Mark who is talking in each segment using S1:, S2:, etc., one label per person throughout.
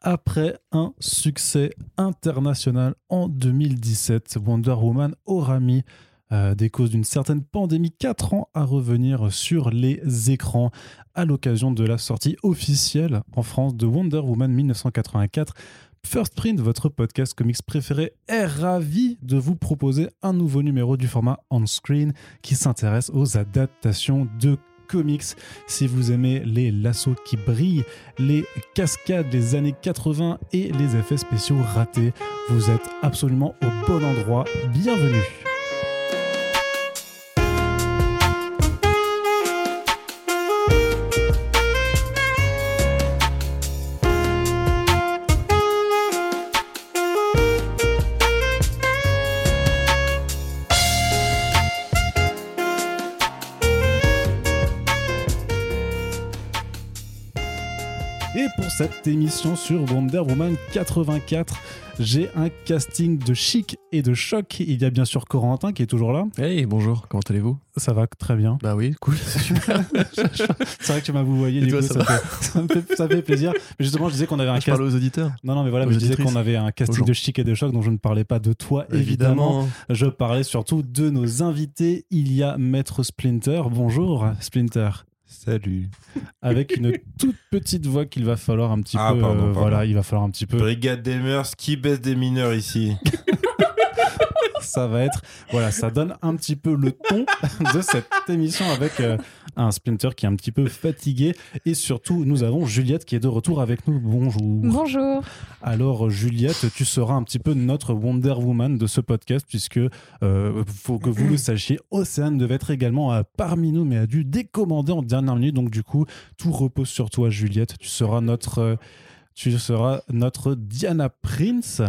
S1: Après un succès international en 2017, Wonder Woman aura mis euh, des causes d'une certaine pandémie 4 ans à revenir sur les écrans à l'occasion de la sortie officielle en France de Wonder Woman 1984. First Print, votre podcast comics préféré, est ravi de vous proposer un nouveau numéro du format on-screen qui s'intéresse aux adaptations de comics. Si vous aimez les lassos qui brillent, les cascades des années 80 et les effets spéciaux ratés, vous êtes absolument au bon endroit. Bienvenue cette émission sur Wonder Woman 84. J'ai un casting de chic et de choc. Il y a bien sûr Corentin qui est toujours là.
S2: Hey, bonjour, comment allez-vous
S1: Ça va très bien.
S2: Bah oui, cool, c'est super.
S1: c'est vrai que tu m'as vouvoyé, du toi, coup, ça, ça, fait, ça, me fait, ça, fait, plaisir. Mais justement, je disais qu'on avait un
S2: casting. Ah, Je cast... parle aux auditeurs.
S1: Non, non, mais voilà, mais je disais qu'on avait un casting de chic et de choc dont je ne parlais pas de toi, évidemment. évidemment. Je parlais surtout de nos invités. Il y a Maître Splinter. Bonjour, Splinter.
S3: Salut.
S1: Avec une toute petite voix qu'il va falloir un petit
S3: ah,
S1: peu.
S3: Pardon, euh, pardon.
S1: Voilà, il va falloir un petit peu.
S3: Brigade des mœurs qui baisse des mineurs ici.
S1: ça va être. Voilà, ça donne un petit peu le ton de cette émission avec euh, un Splinter qui est un petit peu fatigué. Et surtout, nous avons Juliette qui est de retour avec nous. Bonjour.
S4: Bonjour.
S1: Alors, euh, Juliette, tu seras un petit peu notre Wonder Woman de ce podcast, puisque, euh, faut que vous le sachiez, Océane devait être également euh, parmi nous, mais a dû décommander en dernière minute. Donc, du coup, tout repose sur toi, Juliette. Tu seras notre. euh, tu seras notre Diana Prince.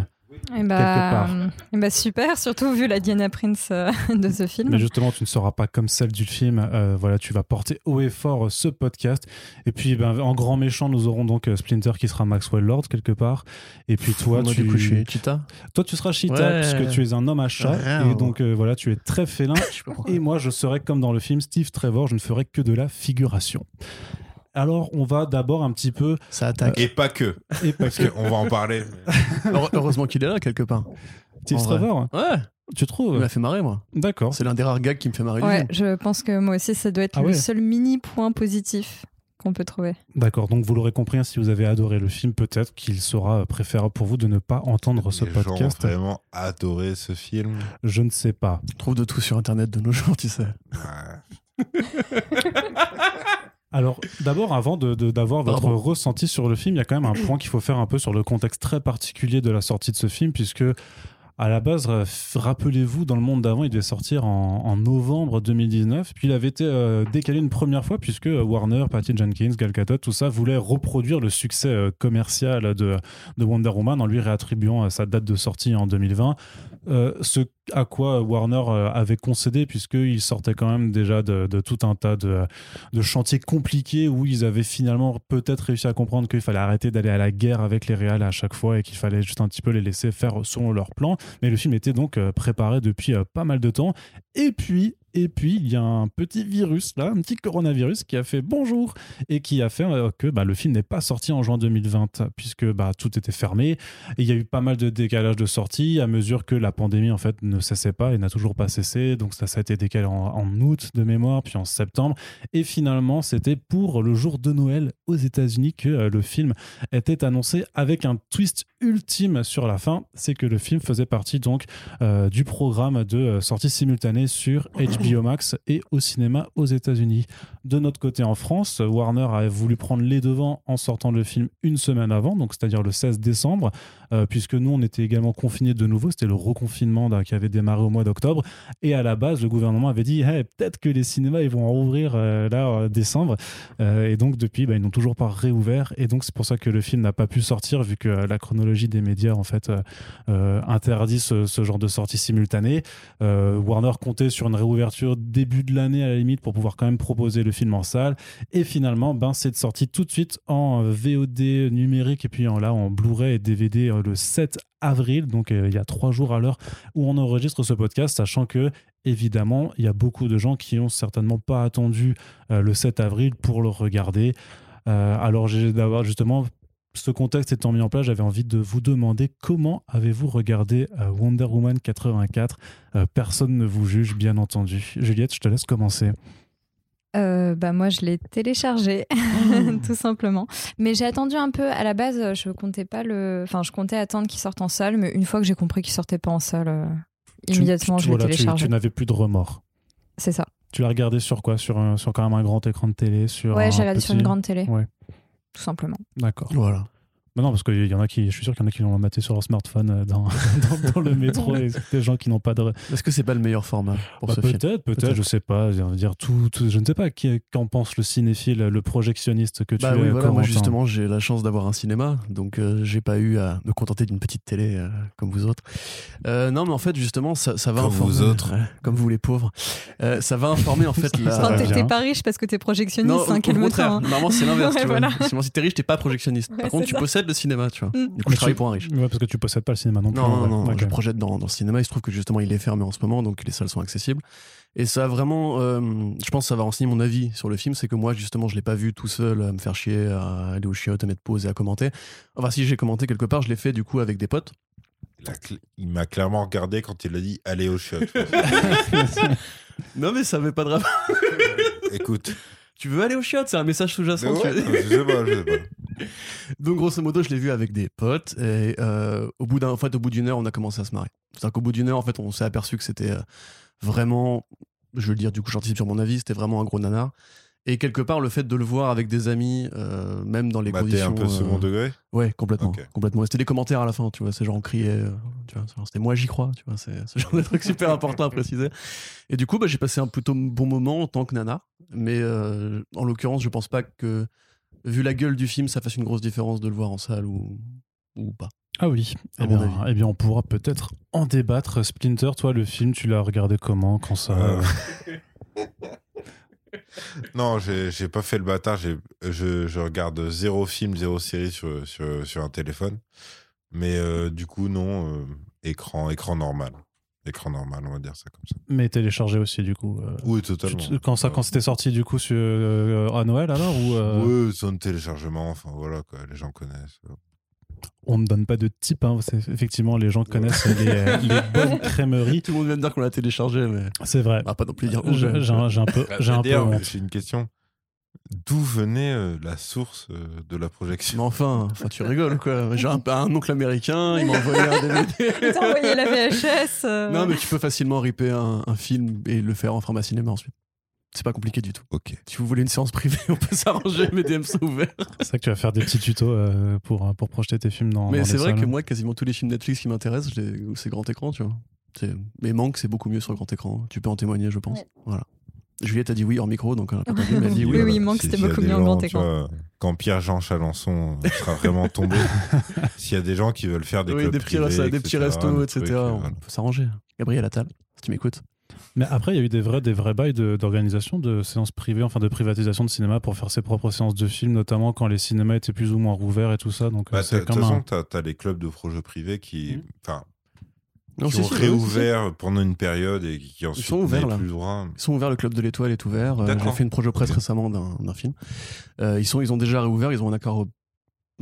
S4: Et bah, et bah, super, surtout vu la Diana Prince euh, de ce film.
S1: Mais justement, tu ne seras pas comme celle du film. Euh, voilà, tu vas porter haut et fort euh, ce podcast. Et puis, ben, en grand méchant, nous aurons donc euh, Splinter qui sera Maxwell Lord quelque part. Et puis toi,
S2: Moi,
S1: tu...
S2: du coup, je suis Chita.
S1: Toi, tu seras Chita ouais. puisque tu es un homme à chat. Ouais, et donc, euh, voilà, tu es très félin. et moi, je serai comme dans le film Steve Trevor. Je ne ferai que de la figuration. Alors, on va d'abord un petit peu.
S2: Ça attaque.
S3: et pas que.
S1: Et pas
S3: Parce qu'on va en parler.
S2: Mais... Heureusement qu'il est là, quelque part.
S1: Steve
S2: En vrai.
S1: Trevor hein.
S2: Ouais.
S1: Tu trouves
S2: Il m'a fait marrer, moi.
S1: D'accord.
S2: C'est l'un des rares gags qui me fait marrer.
S4: Ouais,
S2: lui-même.
S4: je pense que moi aussi, ça doit être
S1: Ah ouais.
S4: le seul mini point positif qu'on peut trouver.
S1: D'accord. Donc, vous l'aurez compris, hein, si vous avez adoré le film, peut-être qu'il sera préférable pour vous de ne pas entendre ce
S3: Les
S1: podcast.
S3: gens ont vraiment adoré ce film.
S1: Je ne sais pas.
S2: On trouve de tout sur Internet de nos jours, tu sais.
S1: Alors, d'abord, avant de- de- d'avoir votre
S2: Pardon.
S1: ressenti sur le film, il y a quand même un point qu'il faut faire un peu sur le contexte très particulier de la sortie de ce film, puisque à la base, euh, f- rappelez-vous, dans le monde d'avant, il devait sortir en, en novembre 2019, puis il avait été euh, décalé une première fois, puisque euh, Warner, Patty Jenkins, Gal Gadot, tout ça voulait reproduire le succès euh, commercial de, de Wonder Woman en lui réattribuant euh, sa date de sortie en 2020. Euh, ce à quoi Warner euh, avait concédé, puisqu'il sortait quand même déjà de, de tout un tas de, de chantiers compliqués où ils avaient finalement peut-être réussi à comprendre qu'il fallait arrêter d'aller à la guerre avec les réals à chaque fois et qu'il fallait juste un petit peu les laisser faire selon leur plan. Mais le film était donc euh, préparé depuis euh, pas mal de temps. Et puis, et puis, il y a un petit virus là, un petit coronavirus qui a fait bonjour et qui a fait euh, que bah, le film n'est pas sorti en juin 2020 puisque bah, tout était fermé. Et il y a eu pas mal de décalages de sortie à mesure que la pandémie en fait ne cessait pas et n'a toujours pas cessé. Donc ça, ça a été décalé en, en août de mémoire, puis en septembre. Et finalement, c'était pour le jour de Noël aux États-Unis que euh, le film était annoncé avec un twist ultime sur la fin. C'est que le film faisait partie donc euh, du programme de euh, sortie simultanée sur HBO Max et au cinéma aux États-Unis. De notre côté en France, Warner a voulu prendre les devants en sortant le film une semaine avant, donc c'est-à-dire le 16 décembre, euh, puisque nous on était également confinés de nouveau. C'était le reconfinement d'un- qui avait démarré au mois d'octobre. Et à la base, le gouvernement avait dit Hey, peut-être que les cinémas ils vont en rouvrir euh, là en décembre. Euh, et donc depuis, bah, ils n'ont toujours pas réouvert. Et donc c'est pour ça que le film n'a pas pu sortir vu que euh, la chronologie des médias en fait euh, euh, interdit ce, ce genre de sortie simultanée. Euh, Warner comptait sur une réouverture début de l'année à la limite pour pouvoir quand même proposer le film en salle. Et finalement, ben c'est sorti tout de suite en euh, VOD numérique et puis en là en Blu-ray et DVD euh, le 7 avril, donc euh, il y a trois jours à l'heure où on enregistre ce podcast, sachant que évidemment il y a beaucoup de gens qui ont certainement pas attendu euh, le 7 avril pour le regarder. Euh, alors j'ai d'abord justement ce contexte étant mis en place, j'avais envie de vous demander comment avez-vous regardé euh, Wonder Woman 84 Euh, Personne ne vous juge, bien entendu. Juliette, je te laisse commencer.
S4: Euh, bah moi, je l'ai téléchargé, tout simplement. Mais j'ai attendu un peu. À la base, je comptais pas le. Enfin, je comptais attendre qu'il sorte en salle, mais une fois que j'ai compris qu'il sortait pas en salle, euh,
S1: Tu-
S4: immédiatement,
S1: tu-
S4: je l'ai
S1: voilà, tu-
S4: téléchargé.
S1: Tu, n'avais plus de remords.
S4: C'est ça.
S1: Tu l'as regardé sur quoi sur, un- sur quand même un grand écran de télé sur
S4: Ouais,
S1: un
S4: j'ai regardé sur une
S1: petit-
S4: grande télé.
S1: Ouais.
S4: Tout simplement.
S1: D'accord.
S2: Voilà.
S1: Bah non, parce qu'il y en a qui, je suis sûr qu'il y en a qui l'ont maté sur leur smartphone euh, dans, dans- dans le métro et c'est des gens qui n'ont pas de,
S2: Est-ce que c'est pas le meilleur format pour
S1: Bah,
S2: ce film
S1: peut-être, peut-être,
S2: Peut-être.
S1: je sais pas. Je veux dire tout, tout- je ne sais pas qui- qu'en pense le cinéphile, le projectionniste que tu hein.
S2: Bah
S1: es.
S2: oui, voilà, moi
S1: Corentin.
S2: justement, j'ai la chance d'avoir un cinéma, donc euh, j'ai pas eu à me contenter d'une petite télé euh, comme vous autres. Euh, non, mais en fait, justement, ça, ça va
S3: Comme
S2: informer.
S3: vous autres.
S2: Ouais, comme vous les pauvres. Euh, ça va informer en fait la.
S1: Ça va
S4: Enfin, t'es-
S1: bien.
S4: t'es pas riche parce que t'es projectionniste,
S2: Non,
S4: hein,
S2: au
S4: calme-toi.
S2: contraire.
S4: hein.
S2: Normalement, c'est l'inverse.
S4: Ouais,
S2: tu vois.
S4: voilà.
S2: Sinon, si t'es riche, t'es pas projectionniste.
S4: Ouais,
S2: Par contre,
S4: c'est
S2: tu
S4: ça.
S2: possèdes le cinéma, tu vois. Du
S4: Mm.
S2: coup, je
S1: Mais
S2: travaille
S1: tu-
S2: pour un riche.
S1: Ouais, parce que tu possèdes pas le cinéma non plus.
S2: Non,
S1: en
S2: non,
S1: vrai.
S2: non,
S1: Ok.
S2: je projette dans, dans le cinéma. Il se trouve que justement, il est fermé en ce moment, donc les salles sont accessibles. Et ça a vraiment, euh, je pense, que ça va renseigner mon avis sur le film. C'est que moi, justement, je l'ai pas vu tout seul à me faire chier, à aller au chiottes, à mettre pause et à commenter. Enfin, si j'ai commenté quelque part, je l'ai fait du coup avec des potes.
S3: Il a cl- Il m'a clairement regardé quand il a dit allez au shot.
S2: Non, mais ça avait pas de rapport.
S3: Écoute.
S2: Tu veux aller au chiottes C'est un message sous-jacent. tu
S3: Ouais,
S2: vois.
S3: je sais pas, je sais pas.
S2: Donc grosso modo, je l'ai vu avec des potes et euh, au bout d'un, en fait, au bout d'une heure, on a commencé à se marrer. C'est-à-dire qu'au bout d'une heure, en fait, on s'est aperçu que c'était euh, vraiment, je vais le dire, du coup, j'anticipe sur mon avis, c'était vraiment un gros nanar. Et quelque part, le fait de le voir avec des amis, euh, même dans les
S3: Bah, t'es
S2: conditions,
S3: un peu
S2: euh,
S3: second degré.
S2: ouais, complètement,
S3: Ok.
S2: complètement. Et C'était des commentaires à la fin, tu vois, ces gens criaient, euh, tu vois, genre, c'était moi j'y crois, tu vois, c'est ce genre de truc super important à préciser. Et du coup, bah, j'ai passé un plutôt bon moment en tant que nana, mais euh, en l'occurrence, je pense pas que vu la gueule du film, ça fasse une grosse différence de le voir en salle ou, ou pas.
S1: Ah oui.
S2: À
S1: Eh
S2: mon
S1: bien, eh bien, on pourra peut-être en débattre. Splinter, toi, le film, tu l'as regardé comment Quand ça
S3: Euh, Non, j'ai j'ai pas fait le bâtard. j'ai- Je, je regarde zéro film, zéro série sur, sur, sur un téléphone. Mais euh, du coup, non, euh, écran, écran normal. Écran normal, on va dire ça comme ça.
S1: Mais téléchargé aussi, du coup. euh,
S3: Oui,
S1: tu
S3: totalement.
S1: te- quand ça, quand
S3: Euh,
S1: c'était sorti, du coup, sur, euh, à Noël, alors ou, euh,
S3: Oui, zone téléchargement, enfin voilà, quoi, les gens connaissent.
S1: On ne donne pas de type. hein, c'est- effectivement, les gens connaissent les, euh, les bonnes crèmeries.
S2: Tout le monde vient de dire qu'on l'a téléchargé, mais Euh,
S1: C'est vrai.
S2: Bah, on va Ah, pas non plus dire.
S1: J'ai j'ai un, j'ai un
S2: Bah,
S1: peu, j'ai un peu
S2: euh,
S3: D'ailleurs,
S1: honte.
S3: j'ai une question. D'où venait euh, la source euh, de la
S2: Mais
S3: projection
S2: enfin, enfin, tu rigoles quoi. J'ai un, un oncle américain, il m'a envoyé un DVD.
S4: Il t'a envoyé la VHS. euh.
S2: Non, mais tu peux facilement ripper un, un film et le faire en format cinéma ensuite. C'est pas compliqué du tout.
S3: Ok.
S2: Si vous voulez une séance privée, on peut s'arranger, mes DM sont ouverts.
S1: C'est vrai que tu vas faire des petits tutos euh, pour, pour projeter tes films dans. dans
S2: Mais
S1: les
S2: c'est vrai
S1: salles.
S3: hein.
S2: que moi, quasiment tous les films Netflix qui m'intéressent, je les- c'est grand écran, tu vois. C'est- Mais Manque, c'est beaucoup mieux sur grand écran. Tu peux en témoigner, je pense.
S4: Ouais.
S2: Voilà. Juliette a dit oui hors micro, donc euh, elle a pas perdu, elle a dit
S4: Oui,
S2: oui.
S4: oui, il manque,
S3: Si-
S4: c'était
S3: s'il y a
S4: beaucoup
S3: des
S4: mieux en
S3: gens,
S4: grand
S3: tu
S4: écran.
S3: vois, Quand Pierre-Jean Chalençon euh, sera vraiment tombé, s'il y a des gens qui veulent faire des
S2: Oui,
S3: clubs
S2: des petits,
S3: privés,
S2: restos, des petits
S3: etc.,
S2: restos,
S3: des
S2: etc.
S3: trucs, euh,
S2: on
S3: voilà.
S2: peut s'arranger. Gabriel Attal, si tu m'écoutes.
S1: Mais après, il y a eu des vrais, des vrais bails de- d'organisation de séances privées, enfin de privatisation de cinéma pour faire ses propres séances de films, notamment quand les cinémas étaient plus ou moins rouverts et tout ça. Donc, euh,
S3: Bah, t'as-
S1: c'est
S3: De toute
S1: comme un-
S3: façon, t'as as les clubs de projets privés qui,
S1: Mhm.
S3: enfin,
S2: Mmh. Non, hein.
S3: qui
S2: si,
S3: ont
S2: si,
S3: réouvert euh, pendant une période et qui ensuite
S2: sont ouverts,
S3: n'avaient
S2: là.
S3: plus le droit.
S2: Ils sont ouverts, le club de l'étoile est ouvert. Euh,
S3: D'accord.
S2: J'ai fait une projet presse
S3: Ok.
S2: récemment d'un d'un film. Euh, ils, sont, ils ont déjà réouvert, ils ont un accord, au-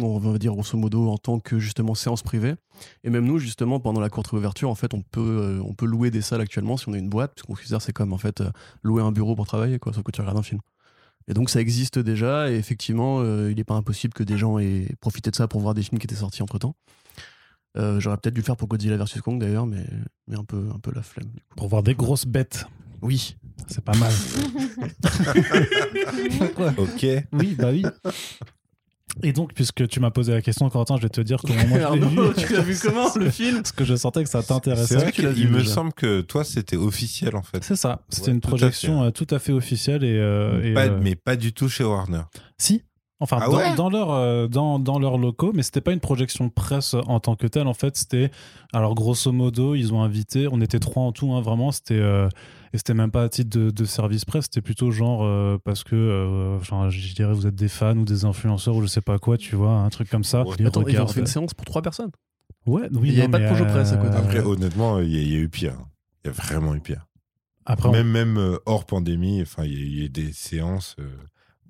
S2: on va dire grosso modo, en tant que justement séance privée. Et même nous, justement, pendant la courte réouverture, en fait, on peut, euh, on peut louer des salles actuellement si on a une boîte, parce qu'on considère que c'est comme en fait euh, louer un bureau pour travailler, quoi, sauf que tu regardes un film. Et donc ça existe déjà, et effectivement, euh, il n'est pas impossible que des gens aient profité de ça pour voir des films qui étaient sortis entre temps. Euh, J'aurais peut-être dû le faire pour Godzilla vs Kong d'ailleurs, mais, mais un, peu, un peu la flemme. du coup.
S1: Pour voir des grosses bêtes,
S2: Oui,
S1: c'est pas mal. Pourquoi
S3: Ok.
S1: Oui, bah oui. Et donc, puisque tu m'as posé la question, Corentin, je vais te dire comment moi je l'ai
S2: Arnaud,
S1: vu.
S2: tu l'as vu comment le film
S1: Parce que je sentais que ça
S3: C'est
S1: t'intéressait.
S3: vrai
S2: tu l'as
S3: qu'il
S2: vu
S3: me
S2: déjà.
S3: semble que toi, c'était officiel en fait.
S1: C'est ça. C'était
S3: Ouais,
S1: une
S3: tout à
S1: projection euh, tout à, fait officielle et. euh, et,
S3: Pas-
S1: euh,
S3: Mais pas du tout chez Warner.
S1: Si. Enfin,
S3: Ah
S1: dans,
S3: ouais
S1: dans leur, euh, dans, dans leurs locaux, mais c'était pas une projection presse en tant que telle. En fait, c'était. Alors, grosso modo, ils ont invité. On était trois en tout, hein, vraiment. C'était. euh, et c'était même pas à titre de, de service presse. C'était plutôt genre. euh, parce que. euh, genre, je dirais, vous êtes des fans ou des influenceurs ou je sais pas quoi, tu vois, un truc comme ça.
S3: Ouais.
S1: Les
S2: Attends, ils ont
S1: regards,
S2: fait une séance pour trois personnes.
S1: Ouais, oui,
S2: Il y
S1: non,
S2: avait pas de
S1: mais,
S2: projet presse à côté.
S1: euh,
S3: Après, honnêtement, il y, a- il y a eu pire. Il y a vraiment eu pire.
S1: après, on-
S3: Même, même euh, hors pandémie, enfin, il y, a- il y a eu des séances, euh,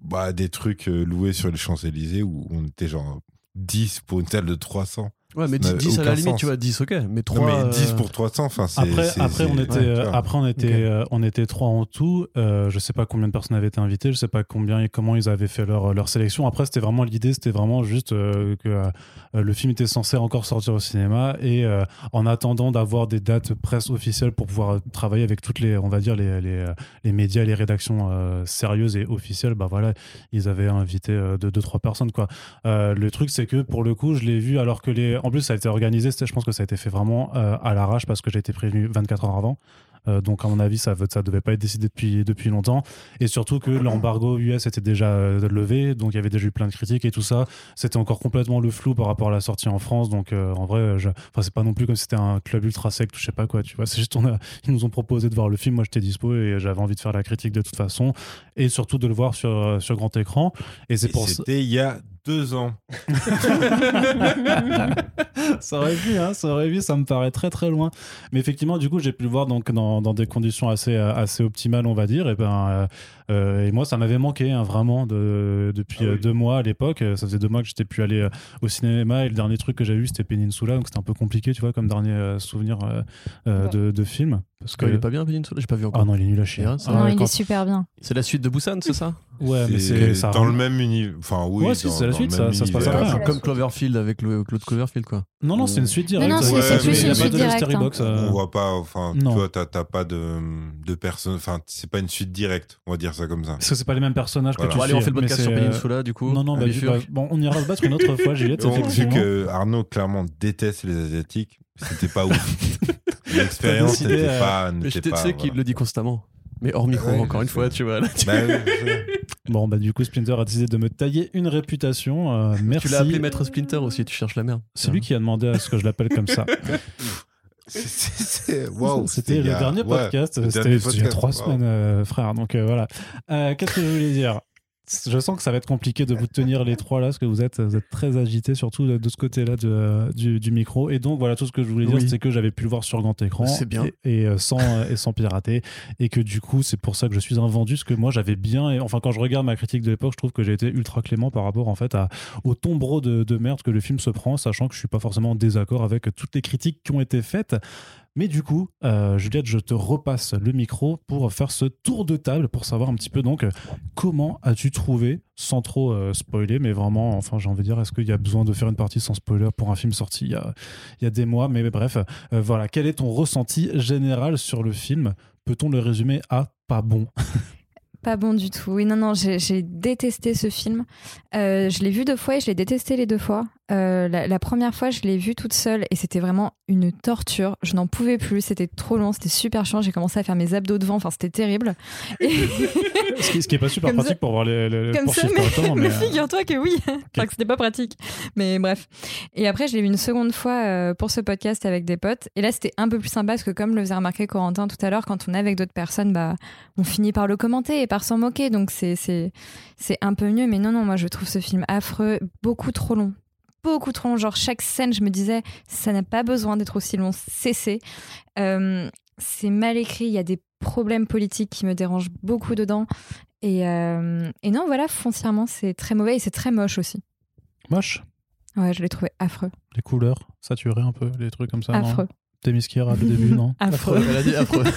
S3: bah, des trucs euh, loués sur les Champs-Élysées où on était genre 10 pour une salle de 300.
S2: Ouais, mais 10,
S3: Ça n'a
S2: 10 à la
S3: aucun
S2: limite,
S3: sens.
S2: tu vois, 10, ok. Mais euh, 3.
S3: Non, mais 10 pour 300, enfin, c'est.
S1: euh, Après,
S3: c'est-
S1: après,
S3: c'est-
S1: on était,
S3: ouais, tu
S1: euh,
S3: vois.
S1: après, on était,
S2: Ok.
S1: euh, on était trois en tout. Euh, je sais pas combien de personnes avaient été invitées. Je sais pas combien et comment ils avaient fait leur, euh, leur sélection. Après, c'était vraiment l'idée, c'était vraiment juste euh, que euh, le film était censé encore sortir au cinéma et euh, en attendant d'avoir des dates presse officielles pour pouvoir euh, travailler avec toutes les, on va dire les, les, euh, les médias, les rédactions euh, sérieuses et officielles. Bah voilà, ils avaient invité euh, deux, deux, trois personnes quoi. Euh, le truc, c'est que pour le coup, je l'ai vu alors que les. En plus, ça a été organisé. c'était- Je pense que ça a été fait vraiment euh, à l'arrache parce que j'ai été prévenu 24 heures avant. Euh, donc, à mon avis, ça ne devait pas être décidé depuis, depuis longtemps. Et surtout que l'embargo US était déjà euh, levé. Donc, il y avait déjà eu plein de critiques et tout ça. C'était encore complètement le flou par rapport à la sortie en France. Donc, euh, en vrai, je... enfin, c'est pas non plus comme si c'était un club ultra sec ou je sais pas quoi. Tu vois, c'est juste on a... ils nous ont proposé de voir le film. Moi, j'étais dispo et j'avais envie de faire la critique de toute façon. Et surtout de le voir sur, euh, sur grand écran. Et c'est
S3: Et
S1: pour ça.
S3: C'était il y a deux ans.
S1: ça aurait pu, hein, ça aurait pu, ça me paraît très très loin. Mais effectivement, du coup, j'ai pu le voir donc dans, dans des conditions assez euh, assez optimales, on va dire. Et ben, euh, euh, et moi, ça m'avait manqué hein, vraiment de, depuis
S3: Ah oui.
S1: euh, deux mois à l'époque. Euh, Ça faisait deux mois que j'étais plus allé euh, au cinéma et le dernier truc que j'ai vu c'était Peninsula, donc c'était un peu compliqué, tu vois, comme dernier euh, souvenir euh, euh,
S4: Ouais.
S1: de, de film. Parce que
S2: Il est pas bien, Peninsula J'ai pas vu
S1: ah
S2: encore.
S1: non, il est nul à chier.
S2: Ah, ça
S1: Ah
S4: non,
S1: ouais,
S4: il
S1: quand-
S4: est super bien.
S2: C'est la suite de Busan, c'est ça
S1: ouais, mais c'est ça.
S3: dans le même univers. Enfin, oui.
S1: Ouais, si,
S3: dans-
S1: c'est la
S3: dans
S1: suite,
S3: le
S1: ça-
S3: même
S1: ça se passe
S3: univers.
S1: après. hein,
S2: Comme comme Cloverfield avec le Claude Cloverfield, quoi.
S1: Non, non, c'est une suite
S4: Mais
S1: directe.
S4: non,
S3: c'est- c'est plus
S1: il y a
S3: une
S1: pas
S3: suite
S1: de mystery
S4: directe, hein.
S1: box, euh,
S3: On voit pas, enfin,
S1: Non.
S3: tu vois, t'as t'as pas de, de personne, enfin, c'est pas une suite directe, on va dire ça comme ça.
S1: Parce que c'est pas les mêmes personnages
S3: Voilà.
S1: que tu
S2: Bon, allez, on
S1: suis,
S2: fait le
S1: mais
S2: podcast
S1: c'est,
S2: sur
S1: euh,
S2: Peninsula, du coup.
S1: Non, non, bah,
S2: Allez,
S1: du-
S2: Furk.
S1: bah, bon, on ira se battre une autre fois, Juliette.
S3: Donc, vu
S1: effectivement.
S3: que Arnaud clairement déteste les Asiatiques, c'était pas ouf. L'expérience
S1: décidé,
S3: n'était
S1: euh,
S3: pas. n'était
S2: Mais je sais
S3: pas,
S2: qu'il
S3: voilà.
S2: le dit constamment. Mais hors micro,
S3: Ouais,
S2: encore
S3: je
S2: une
S3: sais.
S2: fois, tu vois. là, tu-
S3: Bah oui, je sais.
S1: Bon, bah, du coup, Splinter a décidé de me tailler une réputation. euh, merci.
S2: tu l'as appelé Maître Splinter aussi, tu cherches la merde.
S1: C'est lui qui a demandé à ce que je l'appelle comme ça.
S3: C'est- c'est- c'est- wow,
S1: C'était le
S3: il y a-
S1: dernier
S3: ouais.
S1: podcast.
S3: le
S1: C'était
S3: dernier
S1: il y a
S3: podcast,
S1: trois
S3: wow.
S1: semaines, euh, frère. Donc euh, voilà. Euh, Qu'est-ce que je voulais dire je sens que ça va être compliqué de vous tenir les trois là, parce que vous êtes, vous êtes très agités, surtout euh, de, de ce côté-là de- du, du micro. Et donc voilà, tout ce que je voulais dire,
S2: Oui.
S1: c'est que j'avais pu le voir sur grand écran
S2: C'est bien.
S1: Et, et, euh, sans, euh, et sans pirater. Et que du coup, c'est pour ça que je suis invendu, parce que moi j'avais bien. Et, enfin, quand je regarde ma critique de l'époque, je trouve que j'ai été ultra clément par rapport en fait à, au tombereau de, de merde que le film se prend, sachant que je suis pas forcément en désaccord avec toutes les critiques qui ont été faites. Mais du coup, euh, Juliette, je te repasse le micro pour faire ce tour de table pour savoir un petit peu donc euh, comment as-tu trouvé, sans trop euh, spoiler, mais vraiment, enfin j'ai envie de dire, est-ce qu'il y a besoin de faire une partie sans spoiler pour un film sorti il y a, il y a des mois Mais bref, euh, voilà, quel est ton ressenti général sur le film Peut-on le résumer à pas bon
S4: Pas bon du tout. Oui, non, non, j'ai j'ai détesté ce film. Euh, je l'ai vu deux fois et je l'ai détesté les deux fois. Euh, la, la première fois, je l'ai vu toute seule et c'était vraiment une torture. Je n'en pouvais plus. C'était trop long, c'était super chiant. J'ai commencé à faire mes abdos devant. Enfin, c'était terrible. Et-
S1: ce qui, ce qui est pas super
S4: Comme ça-
S1: pratique pour voir les, les,
S4: comme
S1: pour
S4: ça,
S1: suivre correctement,
S4: mais
S1: mais, euh,
S4: figure-toi que oui. Enfin, que c'était pas pratique. Mais bref. Et après, je l'ai vu une seconde fois euh, pour ce podcast avec des potes. Et là, c'était un peu plus sympa parce que, comme le faisait remarquer Corentin tout à l'heure, quand on est avec d'autres personnes, bah, on finit par le commenter et par s'en moquer. Donc, c'est, c'est, c'est un peu mieux. Mais non, non, moi, je trouve ce film affreux, beaucoup trop long. Beaucoup trop long. Genre, chaque scène, je me disais, ça n'a pas besoin d'être aussi long. Cessez. Euh, c'est mal écrit. Il y a des problèmes politiques qui me dérangent beaucoup dedans. Et, euh, et non, voilà, foncièrement, c'est très mauvais et c'est très moche aussi.
S1: euh, moche.
S4: Ouais, je l'ai trouvé affreux.
S1: Les couleurs saturées un peu, les trucs comme ça. non
S4: affreux.
S1: Themyscira au début, non
S4: Affreux.
S2: Elle a dit affreux.
S1: Et,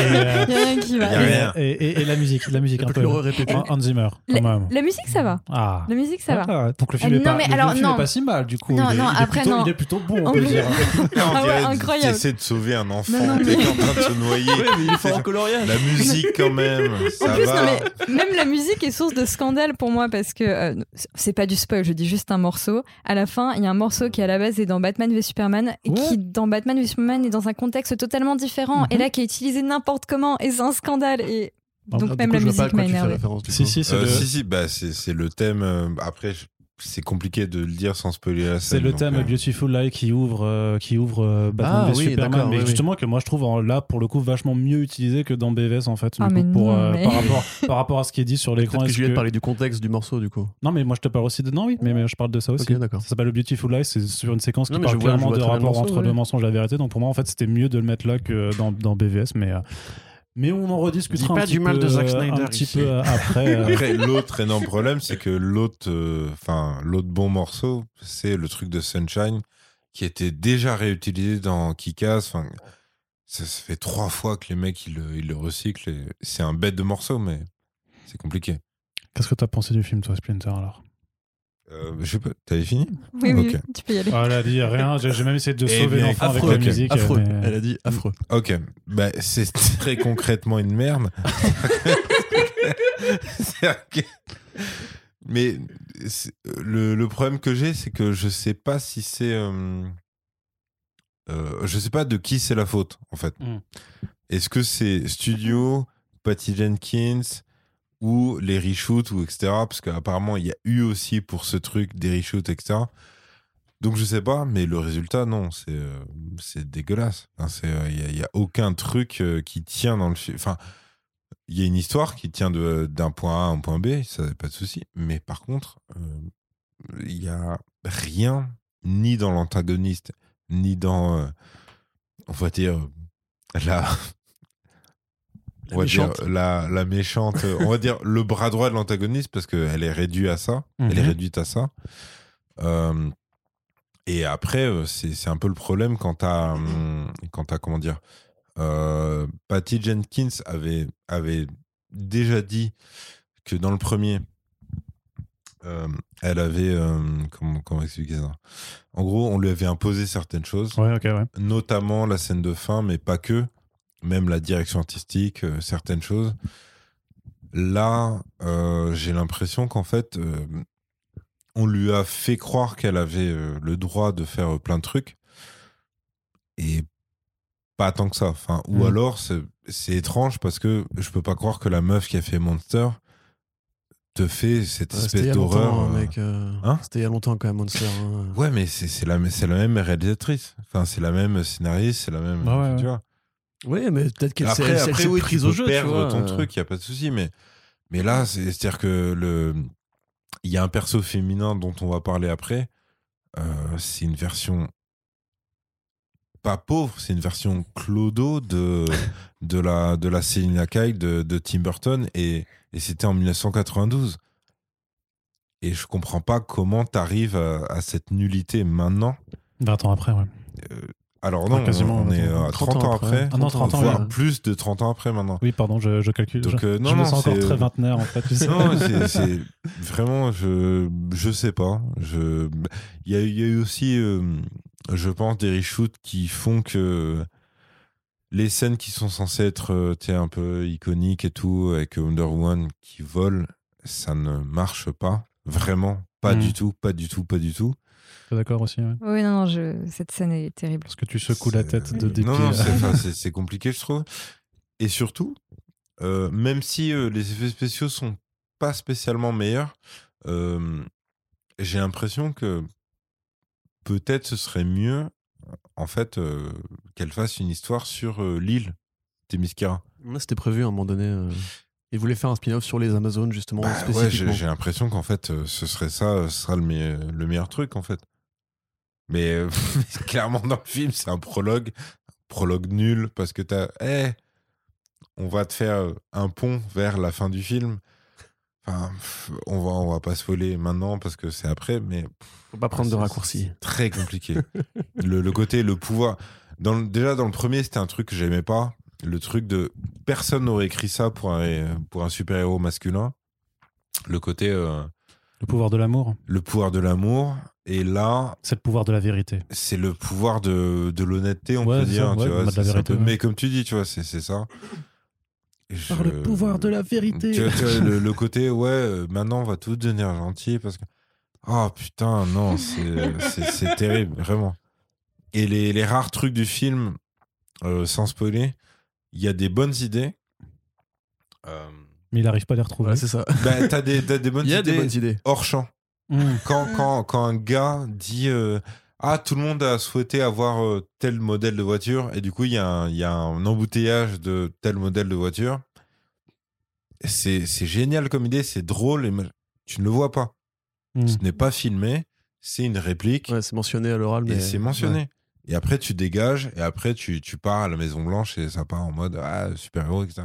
S1: euh,
S4: Il y a rien qui
S3: Y a
S4: va.
S3: rien.
S1: et, et- et la musique, la musique
S2: Elle
S1: un
S2: peut
S1: peu.
S2: plus le répéter.
S1: Hans Hans Zimmer, quand
S4: Les-
S1: même.
S4: La musique, ça va.
S1: Ah.
S4: La musique, ça va.
S1: Ah, Donc le film
S4: Euh,
S1: est
S4: non,
S1: pas,
S4: mais
S1: le
S4: alors,
S1: film est
S4: non.
S1: pas si mal du coup.
S4: Non,
S1: il, est,
S4: non,
S1: il est
S4: après,
S1: plutôt,
S4: non.
S1: il est plutôt bon,
S4: En
S1: on peut
S4: plus-
S1: dire.
S3: On
S4: Ah ouais,
S3: dirait
S4: incroyable.
S3: qu'il essaie de sauver un enfant
S4: Non, non,
S3: qui
S4: mais-
S3: est en train de se noyer.
S2: Ouais, mais il faut un coloriage.
S3: La musique, quand même,
S4: En
S3: ça
S4: plus,
S3: va. Euh,
S4: non, mais même la musique est source de scandale pour moi parce que euh, c'est pas du spoil, je dis juste un morceau. À la fin, il y a un morceau qui à la base est dans Batman v Superman et
S1: Ouais.
S4: qui dans Batman v Superman est dans un contexte totalement différent
S1: Mhm.
S4: et là qui est utilisé n'importe comment et c'est un scandale et
S1: Ah,
S4: donc
S2: Ah, du
S4: même
S2: coup,
S4: la
S2: je vois pas à
S4: musique
S2: quoi
S4: m'a
S2: tu fais
S4: énervé.
S2: référence, du
S1: Si,
S2: coup.
S1: si, c'est
S3: Euh,
S1: le,
S3: Si, si, bah, c'est c'est le thème. euh, Après, je- c'est compliqué de le dire sans spoiler la
S1: c'est
S3: scène,
S1: le
S3: donc,
S1: thème
S3: euh,
S1: Beautiful Lie qui ouvre, euh, qui ouvre euh, Batman
S2: Ah,
S1: v
S2: oui,
S1: Superman,
S2: d'accord,
S1: mais
S2: oui, oui.
S1: justement que moi je trouve en- là pour le coup vachement mieux utilisé que dans BVS en fait, du
S4: Ah,
S1: coup,
S4: mais
S1: pour,
S4: non,
S1: euh,
S4: mais-
S1: par rapport par rapport à ce qui est dit sur l'écran.
S2: Peut-être que
S1: est-ce
S2: Juliette
S1: que-
S2: parlait du contexte du morceau, du coup.
S1: Non, mais moi je te parle aussi de. Non, oui, mais, mais je parle de ça aussi.
S2: Ok, d'accord.
S1: Ça s'appelle le Beautiful Life, c'est sur une séquence qui
S2: Non, mais
S1: parle
S2: je vois- je
S1: clairement
S2: vois
S1: de
S2: très bien le
S1: rapport
S2: morceau,
S1: entre
S2: ouais.
S1: le mensonge et la vérité. Donc pour moi, en fait, c'était mieux de le mettre là que dans, dans BVS, mais. euh, Mais on en rediscutera
S2: Dis
S1: un
S2: pas
S1: petit,
S2: du mal
S1: peu,
S2: de Zack
S1: euh, un
S2: Snyder
S1: petit
S2: ici.
S1: peu après. euh,
S3: Après, l'autre énorme problème, c'est que l'autre, euh, enfin, l'autre bon morceau, c'est le truc de Sunshine qui était déjà réutilisé dans Kikas. Enfin, ça, ça fait trois fois que les mecs ils le, ils le recyclent. et C'est un bête de morceau, mais c'est compliqué.
S1: Qu'est-ce que t'as pensé du film, toi, Splinter, alors
S3: Euh, je sais pas, t'avais fini
S4: Oui, oui,
S3: Ok.
S4: tu peux y aller.
S1: Ah, elle a dit rien, j'ai j'ai même essayé de
S3: Eh
S1: sauver
S3: bien,
S1: l'enfant avec
S2: affreux,
S1: la
S2: ok.
S1: musique.
S2: affreux.
S1: mais, euh,
S2: Elle a dit affreux.
S3: Ok, bah, c'est très concrètement une merde. C'est-à-dire que- Mais c'est- le, le problème que j'ai, c'est que je sais pas si c'est. euh, euh, je sais pas de qui c'est la faute, en fait.
S1: Mm.
S3: Est-ce que c'est Studio, Patty Jenkins ou les reshoots ou etc. Parce qu'apparemment, il y a eu aussi pour ce truc des reshoots, etc. Donc je sais pas, mais le résultat, non, c'est euh, c'est dégueulasse. Enfin, c'est, euh, Il n'y a, aucun truc euh, qui tient dans le film. Enfin, il y a une histoire qui tient de- d'un point A à un point B, ça pas de souci. Mais par contre, euh, il y a rien, ni dans l'antagoniste, ni dans, euh, on va dire, euh, la,
S2: La
S3: on va
S2: méchante.
S3: dire, la, la méchante, euh, on va dire le bras droit de l'antagoniste, parce qu'elle est réduite à ça. Elle est
S1: Mhm.
S3: réduite à ça. Euh, et après, euh, c'est c'est un peu le problème quand t'as, hum, quand t'as, comment dire, euh, Patty Jenkins avait, avait déjà dit que dans le premier, euh, elle avait, euh, comment, comment expliquer ça En gros, on lui avait imposé certaines choses
S1: Ouais, ok, ouais.
S3: notamment la scène de fin, mais pas que, même la direction artistique, euh, certaines choses. Là, euh, j'ai l'impression qu'en fait, euh, on lui a fait croire qu'elle avait euh, le droit de faire euh, plein de trucs, et pas tant que ça. Enfin, ou
S2: Mmh.
S1: Mhm.
S3: alors, c'est- c'est étrange parce que je peux pas croire que la meuf qui a fait Monster te fait cette
S2: Euh, C'était il
S3: espèce
S2: y a
S3: d'horreur.
S2: longtemps, hein,
S3: euh,
S2: mec. euh,
S3: Hein
S2: C'était il y a longtemps quand même, Monster. hein.
S3: Ouais, mais c'est c'est la, c'est la même réalisatrice. Enfin, c'est la même scénariste, c'est la même.
S2: Bah
S1: Ah ouais,
S3: tu
S1: ouais.
S3: vois.
S2: Ouais, mais peut-être qu'elle s'est
S3: après,
S2: elle s'est- elle
S3: après
S2: s'est
S3: oui,
S2: prise
S3: tu
S2: au
S3: peux
S2: jeu. tu
S3: perdre
S2: vois,
S3: ton
S2: euh.
S3: truc, il n'y a pas de souci. Mais, mais là, c'est- c'est-à-dire que le, il y a un perso féminin dont on va parler après. Euh, c'est une version pas pauvre, c'est une version clodo de, de la de la Selina Kyle de, de Tim Burton et, et c'était en 1992. Et je comprends pas comment t'arrives à, à cette nullité maintenant.
S1: 20 ans après, ouais.
S3: Euh, alors non,
S1: Ah, quasiment,
S3: on est
S1: attends,
S3: à 30, euh, ans après,
S1: Ah non, 30 ans,
S3: voire
S1: ouais.
S3: plus de 30 ans après maintenant.
S1: Oui, pardon, je, je calcule.
S3: Donc,
S1: je
S3: euh, non,
S1: je me
S3: non,
S1: sens encore
S3: c'est-
S1: très vingtenaire, en fait. tu sais.
S3: Non, c'est- c'est vraiment, je je sais pas. Je il y, a eu- il y a eu aussi, euh, je pense, des reshoots qui font que les scènes qui sont censées être euh, tu sais, un peu iconiques et tout, avec Wonder Woman qui vole, ça ne marche pas vraiment, pas
S1: Mhm.
S3: du tout, pas du tout, pas du tout.
S1: Je suis d'accord aussi, ouais.
S4: Oui, non, non, je... cette scène est terrible.
S1: Parce que tu secoues la
S3: C'est- euh,
S1: tête de dépit. euh,
S3: Non, non, c'est- enfin, c'est c'est compliqué, je trouve. Et surtout, euh, même si euh, les effets spéciaux sont pas spécialement meilleurs, euh, j'ai l'impression que peut-être ce serait mieux, en fait, euh, qu'elle fasse une histoire sur euh, l'île Témiscara.
S2: Ouais, C'était prévu à un moment donné. euh. Ils voulaient faire un spin-off sur les Amazones, justement,
S3: Bah ouais, j'ai
S2: spécifiquement.
S3: j'ai l'impression qu'en fait, euh, ce serait ça, euh, ce sera le, me- le meilleur truc, en fait. Mais euh, clairement, dans le film, c'est un prologue, prologue nul, parce que t'as, Eh, on va te faire euh, un pont vers la fin du film. Enfin, pff, on va, on va pas se voler maintenant parce que c'est après, mais
S2: Faut pas prendre de
S3: Ah, c'est-
S2: raccourcis.
S3: c'est Très compliqué. le, le côté, le pouvoir. Dans le- déjà, dans le premier, c'était un truc que j'aimais pas. Le truc de personne n'aurait écrit ça pour un, pour un super-héros masculin. Le côté, euh,
S1: Le pouvoir de l'amour,
S3: le pouvoir de l'amour. Et là,
S1: c'est le pouvoir de la vérité.
S3: c'est le pouvoir de, de l'honnêteté, on
S1: Ouais,
S3: peut
S1: c'est
S3: dire.
S1: ça,
S3: hein, tu
S1: ouais,
S3: vois,
S1: bah, de la
S3: c'est un
S1: vérité,
S3: peu-
S1: ouais.
S3: Mais comme tu dis, tu vois, c'est c'est ça. Et je-
S1: la
S3: tu vois, tu vois, le, le côté, ouais, euh, maintenant on va tout devenir gentil parce que. Ah putain, non, c'est- euh, c'est c'est terrible, vraiment. Et les, les rares trucs du film, euh, sans spoiler, il y a des bonnes idées. Euh,
S1: Mais il arrive pas à les retrouver.
S2: Ouais, c'est ça.
S3: bah, t'as des, t'as des bonnes
S2: Il y a
S3: idées
S2: des bonnes idées.
S3: hors champ.
S1: Mmh.
S3: Quand,
S4: Mm.
S3: quand, quand un gars dit euh, Ah, tout le monde a souhaité avoir euh, tel modèle de voiture, et du coup, il y, a un- il y a un embouteillage de tel modèle de voiture. C'est c'est génial comme idée, c'est drôle, et ma- tu ne le vois pas.
S1: Mmh.
S3: Ce n'est pas filmé, c'est une réplique,
S2: Ouais, c'est mentionné à l'oral, mais.
S3: et c'est mentionné. Et après, tu dégages et après, tu, tu pars à la Maison Blanche et ça part en mode ah, super-héros, etc.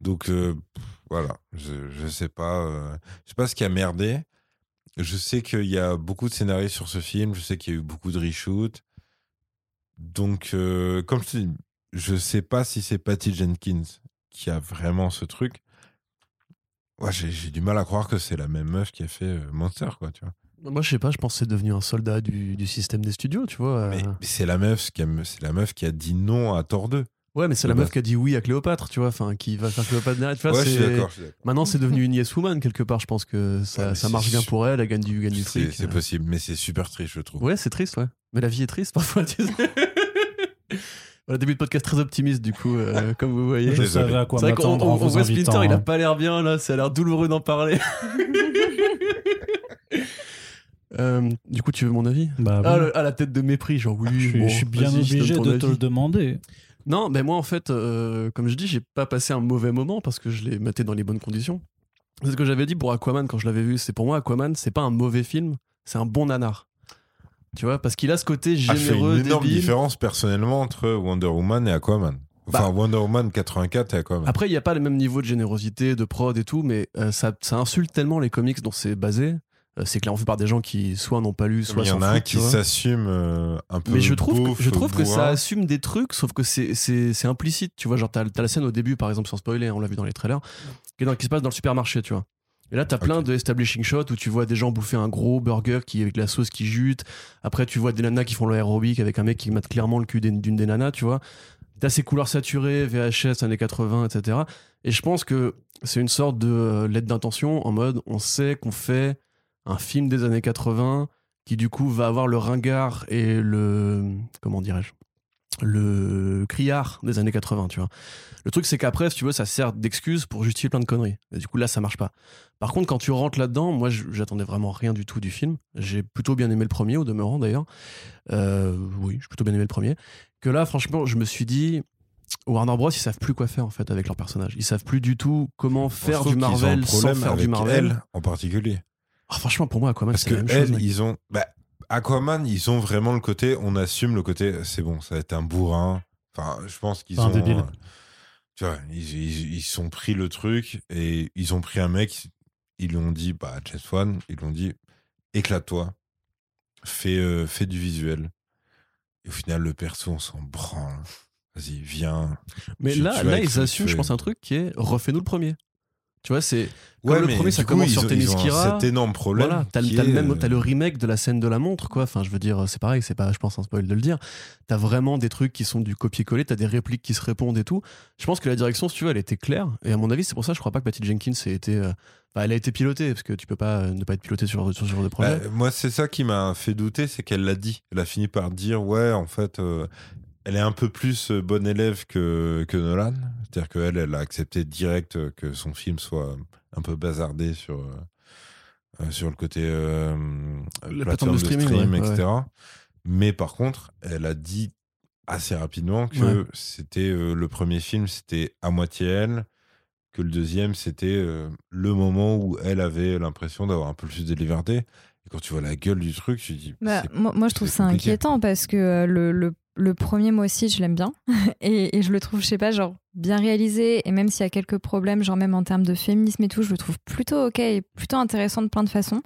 S3: Donc, euh, pff, voilà, je, je sais pas. euh, je sais pas ce qui a merdé. Je sais qu'il y a beaucoup de scénaristes sur ce film. Je sais qu'il y a eu beaucoup de reshoots. Donc, euh, comme je te dis, je sais pas si c'est Patty Jenkins qui a vraiment ce truc. Ouais, j'ai j'ai du mal à croire que c'est la même meuf qui a fait euh, Monster, quoi, tu vois.
S2: Moi, je sais pas, je pense que c'est devenu un soldat du, du système des studios, tu vois. euh.
S3: Mais, mais c'est la meuf qui a, c'est la meuf qui a dit non à tort 2.
S2: Ouais, mais c'est la
S3: Ouais.
S2: meuf qui a dit oui à Cléopâtre, tu vois, enfin, qui va faire Cléopâtre derrière. Tu vois,
S3: ouais, je suis
S2: c'est-
S3: d'accord. je suis d'accord.
S2: Maintenant, c'est devenu une yes woman, quelque part, je pense que ça,
S3: Ouais,
S2: ça
S3: mais c'est
S2: marche bien
S3: su-
S2: pour elle, elle gagne du, gagne du
S3: C'est
S2: fric.
S3: c'est
S2: euh.
S3: possible, mais c'est super triste, je trouve.
S2: Ouais, c'est triste, ouais. Mais la vie est triste parfois, tu sais. voilà, début de podcast très optimiste, du coup, euh, comme vous voyez.
S1: Je
S3: Désolé.
S1: savais à quoi
S2: C'est vrai qu'on
S1: m'attendre
S2: on-
S1: en
S2: on
S1: vous
S2: voit Splinter,
S1: invitant.
S2: il a
S1: hein.
S2: pas l'air bien là, ça a l'air douloureux d'en parler. Euh, du coup, tu veux mon avis
S1: Bah,
S2: ah,
S1: oui.
S2: le- ah, la tête de mépris, genre oui.
S1: Ah, je, suis-
S2: bon,
S1: je suis bien
S2: vas-y, je donne
S1: obligé
S2: ton
S1: de te
S2: avis.
S1: le demander.
S2: Non, mais moi en fait, euh, comme je dis, j'ai pas passé un mauvais moment parce que je l'ai maté dans les bonnes conditions. C'est ce que j'avais dit pour Aquaman quand je l'avais vu. C'est pour moi Aquaman, c'est pas un mauvais film, c'est un bon nanar. Tu vois, parce qu'il a ce côté
S3: Ah, je fais une
S2: généreux,
S3: énorme
S2: débile.
S3: différence personnellement entre Wonder Woman et Aquaman. Enfin,
S2: Bah.
S3: Wonder Woman 84 et Aquaman.
S2: Après, il n'y a pas le même niveau de générosité, de prod et tout, mais euh, ça, ça insulte tellement les comics dont c'est basé. Euh, c'est clairement fait par des gens qui soit n'ont pas lu, soit
S3: Il y
S2: s'en
S3: en a un
S2: foutent, tu
S3: qui
S2: vois.
S3: s'assume euh, un peu.
S2: Mais je trouve,
S3: beauf,
S2: que, je trouve que ça
S3: bourrin.
S2: assume des trucs, sauf que c'est- c'est c'est implicite. Tu vois, genre, t'as as la scène au début, par exemple, sans spoiler, hein, on l'a vu dans les trailers, qui, est dans- qui se passe dans le supermarché, tu vois. Et là, t'as plein
S3: Ok.
S2: de establishing shots où tu vois des gens bouffer un gros burger qui avec la sauce qui jute. Après, tu vois des nanas qui font l'aérobic avec un mec qui mate clairement le cul d'une d'une des nanas, tu vois. T'as ces couleurs saturées, VHS, années 80, etc. Et je pense que c'est une sorte de euh, lettre d'intention en mode on sait qu'on fait un film des années 80 qui du coup va avoir le ringard et le comment dirais-je le criard des années 80 tu vois le truc c'est qu'après si tu veux ça sert d'excuse pour justifier plein de conneries et du coup là ça marche pas par contre quand tu rentres là-dedans moi je- j'attendais vraiment rien du tout du film j'ai plutôt bien aimé le premier au demeurant d'ailleurs Euh, oui j'ai plutôt bien aimé le premier que là franchement je me suis dit Warner Bros ils savent plus quoi faire en fait avec leurs personnages ils savent plus du tout comment
S3: On
S2: faire
S3: trouve
S2: du
S3: qu'ils ont un
S2: Marvel sans
S3: problème
S2: faire
S3: avec
S2: du Marvel
S3: elle, en particulier.
S2: ah, franchement, pour moi, Aquaman,
S3: Parce
S2: c'est
S3: que
S2: la même
S3: elle,
S2: chose. mec.
S3: ils ont. bah, Aquaman, ils ont vraiment le côté. On assume le côté. C'est bon, ça va être un bourrin. Enfin, je pense qu'ils
S1: Un
S3: ont.
S1: débile.
S3: euh, Tu vois, ils, ils, ils sont pris le truc et ils ont pris un mec. Ils lui ont dit, bah, Jeff Swan, ils lui ont dit, éclate-toi, fais, euh, fais du visuel. Et au final, le perso, on s'en branle. Vas-y, viens.
S2: Mais
S3: tu-
S2: là,
S3: tu
S2: là
S3: as
S2: ils
S3: écrit,
S2: assument,
S3: tu
S2: je
S3: es-
S2: pense, un truc qui est refais-nous le premier. Tu vois, c'est. Comme le premier,
S3: du
S2: ça commence
S3: ils
S2: sur
S3: ont- ils ont
S2: Themyscira.
S3: Cet énorme problème.
S2: Voilà, t'as le-
S3: qui
S2: t'as le
S3: est,
S2: même,
S3: euh,
S2: t'as le remake de la scène de la montre, quoi. Enfin, je veux dire, c'est pareil, c'est pas, je pense, un spoil de le dire. T'as vraiment des trucs qui sont du copier-coller, t'as des répliques qui se répondent et tout. Je pense que la direction, si tu veux, elle était claire. Et à mon avis, c'est pour ça, je crois pas que Patty Jenkins ait été. euh, enfin, elle a été pilotée, parce que tu peux pas euh, ne pas être piloté sur, sur ce genre de projet.
S3: Bah, moi, c'est ça qui m'a fait douter, c'est qu'elle l'a dit. Elle a fini par dire, ouais, en fait, euh, elle est un peu plus euh, bonne élève que, que Nolan. C'est-à-dire qu'elle, elle a accepté direct euh, que son film soit un peu bazardé sur, euh, euh, sur le côté euh,
S2: plateforme
S3: plateforme
S2: de
S3: de
S2: streaming,
S3: streaming,
S2: ouais,
S3: etc. Mais par contre, elle a dit assez rapidement que
S2: Ouais.
S3: c'était euh, le premier film, c'était à moitié elle, que le deuxième, c'était euh, le moment où elle avait l'impression d'avoir un peu plus de liberté. Et quand tu vois la gueule du truc, tu dis.
S4: Bah,
S3: c'est-
S4: moi, moi, je trouve
S3: c'est
S4: ça
S3: compliqué.
S4: inquiétant parce que euh, le, le- le premier, moi aussi, je l'aime bien. et, et je le trouve, je sais pas, genre bien réalisé. Et même s'il y a quelques problèmes, genre même en termes de féminisme et tout, je le trouve plutôt ok et plutôt intéressant de plein de façons.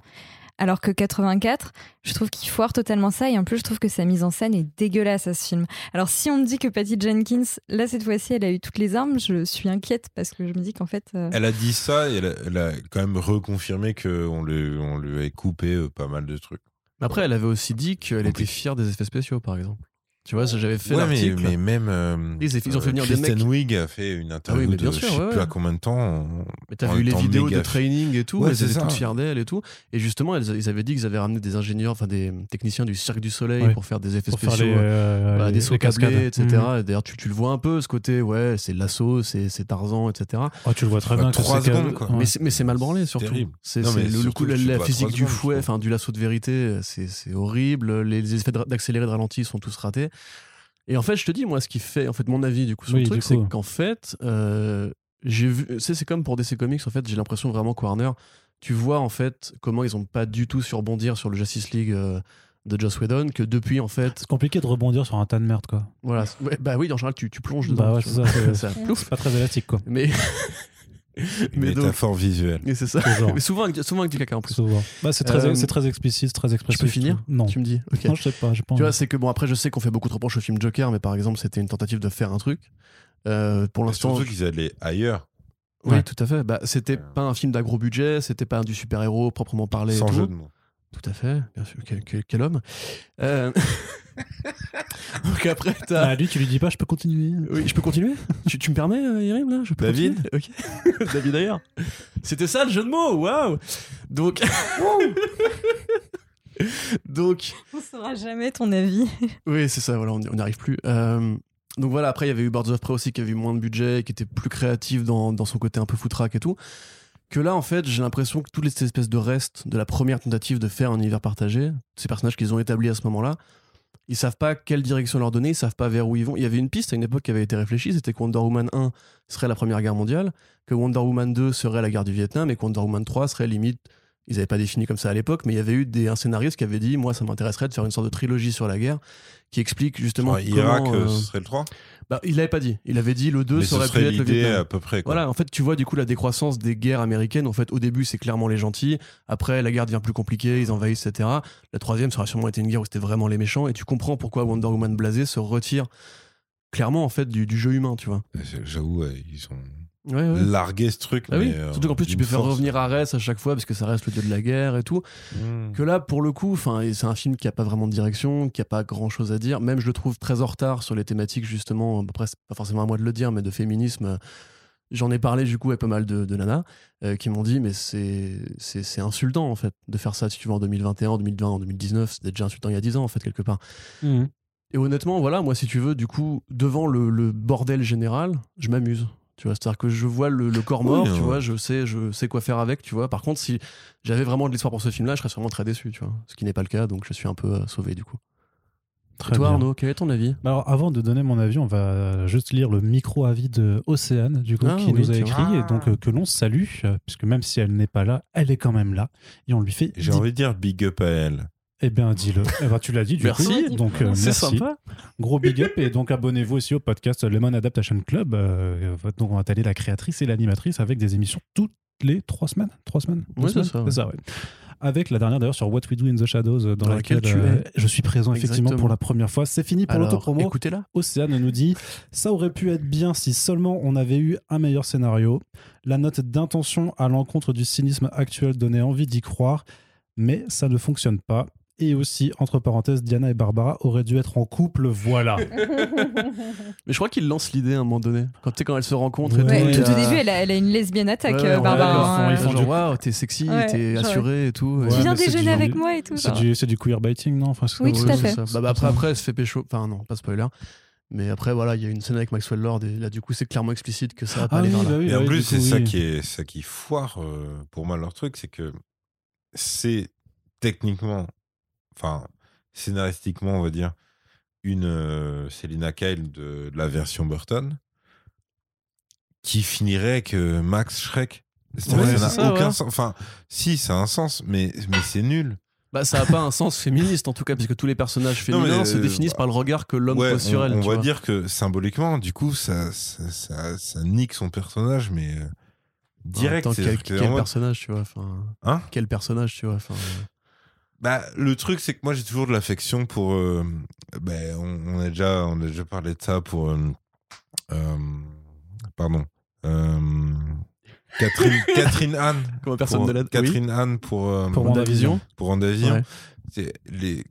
S4: Alors que 84, je trouve qu'il foire totalement ça. Et en plus, je trouve que sa mise en scène est dégueulasse à ce film. Alors, si on me dit que Patty Jenkins, là, cette fois-ci, elle a eu toutes les armes, je suis inquiète parce que je me dis qu'en fait. euh,
S3: Elle a dit ça et elle a, elle a quand même reconfirmé qu'on lui, on lui avait coupé euh, pas mal de trucs.
S2: Mais Après, elle avait aussi dit qu'elle était
S3: Compliqué.
S2: fière des effets spéciaux, par exemple. Tu vois, ça, j'avais fait
S3: Ouais, mais,
S2: l'article.
S3: mais même. euh,
S2: Ils ont fait- ils ont fait
S3: euh,
S2: venir des
S3: Kristen
S2: mecs.
S3: Wiig a fait une interview
S2: Ah oui, mais bien
S3: de
S2: sûr,
S3: je sais
S2: ouais,
S3: plus
S2: ouais.
S3: à combien de temps. on-
S2: Mais t'as
S3: en
S2: vu les
S3: étant
S2: vidéos
S3: méga
S2: de training et tout,
S3: Ouais,
S2: elles
S3: c'est
S2: étaient
S3: ça.
S2: toutes fières d'elle et tout. Et justement, elles- ils avaient dit qu'ils avaient ramené des ingénieurs, enfin des techniciens du Cirque du Soleil
S1: Ouais.
S2: pour faire des effets
S1: Pour faire
S2: spéciaux,
S1: les, euh,
S2: bah,
S1: les-
S2: des
S1: les
S2: sauts
S1: cascades.
S2: câblés, etc.
S1: Mhm.
S2: Et D'ailleurs, tu, tu le vois un peu, ce côté, ouais, c'est Lasso, c'est c'est Tarzan, etc.
S1: Oh, tu le vois très
S3: Bah,
S1: bien. que
S3: trois
S1: c'est que-
S3: secondes, quoi.
S1: Ouais.
S2: Mais c'est- Mais c'est mal branlé,
S3: C'est
S2: surtout.
S3: terrible.
S2: C'est
S3: Non,
S2: c'est
S3: mais
S2: le- le
S3: surtout
S2: coup,
S3: que
S2: la,
S3: tu
S2: la
S3: te vois
S2: physique
S3: trois
S2: du
S3: secondes, je
S2: fouet,
S3: trouve.
S2: enfin du lasso de vérité, c'est c'est horrible. Les effets dra- d'accéléré, de ralenti sont tous ratés. Et en fait, je te dis, moi, ce qui fait, en fait, mon avis du coup sur
S1: Oui,
S2: le
S1: du
S2: truc, c'est
S1: coup.
S2: qu'en fait, euh, j'ai vu, tu sais, c'est comme pour DC Comics, en fait, j'ai l'impression vraiment que Warner, tu vois en fait comment ils ont pas du tout surbondir sur le Justice League euh, de Joss Whedon que depuis en fait
S1: C'est compliqué de rebondir sur un tas de merde, quoi.
S2: voilà c'est- ouais, bah oui en général tu, tu plonges dedans
S1: Bah ouais,
S2: tu
S1: c'est
S2: vois.
S1: ça. c'est-
S2: Ça-
S1: C'est pas très élastique, quoi.
S2: mais
S3: Une
S2: Mais donc-
S3: métaphore visuelle.
S2: mais c'est ça
S1: Toujours.
S2: mais souvent avec, souvent avec du caca en plus
S1: Souvent. Bah, c'est très,
S2: Euh,
S1: c'est très explicite, très expressif.
S2: finir
S1: Non.
S2: tu me dis ok
S1: Non, je sais pas. j'ai pas
S2: Tu
S1: envie.
S2: vois, c'est que bon, après, je sais qu'on fait beaucoup de reproches au film Joker, mais par exemple, c'était une tentative de faire un truc. Euh, pour
S3: Mais
S2: l'instant,
S3: Surtout qu'ils allaient ailleurs,
S2: oui,
S1: Ouais.
S2: tout à fait. Bah, c'était pas un film d'agro budget, c'était pas du super héros proprement parlé. et
S3: sans
S2: tout.
S3: jeu de mots.
S2: Tout à fait, bien sûr. Quel, quel- quel homme. Euh, Donc après, t'as.
S1: Ah, lui, tu lui dis pas, je peux continuer.
S2: Oui, je peux continuer tu, tu me permets, euh, Yerim, là je peux
S3: David
S2: continuer Ok. David d'ailleurs. C'était ça le jeu de mots, waouh Donc. Donc,
S4: On saura jamais ton avis.
S2: Oui, c'est ça, voilà, on on n'y arrive plus. Euh, donc voilà, après, il y avait eu Birds of Prey aussi qui avait eu moins de budget, qui était plus créatif dans, dans son côté un peu foutraque et tout. Que là, en fait, j'ai l'impression que toutes les espèces de restes de la première tentative de faire un univers partagé, ces personnages qu'ils ont établis à ce moment-là, ils savent pas quelle direction leur donner, ils savent pas vers où ils vont. Il y avait une piste à une époque qui avait été réfléchie, c'était que Wonder Woman 1 serait la Première Guerre mondiale, que Wonder Woman 2 serait la guerre du Vietnam et que Wonder Woman 3 serait limite ils n'avaient pas défini comme ça à l'époque, mais il y avait eu des, un scénariste qui avait dit Moi, ça m'intéresserait de faire une sorte de trilogie sur la guerre qui explique justement.
S3: Genre, Irak,
S2: comment,
S3: euh,
S2: euh,
S3: ce serait le 3.
S2: bah, il l'avait pas dit. Il avait dit Le 2
S3: Mais ce
S2: serait pu
S3: serait
S2: être le
S3: l'idée euh,
S2: Vietnam.
S3: à peu près. quoi.
S2: Voilà, en fait, tu vois du coup la décroissance des guerres américaines. En fait, au début, c'est clairement les gentils. Après, la guerre devient plus compliquée, ils envahissent, etc. La troisième, ça aura sûrement été une guerre où c'était vraiment les méchants. Et tu comprends pourquoi Wonder Woman blasée se retire clairement en fait du, du jeu humain, tu vois.
S3: J'avoue, ouais, ils ont
S2: Ouais, Ah ouais.
S3: largué ce truc.
S2: Bah oui,
S3: Euh, mais, euh,
S2: surtout qu'en plus tu peux
S3: d'une
S2: faire
S3: force.
S2: revenir Arès à chaque fois parce que ça reste le dieu de la guerre et tout.
S3: Mm.
S2: Que là, pour le coup, enfin, et c'est un film qui a pas vraiment de direction, qui a pas grand chose à dire. Même je le trouve très en retard sur les thématiques, justement. Après, c'est pas forcément à moi de le dire, mais de féminisme. euh, J'en ai parlé du coup avec pas mal de, de nanas euh, qui m'ont dit, mais c'est c'est c'est insultant en fait de faire ça si tu veux en 2021, en 2020, en 2019. C'était déjà insultant il y a 10 ans en fait, quelque part.
S1: Hmm.
S2: Et honnêtement, voilà, moi, si tu veux, du coup, devant le, le bordel général, je m'amuse. Tu vois, c'est-à-dire que je vois le, le corps
S3: Oui,
S2: mort, tu
S3: hein.
S2: vois, je sais, je sais quoi faire avec, tu vois. Par contre, si j'avais vraiment de l'espoir pour ce film-là, je serais sûrement très déçu, tu vois. Ce qui n'est pas le cas, donc je suis un peu euh, sauvé du coup.
S1: Très
S2: Et toi,
S1: bien.
S2: Arnaud, quel est ton avis
S1: Bah Alors, avant de donner mon avis, on va juste lire le micro-avis de Océane, du coup,
S2: Ah
S1: qui
S2: oui,
S1: nous a
S2: tiens.
S1: écrit, et donc euh, que l'on salue, euh, puisque même si elle n'est pas là, elle est quand même là, et on lui fait.
S3: J'ai
S1: dix-
S3: envie de dire big up à elle.
S1: Eh bien, dis-le. Eh ben, tu l'as dit, du
S2: Merci.
S1: coup. Donc, euh,
S2: C'est
S1: merci.
S2: sympa.
S1: Gros big up, et donc abonnez-vous aussi au podcast Lemon Adaptation Club, euh, dont on a allé la créatrice et l'animatrice avec des émissions toutes les trois semaines. Trois semaines Deux
S2: Ouais, c'est
S1: semaines
S2: ça, ouais.
S1: ouais. Avec la dernière d'ailleurs sur What We Do in the Shadows, euh, dans,
S2: Dans
S1: laquelle,
S2: laquelle tu
S1: euh,
S2: es.
S1: je suis présent effectivement
S2: Exactement.
S1: pour la première fois. C'est fini pour
S2: Alors,
S1: l'autopromo.
S2: Écoutez-la.
S1: Océane nous dit ça aurait pu être bien si seulement on avait eu un meilleur scénario. La note d'intention à l'encontre du cynisme actuel donnait envie d'y croire, mais ça ne fonctionne pas. Et aussi, entre parenthèses, Diana et Barbara auraient dû être en couple, voilà.
S2: Mais je crois qu'il lance l'idée à un moment donné. Quand tu sais, quand elle se rencontre
S1: Ouais,
S2: et tout.
S4: Ouais,
S2: et
S1: oui,
S4: tout
S1: euh,
S4: au début, elle a, elle a une lesbienne attaque, euh,
S1: ouais,
S4: Barbara. hein.
S1: ils font- ils font
S2: genre,
S1: du-
S2: waouh, t'es sexy,
S4: Ouais,
S2: t'es
S4: genre-
S2: assuré et tout.
S1: Ouais,
S4: tu viens
S1: mais c'est
S4: déjeuner
S1: du-
S4: avec moi et tout.
S1: C'est
S4: genre.
S1: du, c'est du queerbaiting, non Enfin, c'est-
S4: Oui, tout à
S1: ouais,
S4: fait.
S1: c'est ça.
S2: Bah, bah, après, après, elle se fait pécho. Enfin, non, pas spoiler. Mais après, voilà, il y a une scène avec Maxwell Lord. Et là, du coup, c'est clairement explicite que ça va pas
S1: Ah
S2: aller
S1: oui,
S2: vers là.
S1: bah oui,
S3: Et
S1: bah
S3: en
S1: oui,
S3: plus,
S1: du coup,
S3: c'est ça,
S1: oui.
S3: qui est- ça qui foire euh, pour moi leur truc, c'est que c'est techniquement, enfin, scénaristiquement, on va dire, une euh, Selina Kyle de, de la version Burton qui finirait que Max Shrek. C'est-à-dire
S2: Ouais,
S3: que ça
S2: c'est
S3: n'a
S2: ça,
S3: aucun
S2: ouais.
S3: sens. Enfin, si, ça a un sens, mais, mais c'est nul.
S2: Bah, ça a pas un sens féministe, en tout cas, puisque tous les personnages
S3: Non, mais,
S2: féminins se
S3: euh,
S2: définissent
S3: bah,
S2: par le regard que l'homme
S3: Ouais,
S2: pose sur
S3: on,
S2: elle.
S3: on
S2: tu
S3: va
S2: vois.
S3: dire que symboliquement, du coup, ça, ça, ça- ça nique son personnage, mais euh,
S2: Enfin,
S3: direct.
S2: Bah, attends,
S3: c'est-à-dire
S2: quel,
S3: que t'es
S2: quel
S3: en mode-
S2: personnage, tu vois. Enfin,
S3: Hein
S2: quel personnage, tu vois. Enfin, euh,
S3: Bah, le truc, c'est que moi, j'ai toujours de l'affection pour. euh, ben, on, on a déjà, on a déjà parlé de ça pour. euh, euh, pardon. euh, Catherine, Catherine Anne.
S2: comment personne
S3: pour-
S2: ne l'a oui.
S3: Catherine Anne pour. euh,
S1: Pour
S2: Pour la
S1: WandaVision.
S2: vision.
S3: pour WandaVision.
S2: Ouais.
S3: C'est les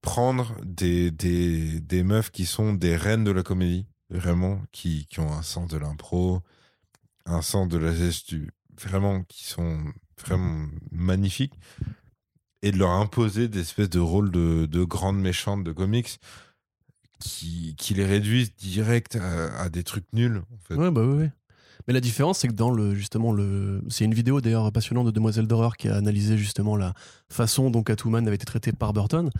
S3: prendre des, des, des meufs qui sont des reines de la comédie, vraiment, qui, qui ont un sens de l'impro, un sens de la gestu, vraiment, qui sont vraiment magnifiques, et de leur imposer des espèces de rôles de, de grandes méchantes de comics qui, qui les réduisent direct à, à des trucs nuls, en fait.
S2: Ouais, bah oui, oui. Mais la différence, c'est que dans le justement le, c'est une vidéo d'ailleurs passionnante de Demoiselle d'horreur qui a analysé justement la façon dont Catwoman avait été traitée par Burton.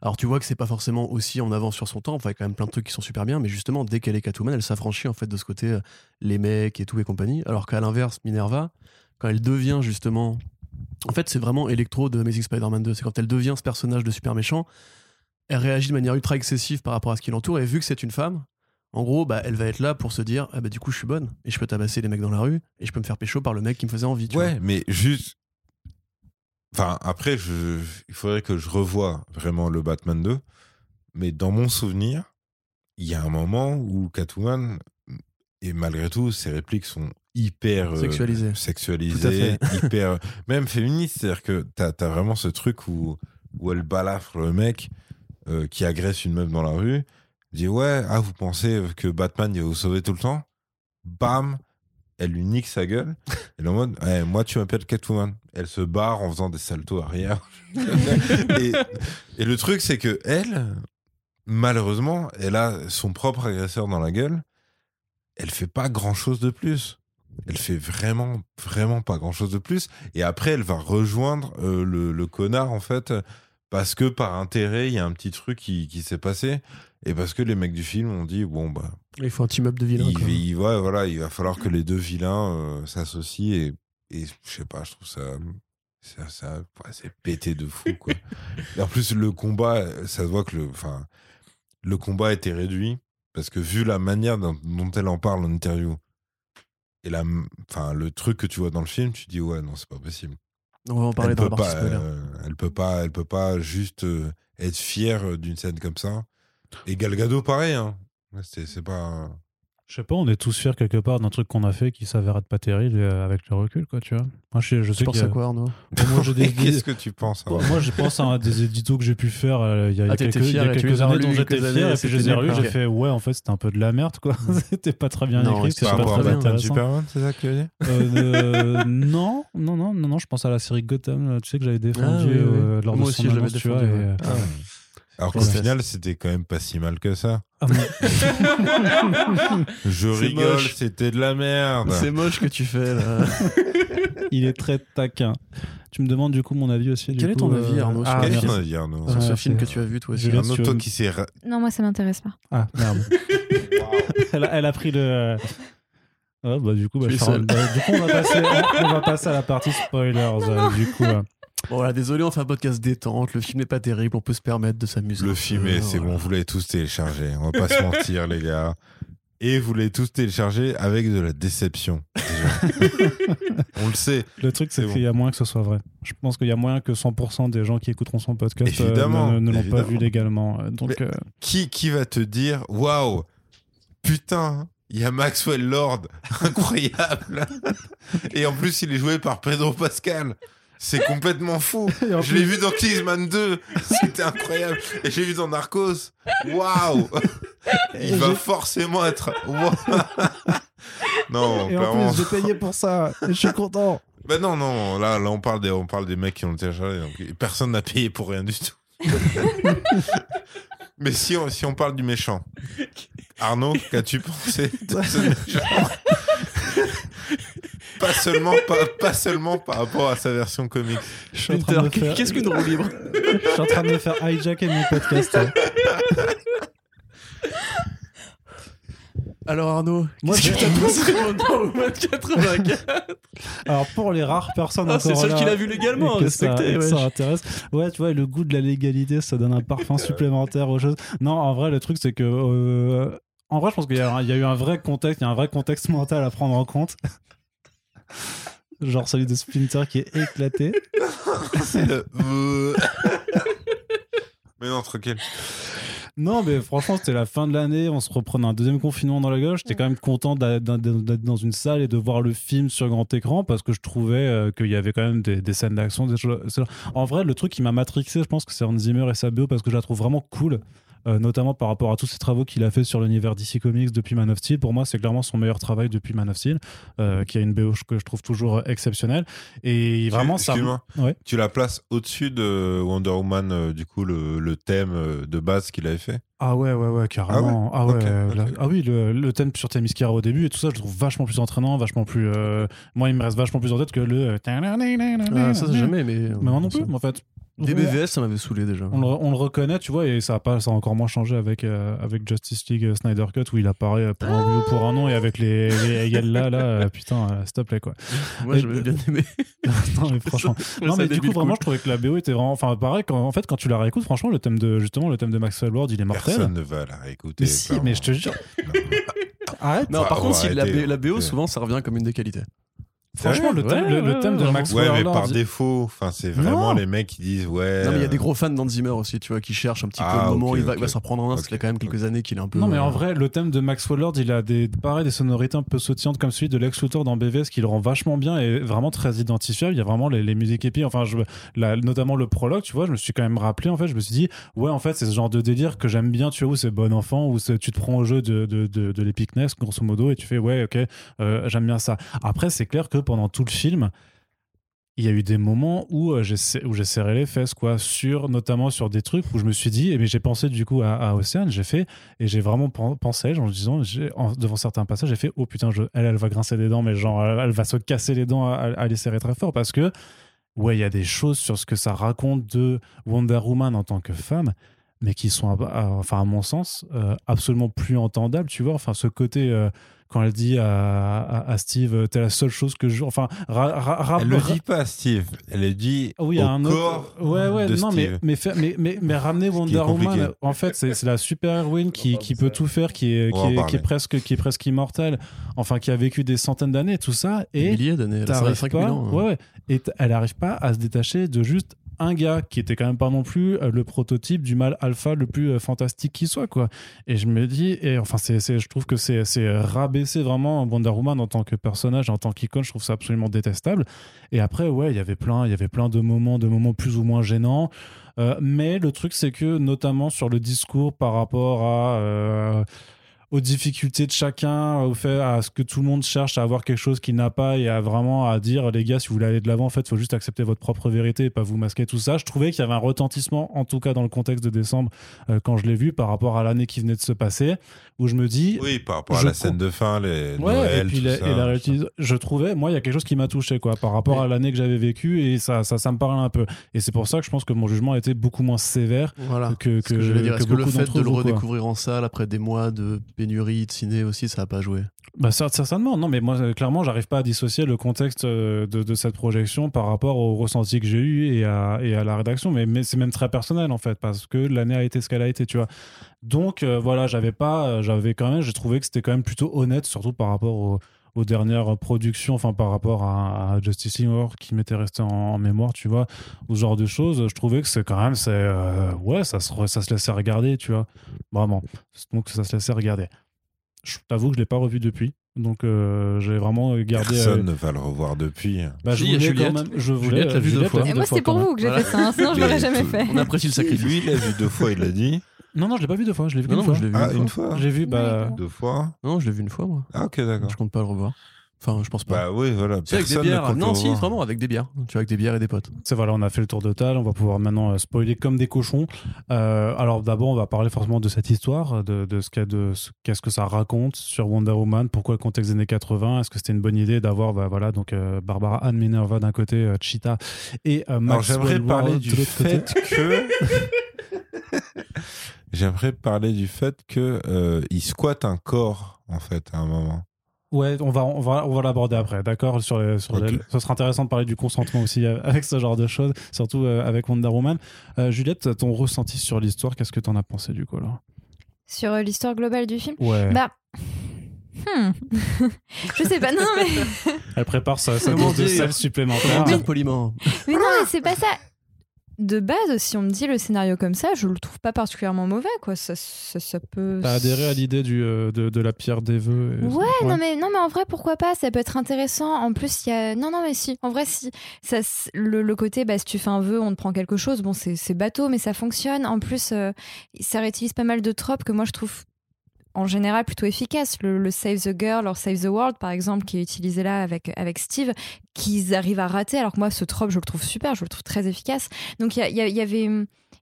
S2: Alors tu vois que c'est pas forcément aussi en avance sur son temps. Enfin, il y a quand même plein de trucs qui sont super bien, mais justement dès qu'elle est Catwoman, elle s'affranchit en fait de ce côté euh, les mecs et tout et compagnie. Alors qu'à l'inverse, Minerva, quand elle devient justement En fait, c'est vraiment Electro de Amazing Spider-Man 2. C'est quand elle devient ce personnage de super méchant, elle réagit de manière ultra excessive par rapport à ce qui l'entoure. Et vu que c'est une femme, en gros, bah, elle va être là pour se dire Ah bah du coup, je suis bonne et je peux tabasser les mecs dans la rue et je peux me faire pécho par le mec qui me faisait envie. tu
S3: Ouais,
S2: vois.
S3: mais juste. Enfin, après, je... il faudrait que je revoie vraiment le Batman 2. Mais dans mon souvenir, il y a un moment où Catwoman, et malgré tout, ses répliques sont hyper. euh,
S2: Sexualisées.
S3: sexualisées, hyper. euh, Même féministes. C'est-à-dire que t'as as vraiment ce truc où, où elle balafre le mec euh, qui agresse une meuf dans la rue. Dit ouais, ah, vous pensez que Batman, il va vous sauver tout le temps Bam Elle lui nique sa gueule. Elle est en mode, Ouais, moi tu m'appelles Catwoman. Elle se barre en faisant des saltos arrière. et, et le truc, c'est que elle, malheureusement, elle a son propre agresseur dans la gueule. Elle fait pas grand chose de plus. Elle fait vraiment, vraiment pas grand chose de plus. Et après, elle va rejoindre euh, le, le connard, en fait, parce que par intérêt, il y a un petit truc qui, qui s'est passé. Et parce que les mecs du film ont dit, bon, bah,
S2: Il faut un team-up de vilains.
S3: il,
S2: quoi.
S3: il- ouais, voilà, il va falloir que les deux vilains euh, s'associent et, et je sais pas, je trouve ça. ça, ça- ouais, c'est pété de fou, quoi. Et en plus, le combat, ça se voit que le, enfin, le combat a été réduit parce que vu la manière dont, dont elle en parle en interview et la, enfin, le truc que tu vois dans le film, tu dis ouais, non, c'est pas possible.
S2: On va en parler
S3: elle,
S2: dans
S3: peut
S2: la partie
S3: pas,
S2: spoiler.
S3: euh, elle peut pas, elle peut pas juste euh, être fière euh, d'une scène comme ça. Et Galgado, pareil, hein. C'est c'est pas.
S1: Je sais pas, on est tous fiers quelque part d'un truc qu'on a fait qui s'avère être pas terrible euh, avec le recul, quoi, tu vois. Moi, je, je sais qu'il
S2: Tu penses
S1: y a-
S2: à quoi, Arnaud
S1: Bon, moi, j'ai des-
S3: Mais Qu'est-ce que tu penses hein
S1: Bon, Bah, moi, je pense à des éditos que j'ai pu faire euh, il y a, il y a
S2: Ah, t'étais
S1: quelques, il y a
S2: fier, tu
S1: quelques
S2: les as
S1: années
S2: relus
S1: dont j'étais
S2: quelques
S1: fier,
S2: années,
S1: et puis je
S2: c'était
S1: les ai
S2: nul,
S1: relus, j'ai
S2: ok.
S1: fait ouais, en fait, c'était un peu de la merde, quoi. c'était pas très bien
S2: Non,
S1: écrit,
S2: c'était
S1: c'était
S3: Par
S1: pas
S3: rapport à
S1: très
S2: bien.
S3: Batman
S1: intéressant.
S3: Superman, c'est ça que tu veux dire
S1: Euh, euh, non, non, non, non, non, je pense à la série Gotham, là, tu sais que j'avais défendu
S2: Ah, oui, oui.
S1: euh, lors
S2: Moi
S1: de
S2: aussi,
S1: son
S2: je l'avais
S1: annonce, tu vois,
S2: défendu,
S1: et,
S2: ouais.
S1: euh,
S2: Ah, ouais.
S3: Alors qu'au
S2: Ouais.
S3: final, c'était quand même pas si mal que ça.
S1: ah, mais-
S3: Je
S2: C'est
S3: rigole,
S2: moche.
S3: c'était de la merde.
S2: C'est moche que tu fais là.
S1: euh, il est très taquin. Tu me demandes du coup mon avis aussi. du
S2: Quel est
S1: coup,
S2: ton avis,
S1: euh,
S2: Arnaud, sur
S1: ah,
S2: le
S3: Qu'est-ce
S1: merde.
S3: qu'on a dit, Arnaud
S1: Ouais,
S2: Sur ce
S1: c'est-
S2: film que tu as vu toi aussi.
S1: Je l'ai-
S3: Arnaud,
S1: tu
S3: toi
S1: veux-
S3: qui s'est. ra-
S4: Non, moi, ça m'intéresse pas.
S1: Ah, merde. elle, a, elle a pris le. euh, Ah, bah, du coup, bah,
S2: Je suis
S1: Charles-
S2: seul.
S1: bah, du coup, on va passer, on, on va passer à la partie spoilers. euh, du coup, euh.
S2: Bon, voilà, désolé, on fait un podcast détente. Le film n'est pas terrible, on peut se permettre de s'amuser. Euh,
S3: Le
S2: un
S3: film,
S2: peu,
S3: est- c'est
S2: voilà.
S3: bon, vous l'avez tous téléchargé. On va pas se mentir, les gars. Et vous l'avez tous téléchargé avec de la déception. déjà. On le sait.
S1: le truc, c'est
S3: C'est bon.
S1: qu'il y a moyen que ce soit vrai. Je pense qu'il y a moyen que 100% des gens qui écouteront son podcast euh,
S3: Évidemment,
S1: ne, ne- ne l'ont pas
S3: évidemment.
S1: vu légalement. euh, Donc,
S3: Mais-
S1: euh,
S3: Qui, qui va te dire Waouh, putain, il y a Maxwell Lord. Incroyable. Et en plus, il est joué par Pedro Pascal. C'est complètement fou.
S1: et en
S3: Je
S1: plus-
S3: l'ai vu dans Kingsman 2, c'était incroyable. Et j'ai vu dans Narcos, waouh Il
S1: Et
S3: va
S1: j'ai-
S3: forcément être. Waouh. non,
S1: et en
S3: clairement.
S1: plus, j'ai payé pour ça. Et je suis content.
S3: Bah non, non, là, là on, parle des, on parle des mecs qui ont le téléchargé. donc personne n'a payé pour rien du tout. Mais si on, si on parle du méchant, Arnaud, qu'as-tu pensé de ce méchant pas, seulement, pas, pas seulement par rapport à sa version comique.
S1: Je suis en train de
S2: Splinter,
S1: faire,
S2: Qu'est-ce que nous libre
S1: je suis en train de me faire hijacker mon podcast. hein.
S2: Alors Arnaud,
S1: Moi,
S2: qu'est-ce que
S1: je-
S2: t'as pensé pendant au match 84
S1: Alors pour les rares personnes
S2: Ah,
S1: encore
S2: c'est celle
S1: là,
S2: qui l'a vu légalement,
S1: et que ça-
S2: respectez,
S1: et que ça
S2: wesh.
S1: intéresse. Ouais, tu vois, le goût de la légalité, ça donne un parfum supplémentaire aux choses. Non, en vrai, le truc c'est que euh, en vrai, je pense qu'il y, a un- il y a eu un vrai contexte, il y a un vrai contexte mental à prendre en compte. Genre celui de Splinter qui est éclaté.
S3: C'est le. Mais non, tranquille.
S1: Non, mais franchement, c'était la fin de l'année. On se reprenait un deuxième confinement dans la gueule. J'étais quand même content d'a- d'a- d'être dans une salle et de voir le film sur grand écran parce que je trouvais euh, qu'il y avait quand même des, des scènes d'action. Des choses... c'est- En vrai, le truc qui m'a matrixé, je pense que c'est Hans Zimmer et sa bio parce que je la trouve vraiment cool. euh, notamment par rapport à tous ces travaux qu'il a fait sur l'univers DC Comics depuis Man of Steel. Pour moi, c'est clairement son meilleur travail depuis Man of Steel, euh, qui a une BO que je trouve toujours euh, exceptionnelle. Et vraiment, ça.
S3: Excuse-moi.
S1: Ouais.
S3: Tu la places au-dessus de Wonder Woman, euh, du coup, le, le thème euh, de base qu'il avait fait
S1: Ah ouais, ouais, ouais, carrément. Ah, ouais,
S3: Ok,
S1: euh,
S3: ok.
S1: là- ah oui, le, le thème sur Themyscira au début et tout ça, je le trouve vachement plus entraînant, vachement plus. euh, moi, il me reste vachement plus en tête que le.
S2: Ah, Ça, j'ai jamais aimé.
S1: Mais moi non plus, en fait.
S2: DBVS, ça m'avait saoulé déjà.
S1: On le, on le reconnaît, tu vois, et ça a, pas, ça a encore moins changé avec, euh, avec Justice League euh, Snyder Cut où il apparaît pour un oui ou pour un non et avec les, les Yel là, là, euh, putain, euh, s'il te plaît, quoi.
S2: Moi,
S1: Et-
S2: j'avais bien aimé.
S1: non, mais franchement. Non, mais du coup, vraiment, je trouvais que la BO était vraiment. Enfin, pareil, quand, en fait, quand tu la réécoutes, franchement, le thème de, justement, le thème de Maxwell Ward, il est mortel.
S3: Personne ne va la réécouter.
S1: mais si, mais je te jure. Arrête.
S2: Non, par
S3: Ouais,
S2: contre, si
S3: ouais,
S2: la,
S3: des-
S2: B- la BO,
S3: des-
S2: souvent, ça revient comme une des qualités.
S1: Franchement, le thème,
S2: Ouais,
S1: le, le
S2: ouais,
S1: thème de
S2: ouais,
S1: Maxwell
S3: Ouais, mais
S1: Lord,
S3: par
S1: il-
S3: défaut, enfin, c'est vraiment
S1: Non.
S3: les mecs qui disent ouais.
S2: Non, mais il y a des gros fans d'Hans Zimmer aussi, tu vois, qui cherchent un petit peu
S3: Ah,
S2: le moment,
S3: ok,
S2: il va,
S3: ok.
S2: il va s'en prendre un, parce
S3: Ok.
S2: qu'il a quand même quelques années qu'il est un peu.
S1: Non, mais en
S2: euh,
S1: vrai, le thème de Maxwell Lord, il a des, pareil, des sonorités un peu sautillantes comme celui de Lex Luthor dans BVS qui le rend vachement bien et vraiment très identifiable. Il y a vraiment les, les musiques épiques. Enfin, je, la- notamment le prologue, tu vois, je me suis quand même rappelé, en fait, je me suis dit, ouais, en fait, c'est ce genre de délire que j'aime bien, tu vois, où c'est bon enfant, où c'est- tu te prends au jeu de, de, de, de l'épicness, grosso modo, et tu fais, ouais, ok, euh, j'aime bien ça. Après, c'est clair que pendant tout le film, il y a eu des moments où euh, j'ai serré- où j'ai serré les fesses, quoi, sur, notamment sur des trucs où je me suis dit, et mais j'ai pensé du coup à, à Océane, j'ai fait, et j'ai vraiment pen- pensé, en disant, j'ai- en- devant certains passages, j'ai fait, oh putain, je- elle, elle va grincer des dents, mais genre, elle, elle va se casser les dents à, à- à les serrer très fort, parce que, ouais, il y a des choses sur ce que ça raconte de Wonder Woman en tant que femme, mais qui sont, à- à- enfin, à mon sens, euh, absolument plus entendables, tu vois, enfin, ce côté. euh, quand elle dit à, à- à Steve, euh, t'es la seule chose que je. Enfin, ra, ra- ra-
S3: Elle le
S1: ra-
S3: dit pas, à Steve. Elle le dit
S1: Ah oui, il y
S3: au
S1: a un
S3: corps.
S1: autre. Ouais, ouais,
S3: de
S1: non,
S3: Steve.
S1: mais, mais, faire- mais, mais, mais ramener Wonder
S3: compliqué.
S1: Woman, en fait, c'est c'est la super-héroïne qui, qui peut tout faire, qui est,
S3: On
S1: qui,
S3: va en
S1: est, qui
S3: parler.
S1: est presque, qui est presque immortale, enfin, qui a vécu des centaines d'années, tout ça,
S2: des
S1: et
S2: milliers d'années, là, ça a
S1: t'arrives
S2: 5000
S1: pas,
S2: ans. hein.
S1: ouais, ouais, et t- elle n'arrive pas à se détacher de juste un gars qui était quand même pas non plus euh, le prototype du mal alpha le plus euh, fantastique qui soit, quoi. Et je me dis, et enfin, c'est, c'est- je trouve que c'est, c'est rabaisser vraiment Wonder Woman en tant que personnage, en tant qu'icône, je trouve ça absolument détestable. Et après, ouais, il y avait plein, il y avait plein de moments, de moments plus ou moins gênants. Euh, mais le truc, c'est que notamment sur le discours par rapport à euh, aux difficultés de chacun, au fait à ce que tout le monde cherche à avoir quelque chose qu'il n'a pas et à vraiment à dire les gars, si vous voulez aller de l'avant, en fait, faut juste accepter votre propre vérité et pas vous masquer tout ça. Je trouvais qu'il y avait un retentissement, en tout cas dans le contexte de décembre, euh, quand je l'ai vu, par rapport à l'année qui venait de se passer, où je me dis,
S3: Oui, par rapport à
S1: Je
S3: la scène de fin, les
S1: Ouais,
S3: Noël,
S1: et puis
S3: tout
S1: la,
S3: ça.
S1: et la réutilisa- je trouvais, moi, il y a quelque chose qui m'a touché, quoi, par rapport
S2: Mais-
S1: à l'année que j'avais vécue, et ça, ça, ça me parle un peu. Et c'est pour ça que je pense que mon jugement a été beaucoup moins sévère
S2: Voilà.
S1: que,
S2: Ce que,
S1: que,
S2: j'allais dire,
S1: que
S2: est-ce que le
S1: beaucoup
S2: fait
S1: d'entre
S2: de le
S1: vous, quoi.
S2: redécouvrir en salle après des mois de pénurie de ciné aussi, ça a pas joué
S1: Bah, cer- certainement, non, mais moi, euh, clairement, j'arrive pas à dissocier le contexte euh, de, de cette projection par rapport au ressenti que j'ai eu et à, et à la rédaction. Mais, mais c'est même très personnel, en fait, parce que l'année a été ce qu'elle a été, tu vois. Donc, euh, voilà, j'avais pas, euh, j'avais quand même, j'ai trouvé que c'était quand même plutôt honnête, surtout par rapport au- aux dernières productions, enfin, par rapport à, à Justice League War, qui m'était resté en, en mémoire, tu vois, ou ce genre de choses. Je trouvais que c'est quand même, c'est, euh, ouais, ça se, re- ça se laissait regarder, tu vois. Vraiment. Donc, ça se laissait regarder. Je t'avoue que je l'ai pas revu depuis. Donc euh, j'ai vraiment gardé. euh,
S3: Personne ne va le revoir depuis.
S1: bah, je
S2: Si, il y a
S1: voulais
S2: Juliette. Eh,
S1: quand même. Je voulais. euh,
S2: Juliette l'a vu deux fois.
S1: l'a
S4: Et moi,
S1: deux
S4: c'est pour
S1: quand même.
S4: vous que j'ai
S2: Voilà.
S4: fait ça, hein, sinon je l'aurais
S3: Mais
S4: jamais
S3: tout-
S4: fait.
S2: On apprécie le sacrifice.
S3: Lui, il l'a vu deux fois, il l'a dit.
S1: Non non, je l'ai pas vu deux fois. Je l'ai vu
S2: Non,
S1: une
S2: non,
S1: fois.
S2: moi, je l'ai vu.
S3: Ah,
S2: une
S3: une
S2: fois.
S3: fois
S1: J'ai vu bah.
S3: Deux fois
S2: Non, je l'ai vu une fois, moi.
S3: Ah, ok, d'accord.
S2: Je compte pas le revoir. Enfin, je pense pas.
S3: Bah oui, voilà.
S2: C'est avec des
S3: personne ne
S2: bières.
S3: compte
S2: Non,
S3: le
S2: si,
S3: revoir.
S2: vraiment, avec des bières. Tu vois, avec des bières et des potes.
S1: C'est voilà, on a fait le tour de total. On va pouvoir maintenant euh, spoiler comme des cochons. Euh, alors d'abord, on va parler forcément de cette histoire, de, de ce qu'est- de ce- qu'est-ce que ça raconte sur Wonder Woman, pourquoi le contexte des années 80, est-ce que c'était une bonne idée d'avoir bah, voilà donc euh, Barbara Ann Minerva d'un côté, euh, Cheetah et euh,
S3: Alors
S1: Maxwell
S3: j'aimerais
S1: Ward
S3: parler
S1: de
S3: du
S1: l'autre côté.
S3: fait que. J'aimerais parler du fait que euh, il squatte un corps en fait à un moment.
S1: Ouais, on va, on va, on va l'aborder après, d'accord sur les- sur les-
S3: Ok.
S1: Ce sera intéressant de parler du consentement aussi euh, avec ce genre de choses, surtout euh, avec Wonder Woman. Euh, Juliette, ton ressenti sur l'histoire, qu'est-ce que t'en as pensé du coup là
S4: Sur euh, l'histoire globale du film
S1: Ouais.
S4: Bah. hmm. je sais pas, non, mais.
S1: Elle prépare sa, sa
S2: Comment
S1: dose de
S2: dire
S1: sel supplémentaire.
S2: Comment dire poliment hein.
S4: Mais non, mais c'est pas ça. De base, si on me dit le scénario comme ça, je le trouve pas particulièrement mauvais, quoi. Ça, ça, ça peut.
S1: T'as adhéré à l'idée du, euh, de, de la pierre des vœux et-
S4: Ouais, non mais non mais en vrai pourquoi pas ça peut être intéressant en plus il y a non non mais si en vrai si ça s- le, le côté bah si tu fais un vœu on te prend quelque chose bon c'est c'est bateau mais ça fonctionne en plus euh, ça réutilise pas mal de tropes que moi je trouve en général plutôt efficaces le, le save the girl or save the world par exemple qui est utilisé là avec avec Steve qu'ils arrivent à rater alors que moi ce trope je le trouve super je le trouve très efficace donc il y, a- il y a- il y avait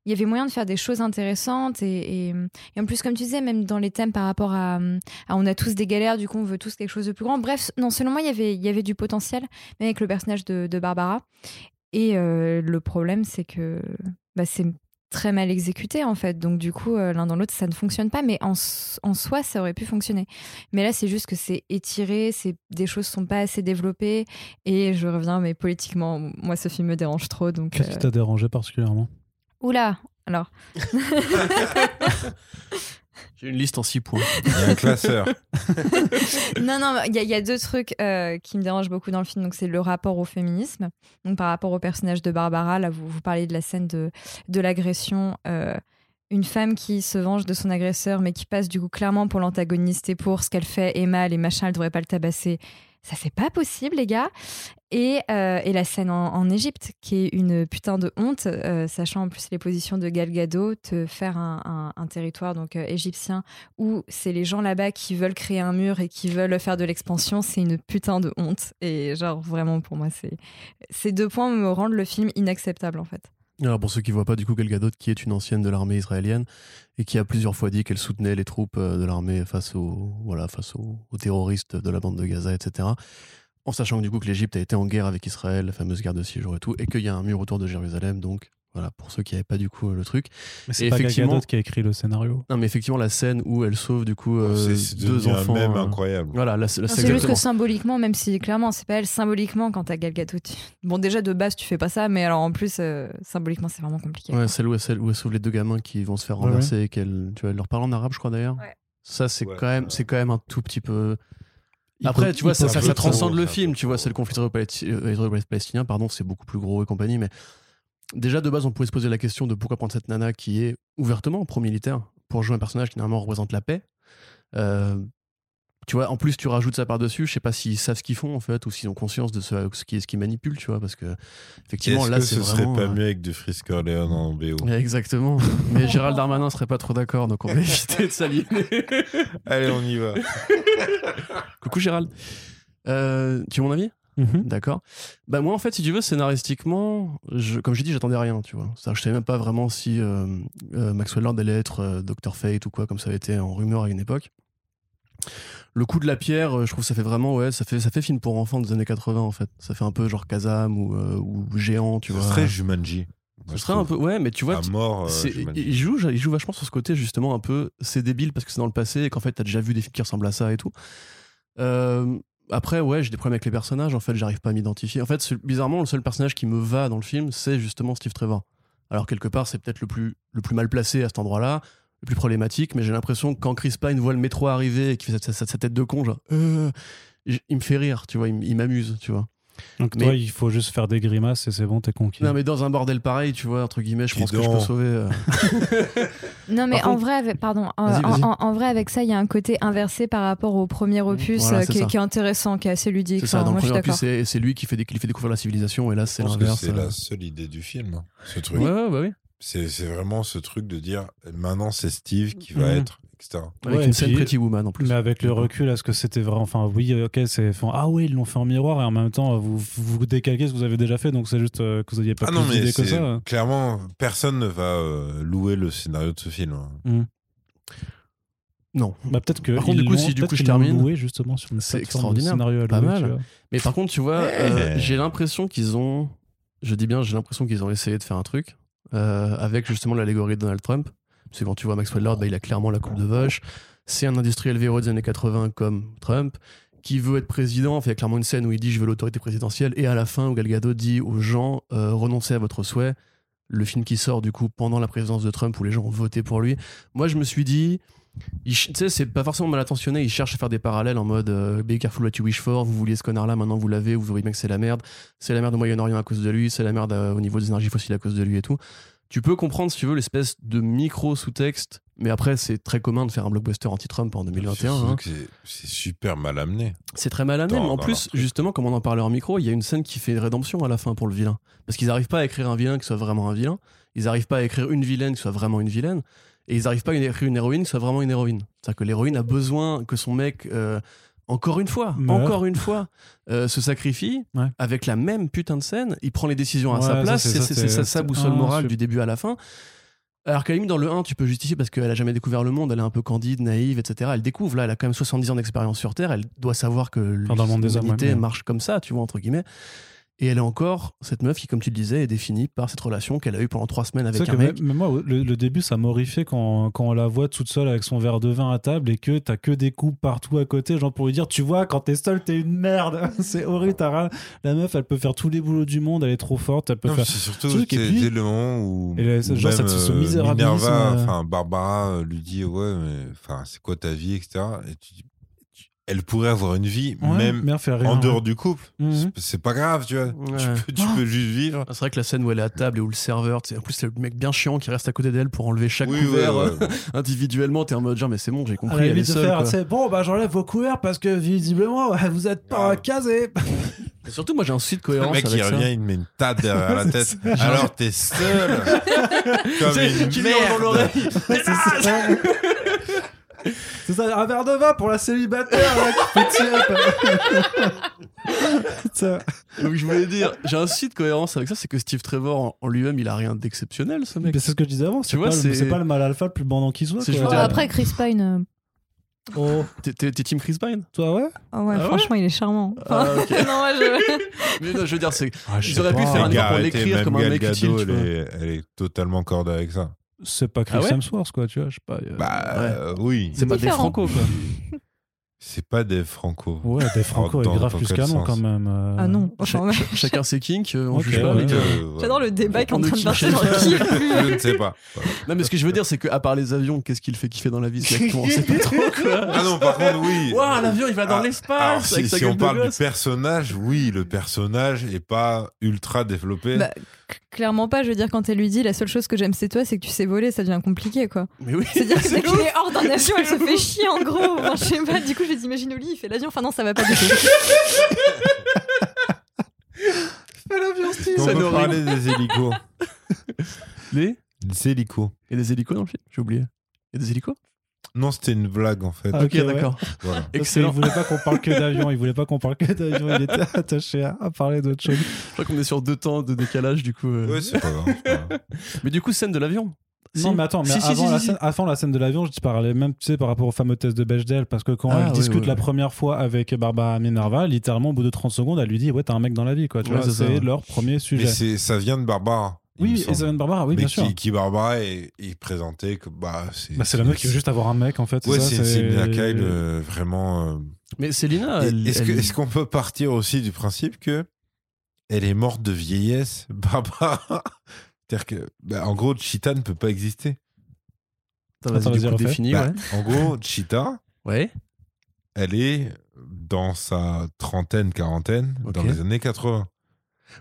S4: il y avait moyen de faire des choses intéressantes et, et- et en plus comme tu disais même dans les thèmes par rapport à hum, ah, on a tous des galères, du coup on veut tous quelque chose de plus grand. Bref, non, selon moi, il y avait- il y avait du potentiel, même avec le personnage de, de Barbara. Et euh, le problème, c'est que bah, c'est très mal exécuté en fait. Donc du coup, euh, l'un dans l'autre, ça ne fonctionne pas. Mais en, s- en soi, ça aurait pu fonctionner. Mais là, c'est juste que c'est étiré, c'est des choses sont pas assez développées. Et je reviens, mais politiquement, moi, ce film me dérange trop. Donc
S1: Qu'est-ce
S4: euh,
S1: qui t'a dérangé particulièrement
S4: oula. Alors,
S2: J'ai une liste en 6 points.
S3: Il y a un classeur.
S4: non, non, il y, a- il y a deux trucs euh, qui me dérangent beaucoup dans le film. Donc, c'est le rapport au féminisme. Donc, par rapport au personnage de Barbara, là, vous, vous parlez de la scène de, de l'agression. euh, une femme qui se venge de son agresseur, mais qui passe du coup clairement pour l'antagoniste et pour ce qu'elle fait est mal et machin, elle devrait pas le tabasser. Ça, c'est pas possible, les gars. Et, euh, et la scène en, en Égypte, qui est une putain de honte, euh, sachant en plus les positions de Gal Gadot, te faire un, un- un territoire donc euh, égyptien où c'est les gens là-bas qui veulent créer un mur et qui veulent faire de l'expansion, c'est une putain de honte. Et genre vraiment pour moi, c'est ces deux points me rendent le film inacceptable en fait.
S2: Alors pour ceux qui ne voient pas, du coup, Gal Gadot, qui est une ancienne de l'armée israélienne et qui a plusieurs fois dit qu'elle soutenait les troupes euh, de l'armée face aux voilà face aux, aux terroristes de la bande de Gaza, etc. En sachant que du coup que l'Égypte a été en guerre avec Israël, la fameuse guerre de six jours et tout, et qu'il y a un mur autour de Jérusalem, donc voilà pour ceux qui n'avaient pas du coup le truc.
S1: Mais
S2: Et
S1: c'est pas
S2: effectivement-
S1: effectivement... qui a écrit le scénario.
S2: Non, mais effectivement la scène où elle sauve du coup euh,
S3: Oh, C'est- c'est
S2: deux
S3: devenu
S2: enfants.
S3: un mème
S2: euh,
S3: incroyable.
S2: Voilà, la, la- c'est
S4: C'est juste
S2: exactement.
S4: que symboliquement, même si clairement c'est pas elle, symboliquement quand t'as Gal Gadot, tu- bon déjà de base tu fais pas ça, mais alors en plus euh, symboliquement c'est vraiment compliqué.
S2: Ouais, celle où, elle- celle où elle sauve les deux gamins qui vont se faire
S1: Ouais,
S2: renverser et qu'elle tu vois, elle leur parle en arabe, je crois d'ailleurs.
S4: Ouais.
S2: Ça, c'est
S3: Ouais. euh,
S2: quand même, c'est quand même un tout petit peu.
S1: Il
S2: Après,
S1: peut-
S2: tu vois,
S1: il
S2: ça,
S1: peut-
S2: ça,
S3: peu
S2: ça
S3: trop,
S2: transcende
S3: c'est
S2: le
S3: un
S2: film,
S3: peu
S2: tu vois,
S3: trop.
S2: c'est le conflit israélo-palati- euh, israélo-palestinien, pardon, c'est beaucoup plus gros et compagnie, mais déjà de base, on pourrait se poser la question de pourquoi prendre cette nana qui est ouvertement pro-militaire pour jouer un personnage qui normalement représente la paix. Euh, tu vois, en plus, tu rajoutes ça par-dessus, je sais pas s'ils savent ce qu'ils font en fait, ou s'ils ont conscience de ce, ce qui est ce qu'ils manipulent, tu vois, parce que effectivement,
S3: Est-ce
S2: là,
S3: que
S2: c'est
S3: ce
S2: vraiment.
S3: serait pas
S2: euh,
S3: mieux avec du Frisk Corleone en BO
S2: mais Exactement. Mais Gérald Darmanin serait pas trop d'accord, donc on va éviter de s'allier.
S3: Allez, on y va.
S2: Coucou Gérald. Euh, tu veux mon
S3: Hmm.
S2: avis
S1: Mhm.
S2: D'accord. Bah moi en fait, si tu veux, scénaristiquement, je- comme j'ai dit, j'attendais rien, tu vois. C'est-à-dire, je savais même pas vraiment si euh, euh, Maxwell Lord allait être euh, Dr Fate ou quoi, comme ça avait été en rumeur à une époque. Le coup de la pierre, euh, je trouve que ça fait vraiment ouais, ça fait ça fait film pour enfants des années 80 en fait. Ça fait un peu genre Kazam ou, euh, ou géant, tu
S3: Ce
S2: vois.
S3: serait Jumanji.
S2: Ce serait un peu ouais, mais tu vois,
S3: à mort. euh,
S2: C'est-
S3: Jumanji.
S2: il, joue, il joue vachement sur ce côté justement un peu c'est débile parce que c'est dans le passé et qu'en fait t'as déjà vu des films qui ressemblent à ça et tout Euh, après ouais j'ai des problèmes avec les personnages en fait j'arrive pas à m'identifier en fait c'est- bizarrement le seul personnage qui me va dans le film c'est justement Steve Trevor alors quelque part c'est peut-être le plus, le plus mal placé à cet endroit là le plus problématique mais j'ai l'impression que quand Chris Pine voit le métro arriver et qu'il fait sa, sa- sa tête de con genre Euh j- il me fait rire tu vois il, m- il m'amuse tu vois
S1: Donc
S2: Mais-
S1: toi, il faut juste faire des grimaces et c'est bon, t'es conquis.
S2: non mais dans un bordel pareil tu vois entre guillemets je
S3: Dis
S2: pense que je peux
S3: donc.
S2: sauver euh,
S4: Non mais
S2: Par
S4: en
S2: contre-
S4: vrai, avec, pardon, en,
S2: Vas-y, vas-y.
S4: en- en- en vrai avec ça, il y a un côté inversé par rapport au premier opus
S2: Voilà,
S4: euh,
S2: c'est
S4: qui,
S2: ça.
S4: est- qui est intéressant, qui est assez ludique.
S2: C'est ça, dans
S4: Enfin,
S2: le
S4: moi, je suis
S2: premier opus, c'est
S4: d'accord.
S2: c'est lui qui fait, dé- qui fait découvrir la civilisation, et là, c'est
S3: Je pense que
S2: l'inverse. euh,
S3: c'est la seule idée du film, hein, ce truc.
S2: Ouais, bah ouais, ouais, ouais.
S3: C'est c'est vraiment ce truc de dire maintenant c'est Steve qui va
S2: Mmh.
S1: Mhm.
S3: être, etc.
S2: Avec
S1: Ouais,
S2: une
S1: et
S2: scène
S1: puis-
S2: Pretty Woman en plus.
S1: Mais avec le recul, est-ce que c'était vrai Enfin, oui, ok, c'est. enfin, Ah oui, ils l'ont fait en miroir et en même temps, vous vous vous décalquez ce que vous avez déjà fait, donc c'est juste euh, que vous n'aviez pas
S3: Ah
S1: plus
S3: non, mais
S1: d'idées que
S3: c'est-
S1: ça.
S2: hein.
S3: clairement, personne ne va euh, louer le scénario de ce film. hein.
S2: Non.
S1: Bah, peut-être que.
S2: Par contre,
S1: ils
S2: du coup,
S1: l'ont-
S2: si du
S1: peut-être
S2: coup je
S1: qu'ils l'ont
S2: termine,
S1: loué, justement sur une
S2: c'est
S1: plateforme de
S2: extraordinaire.
S1: Scénario à
S2: Pas
S1: louer,
S2: mal.
S1: tu vois.
S2: Mais par contre, tu vois, euh,
S3: Eh.
S2: j'ai l'impression qu'ils ont. Je dis bien, j'ai l'impression qu'ils ont essayé de faire un truc euh, avec justement l'allégorie de Donald Trump. Parce que quand tu vois Maxwell Lord, bah, il a clairement la coupe de vache. C'est un industriel véreux des années 80 comme Trump qui veut être président. Enfin, Il y a clairement une scène où il dit je veux l'autorité présidentielle. Et à la fin, où Gal Gadot dit aux gens euh, renoncez à votre souhait. Le film qui sort du coup pendant la présidence de Trump où les gens ont voté pour lui. Moi, je me suis dit, il ch- Tu sais, c'est pas forcément mal intentionné, ils cherchent à faire des parallèles en mode euh, Be careful what you wish for, vous vouliez ce connard-là, maintenant vous l'avez, vous voyez bien que c'est la merde, c'est la merde au Moyen-Orient à cause de lui, c'est la merde euh, au niveau des énergies fossiles à cause de lui et tout. Tu peux comprendre, si tu veux, l'espèce de micro sous-texte, mais après, c'est très commun de faire un blockbuster anti-Trump en 2021.
S3: Surtout
S2: hein.
S3: que c'est- C'est super mal amené.
S2: C'est très mal amené,
S3: Dans-
S2: mais en
S3: dans
S2: plus, justement, comme on en parlait en micro, il y a une scène qui fait rédemption à la fin pour le vilain. Parce qu'ils n'arrivent pas à écrire un vilain qui soit vraiment un vilain, ils n'arrivent pas à écrire une vilaine qui soit vraiment une vilaine, et ils n'arrivent pas à écrire une héroïne qui soit vraiment une héroïne. C'est-à-dire que l'héroïne a besoin que son mec, euh, encore une fois,
S1: Meurt.
S2: encore une fois, euh, se sacrifie
S1: Ouais.
S2: avec la même putain de scène, il prend les décisions à
S1: Ouais,
S2: sa
S1: ça,
S2: place,
S1: c'est
S2: c'est
S1: ça,
S2: c'est-
S1: c'est- Ah,
S2: c'est ça sa
S1: c'est
S2: boussole morale
S1: insupportable.
S2: du début à la fin. Alors qu'à la limite, dans le 1, tu peux justifier parce qu'elle a jamais découvert le monde, elle est un peu candide, naïve, etc. Elle découvre, là, elle a quand même 70 ans d'expérience sur Terre, elle doit savoir que
S1: dans le monde des hommes,
S2: l'humanité
S1: ouais, mais-
S2: marche comme ça, tu vois, entre guillemets. Et elle est encore cette meuf qui, comme tu le disais, est définie par cette relation qu'elle a eue pendant trois semaines
S1: C'est
S2: avec
S1: vrai
S2: un
S1: que
S2: mec.
S1: même- même moi, le, le début, ça m'horrifie quand, quand on la voit toute seule avec son verre de vin à table et que t'as que des coupes partout à côté, genre pour lui dire, tu vois, quand t'es seule, t'es une merde. c'est horrible, t'as rien. La meuf, elle peut faire tous les boulots du monde, elle est trop forte, elle peut
S3: Non, mais
S1: faire.
S3: c'est surtout
S1: truc,
S3: c'est-
S1: et puis-
S3: dès le moment où,
S1: Et là,
S3: où
S1: c'est genre, ça,
S3: même,
S1: c'est ce
S3: euh,
S1: misérabilisme,
S3: Minerva,
S1: euh.
S3: enfin Barbara euh, lui dit ouais mais enfin c'est quoi ta vie etc. Et tu dis, tu- elle pourrait avoir une vie
S1: Ouais,
S3: même
S1: mais elle fait rien.
S3: en dehors du couple.
S1: Mhm.
S3: C'est- C'est pas grave tu vois. Tu,
S2: Ouais.
S3: peux, tu peux juste vivre.
S2: Ah, C'est vrai que la scène où elle est à table et où le serveur, tu sais, en plus c'est le mec bien chiant qui reste à côté d'elle pour enlever chaque
S3: Oui,
S2: couvert
S3: ouais,
S2: euh,
S3: ouais.
S2: individuellement, t'es en mode genre mais c'est bon, j'ai
S1: À
S2: compris,
S1: la
S2: elle est
S1: limite de
S2: seule.
S1: faire,
S2: quoi.
S1: tu sais, bon, bah j'enlève vos couverts parce que visiblement, vous êtes pas
S3: Grave.
S1: casés.
S2: Et surtout moi j'ai un souci de
S3: Le
S2: cohérence
S3: mec
S2: avec
S3: qui
S2: ça.
S3: revient, il te met une tarte derrière la tête. Alors t'es seul comme
S2: Tu sais,
S3: une
S2: qui lui hurle dans
S3: merde.
S2: l'oreille.
S1: C'est ça. C'est ça, un verre de vin pour la célibataire là, qui fait tiep. Ça.
S2: Donc je voulais dire, j'ai un souci de cohérence avec ça, c'est que Steve Trevor en- en lui-même, il a rien d'exceptionnel ce mec.
S1: Mais c'est ce que je disais avant, c'est
S2: vois,
S1: pas, le-
S2: c'est-
S1: c'est pas le mal alpha le plus bandant qui soit.
S2: C'est- je
S1: quoi.
S2: veux
S5: Oh,
S2: dire-
S5: après, Chris Pine. euh,
S1: Oh,
S2: T'es- T'es t'es Team Chris Pine
S1: toi ouais
S4: Oh ouais,
S2: Ah ouais
S4: franchement, il est charmant.
S2: Ah,
S4: Enfin,
S2: ok.
S4: non, moi, je...
S2: Mais non, je veux dire, c'est
S1: je
S2: ils
S1: sais
S2: auraient pu
S1: pas.
S2: faire un
S1: Les gars,
S2: effort pour
S3: arrêtez,
S2: l'écrire
S3: même
S2: comme un
S3: Gal
S2: mec
S3: Gadot,
S2: utile. tu
S3: elle,
S2: vois.
S3: est, elle est totalement corde avec ça.
S1: C'est pas Chris
S2: Ah ouais
S1: Hemsworth quoi, tu vois, je sais pas. euh,
S3: Bah euh, oui.
S2: C'est pas des
S5: Différent.
S2: franco quoi.
S3: C'est pas des franco.
S1: Ouais, des Franco est
S3: Dans-
S1: grave
S3: dans
S1: plus
S3: quel
S1: canon
S3: sens
S1: quand même. euh.
S4: Ah non,
S2: Ch-
S4: enfin,
S2: ch- chacun ses kinks, euh, on
S1: Ok,
S2: juge pas.
S1: ouais.
S2: mais-
S3: Donc, euh,
S4: j'adore
S3: voilà.
S4: le débat qui est en
S2: On
S4: train de
S2: est
S4: marcher
S2: qui-
S4: dans le kiff.
S3: Je ne sais pas.
S2: euh, Non, mais ce que je veux dire, c'est que à part les avions, qu'est-ce qu'il fait kiffer dans la vie ce mec Comment on sait pas trop quoi.
S3: Ah non, par contre, oui.
S2: Waouh, l'avion il va dans
S3: Ah, Alors,
S2: l'espace
S3: si,
S2: avec sa
S3: si
S2: gueule
S3: on
S2: de
S3: parle du
S2: gosse.
S3: personnage, oui, le personnage est pas ultra développé.
S4: Bah, c- clairement pas, je veux dire, quand elle lui dit la seule chose que j'aime c'est toi, c'est que tu sais voler, ça devient compliqué quoi.
S2: Mais oui,
S4: C'est-à-dire que
S2: c'est
S4: dès qu'il
S2: ouf.
S4: est hors d'un avion, elle se
S2: C'est
S4: fait chier en gros. Enfin, je sais pas, du coup, je les imagine au lit, il fait l'avion, enfin non, ça va pas du tout.
S3: Est-ce qu'on
S2: ça
S3: peut
S2: nous
S3: parler des hélicos.
S2: Les
S3: Des hélicos.
S2: Et des hélicos dans le film J'ai oublié. Et des hélicos
S3: Non, c'était une blague en fait.
S1: Ah,
S2: Ok,
S1: ouais.
S2: d'accord.
S3: Voilà.
S1: Parce
S2: Excellent.
S1: qu'il voulait pas qu'on parle que d'avion, il voulait pas qu'on parle que d'avion, il était attaché à, à parler d'autre chose.
S2: Je crois qu'on est sur deux temps de décalage du coup. euh.
S3: Ouais, c'est pas grave. c'est pas grave.
S2: Mais du coup, scène de l'avion.
S1: Non,
S2: Si.
S1: mais attends, mais
S2: Si, si,
S1: avant,
S2: si,
S1: la
S2: si,
S1: Scène, avant la scène de l'avion, je te parlais même, tu sais, par rapport au fameux test de Bechdel, parce que quand
S2: Ah,
S1: elle
S2: oui,
S1: discute
S2: oui,
S1: la
S2: oui.
S1: première fois avec Barbara Minerva, littéralement, au bout de 30 secondes, elle lui dit Ouais, t'as un mec dans la vie, quoi. Tu
S2: Ouais,
S1: vois,
S2: c'est ça,
S1: c'est
S2: ouais.
S1: leur premier
S3: Mais
S1: sujet.
S3: c'est- ça vient de Barbara. il me
S1: Oui,
S3: semble.
S1: Evan Barbara, oui,
S3: Mais
S1: bien
S3: qui,
S1: sûr.
S3: qui Barbara est, est présentée comme. Bah, c'est
S1: Bah, c'est la meuf qui veut juste avoir un mec, en fait.
S3: Ouais,
S1: ça,
S3: c'est c'est une lacaille euh, vraiment. euh,
S2: Mais Célina,
S3: Et-
S2: elle.
S3: Est-ce que-
S2: elle-
S3: est-ce qu'on peut partir aussi du principe que elle est morte de vieillesse, Barbara C'est-à-dire que, bah, en gros, Cheetah ne peut pas exister.
S2: Attends, vas-y,
S1: Attends,
S2: du
S1: vas-y,
S2: coup,
S1: refais.
S2: définis,
S3: Bah,
S2: ouais.
S3: En gros, Cheetah,
S2: Ouais.
S3: elle est dans sa trentaine, quarantaine,
S2: Ok.
S3: dans les années 80.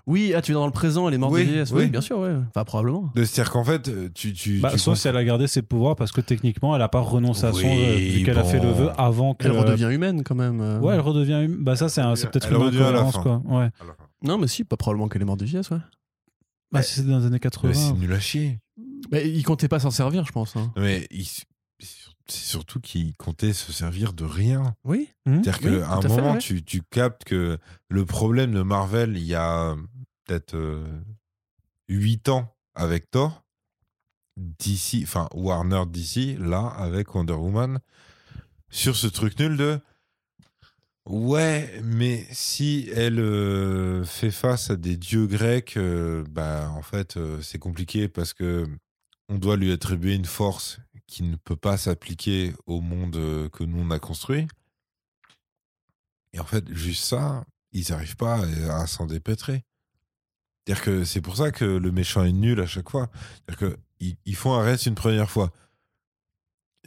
S2: Oui, ah, tu es dans le présent, elle est morte
S3: Oui,
S2: de vieillesse. Oui,
S3: oui.
S2: bien sûr, ouais. Enfin, probablement.
S3: C'est-à-dire qu'en fait, euh, tu. tu,
S1: Bah,
S3: tu
S1: sauf si elle a gardé ses pouvoirs, parce que techniquement, elle a pas renoncé à son
S3: Oui,
S1: vœu, vu qu'elle a fait
S3: bon.
S1: le vœu avant que.
S2: Elle redevient humaine quand même. euh.
S1: Euh, Ouais, elle redevient. hum- Bah, ça, c'est un- c'est peut-être
S3: Elle
S1: une
S3: redevient à la
S1: incohérence,
S3: fin.
S1: quoi. Ouais.
S3: comprends. Alors,
S2: Non, mais si, pas probablement qu'elle est morte de vieillesse, ouais.
S1: Bah, si c'est dans les années
S3: mais C'est
S1: 80.
S3: nul à chier.
S2: Mais il comptait pas s'en servir, je pense. hein.
S3: Non, Mais il- c'est surtout qu'il comptait se servir de rien.
S2: Oui.
S3: C'est-à-dire
S2: Mhm. Oui,
S3: qu'à un
S2: tout à fait,
S3: moment,
S2: ouais.
S3: tu, tu captes que le problème de Marvel, il y a peut-être 8 ans avec Thor, DC, enfin Warner DC, là, avec Wonder Woman, sur ce truc nul de. Ouais, mais si elle euh, fait face à des dieux grecs, euh, bah en fait euh, c'est compliqué parce que on doit lui attribuer une force qui ne peut pas s'appliquer au monde euh, que nous on a construit. Et en fait, juste ça, ils n'arrivent pas euh, à, à s'en dépêtrer. C'est-à-dire que c'est pour ça que le méchant est nul à chaque fois. C'est-à-dire qu'ils ils font un reste une première fois.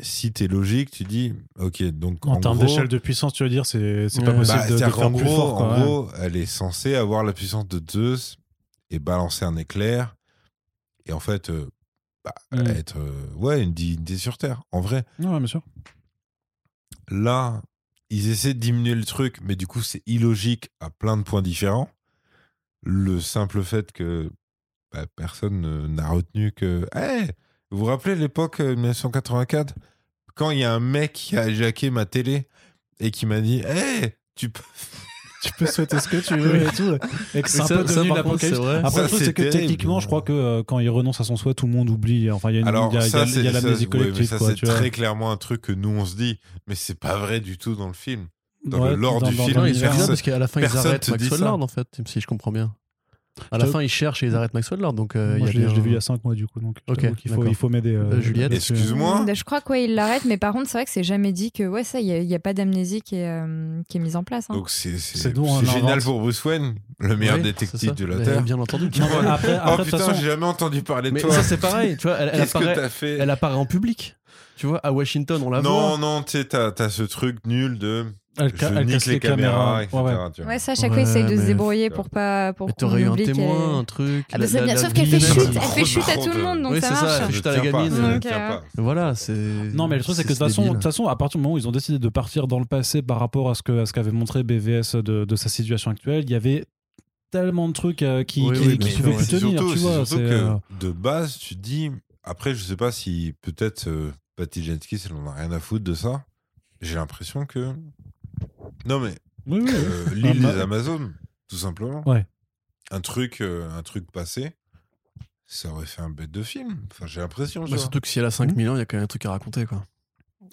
S3: Si t'es logique, tu dis, ok, donc
S1: En,
S3: en,
S1: termes
S3: gros-
S1: d'échelle de puissance, tu veux dire, c'est c'est
S2: Ouais.
S1: pas
S2: Bah,
S1: possible
S3: bah,
S1: de, de
S3: c'est-à-dire
S1: faire
S3: qu'en
S1: plus
S3: gros,
S1: fort.
S3: en
S1: quoi, ouais.
S3: gros, elle est censée avoir la puissance de Zeus et balancer un éclair et en fait euh, bah,
S1: Mm.
S3: être euh, ouais une divinité sur terre. En vrai,
S1: Ouais, bien sûr.
S3: là, ils essaient de diminuer le truc, mais du coup, c'est illogique à plein de points différents. Le simple fait que bah, personne euh, n'a retenu que. Hey, vous vous rappelez l'époque euh, 1984 Quand il y a un mec qui a jacké ma télé et qui m'a dit Hey, tu peux.
S1: tu peux souhaiter ce que tu veux et tout. Et que c'est
S2: Mais
S1: un
S2: ça-
S1: peu
S2: ça,
S1: devenu
S2: par contre,
S1: l'apocalypse.
S2: c'est vrai.
S1: Après,
S3: Ça,
S1: le truc,
S3: c'est
S1: c'est que
S3: terrible.
S1: techniquement, je crois que euh, quand il renonce à son souhait, tout le monde oublie. Enfin, il y a, une-
S3: Alors,
S1: il y a- il y a-
S3: ça,
S1: il y a
S3: c'est ça,
S1: l'amnésie
S3: c'est- ouais, mais
S1: collective.
S3: ça,
S1: quoi,
S3: c'est
S1: tu vois.
S3: très clairement un truc que nous, on se dit, mais c'est pas vrai du tout dans le film. dans
S1: Ouais,
S3: le lore du film,
S2: Non, il est
S1: l'univers.
S3: personne-
S2: parce qu'à la fin, ils
S3: personne
S2: arrêtent
S3: te dit
S2: Maxwell
S3: ça.
S2: Lord, en fait, si je comprends bien. À la fin, ils cherchent et ils arrêtent Maxwell Lord. Donc, euh,
S1: Moi, je
S2: il y a
S1: l'ai
S2: bien
S1: je l'ai vu il y
S2: un-
S1: a 5 mois du coup, donc je
S2: Ok,
S1: t'avoue qu'il faut,
S2: d'accord.
S1: il faut m'aider.
S2: Euh, Juliette
S1: là-dessus.
S3: Excuse-moi.
S4: Bah, Je crois qu'il l'arrête, mais par contre, c'est vrai que c'est jamais dit que ouais, ça, il n'y a, pas d'amnésie qui, est, euh, qui est mise en place. hein.
S3: Donc c'est c'est-
S1: C'est nous, on
S3: c'est génial
S1: invente.
S3: pour Bruce Wayne, le meilleur
S2: Ouais, c'est
S3: détective
S2: ça.
S3: de la
S2: Bah,
S3: Terre.
S2: Bien entendu.
S1: Non, mais après,
S3: Oh
S1: après, de toute
S3: putain,
S1: façon,
S3: j'ai jamais entendu parler de
S2: Mais
S3: toi.
S2: ça, c'est pareil. Tu vois, elle, elle
S3: Qu'est-ce que
S2: apparaît,
S3: t'as fait
S2: elle apparaît en public. Tu vois, à Washington, on la
S3: Non,
S2: voit.
S3: non, tu sais, t'as t'as ce truc nul de
S1: elle,
S3: je
S1: ca- elle
S3: nique
S1: casse
S3: les caméras, etc.
S1: Ouais, ouais.
S3: tu vois.
S4: Ouais, ça, à chaque fois, il essaye de
S2: Ouais,
S4: se
S2: mais-
S4: débrouiller pour pas. Pour
S2: Mais
S4: qu'on
S2: T'aurais eu un
S4: oublie qu'elle est-
S2: témoin, un truc. la-
S4: Ah, bah, c'est
S2: la-
S4: bien,
S2: la
S4: sauf qu'elle fait
S2: vilaine.
S4: chute.
S3: c'est
S4: Elle fait
S3: trop
S4: chute à
S3: marrant,
S4: tout le
S3: de-
S4: monde, donc
S2: Oui,
S4: ça
S2: c'est ça,
S4: marche.
S3: Je
S2: Juste à
S3: tiens
S2: la
S3: pas,
S2: gamine.
S3: je
S4: Donc,
S3: tiens
S4: euh,
S3: pas.
S2: Voilà, c'est.
S1: Non, mais le truc, c'est que de toute façon, de toute façon, à partir du moment où ils ont décidé de partir dans le passé par rapport à ce que- à ce qu'avait montré BVS de, de sa situation actuelle, il y avait tellement de trucs euh, qui,
S2: Oui,
S1: qui,
S2: oui,
S1: qui
S2: mais
S1: pouvaient
S2: ouais.
S1: y
S3: c'est
S1: tenir,
S3: surtout,
S1: tu
S3: c'est
S1: vois.
S3: surtout
S1: c'est,
S3: que
S1: euh,
S3: de base, tu te dis. Après, je sais pas si peut-être euh, Patty Jenkins, elle en a rien à foutre de ça. J'ai l'impression que. Non, mais
S1: oui, oui, oui.
S2: Ah,
S3: euh, l'île
S1: bah-
S3: des Amazones, tout simplement.
S1: Ouais.
S3: Un truc, euh, un truc passé, ça aurait fait un bête de film. Enfin, j'ai l'impression. tu
S2: Bah,
S3: vois.
S2: surtout que si elle a 5000 ans, il y a quand même un truc à raconter, quoi.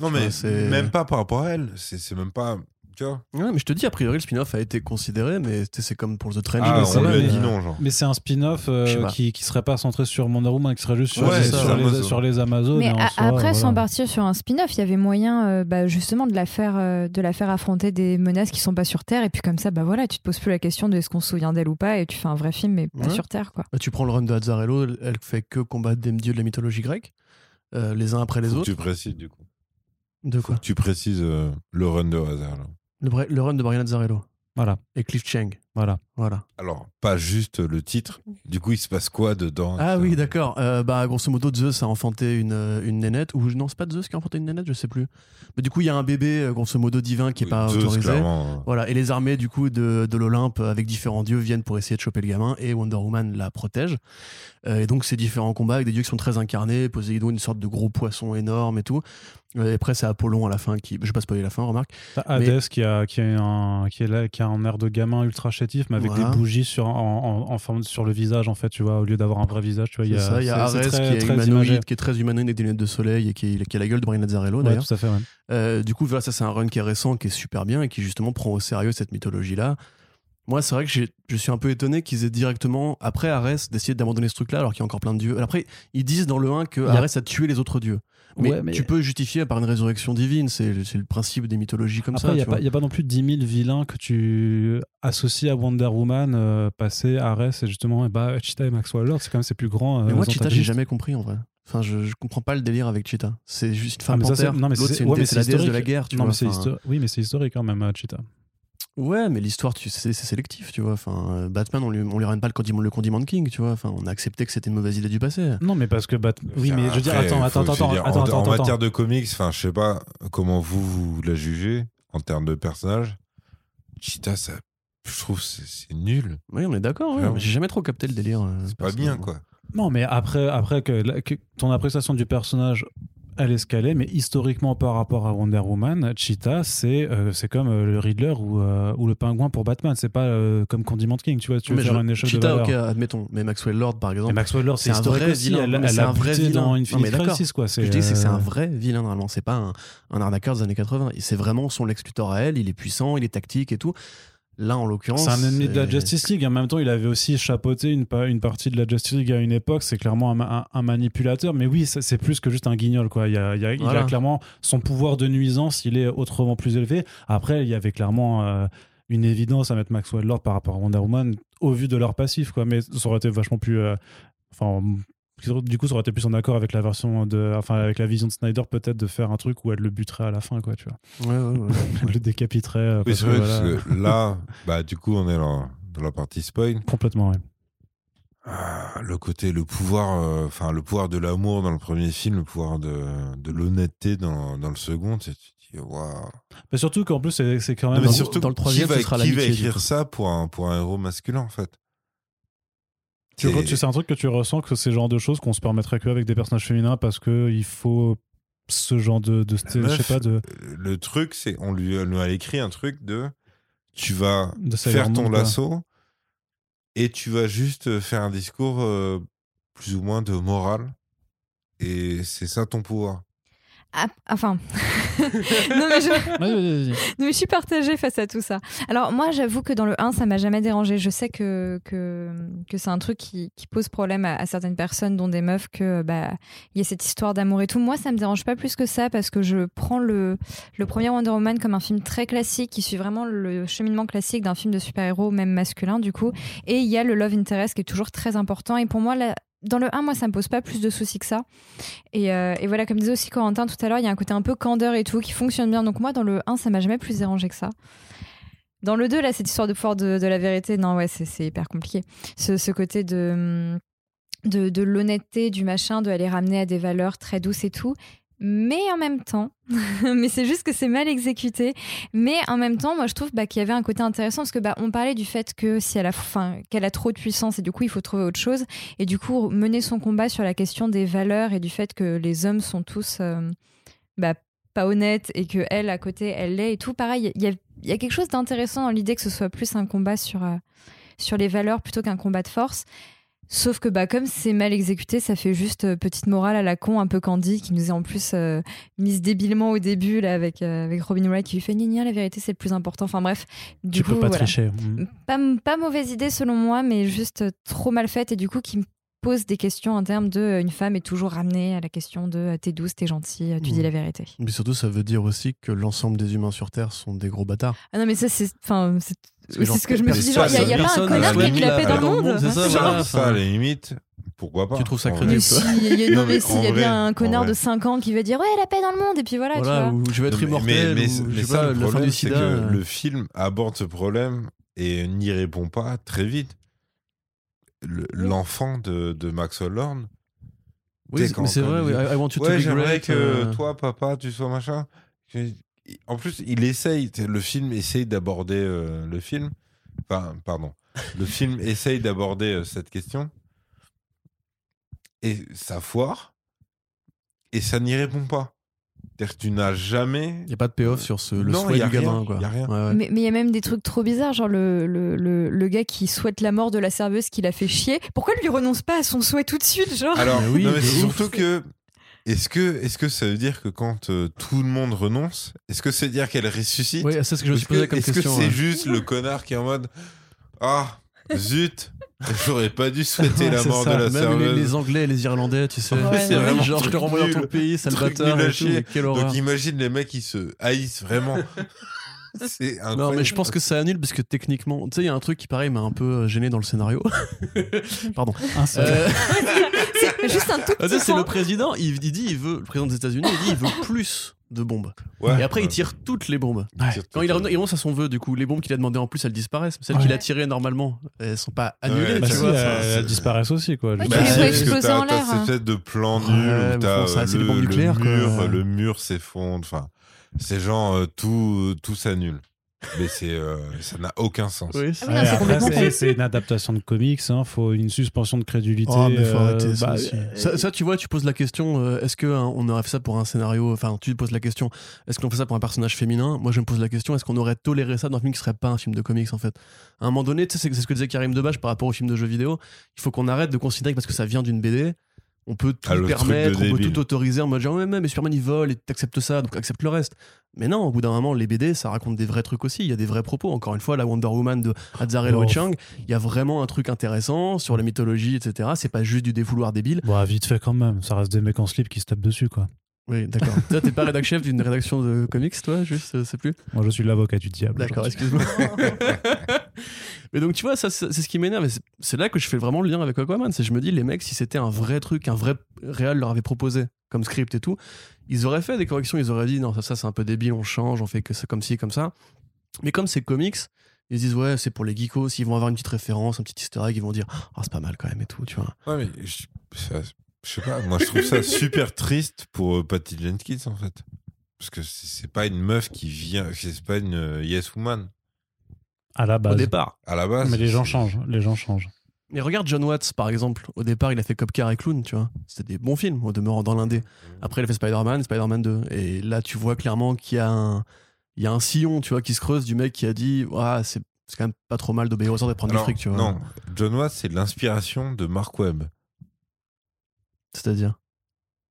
S3: Non,
S2: tu
S3: mais
S2: vois, c'est-
S3: même pas par rapport à elle. C'est c'est même pas. Tu vois
S2: Ouais, mais je te dis, a priori, le spin-off a été considéré, mais tu sais, c'est comme pour The Trench.
S1: mais
S3: Ah,
S1: c'est
S3: on lui
S1: vrai,
S3: a dit
S1: mais-
S3: non, genre.
S1: Mais c'est un spin-off euh,
S2: Je sais pas.
S1: qui, qui serait pas centré sur Wonder Woman, qui serait juste sur,
S2: Ouais,
S1: les,
S2: c'est
S1: sur
S2: ça.
S1: les, sur les Amazones.
S4: Mais
S1: et en
S4: a-
S1: soi,
S4: après,
S1: voilà.
S4: sans partir sur un spin-off, il y avait moyen euh, bah, justement de la, faire, euh, de la faire affronter des menaces qui sont pas sur Terre. Et puis comme ça, bah voilà, tu te poses plus la question de est-ce qu'on se souvient d'elle ou pas. Et tu fais un vrai film, mais pas
S2: Ouais.
S4: sur Terre, quoi.
S2: Bah, tu prends le run de Azzarello, elle- elle fait que combattre des dieux de la mythologie grecque, euh, les uns après les
S3: Faut que
S2: autres.
S3: tu précises, du coup.
S2: De quoi
S3: Tu précises euh, le run de hasard. là.
S2: le, bra- le run de Brian Azzarello
S1: Voilà,
S2: et Cliff Chang.
S1: voilà.
S2: Voilà.
S3: Alors, pas juste le titre. Du coup, il se passe quoi dedans
S2: Ah
S3: etc.
S2: oui, d'accord. Euh, bah, grosso modo, Zeus a enfanté une, euh, une nénette. Ou non, c'est pas Zeus qui a enfanté une nénette, je sais plus. Mais du coup, il y a un bébé, euh, grosso modo, divin qui est
S3: Oui,
S2: pas
S3: Zeus,
S2: autorisé.
S3: clairement, euh,
S2: Voilà, et les armées du coup de, de l'Olympe euh, avec différents dieux viennent pour essayer de choper le gamin et Wonder Woman la protège. Euh, et donc ces différents combats avec des dieux qui sont très incarnés, Poséidon une sorte de gros poisson énorme et tout. Euh, Et après c'est Apollon à la fin qui, je vais pas spoiler la fin, remarque.
S1: T'as Hades qui, a, qui, est un, qui est là, qui a un air de gamin ultra chétif, mais avec
S2: Voilà.
S1: des bougies sur, en, en- en forme sur le visage, en fait, tu vois, au lieu d'avoir un vrai visage, tu vois.
S2: Il y a, ça, il y a
S1: c'est- c'est
S2: Arès
S1: très-
S2: qui est
S1: très
S2: humanoïde,
S1: imagé.
S2: qui est très humanoïde avec des lunettes de soleil et qui, qui a la gueule de Brian Azzarello
S1: Ouais,
S2: d'ailleurs.
S1: tout à fait, ouais.
S2: Euh, du coup, voilà, ça c'est un run qui est récent, qui est super bien et qui justement prend au sérieux cette mythologie-là. Moi, c'est vrai que j'ai- je suis un peu étonné qu'ils aient directement, après Arès, décidé d'abandonner ce truc-là alors qu'il y a encore plein de dieux. Après, ils disent dans le 1 que
S1: y a-
S2: Arès a tué les autres dieux. Mais,
S1: Ouais, mais-
S2: tu peux justifier par une résurrection divine, c'est le c'est le principe des mythologies comme
S1: Après,
S2: ça.
S1: il n'y
S2: tu
S1: a,
S2: vois.
S1: pas- y a pas non plus 10 000 vilains que tu euh, associes à Wonder Woman, euh, passé, Ares et justement, et bah, Cheetah et Maxwell Lord, c'est quand même ses plus grands. euh,
S2: Mais moi,
S1: antagonistes.
S2: Cheetah, j'ai jamais compris en vrai. Enfin, je, je comprends pas le délire avec Cheetah. C'est juste une
S1: Ah,
S2: femme
S1: mais ça, c'est-
S2: panthère.
S1: non, mais
S2: L'autre,
S1: c'est-
S2: c'est une
S1: ouais, mais
S2: dé- c'est la
S1: c'est
S2: déesse de la
S1: historique.
S2: guerre. Tu
S1: Non,
S2: vois.
S1: mais c'est
S2: Enfin,
S1: histori- Oui, mais c'est historique quand même, euh, Cheetah.
S2: Ouais, mais l'histoire, tu sais, c'est sélectif, tu vois. Enfin, euh, Batman, on lui, on lui ramène pas le condiment, le condiment king, tu vois. Enfin, on a accepté que c'était une mauvaise idée du passé.
S1: Non, mais parce que. Bat- Oui,
S3: Enfin,
S1: mais je veux dire,
S3: après,
S1: attends,
S3: faut
S1: attends,
S3: aussi
S1: attends,
S3: dire,
S1: attends,
S3: en,
S1: attends,
S3: en
S1: attends.
S3: matière de comics, enfin, je sais pas comment vous, vous la jugez en termes de personnage. Cheetah, ça, je trouve, c'est c'est nul.
S2: Oui, on est d'accord. ouais.
S3: Vraiment.
S2: J'ai jamais trop capté le délire. euh,
S3: C'est pas bien, quoi.
S1: Non, mais après, après que, la- que ton appréciation du personnage, elle est escalée, mais historiquement par rapport à Wonder Woman, Cheetah, c'est euh, c'est comme euh, le Riddler ou, euh, ou le pingouin pour Batman. C'est pas euh, comme Condiment King, tu vois. Tu veux
S2: Mais
S1: faire
S2: je-
S1: une échelle de
S2: Cheetah,
S1: valeur.
S2: ok, admettons. Mais Maxwell Lord, par
S1: Et
S2: exemple.
S1: Maxwell Lord, c'est
S2: C'est un
S1: historique
S2: vrai
S1: aussi.
S2: vilain.
S1: Elle,
S2: Non, mais
S1: elle
S2: c'est
S1: a
S2: un vrai
S1: buté
S2: vilain.
S1: dans
S2: Non,
S1: Infinite
S2: mais d'accord.
S1: Crisis, quoi.
S2: Ce que je dis, c'est que c'est
S1: euh,
S2: un vrai vilain, normalement. C'est pas un, un arnaqueur des années 80. Et C'est vraiment son l'excuteur à elle. Il est puissant, il est tactique et tout. Là, en l'occurrence.
S1: C'est un ennemi de la
S2: c'est-
S1: Justice League. En même temps, il avait aussi chapeauté une, pa- une partie de la Justice League à une époque. C'est clairement un, ma- un- un manipulateur. Mais oui, ça, c'est plus que juste un guignol. Quoi. Il, y a, il y a- il y a
S2: Voilà.
S1: clairement son pouvoir de nuisance, il est autrement plus élevé. Après, il y avait clairement euh, une évidence à mettre Maxwell Lord par rapport à Wonder Woman au vu de leur passif. Quoi. Mais ça aurait été vachement plus. euh, Enfin. du coup, ça aurait été plus en accord avec la version de, enfin, avec la vision de Snyder, peut-être de faire un truc où elle le buterait à la fin, quoi, tu vois.
S2: Ouais, ouais, ouais.
S1: Elle le décapiterait. euh,
S3: Mais
S1: parce
S3: c'est
S1: que,
S3: vrai,
S1: voilà,
S3: parce que là, bah, du coup, on est dans, dans la partie spoil.
S1: Complètement, ouais.
S3: Ah, le côté, le pouvoir, euh, enfin, le pouvoir de l'amour dans le premier film, le pouvoir de, de l'honnêteté dans, dans le second, tu tu te dis, waouh.
S1: Mais surtout qu'en plus, c'est c'est quand
S3: Non,
S1: même.
S3: mais
S2: dans-
S3: surtout,
S2: dans le
S3: qui
S2: troisième,
S3: va-
S2: ce sera
S3: qui va
S2: l'amitié, du
S3: écrire
S2: coup.
S3: ça pour un, pour un héros masculin, en fait
S1: Tu
S3: C'est-
S1: vois, tu- c'est un truc que tu ressens que c'est le genre de choses qu'on se permettrait que avec des personnages féminins parce que il faut ce genre de, de sté-
S3: meuf,
S1: je sais pas de,
S3: le truc, c'est on lui, on lui a écrit un truc de tu vas
S1: de Sailor
S3: faire ton
S1: Moon, quoi.
S3: lasso et tu vas juste faire un euh, discours euh, plus ou moins de morale et c'est ça ton pouvoir.
S4: Ah, enfin, non, mais je,
S1: Vas-y, vas-y, vas-y.
S4: non, mais je suis partagée face à tout ça. Alors moi, j'avoue que dans le 1, ça m'a jamais dérangé. Je sais que, que, que c'est un truc qui, qui pose problème à, à certaines personnes, dont des meufs, que bah il y a cette histoire d'amour et tout. Moi, ça me dérange pas plus que ça parce que je prends le, le premier Wonder Woman comme un film très classique qui suit vraiment le cheminement classique d'un film de super-héros, même masculin du coup. Et il y a le love interest qui est toujours très important. Et pour moi, là, dans le 1, moi, ça me pose pas plus de soucis que ça. Et, euh, et voilà, comme disait aussi Corentin tout à l'heure, il y a un côté un peu candeur et tout qui fonctionne bien. Donc moi, dans le 1, ça m'a jamais plus dérangé que ça. Dans le 2, là, cette histoire de pouvoir de, de la vérité, non, ouais, c'est c'est hyper compliqué. Ce, ce côté de, hum, de, de l'honnêteté, du machin, de aller ramener à des valeurs très douces et tout. Mais en même temps, mais c'est juste que c'est mal exécuté. Mais en même temps, moi, je trouve bah, qu'il y avait un côté intéressant parce que bah, on parlait du fait que si elle a, enfin, qu'elle a trop de puissance et du coup, il faut trouver autre chose. Et du coup, mener son combat sur la question des valeurs et du fait que les hommes sont tous euh, bah, pas honnêtes et que elle, à côté, elle l'est et tout. Pareil, il y a, il y a quelque chose d'intéressant dans l'idée que ce soit plus un combat sur, euh, sur les valeurs plutôt qu'un combat de force. Sauf que bah, comme c'est mal exécuté, ça fait juste euh, petite morale à la con, un peu candy, qui nous est en plus euh, mise débilement au début là, avec, euh, avec Robin Wright qui lui fait « Nia, la vérité c'est le plus important ». Enfin bref, du
S1: Tu
S4: coup,
S1: peux pas
S4: voilà
S1: tricher. Mm.
S4: pas, pas mauvaise idée selon moi, mais juste trop mal faite et du coup qui me pose des questions en termes de euh, une femme est toujours ramenée à la question de euh, t'es douce, t'es gentille, euh, tu
S2: Mhm.
S4: dis la vérité.
S2: Mais surtout, ça veut dire aussi que l'ensemble des humains sur Terre sont des gros bâtards.
S4: Ah non mais ça c'est enfin c'est
S2: Parce
S4: c'est
S2: genre,
S4: ce que je me suis dit genre il y a- il y a, pas un
S3: personne
S4: connard qui a
S3: souhaite
S4: mis la paix dans le monde.
S2: Ah,
S5: c'est ça,
S3: Ça,
S5: voilà,
S3: ça, à la limite, pourquoi pas
S2: Tu trouves ça
S3: en
S2: crédible,
S3: vrai.
S4: Mais si, il y a, non,
S3: Non,
S4: mais
S3: mais
S4: si, il y a bien
S3: en vrai,
S4: un connard
S3: en
S4: de
S3: vrai.
S4: 5 ans qui va dire ouais la paix dans le monde et puis voilà, Ah, tu
S2: Voilà,
S4: vois.
S2: ou je vais être
S3: Non, mais-
S2: immortel,
S3: Mais,
S2: ou,
S3: mais-
S2: je
S3: mais
S2: sais
S3: ça,
S2: pas,
S3: le
S2: la fin
S3: problème,
S2: du
S3: c'est
S2: sida.
S3: que
S2: euh,
S3: le film aborde ce problème et n'y répond pas très vite. Le- L'enfant de, de Maxwell Lorne.
S2: Oui,
S3: dès
S2: c'est-
S3: quand-
S2: mais c'est
S3: quand
S2: vrai,
S3: il
S2: oui,
S3: dit,
S2: I, I want you to
S3: ouais,
S2: be
S3: j'aimerais
S2: great,
S3: que
S2: euh,
S3: toi, papa, tu sois machin. Que- En plus, il essaye, t'sais, le film essaye d'aborder euh, le film. Enfin, pardon. Le film essaye d'aborder euh, cette question. Et ça foire. Et ça n'y répond pas. C'est-à-dire que tu n'as jamais.
S2: Il n'y a pas de payoff sur ce, le
S3: Non,
S2: souhait
S3: y a
S2: du
S3: rien,
S2: gamin. Quoi.
S3: y a rien.
S2: Ouais, ouais.
S4: Mais mais il y a même des trucs trop bizarres, genre le, le, le, le gars qui souhaite la mort de la serveuse qui l'a fait chier. Pourquoi lui renonce pas à son souhait tout de suite, genre
S3: Alors,
S2: Mais oui,
S3: non, mais
S2: de
S3: c'est
S2: ouf.
S3: surtout que. Est-ce que, est que ça veut dire que quand euh, tout le monde renonce, est-ce que c'est dire qu'elle ressuscite
S2: Oui, ah, c'est ce que je me
S3: Est-ce
S2: suis
S3: que-
S2: posé comme
S3: Est-ce que
S2: question. hein.
S3: c'est
S2: ouais.
S3: juste le connard qui est en mode Ah, zut, j'aurais pas dû souhaiter
S2: Ouais,
S3: la
S2: c'est
S3: mort
S2: ça.
S3: de la
S2: Même les,
S3: serveuse.
S2: les Anglais et les Irlandais, tu sais.
S4: Ouais,
S2: c'est
S4: ouais.
S2: vraiment
S3: Truc
S2: genre, je te renvoie dans ton
S3: nul.
S2: pays, sale
S3: Truc
S2: bâtard.
S3: nul
S2: et
S3: à
S2: tout,
S3: chier.
S2: mais Quelle horreur.
S3: Donc imagine les mecs qui se haïssent vraiment. c'est incroyable.
S2: Non, mais je pense que ça annule parce que techniquement, tu sais, il y a un truc qui pareil m'a un peu euh, gêné dans le scénario. Pardon.
S1: Un seul.
S2: Euh,
S4: C'est juste un tout
S2: tu
S4: petit
S2: sais, Ah, c'est
S4: point.
S2: le président, il, il dit, il veut, le président des États-Unis, il dit, il veut plus de bombes.
S3: Ouais.
S2: Et après, il tire toutes les bombes.
S3: Il tire
S2: Quand
S3: tout
S2: il,
S3: le-
S2: renonce- il renonce à son vœu, du coup, les bombes qu'il a demandé en plus, elles disparaissent. Mais celles
S1: Ouais.
S2: qu'il a tirées normalement, elles sont pas annulées.
S3: Ouais,
S1: Bah
S2: tu
S1: si,
S2: vois,
S1: elles
S2: enfin,
S1: elles
S2: c'est-
S1: disparaissent aussi, quoi.
S4: Oui,
S1: Je-
S4: tu
S3: Bah,
S4: les vois
S3: c'est parce que
S4: exploser
S3: t'as-
S4: en l'air.
S3: t'as cette espèce de plan
S2: hein. Ouais,
S3: nul
S2: mais
S3: où
S2: bon,
S3: t'as
S2: ça,
S3: euh,
S2: c'est les
S3: le,
S2: bombes
S3: le
S2: nucléaires, quoi.
S3: mur, le mur s'effondre. Enfin, c'est genre euh, tout, tout s'annule. Mais c'est, euh, ça n'a aucun sens.
S2: Oui,
S4: Ah
S2: c'est-
S4: oui,
S1: Ouais,
S4: non, c'est
S1: après,
S4: complètement
S1: c'est- c'est une adaptation de comics, hein, faut une suspension de crédulité.
S2: Oh, mais faut
S1: euh,
S2: arrêter ça,
S1: bah,
S2: aussi.
S1: euh,
S2: Ça- ça, tu vois, tu poses la question euh, est-ce qu'on aurait fait ça pour un scénario Enfin, tu te poses la question est-ce qu'on fait ça pour un personnage féminin Moi, je me pose la question est-ce qu'on aurait toléré ça dans un film qui serait pas un film de comics en fait À un moment donné, tu sais, c'est c'est ce que disait Karim Debache par rapport aux films de jeux vidéo il faut qu'on arrête de considérer que parce que ça vient d'une BD. On peut tout
S3: Ah, le truc de
S2: permettre, on peut
S3: débile.
S2: tout autoriser en mode genre, ouais, mais mais Superman il vole et t'acceptes ça, donc accepte le reste. Mais non, au bout d'un moment, les BD ça raconte des vrais trucs aussi, il y a des vrais propos. Encore une fois, la Wonder Woman de Azzarello
S1: Oh.
S2: et Chung, il y a vraiment un truc intéressant sur la mythologie, etc. C'est pas juste du défouloir débile.
S1: Bon, bah, vite fait quand même, ça reste des mecs en slip qui se tapent dessus, quoi.
S2: Oui, d'accord. toi, t'es pas rédac chef d'une rédaction de comics, toi, juste, euh, c'est plus
S1: Moi, je suis l'avocat du diable.
S2: D'accord,
S1: aujourd'hui.
S2: excuse-moi. Mais donc, tu vois, ça, c'est c'est ce qui m'énerve. et c'est- C'est là que je fais vraiment le lien avec Aquaman. C'est je me dis, les mecs, si c'était un vrai truc, un vrai réel leur avait proposé comme script et tout, ils auraient fait des corrections. Ils auraient dit, non, ça, ça c'est un peu débile, on change, on fait que ça comme ci, comme ça. Mais comme c'est comics, ils se disent, ouais, c'est pour les geekos, ils vont avoir une petite référence, un petit easter egg, ils vont dire, ah, c'est pas mal quand même et tout, tu vois.
S3: Ouais, mais je, ça- je sais pas, moi je trouve ça super triste pour euh, Patty Jenkins en fait. Parce que c'est c'est pas une meuf qui vient, c'est pas une euh, yes woman
S1: À la
S2: Au
S1: base.
S2: départ.
S3: à la base.
S1: Mais les gens
S3: Ah, c'est-
S1: changent, les gens changent.
S2: Mais regarde John Watts, par exemple. Au départ, il a fait Cop Car et Clown, tu vois. C'était des bons films, au demeurant dans
S3: Mmh.
S2: l'indé. Après, il a fait Spider-Man, Spider-Man 2. Et là, tu vois clairement qu'il y a un, il y a un sillon, tu vois, qui se creuse du mec qui a dit, Ouah, c'est c'est quand même pas trop mal d'obéir aux ordres et prendre
S3: Alors,
S2: du fric, tu vois.
S3: Non, John Watts, c'est de l'inspiration de Mark Webb.
S2: C'est-à-dire.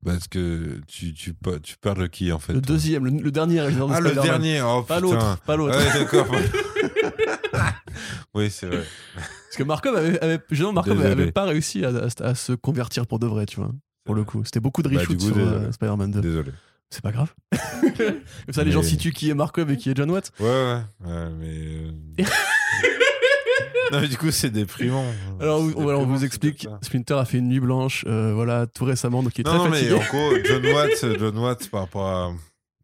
S3: Parce que tu, tu, pa- tu parles de qui en fait
S2: Le
S3: toi
S2: deuxième, le, le dernier. Spider-Man.
S3: Ah, le dernier Oh
S2: Pas
S3: putain
S2: l'autre, pas l'autre.
S3: Ouais, d'accord. oui, c'est vrai.
S2: Parce que Marcom avait, avait- Jean Marcom
S3: Désolé.
S2: avait pas réussi à, à- à se convertir pour de vrai, tu vois. Pour le coup, c'était beaucoup de
S3: Bah, du
S2: reshoots
S3: coup,
S2: sur
S3: désolé.
S2: euh, Spider-Man 2.
S3: Désolé.
S2: C'est pas grave. Comme ça, les
S3: Mais-
S2: gens situent qui est Marcom et qui est John Watt.
S3: Ouais, ouais, ouais, mais. euh, non, mais du coup, c'est déprimant.
S2: Alors, on, alors, on
S3: C'est déprimant,
S2: vous
S3: c'est
S2: explique.
S3: comme ça.
S2: Splinter a fait une nuit blanche, euh, voilà, tout récemment, donc il est
S3: Non, non,
S2: très
S3: mais
S2: fatigué.
S3: en gros, John Watts, John Watts par rapport à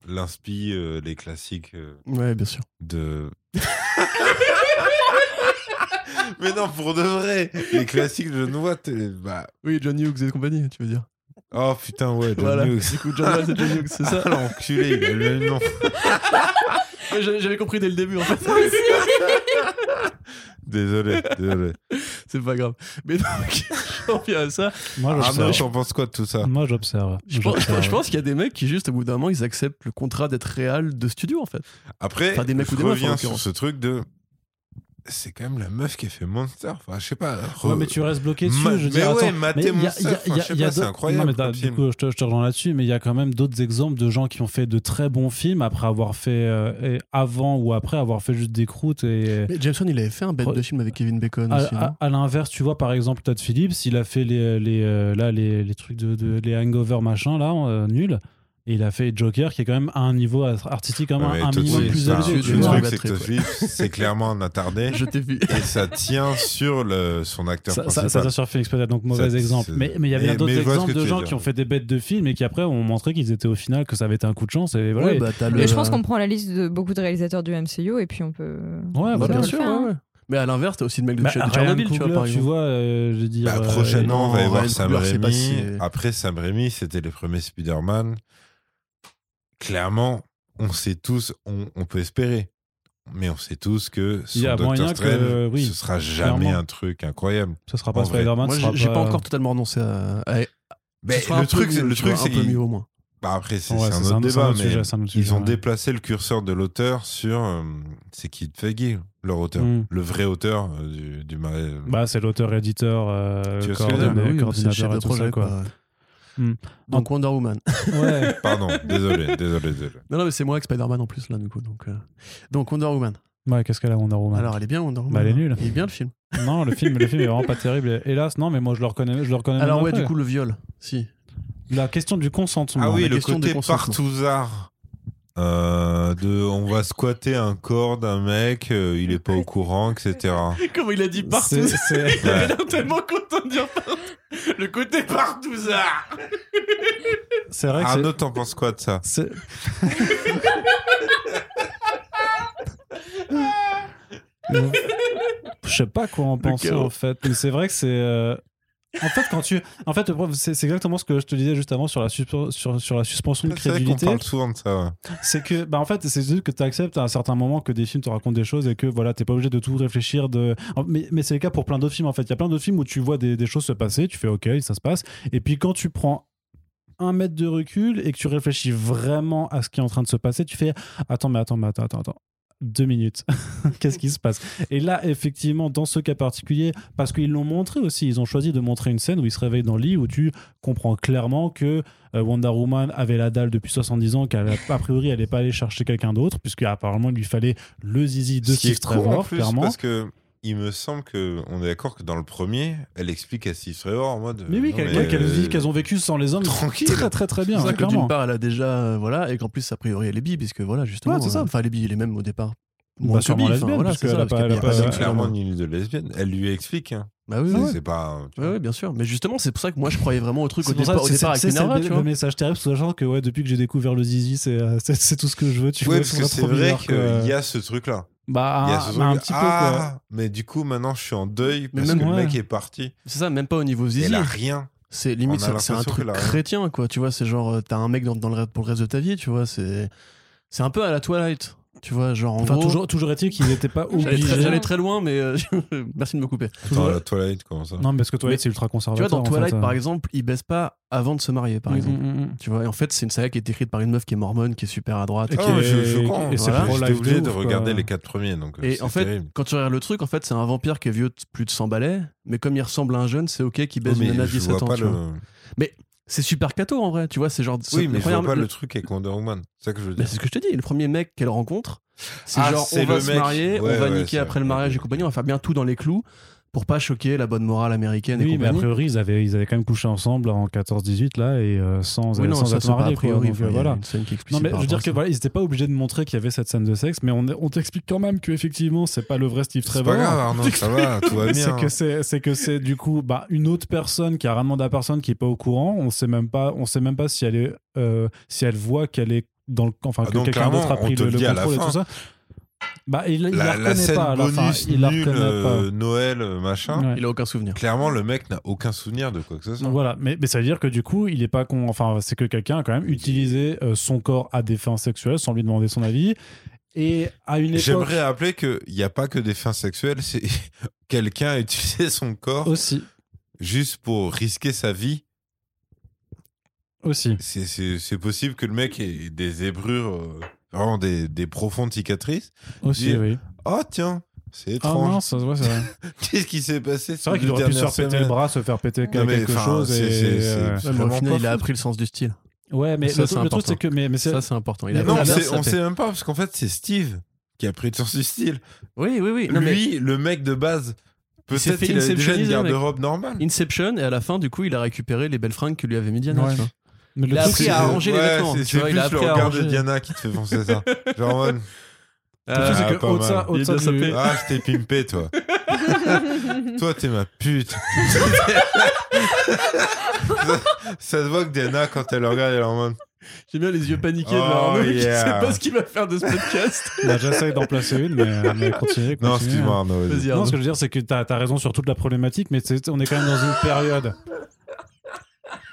S3: l'inspi, euh, les classiques euh,
S2: Ouais, bien sûr.
S3: de. mais non, pour de vrai, les classiques de John Watts, euh, bah.
S2: Oui, John Hughes et compagnie, tu veux dire.
S3: Oh putain, ouais, John
S2: Voilà.
S3: Hughes.
S2: Du coup, John Watt et John Hughes, c'est ça.
S3: Ah, l'enculé, il a le même nom.
S2: Ouais, J'avais j'avais compris dès le début, en fait.
S3: Désolé, désolé.
S2: C'est pas grave. Mais donc, j'en viens à ça.
S1: Moi,
S3: Ah, non,
S1: j'observe.
S3: j'en pense quoi de tout ça
S1: Moi, j'observe.
S2: Je pense, je
S1: J'observe.
S2: pense- je pense qu'il y a des mecs qui, juste au bout d'un moment, ils acceptent le contrat d'être réel de studio, en fait.
S3: Après,
S2: Enfin, des mecs
S3: je
S2: ou des meufs, en
S3: reviens sur
S2: l'occurrence.
S3: ce truc de. C'est quand même la meuf qui a fait Monster. Enfin, je sais pas. re-
S1: Ouais, mais tu restes bloqué dessus.
S3: Ma-
S1: je veux
S3: mais
S1: dire,
S3: ouais,
S1: attends,
S3: mater
S1: mais il y a-
S3: mon
S1: il y a-
S3: surf,
S1: il y a-
S3: je sais
S1: il y a
S3: pas, c'est
S1: d'autres-
S3: incroyable,
S1: Non, mais t'as-
S3: comme
S1: du
S3: film.
S1: coup, je te, je te rejoins là-dessus, mais il y a quand même d'autres exemples de gens qui ont fait de très bons films après avoir fait, euh, et avant ou après avoir fait juste des croûtes. Et,
S2: Mais Jameson, il avait fait un bête
S1: Pro-
S2: de film avec Kevin Bacon
S1: à,
S2: aussi. non
S1: à- à l'inverse, tu vois, par exemple, Todd Phillips, il a fait les, les, euh, là, les, les trucs de, de- les hangover machin, là, euh, nul. Et il a fait Joker, qui est quand même à un niveau art- artistique, quand même
S3: Ouais,
S1: un
S3: tout de
S1: minimum
S3: suite,
S1: plus
S3: enfin,
S1: élevé.
S2: tu
S1: tu
S3: Le
S2: vois.
S3: truc,
S2: Ouais,
S3: c'est que
S2: batterie,
S3: Todd Phillips, c'est clairement un attardé.
S2: Je t'ai vu.
S3: Et ça tient sur le, son acteur
S1: Ça, ça,
S3: principal.
S1: ça tient sur Phoenix peut-être, donc mauvais
S3: Ça,
S1: exemple.
S3: c'est-
S1: Mais mais il y avait
S3: mais-
S1: bien d'autres
S3: mais je vois ce
S1: exemples
S3: que
S1: de
S3: tu veux
S1: gens
S3: dire.
S1: qui ont fait des bêtes de films et qui après ont montré qu'ils étaient au final que ça avait été un coup de chance. Et voilà.
S2: Ouais,
S1: Et-
S2: bah, t'as
S4: Mais
S2: le-
S4: je pense qu'on prend la liste de beaucoup de réalisateurs du MCU et puis on peut.
S1: Ouais,
S2: Bah,
S1: voilà.
S2: bien
S4: le
S2: sûr,
S4: faire,
S2: ouais,
S4: hein.
S2: ouais. Mais à l'inverse, t'as aussi le mec de
S1: Bah,
S2: chez
S1: Ryan
S2: Tchernobyl, tu vois,
S1: Coogler,
S2: par
S1: tu
S2: exemple.
S1: vois, euh, je veux dire.
S3: Bah,
S1: euh,
S3: prochainement, on va y
S2: non,
S3: voir
S2: Ryan
S3: Sam
S2: Coogler, c'est pas
S3: Raimi.
S2: si-
S3: Après Sam Raimi, c'était les premiers Spider-Man. Clairement, on sait tous, on, on peut espérer. Mais on sait tous que son
S1: Il y a
S3: Doctor
S1: moyen que,
S3: Strange,
S1: euh, oui,
S3: ce sera jamais
S1: clairement.
S3: un truc incroyable.
S1: ce sera
S3: En
S1: pas
S3: vrai.
S1: Spider-Man.
S2: Moi,
S1: ce
S2: j'ai
S1: sera
S2: j'ai pas euh, encore totalement renoncé à. à-
S3: Mais
S2: ce sera un
S3: Ben, le
S2: peu
S3: truc,
S2: mieux,
S3: c'est- le
S2: tu
S3: truc,
S2: vois,
S3: c'est
S2: un peu
S3: qu'ils-
S2: mieux au moins.
S3: bah, après, c'est
S1: Ouais,
S3: c'est un autre
S1: c'est
S3: débat, mais
S1: sujet, c'est un autre
S3: ils
S1: sujet,
S3: ont
S1: ouais.
S3: déplacé le curseur de l'auteur sur euh, c'est qui Feige, leur auteur,
S1: Mm.
S3: le vrai auteur euh, du, du ma- euh,
S1: Bah, c'est l'auteur-éditeur, euh,
S3: Tu vois ce que je veux dire
S1: coordonné-
S2: Oui, mais c'est le chef
S1: coordinateur
S2: de
S1: et tout
S2: projet,
S1: ça,
S2: quoi.
S1: quoi. Hmm.
S2: Donc Wonder Woman.
S1: Ouais.
S3: Pardon, désolé, désolé, désolé.
S2: Non, non, mais c'est moi avec Spider-Man en plus, là, du coup. Donc, euh, donc Wonder Woman.
S1: Ouais, qu'est-ce qu'elle a Wonder Woman
S2: Alors, elle est bien, Wonder Woman. hein.
S1: Bah, elle est nulle.
S2: Il est bien, le film.
S1: Non, le film, le film est vraiment pas terrible. Hélas, non, mais moi je le reconnais, je le reconnais.
S2: Alors,
S1: même
S2: ouais,
S1: après.
S2: du coup, le viol. Si.
S1: la question du consentement.
S3: Ah oui,
S2: la
S3: le
S2: question
S3: côté
S2: des consentements.
S3: partouzard. Euh, de on va squatter un corps d'un mec, euh, il est pas au courant, etc.
S2: Comment il a dit partout
S1: C'est- c'est-
S2: Il
S3: Ouais.
S2: avait l'air tellement content de dire partout. Le côté partout, ça
S1: C'est vrai que c'est-
S3: Arnaud, t'en penses quoi de ça
S1: c'est. Je sais pas quoi en penser
S2: chaos.
S1: en fait, mais c'est vrai que c'est. euh, En fait, quand tu. En fait, le problème, c'est c'est exactement ce que je te disais juste avant sur la, suspe- sur, sur la suspension de
S3: C'est vrai qu'on
S1: crédulité.
S3: parle souvent de ça. ouais.
S1: C'est que, bah en fait, c'est juste que tu acceptes à un certain moment que des films te racontent des choses et que voilà, t'es pas obligé de tout réfléchir. De... en- Mais, mais c'est le cas pour plein d'autres films en fait. Il y a plein d'autres films où tu vois des, des choses se passer, tu fais ok, ça se passe. Et puis quand tu prends un mètre de recul et que tu réfléchis vraiment à ce qui est en train de se passer, tu fais attends, mais attends, mais attends, attends, attends. Deux minutes. Qu'est-ce qui se passe Et là, effectivement, dans ce cas particulier, parce qu'ils l'ont montré aussi, ils ont choisi de montrer une scène où ils se réveillent dans le lit, où tu comprends clairement que euh, Wonder Woman avait la dalle depuis 70 ans, qu'elle a a priori elle n'est pas allée chercher quelqu'un d'autre, puisque apparemment il lui fallait le zizi de
S3: Ce qui
S1: Steve
S3: est cool en
S1: Trevor,
S3: plus,
S1: clairement.
S3: parce que il me semble que on est d'accord que dans le premier, elle explique à Steve Trevor en mode.
S1: Mais oui,
S3: non,
S1: qu'elle
S3: mais,
S1: ouais, qu'elle
S3: euh,
S1: vit qu'elles ont vécu sans les hommes
S3: Tranquille.
S1: très très très bien,
S2: C'est
S1: hein,
S2: ça que d'une
S1: clairement.
S2: part, elle a déjà. euh, voilà, et qu'en plus, a priori, elle est bi, puisque voilà, justement.
S1: Ouais, c'est ça.
S2: euh, Enfin, elle est bi, elle est même au départ.
S1: Bah,
S2: Moins que
S1: sûrement
S2: bi,
S1: lesbienne,
S2: enfin, voilà,
S1: parce
S2: c'est
S1: qu'elle
S2: ça,
S1: a pas-
S2: parce
S1: elle a
S2: qu'il y
S1: pas-
S2: pas
S3: C'est
S1: euh,
S3: clairement une île de lesbienne. Elle lui explique. hein.
S2: Bah oui,
S3: C'est-
S2: oui.
S3: C'est pas. tu
S2: Ouais,
S3: vois.
S2: ouais, bien sûr. Mais justement, c'est pour ça que moi, je croyais vraiment au truc au
S1: C'est pour ça
S2: départ,
S1: que
S2: au
S1: c'est-
S2: départ
S1: c'est-
S2: avec
S1: c'est le-
S2: Minerva, tu
S1: le
S2: vois.
S1: message terrible, sachant que ouais, depuis que j'ai découvert le zizi, c'est euh, c'est- c'est tout ce que je veux. Tu vois,
S3: Ouais, parce
S1: ça
S3: que
S1: va
S3: c'est
S1: trop
S3: vrai
S1: bizarre, quoi.
S3: qu'il y a ce truc-là.
S1: Bah,
S3: Il y a
S1: un-
S3: ce
S1: bah, un
S3: truc-
S1: petit peu quoi.
S3: Ah, mais du coup, maintenant, je suis en deuil parce
S2: même
S3: que le
S1: ouais.
S3: mec est parti.
S2: C'est ça, même pas au niveau
S3: Et
S2: zizi.
S3: elle a rien.
S2: C'est limite,
S3: On a
S2: c'est- c'est un
S3: l'impression hein.
S2: truc
S3: qu'elle a rien.
S2: chrétien, quoi. Tu vois, c'est genre, euh, t'as un mec dans, dans le, reste- pour le reste de ta vie, tu vois. C'est c'est un peu à la Twilight, tu vois. Genre, en
S1: Enfin,
S2: gros,
S1: toujours, toujours est-il qu'ils n'étaient pas
S2: j'allais
S1: obligés.
S2: très, j'allais très loin, mais euh, merci de me couper.
S3: Attends,
S1: toujours-
S3: la toilette, comment ça
S1: Non, mais parce que
S2: Mais-
S1: Twilight, c'est ultra
S2: Tu vois,
S1: conservateur.
S2: dans
S1: en fait,
S2: Twilight,
S1: euh.
S2: par exemple, ils baissent pas avant de se marier, par
S1: Mm,
S2: exemple.
S1: mm, mm.
S2: Tu vois, et en fait, c'est une saga qui est écrite par une meuf qui est mormone, qui est super à droite.
S1: Et
S3: Ah,
S1: qui
S3: mais
S1: est-
S3: je hein. suis au courant.
S1: et c'est
S3: Voilà.
S1: pro
S3: J'étais
S1: life
S3: obligé
S1: de
S3: de
S1: ouf,
S3: regarder
S1: quoi.
S3: les quatre premiers. Donc,
S2: Et en fait,
S3: Euh, terrible.
S2: quand tu regardes le truc, en fait, c'est un vampire
S1: bah,
S2: qui est vieux de plus de 100 balais, mais comme il ressemble à un jeune, c'est ok qu'il baise
S3: mais
S2: une nana de
S3: je
S2: 17
S3: vois
S2: ans.
S3: pas
S2: tu
S3: le.
S2: vois. Mais C'est super cato en vrai, tu vois, c'est genre.
S3: Oui,
S2: ce-
S3: mais je
S2: première-
S3: vois pas le truc avec Wonder Woman. C'est ça que je veux
S2: Mais
S3: dire.
S2: c'est ce que je te dis, le premier mec qu'elle rencontre, c'est
S3: Ah,
S2: genre
S3: c'est
S2: on va
S3: le
S2: se
S3: mec.
S2: marier,
S3: Ouais,
S2: on va
S3: ouais,
S2: niquer
S3: c'est
S2: après le
S3: vrai.
S2: mariage et compagnie, on va faire bien tout dans les clous pour pas choquer la bonne morale américaine et
S1: Oui, mais a
S2: compagnie.
S1: priori, ils avaient, ils avaient quand même couché ensemble en 14-18, là, et euh, sans,
S2: oui, non,
S1: sans
S2: ça
S1: être
S2: c'est pas a
S1: mariés. quoi.
S2: priori.
S1: Donc,
S2: enfin,
S1: euh,
S2: il y a
S1: voilà.
S2: une scène qui explique
S1: Non, mais
S2: par
S1: je veux
S2: rapport
S1: dire
S2: à
S1: que
S2: ça.
S1: voilà, ils n'étaient pas obligés de montrer qu'il y avait cette scène de sexe, mais on, on t'explique quand même qu'effectivement, c'est pas le vrai Steve
S3: C'est
S1: Trevor.
S3: pas grave, Arnaud, ça va, tout va
S1: hein. C'est
S3: bien. hein.
S1: que c'est, c'est que c'est du coup bah, une autre personne qui a rien demandé à personne qui est pas au courant. On sait même pas, on sait même pas si elle est, euh, si elle voit qu'elle est dans le, enfin
S3: Ah,
S1: que
S3: donc,
S1: quelqu'un d'autre a
S3: clairement, on
S1: pris
S3: te
S1: le,
S3: le
S1: le
S3: dit à la
S1: contrôle et
S3: fin.
S1: tout ça. Bah, il, il la,
S3: La, la
S1: reconnaît
S3: scène
S1: pas à la fin.
S3: bonus
S1: Il la
S3: nulle,
S1: reconnaît
S3: euh, Noël, euh,
S1: pas.
S3: machin.
S1: Ouais.
S2: Il a aucun souvenir.
S3: Clairement, le mec n'a aucun souvenir de quoi que ce soit.
S1: Donc voilà, mais, mais ça veut dire que du coup, il est pas con. Enfin, c'est que quelqu'un a quand même utilisé euh, son corps à des fins sexuelles sans lui demander son avis. Et à une époque
S3: J'aimerais rappeler qu'il n'y a pas que des fins sexuelles, c'est quelqu'un a utilisé son corps
S1: aussi,
S3: juste pour risquer sa vie.
S1: aussi.
S3: C'est- C'est c'est possible que le mec ait des zébrures, euh, vraiment des, des profondes cicatrices.
S1: Aussi,
S3: Dire-
S1: oui.
S3: Oh tiens, c'est
S1: Ah
S3: étrange.
S1: mince, ouais, c'est vrai.
S3: Qu'est-ce qui s'est passé
S1: C'est vrai
S3: ces
S1: qu'il
S3: deux
S1: aurait pu se faire
S3: dernières
S1: péter le
S3: semaines
S1: bras, se faire péter
S3: Non, mais,
S1: quelque
S3: enfin,
S1: chose.
S3: c'est-
S1: et,
S3: c'est- c'est-
S1: euh,
S3: c'est
S2: Ouais, mais au
S3: vraiment
S2: final,
S3: pas
S2: il a
S3: fou.
S2: appris le sens du style.
S1: Ouais, mais
S2: Ça,
S1: le,
S2: c'est
S1: truc- le truc,
S2: important.
S1: c'est que. Mais, mais c'est-
S2: Ça, c'est important. Il a
S1: Mais
S3: Non,
S2: appris
S1: c'est-
S2: à
S3: c'est-
S2: faire sa
S3: on
S2: tête.
S3: sait même pas, parce qu'en fait, c'est Steve qui a pris le sens du style.
S2: Oui, oui, oui. Non, mais-
S3: Lui, le mec de base,
S2: s'est
S3: peut-être
S2: fait
S3: il avait déjà une
S2: inceptioniser, le mec.
S3: garde-robe normale.
S2: Inception et à la fin du coup il a récupéré les belles fringues que lui avait mis Diana
S1: Ouais.
S2: tu vois.
S1: mais le
S2: Il a
S1: truc,
S2: appris
S1: c'est-
S2: à arranger les
S3: ouais,
S2: vêtements,
S3: c'est-
S2: tu
S3: C'est
S2: vois, il
S3: plus
S2: a
S3: le
S2: appris à
S3: regard de
S2: arranger.
S3: Diana qui te fait penser ça. Genre, en mode,
S1: le truc, c'est
S3: Ah,
S1: que
S3: pas
S1: au-delà
S3: mal.
S1: au-delà
S2: Il doit
S1: du-
S2: s'appeler-
S3: ah, je t'ai pimpé, toi. toi, t'es ma pute. ça, ça te voit que Diana, quand elle regarde, elle est en mode.
S2: J'ai bien les yeux paniqués
S3: Oh,
S2: de Arnaud qui
S3: yeah.
S2: sait pas ce qu'il va faire de ce podcast.
S1: Bah, J'essaye d'en placer une, mais, mais hein. continuez.
S3: Non,
S1: continuez.
S3: excuse-moi, Arnaud. vas-y.
S2: Vas-y
S1: Non,
S2: Arnaud.
S1: ce que je veux dire, c'est que t'as as raison sur toute la problématique, mais c'est- on est quand même dans une période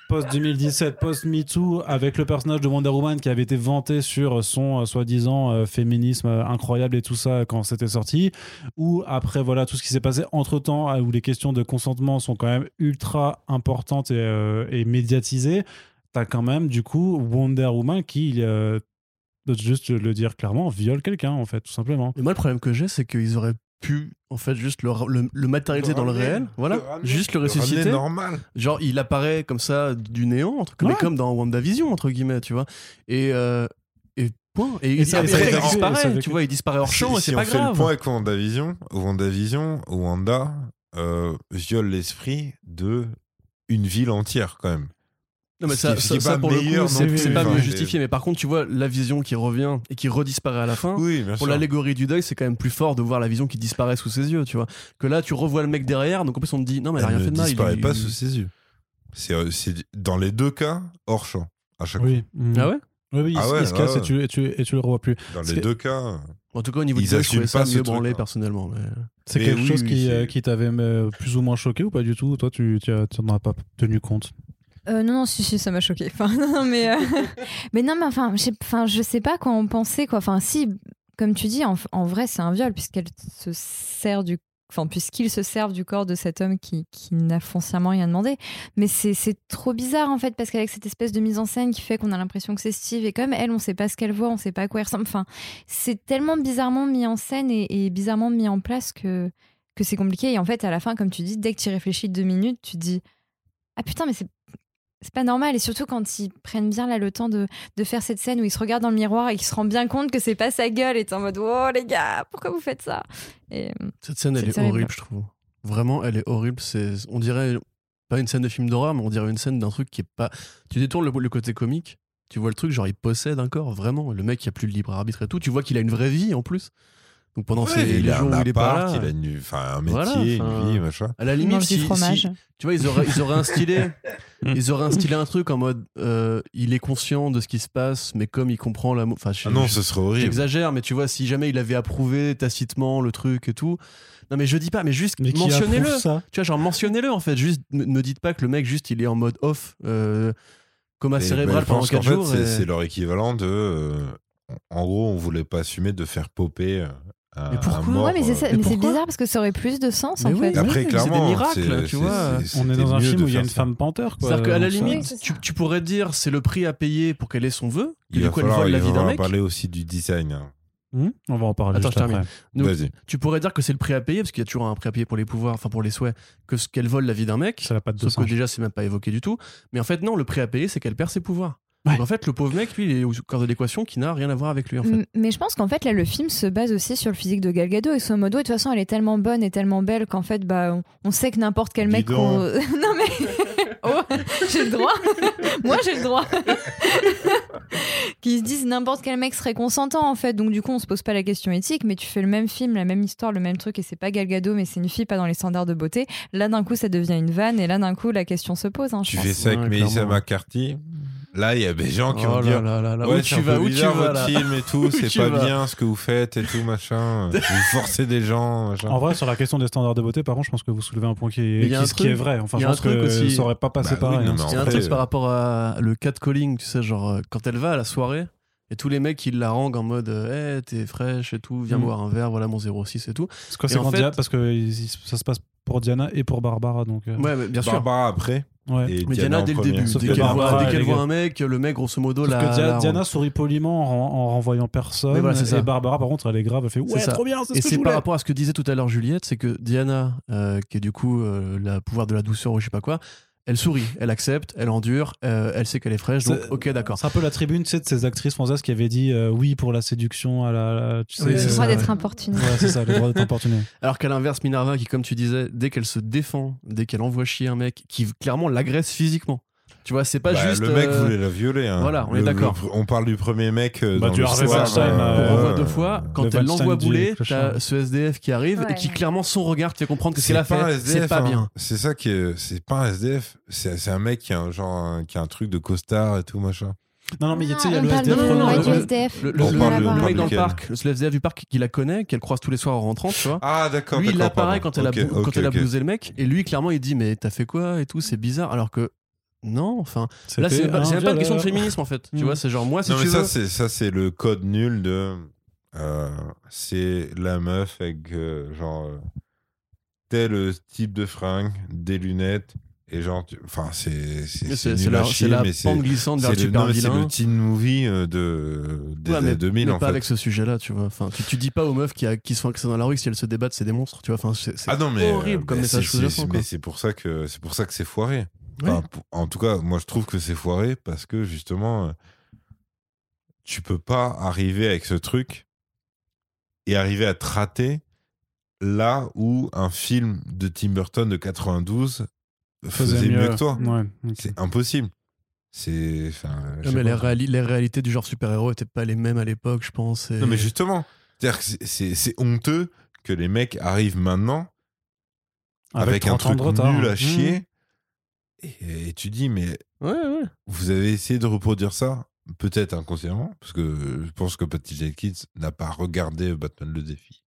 S1: post-2017, post-MeToo, avec le personnage de Wonder Woman qui avait été vanté sur son euh, soi-disant euh, féminisme euh, incroyable et tout ça euh, quand c'était sorti, ou après voilà tout ce qui s'est passé entre-temps, euh, où les questions de consentement sont quand même ultra importantes et, euh, et médiatisées, t'as quand même du coup Wonder Woman qui... euh, juste le dire clairement, viole quelqu'un en fait, tout simplement.
S2: Et moi le problème que j'ai c'est qu'ils auraient pu en fait juste le, le- le matérialiser
S3: Le
S2: dans le
S3: ramener,
S2: réel, voilà,
S3: le ramener,
S2: juste le
S3: C'est
S2: ressusciter.
S3: normal.
S2: Genre il apparaît comme ça du néant, entre, mais
S1: Ouais.
S2: comme dans WandaVision entre guillemets, tu vois. Et euh, et point. Et,
S1: Et ça-
S2: après,
S3: et ça
S2: il
S3: vécu,
S1: et ça
S2: disparaît,
S1: vécu.
S2: tu vois, il disparaît hors champ et
S3: si
S2: c'est
S3: si
S2: pas
S3: on fait le point
S2: grave.
S3: avec WandaVision, WandaVision, Wanda euh, viole l'esprit de une ville entière, quand même.
S2: Non, mais
S3: Ce
S2: ça,
S3: qui- ce
S2: ça-
S3: qui est
S2: ça,
S3: pas
S2: pour le
S3: meilleur
S2: coup,
S3: non
S2: c'est
S1: plus,
S2: c'est pas
S1: enfin,
S2: mieux
S1: mais-
S2: justifié. Mais par contre, tu vois, la vision qui revient et qui redisparaît à la fin.
S3: Oui, bien
S2: Hein Pour
S3: sûr.
S2: l'allégorie du deuil, c'est quand même plus fort de voir la vision qui disparaît sous ses yeux, tu vois. Que là, tu revois le mec derrière, donc en plus on te dit non, mais elle a rien
S3: Elle
S2: fait de
S3: ne
S2: mal.
S3: disparaît
S2: il-
S3: pas
S2: il-
S3: sous ses yeux. C'est euh, c'est- dans les deux cas hors champ. À chaque
S1: Oui. Mm.
S2: Ah ouais
S1: Oui, oui,
S3: Ah
S1: il, se-
S3: ouais,
S1: il se
S3: ouais,
S1: casse
S3: ouais.
S1: Et, tu, et, tu, et tu le revois plus.
S3: Dans
S1: Parce
S3: les
S1: que-
S3: deux cas. hein.
S2: En tout cas, au niveau
S3: Ils
S2: du deuil, je trouvais
S3: assument
S2: ça
S3: pas
S2: mieux
S3: ce
S2: branlé
S3: truc-là.
S2: personnellement. mais-
S1: C'est
S3: Mais
S1: quelque
S3: oui,
S1: chose
S3: oui,
S1: qui,
S3: c'est-
S1: euh, qui t'avait euh, plus ou moins choqué ou pas du tout Toi, tu tu as- tu n'en as pas tenu compte.
S4: Euh, non, non, si, si, ça m'a choqué. Enfin, non, non, mais, euh, mais non, mais enfin, je sais, enfin, je sais pas quoi en penser, quoi. Enfin, si, comme tu dis, en, en vrai, c'est un viol, puisqu'elle se sert du. Enfin, puisqu'ils se servent du corps de cet homme qui, qui n'a foncièrement rien demandé. Mais c'est c'est trop bizarre, en fait, parce qu'avec cette espèce de mise en scène qui fait qu'on a l'impression que c'est Steve, et comme elle, on sait pas ce qu'elle voit, on sait pas à quoi elle ressemble. Enfin, c'est tellement bizarrement mis en scène et, et bizarrement mis en place que, que c'est compliqué. Et en fait, à la fin, comme tu dis, dès que tu y réfléchis deux minutes, tu te dis Ah putain, mais c'est c'est pas normal. Et surtout quand ils prennent bien là le temps de, de faire cette scène où ils se regardent dans le miroir et qu'ils se rendent bien compte que c'est pas sa gueule et t'es en mode Oh les gars, pourquoi vous faites ça et, euh,
S2: Cette scène,
S4: C'est
S2: elle est
S4: terrible.
S2: horrible, je trouve. Vraiment, elle est horrible. C'est, on dirait pas une scène de film d'horreur, mais on dirait une scène d'un truc qui est pas. Tu détournes le, le côté comique. Tu vois le truc, genre il possède un corps, vraiment. Le mec, il a plus le libre arbitre et tout. Tu vois qu'il a une vraie vie en plus. Donc pendant
S3: Ouais,
S2: ces les
S3: il a
S2: jours
S3: un
S2: où il est pas
S3: appart,
S2: là,
S3: il a une- enfin, un
S2: Voilà,
S3: métier,
S2: enfin,
S3: une vie, machin.
S2: à la
S4: Il
S2: limite,
S4: mange du
S2: si- si-
S4: fromage.
S2: Tu vois, ils auraient, ils auraient instillé, ils auraient instillé un truc en mode, euh, il est conscient de ce qui se passe, mais comme il comprend l'amour, enfin, je-
S3: Ah non,
S2: je-
S3: ce serait horrible.
S2: j'exagère, mais tu vois, si jamais il avait approuvé tacitement le truc et tout, non mais je dis pas, mais juste
S1: Mais qui
S2: mentionnez-le.
S1: approuve ça
S2: Tu vois, genre mentionnez-le en fait. Juste, ne, ne dites pas que le mec juste il est en mode off, euh, coma
S3: Et, bah,
S2: cérébral
S3: je
S2: pendant
S3: pense
S2: 4
S3: qu'en fait,
S2: jours. euh.
S3: c'est
S2: et-
S3: c'est leur équivalent de. euh, en gros, on voulait pas assumer de faire popper euh, un,
S2: Mais pourquoi
S3: un mort.
S4: Ouais, mais c'est ça-
S3: euh,
S2: mais
S4: mais c'est
S2: pourquoi
S4: bizarre parce que ça aurait plus de sens
S2: Mais
S4: en
S2: oui. Ah
S4: fait.
S3: Après,
S2: mais
S3: clairement,
S2: c'est des miracles,
S3: c'est-
S2: tu
S3: c'est-
S2: vois.
S3: c'est-
S1: On est
S3: c'était
S1: dans un
S3: mieux
S1: film
S3: de
S1: où il y a
S3: faire
S1: une
S3: ça.
S1: femme panthère. quoi.
S2: C'est-à-dire qu'à la
S1: Ça-
S4: Oui,
S2: limite,
S4: c'est
S2: tu,
S4: ça.
S2: tu pourrais dire c'est le prix à payer pour qu'elle ait son vœu, et
S3: Il
S2: du
S3: va
S2: coup elle vole
S3: falloir,
S2: la vie
S3: il va
S2: d'un
S3: falloir
S2: mec.
S3: parler aussi du design. hein.
S1: Hmm on va en parler
S2: Attends,
S1: juste
S2: je termine.
S1: après.
S2: Donc,
S3: Vas-y.
S2: Tu pourrais dire que c'est le prix à payer, parce qu'il y a toujours un prix à payer pour les pouvoirs, enfin pour les souhaits, que ce qu'elle vole la vie d'un mec.
S1: C'est la patte de
S2: Sauf que
S1: singe.
S2: déjà, c'est même pas évoqué du tout. Mais en fait, non, le prix à payer, c'est qu'elle perd ses pouvoirs.
S1: Ouais.
S2: Donc en fait, le pauvre mec, lui, il est au corps de l'équation qui n'a rien à voir avec lui. En fait.
S4: M- Mais je pense qu'en fait, là, le film se base aussi sur le physique de Gal Gadot. Et son modo, et de toute façon, elle est tellement bonne et tellement belle qu'en fait, bah, on, on sait que n'importe quel
S3: Dis
S4: mec.
S3: donc.
S4: qu'on- non, mais. oh, j'ai le droit. Moi, j'ai le droit. Qu'ils se disent n'importe quel mec serait consentant, en fait. Donc, du coup, on se pose pas la question éthique, mais tu fais le même film, la même histoire, le même truc, et c'est pas Gal Gadot, mais c'est une fille pas dans les standards de beauté. Là, d'un coup, ça devient une vanne, et là, d'un coup, la question se pose. hein, je
S3: Tu
S4: pense.
S3: fais ça avec
S2: Ouais,
S3: Melissa
S2: clairement.
S3: McCarthy. Là, il y a des gens qui vont
S2: Oh là
S3: dire
S2: là là là,
S3: Ouais,
S2: où
S3: c'est
S2: tu
S3: un
S2: vas,
S3: peu
S2: où tu
S3: bizarre,
S2: vas
S3: votre
S2: là
S3: film et tout,
S2: Où
S3: c'est
S2: tu
S3: pas
S2: vas
S3: bien ce que vous faites et tout, machin. vous forcez des gens, machin.
S2: Ah,
S1: En vrai, sur la question des standards de beauté, par contre, je pense que vous soulevez un point qui est,
S2: Mais il y a
S1: qui-
S2: un
S1: ce
S2: truc-
S1: qui est vrai. Enfin,
S2: il y
S1: je
S2: a un
S1: pense que
S2: truc aussi-
S1: ça aurait pas passé
S3: Bah oui,
S1: pareil.
S3: non,
S1: hein.
S3: mais en
S2: Il y a un
S3: vrai,
S2: truc
S3: euh,
S2: par rapport à le catcalling, tu sais, genre euh, quand elle va à la soirée et tous les mecs qui la ranguent en mode euh, Eh, t'es fraîche et tout, viens
S1: Mm.
S2: boire un verre, voilà mon 06 et tout.
S1: Parce que
S2: Et
S1: c'est
S2: en
S1: quand
S2: fait-
S1: Dia- parce que il- il- ça se passe pour Diana et pour Barbara, donc. euh,
S2: Ouais, mais bien sûr.
S3: Barbara après.
S1: ouais.
S3: Et
S2: Mais Diana,
S3: en
S2: dès le
S3: premier.
S2: début,
S1: Sauf
S2: dès
S1: que
S2: qu'elle voit,
S1: Barbara,
S2: dès qu'elle
S1: les
S2: voit
S1: gars.
S2: un mec, le mec, grosso modo,
S1: Sauf
S2: la.
S1: que Dia-
S2: la-
S1: Diana sourit poliment en, en renvoyant personne.
S2: Mais voilà, c'est
S1: et
S2: ça.
S1: Barbara, par contre, elle est grave. Elle fait Ouais,
S2: ça.
S1: trop bien, c'est
S2: Et
S1: ce que
S2: c'est
S1: je
S2: par
S1: voulais.
S2: rapport à ce que disait tout à l'heure Juliette, c'est que Diana, euh, qui est du coup euh, la pouvoir de la douceur ou je sais pas quoi, elle sourit, elle accepte, elle endure, euh, elle sait qu'elle est fraîche, donc
S1: C'est-
S2: ok, d'accord.
S1: C'est un peu la tribune, tu sais, de ces actrices françaises qui avaient dit euh, oui pour la séduction à la. la- tu sais,
S2: Oui,
S4: Le
S2: c'est
S4: droit
S2: ça,
S4: d'être
S2: ouais.
S4: importuné.
S1: Ouais, c'est ça, le droit d'être importuné.
S2: Alors qu'à l'inverse, Minerva, qui, comme tu disais, dès qu'elle se défend, dès qu'elle envoie chier un mec, qui clairement l'agresse physiquement. Tu vois, c'est pas
S3: Bah,
S2: juste.
S3: le mec
S2: euh,
S3: voulait la violer. hein.
S2: voilà, on est
S3: Le-
S2: d'accord.
S3: le- On parle du premier mec. euh,
S1: Bah,
S3: dans
S1: du
S3: le
S1: Harvey
S3: soir,
S1: Weinstein,
S2: On
S1: euh,
S3: euh,
S2: revoit deux fois, quand
S1: le
S2: elle l'envoie
S1: Weinstein du
S2: bouler,
S1: clochard.
S2: t'as ce SDF qui arrive
S4: Ouais.
S2: et qui clairement son regard te fait comprendre que c'est
S3: C'est
S2: la
S3: pas un
S2: fête,
S3: SDF.
S2: c'est pas
S3: hein.
S2: bien.
S3: C'est ça qui est. C'est pas un SDF. C'est c'est un mec qui a un genre un- qui a un truc de costard et tout machin.
S1: Non, non, mais il y a- tu sais, il y a
S4: Ah,
S1: le
S4: on parle
S1: SDF.
S4: de-
S2: non, non,
S4: ouais,
S1: le-
S4: du
S2: le-
S4: SDF.
S2: Le, le-
S3: On
S2: le-
S3: parle-
S2: le
S3: on parle
S2: mec dans le
S3: duquel
S2: parc, le SDF du parc qui la connaît, qu'elle croise tous les soirs en rentrant, tu vois.
S3: Ah d'accord.
S2: lui, il
S3: d'accord,
S2: apparaît
S3: pardon.
S2: quand elle a,
S3: Ok,
S2: bou- quand
S3: ok,
S2: elle a
S3: ok.
S2: blousé le mec, et lui, clairement, il dit Mais t'as fait quoi et tout, c'est bizarre. Alors que, non, enfin, là, c'est
S1: c'était
S2: pas, c'est
S1: un
S2: même pas une question de
S1: violeur.
S2: féminisme en fait. Tu
S1: Mm.
S2: vois, Ah, c'est genre, moi, si
S3: Hmm. non
S2: tu
S3: mais ça
S2: veux-
S3: c'est ça c'est le code nul de euh, c'est la meuf avec euh, genre euh, tel euh, type de fringue, des lunettes et genre tu- enfin c'est c'est
S2: Mais
S3: c'est
S2: c'est c'est
S3: nul à
S2: la,
S3: chier,
S2: c'est la
S3: mais c'est
S2: pente glissante vers
S3: c'est
S2: le
S3: le, non,
S2: super
S3: mais c'est
S2: vilain.
S3: le teen movie euh, de des
S2: Ouais,
S3: années 2000
S2: mais
S3: en
S2: pas
S3: fait.
S2: avec ce sujet-là, tu vois. Enfin, tu, tu dis pas aux meufs qui, a- qui se font agresser dans la rue que si elles se débattent, c'est des monstres, tu vois. Enfin, c'est c'est
S3: Ah non mais
S2: horrible comme
S3: mais
S2: message
S3: c'est- c'est-
S2: sous-jacent. quoi.
S3: mais c'est pour ça que c'est pour ça que c'est foiré.
S2: Ouais.
S3: Enfin, pour- en tout cas, moi je trouve que c'est foiré parce que justement, euh, tu peux pas arriver avec ce truc et arriver à trater là où un film de Tim Burton de 92 faisait, mieux que toi.
S1: Ouais, ok.
S3: C'est impossible. C'est. enfin, je
S2: Non,
S3: sais
S2: mais les,
S3: pas.
S2: réali- les réalités du genre super-héros étaient pas les mêmes à l'époque, je pense. et-
S3: Non, mais justement, c'est-à-dire que c'est- c'est c'est honteux que les mecs arrivent maintenant avec, un
S1: 30 ans
S3: truc
S1: de retard.
S3: nul à
S2: hein.
S1: Mmh.
S3: chier.
S2: Mmh.
S3: Et, et tu dis, mais
S2: Ouais, ouais.
S3: vous avez essayé de reproduire ça, peut-être inconsciemment, parce que je pense que Patty Jenkins n'a pas regardé Batman le défi.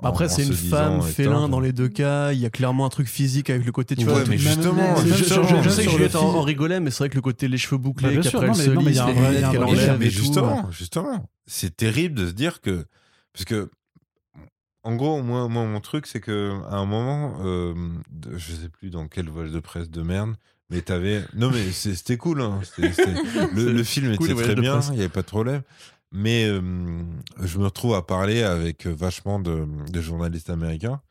S3: En-
S2: Bah Après,
S3: en
S2: c'est
S3: se
S2: une
S3: disant,
S2: femme
S3: putain,
S2: félin dans les deux cas. Il y a clairement un truc physique avec le côté, tu
S3: Ouais,
S2: vois.
S3: mais
S2: du-
S3: justement,
S2: Je, je- je-
S3: justement,
S2: je sais
S1: sur
S2: que
S1: le
S2: Juliette en,
S1: film-
S2: en rigolait, mais c'est vrai que le côté les cheveux
S1: Bah,
S2: bouclés,
S1: bien sûr,
S2: qu'après
S1: non,
S2: elle
S1: mais-
S2: se
S1: non, mais il y
S2: lisse,
S1: a un
S2: les
S1: vrai- il y
S2: lunettes
S1: a un
S2: qu'elle
S1: vrai-
S3: Mais,
S2: enlève
S3: mais
S2: et tout. hein.
S3: justement, justement, c'est terrible de se dire que. Parce que, en gros, moi, moi mon truc, c'est que à un moment, euh, de- je sais plus dans quelle voyage de presse de merde, mais t'avais. Non, mais c'est- c'était cool. hein, c'était- c'était- le, le film
S2: cool, les
S3: était
S2: voyages
S3: très
S2: de
S3: bien,
S2: presse.
S3: il n'y avait pas de problème. Mais euh, je me retrouve à parler avec vachement de, de journalistes américains.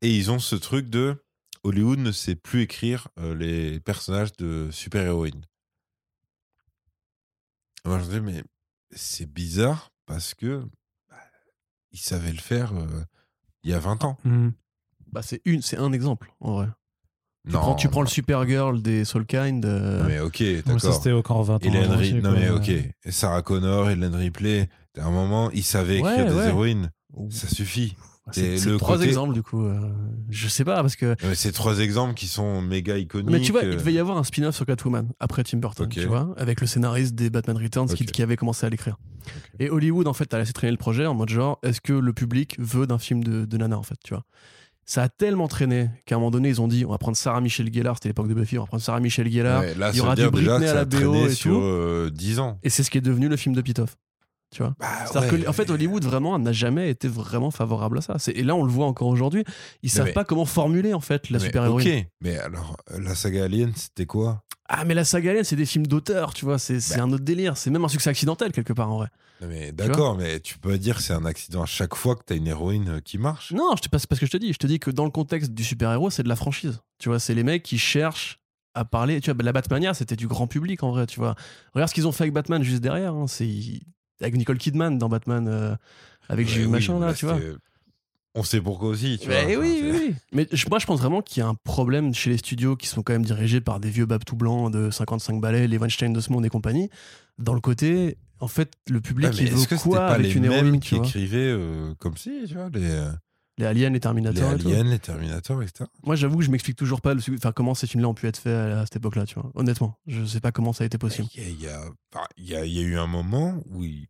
S3: Et ils ont ce truc de. Hollywood ne sait plus écrire euh, les personnages de super-héroïnes. Moi, je dis, mais c'est bizarre parce que bah, ils savaient le faire euh, il y a 20 ans.
S1: Mmh.
S2: Bah, c'est une, c'est un exemple en vrai. Tu
S3: non,
S2: prends, tu prends le
S3: non,
S2: Supergirl des Soulkind. euh,
S3: mais ok,
S1: Donc ça,
S3: d'accord.
S1: c'était encore 20 ans.
S3: Hélène
S1: avant
S3: Ri-
S1: aussi,
S3: non
S1: quoi.
S3: mais ok. Et Sarah Connor, Hélène Ripley, à un moment, ils savaient
S2: Ouais,
S3: écrire des
S2: ouais.
S3: héroïnes.
S2: ou-
S3: Ça suffit.
S2: Ah, C'est
S3: Et
S2: c'est
S3: le
S2: trois
S3: côté-
S2: exemples du coup. euh, je sais pas parce que.
S3: Euh, Ces trois exemples qui sont méga iconiques.
S2: Mais tu vois, il
S3: euh,
S2: devait y avoir un spin-off sur Catwoman après Tim Burton,
S3: Ok.
S2: tu vois, avec le scénariste des Batman Returns qui,
S3: Ok.
S2: qui avait commencé à l'écrire. Et Hollywood, en fait, a laissé traîner le projet en mode genre, est-ce que le public veut d'un film de, de nana, en fait, tu vois Ça a tellement traîné qu'à un moment donné, ils ont dit, on va prendre Sarah Michelle Gellar, c'était l'époque de Buffy, on va prendre Sarah Michelle Gellar.
S3: ouais, là,
S2: il y
S3: ça
S2: aura du
S3: veut dire déjà
S2: Britney
S3: que
S2: à
S3: ça
S2: la
S3: a
S2: BO
S3: traîné
S2: et
S3: sur
S2: tout.
S3: euh, 10 ans.
S2: Et c'est ce qui est devenu le film de Pitoff. Tu vois
S3: Bah
S2: C'est-à-dire
S3: ouais,
S2: que, en fait, Hollywood vraiment n'a jamais été vraiment favorable à ça. C'est- Et là, on le voit encore aujourd'hui. Ils savent
S3: mais-
S2: pas comment formuler en fait la
S3: mais
S2: super héroïne.
S3: Ok, mais alors, euh, la saga Alien, c'était quoi
S2: Ah, mais la saga Alien, c'est des films d'auteur, tu vois. C'est c'est
S3: Bah.
S2: un autre délire. C'est même un succès accidentel quelque part en vrai.
S3: Non, mais D'accord, mais tu peux pas dire que c'est un accident à chaque fois que t'as une héroïne euh, qui marche.
S2: Non, je te passe pas ce que je te dis. Je te dis que dans le contexte du super héros, c'est de la franchise. Tu vois, c'est les mecs qui cherchent à parler. Tu vois, bah, la Batmania, c'était du grand public en vrai. Tu vois, regarde ce qu'ils ont fait avec Batman juste derrière. hein. C'est avec Nicole Kidman dans Batman euh, avec
S3: Ouais,
S2: Gilles
S3: Bah oui,
S2: Machin
S3: mais
S2: là, tu vois.
S3: c'était- On sait pourquoi aussi, tu
S2: Mais
S3: vois.
S2: Ben oui,
S3: Enfin,
S2: oui, oui. Mais je- moi, je pense vraiment qu'il y a un problème chez les studios qui sont quand même dirigés par des vieux babes tout blancs de 55 balais, les Weinstein de ce monde et compagnie. Dans le côté, en fait, le public,
S3: Ouais, mais
S2: il
S3: est-ce
S2: veut
S3: que c'était
S2: quoi
S3: pas
S2: avec
S3: les
S2: une
S3: mêmes
S2: héroïne
S3: qui
S2: tu vois
S3: écrivaient euh, comme si, tu vois, les, euh,
S2: Les aliens, les
S3: les
S2: Terminators et tout.
S3: aliens, les Terminators, etc.
S2: Moi, j'avoue que je m'explique toujours pas le, su- enfin, comment ces films-là ont pu être faits à, à cette époque-là, tu vois. Honnêtement, je sais pas comment ça a été
S3: Mais
S2: possible.
S3: Il y, a- il y a- enfin, il y a- il y a eu un moment où il-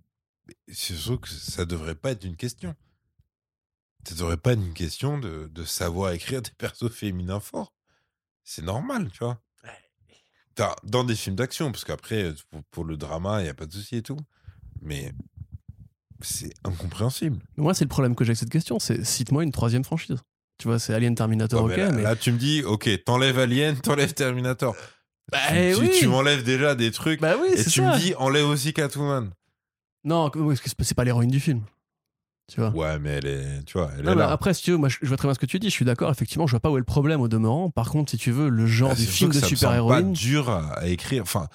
S3: c'est sûr que ça devrait pas être une question. Ça devrait pas être une question de, de savoir écrire des persos féminins forts. C'est normal, tu vois. Dans, dans des films d'action, parce qu'après, euh, pour, pour le drama, il n'y a pas de souci et tout. Mais c'est incompréhensible.
S2: Mais Moi, c'est le problème que j'ai avec cette question. C'est cite-moi une troisième franchise. Tu vois, c'est Alien Terminator,
S3: Non,
S2: ok,
S3: mais là,
S2: euh, mais.
S3: là, tu me dis, ok, t'enlèves Alien, t'enlèves Terminator.
S2: Bah,
S3: tu,
S2: eh
S3: tu-
S2: oui.
S3: tu m'enlèves déjà des trucs.
S2: Bah oui,
S3: et
S2: c'est
S3: tu
S2: ça.
S3: me dis, enlève aussi Catwoman.
S2: Non, que- parce que c'est pas l'héroïne du film. Tu
S1: Ah.
S2: vois.
S3: Ouais, mais elle est, tu vois, elle
S2: Non,
S3: est
S2: mais
S3: là.
S2: après, si tu veux, moi, je je vois très bien ce que tu dis. Je suis d'accord, effectivement, je vois pas où est le problème au demeurant. Par contre, si tu veux, le genre
S3: Ah,
S2: du
S3: c'est
S2: film de
S3: sûr que ça me semble
S2: super-héroïne.
S3: pas dur à, à écrire. Enfin,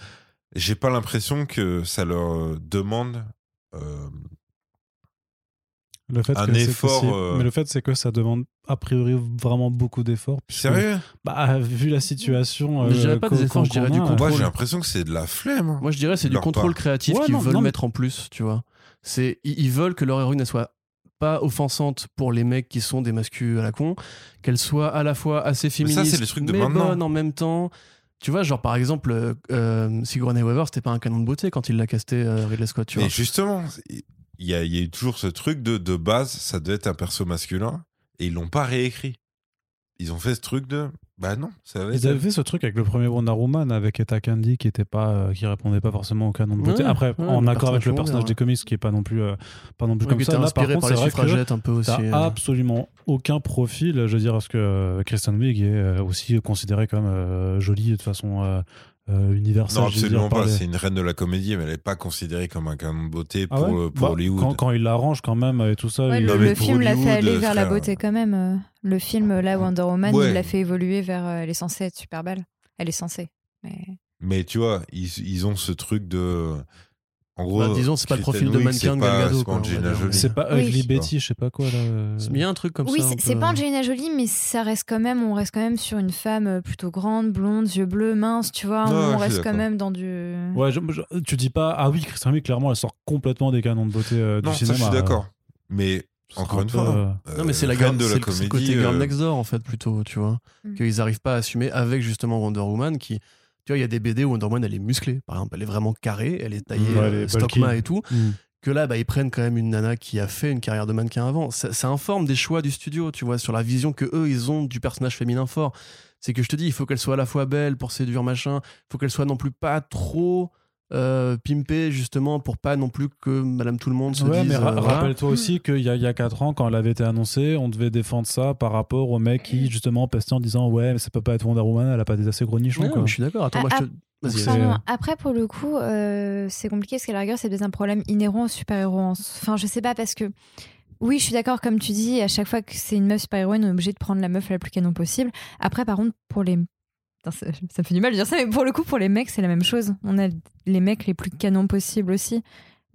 S3: j'ai pas l'impression que ça leur euh, demande. euh,
S1: Le fait
S3: Un
S1: que c'est
S3: effort,
S1: possible.
S3: euh,
S1: Mais le fait, c'est que ça demande a priori vraiment beaucoup d'efforts. puisque-
S3: Sérieux
S1: Bah, vu la situation.
S2: Je
S1: euh,
S2: dirais pas des
S1: qu'on-
S2: efforts, je
S1: qu'on
S2: dirais du
S1: a,
S2: contrôle.
S3: Moi, j'ai l'impression que c'est de la flemme. hein.
S2: Moi, je dirais c'est du
S3: Leur
S2: contrôle
S3: part.
S2: créatif
S1: Ouais,
S2: qu'ils
S1: non,
S2: veulent
S1: non, mais-
S2: mettre en plus, tu vois. C'est ils ils veulent que leur héroïne ne soit pas offensante pour les mecs qui sont des mascus à la con, qu'elle soit à la fois assez féministe,
S3: c'est les trucs de
S2: mais
S3: maintenant.
S2: bonne en même temps. Tu vois, genre par exemple, euh, euh, Sigourney Weaver, c'était pas un canon de beauté quand il l'a casté euh, Ridley Scott, tu
S3: mais
S2: vois.
S3: justement, il y, a- il y a eu toujours ce truc de, de base, ça devait être un perso masculin, et ils l'ont pas réécrit. Ils ont fait ce truc de. Bah non, ça va être.
S1: Ils avaient fait ce truc avec le premier Wonder Woman avec Etta Candy qui était pas euh, qui répondait pas forcément au canon de beauté.
S2: Ouais,
S1: Après
S2: ouais,
S1: en
S2: le
S1: accord avec le
S2: personnage
S1: personnage
S2: secondaire,
S1: des comics qui est pas non plus euh, pas non plus
S2: Ouais,
S1: comme
S2: que
S1: ça.
S2: t'es
S1: Là par
S2: inspiré
S1: contre
S2: par les
S1: c'est vrai que
S2: suffragettes un peu aussi.
S1: t'as
S2: euh.
S1: absolument aucun profil. Je veux dire parce que euh, Kristen Wiig est euh, aussi considérée comme euh, jolie de façon euh, euh, universelle.
S3: Non,
S1: je veux dire,
S3: absolument
S1: par
S3: pas.
S1: les-
S3: C'est une reine de la comédie, mais elle est pas considérée comme un canon de beauté
S1: Ah
S3: pour,
S1: ouais
S3: le- pour
S1: Bah,
S3: Hollywood.
S1: Quand, quand il l'arrange quand même et tout ça.
S4: Ouais,
S1: il-
S4: le,
S3: Non,
S4: le
S3: mais pour
S4: film l'a fait
S3: Hollywood,
S4: aller vers la
S3: frère.
S4: beauté quand même. euh. Le film, euh, là, Wonder Woman,
S3: Ouais.
S4: il l'a fait évoluer vers. euh, elle est censée être super belle. Elle est censée. Mais...
S3: Mais tu vois, ils, ils ont ce truc de. En gros.
S2: Bah, disons, c'est pas le
S3: Kristen
S2: profil de
S3: Wiig,
S2: mannequin
S3: c'est
S2: de
S3: pas-
S2: Gal Gadot,
S3: C'est pas
S2: quoi, on
S1: C'est pas
S2: va dire.
S3: Angelina Jolie.
S4: Oui.
S1: Ugly Betty, je sais pas quoi là. euh.
S2: Il y a un truc comme
S4: Oui,
S2: ça. un
S4: c'est- c'est
S2: peu.
S4: pas Angelina Jolie, mais ça reste quand même. On reste quand même sur une femme euh, plutôt grande, blonde, yeux bleus, mince, tu vois.
S3: Ouais, ouais, je
S4: on
S3: suis
S4: reste quand
S3: d'accord.
S4: même dans du.
S1: Ouais, je- je- tu dis pas ah oui Kristen Wiig clairement elle sort complètement des canons de beauté euh, du
S3: Non, ça,
S1: cinéma.
S3: je suis
S1: euh,
S3: d'accord. Mais
S1: c'est
S3: encore
S1: un
S3: une
S1: peu,
S3: fois. hein.
S1: euh,
S2: Non, mais c'est la garde
S3: gamme de la
S2: C'est
S3: comédie.
S2: le côté girl
S3: euh,
S2: next door, en fait, plutôt, tu vois.
S4: Mm.
S2: Qu'ils arrivent pas à assumer avec justement Wonder Woman qui. Tu vois, il y a des BD où Wonder Woman, elle est musclée. Par exemple, elle est vraiment carrée, elle est taillée
S1: Mm. Ouais, elle
S2: euh,
S1: est
S2: Stockma
S1: bulky.
S2: et tout.
S1: euh,
S2: Que là, bah, ils prennent quand même une nana qui a fait une carrière de mannequin avant. Ça, ça informe des choix du studio, tu vois, sur la vision que eux, ils ont du personnage féminin fort. C'est que je te dis, il faut qu'elle soit à la fois belle pour séduire machin, il faut qu'elle soit non plus pas trop euh, pimpée, justement, pour pas non plus que Madame Tout le Monde se
S1: Ouais,
S2: dise.
S1: mais ra-
S2: euh, voilà.
S1: rappelle-toi aussi qu'il y a, il y a 4 ans, quand elle avait été annoncée, on devait défendre ça par rapport au mec qui, justement, pestait en disant Ouais, mais ça peut pas être Wonder Woman, elle a pas des assez gros nichons.
S2: Ouais,
S1: quoi.
S2: mais je suis d'accord. Attends, moi, je te. Vas-y,
S1: c'est-
S2: vas-y.
S4: Pardon. Après, pour le coup, euh, c'est compliqué parce qu'à la rigueur, c'est peut-être un problème inhérent aux super-héros. en- Enfin, je sais pas parce que. Oui, je suis d'accord, comme tu dis, à chaque fois que c'est une meuf super-héroïne, on est obligé de prendre la meuf la plus canon possible. Après, par contre, pour les. Putain, ça, ça me fait du mal de dire ça, mais pour le coup, pour les mecs, c'est la même chose. On a les mecs les plus canons possibles aussi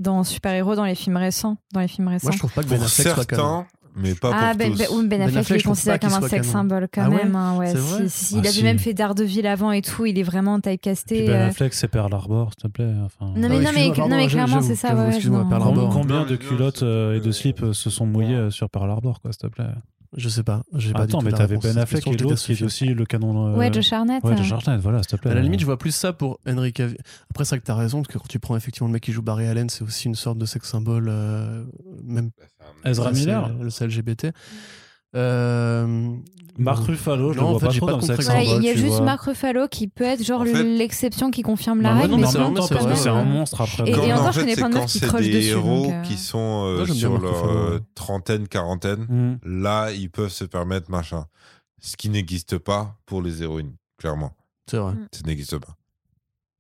S4: dans super-héros, dans les films récents. Dans les films récents.
S2: Moi, je trouve pas que Ben
S3: Pour
S2: Affleck soit canon.
S3: certains, mais pas
S4: ah,
S3: pour
S4: ben,
S3: tous.
S4: ben, oui, ben
S2: Ben
S4: Affleck,
S2: Affleck,
S4: il est
S2: je trouve
S4: considéré
S2: pas qu'il
S4: comme un
S2: soit
S4: sexe
S2: canon.
S4: symbole quand
S2: Ah ouais
S4: même. hein, ouais,
S2: C'est vrai
S4: si, si, si,
S1: Ah,
S4: il
S1: si.
S4: avait même fait Daredevil avant et tout, il est vraiment taille
S1: Puis
S4: casté.
S1: Ben Affleck, c'est Pearl Harbor, s'il te plaît. Enfin,
S4: euh,
S2: Ah,
S4: Non, mais- non, mais-
S2: excuse-moi, pardon,
S4: non, mais
S2: j'avoue,
S4: clairement, c'est ça,
S2: j'avoue,
S4: ouais,
S2: Excuse-moi,
S4: non.
S2: Pearl
S1: Com-
S2: Harbor.
S1: Combien
S3: Non,
S1: de
S3: mais non,
S1: culottes
S3: c'est-
S1: euh, et de slips euh, se sont mouillés euh, sur Pearl Harbor, quoi, s'il te plaît
S2: Je sais pas. j'ai pas du
S1: Attends,
S2: tout
S1: mais
S2: la
S1: t'avais
S2: réponse à
S1: Ben
S2: cette
S1: Affleck
S2: question,
S1: et
S2: je
S1: l'autre
S2: déteste
S1: qui est
S2: ce
S1: aussi le canon. euh,
S4: ouais, Josh Arnett.
S1: Ouais,
S4: hein.
S1: Josh Hartnett, voilà, s'il te plaît.
S2: À la limite, je vois plus ça pour Henry Cavill. Après, c'est vrai que t'as raison, parce que quand tu prends effectivement le mec qui joue Barry Allen, c'est aussi une sorte de sexe symbole, euh, même euh,
S3: Bah, c'est un-
S1: Ezra
S2: ça, c'est
S1: Miller
S2: le- le c'est LGBT. Euh,
S1: Marc Ruffalo, je
S2: Non,
S1: le
S2: en
S1: vois
S2: fait,
S1: pas
S2: j'ai
S1: trop
S2: pas
S1: dans
S2: de
S1: le sex
S2: complexe.
S1: symbol,
S2: Ouais,
S5: il y a
S1: tu
S5: juste
S1: vois.
S5: Marc Ruffalo qui peut être genre
S3: En fait-
S5: l'exception qui confirme la
S2: Non, mais
S5: règle.
S2: non,
S1: mais
S5: mais
S1: en
S2: c'est
S1: même
S5: sinon,
S2: vraiment,
S1: temps,
S5: c'est
S1: parce
S5: quand
S1: que
S2: vrai,
S1: c'est un
S5: même-
S1: monstre après.
S5: Et-
S1: quoi.
S3: Quand,
S5: et
S3: en
S5: encore, je
S3: fait,
S5: connais
S3: c'est
S5: plein de meufs
S3: quand
S5: qui
S3: c'est
S5: creusent
S3: des
S5: dessus,
S3: héros
S5: donc, euh.
S3: qui sont euh,
S2: Moi, j'aime bien
S3: sur
S2: Marco
S3: leur
S2: Fabre,
S3: euh,
S2: ouais.
S3: trentaine, quarantaine,
S1: Mm.
S3: là, ils peuvent se permettre machin. Ce qui n'existe pas pour les héroïnes, clairement.
S2: C'est vrai.
S3: Ça n'existe pas.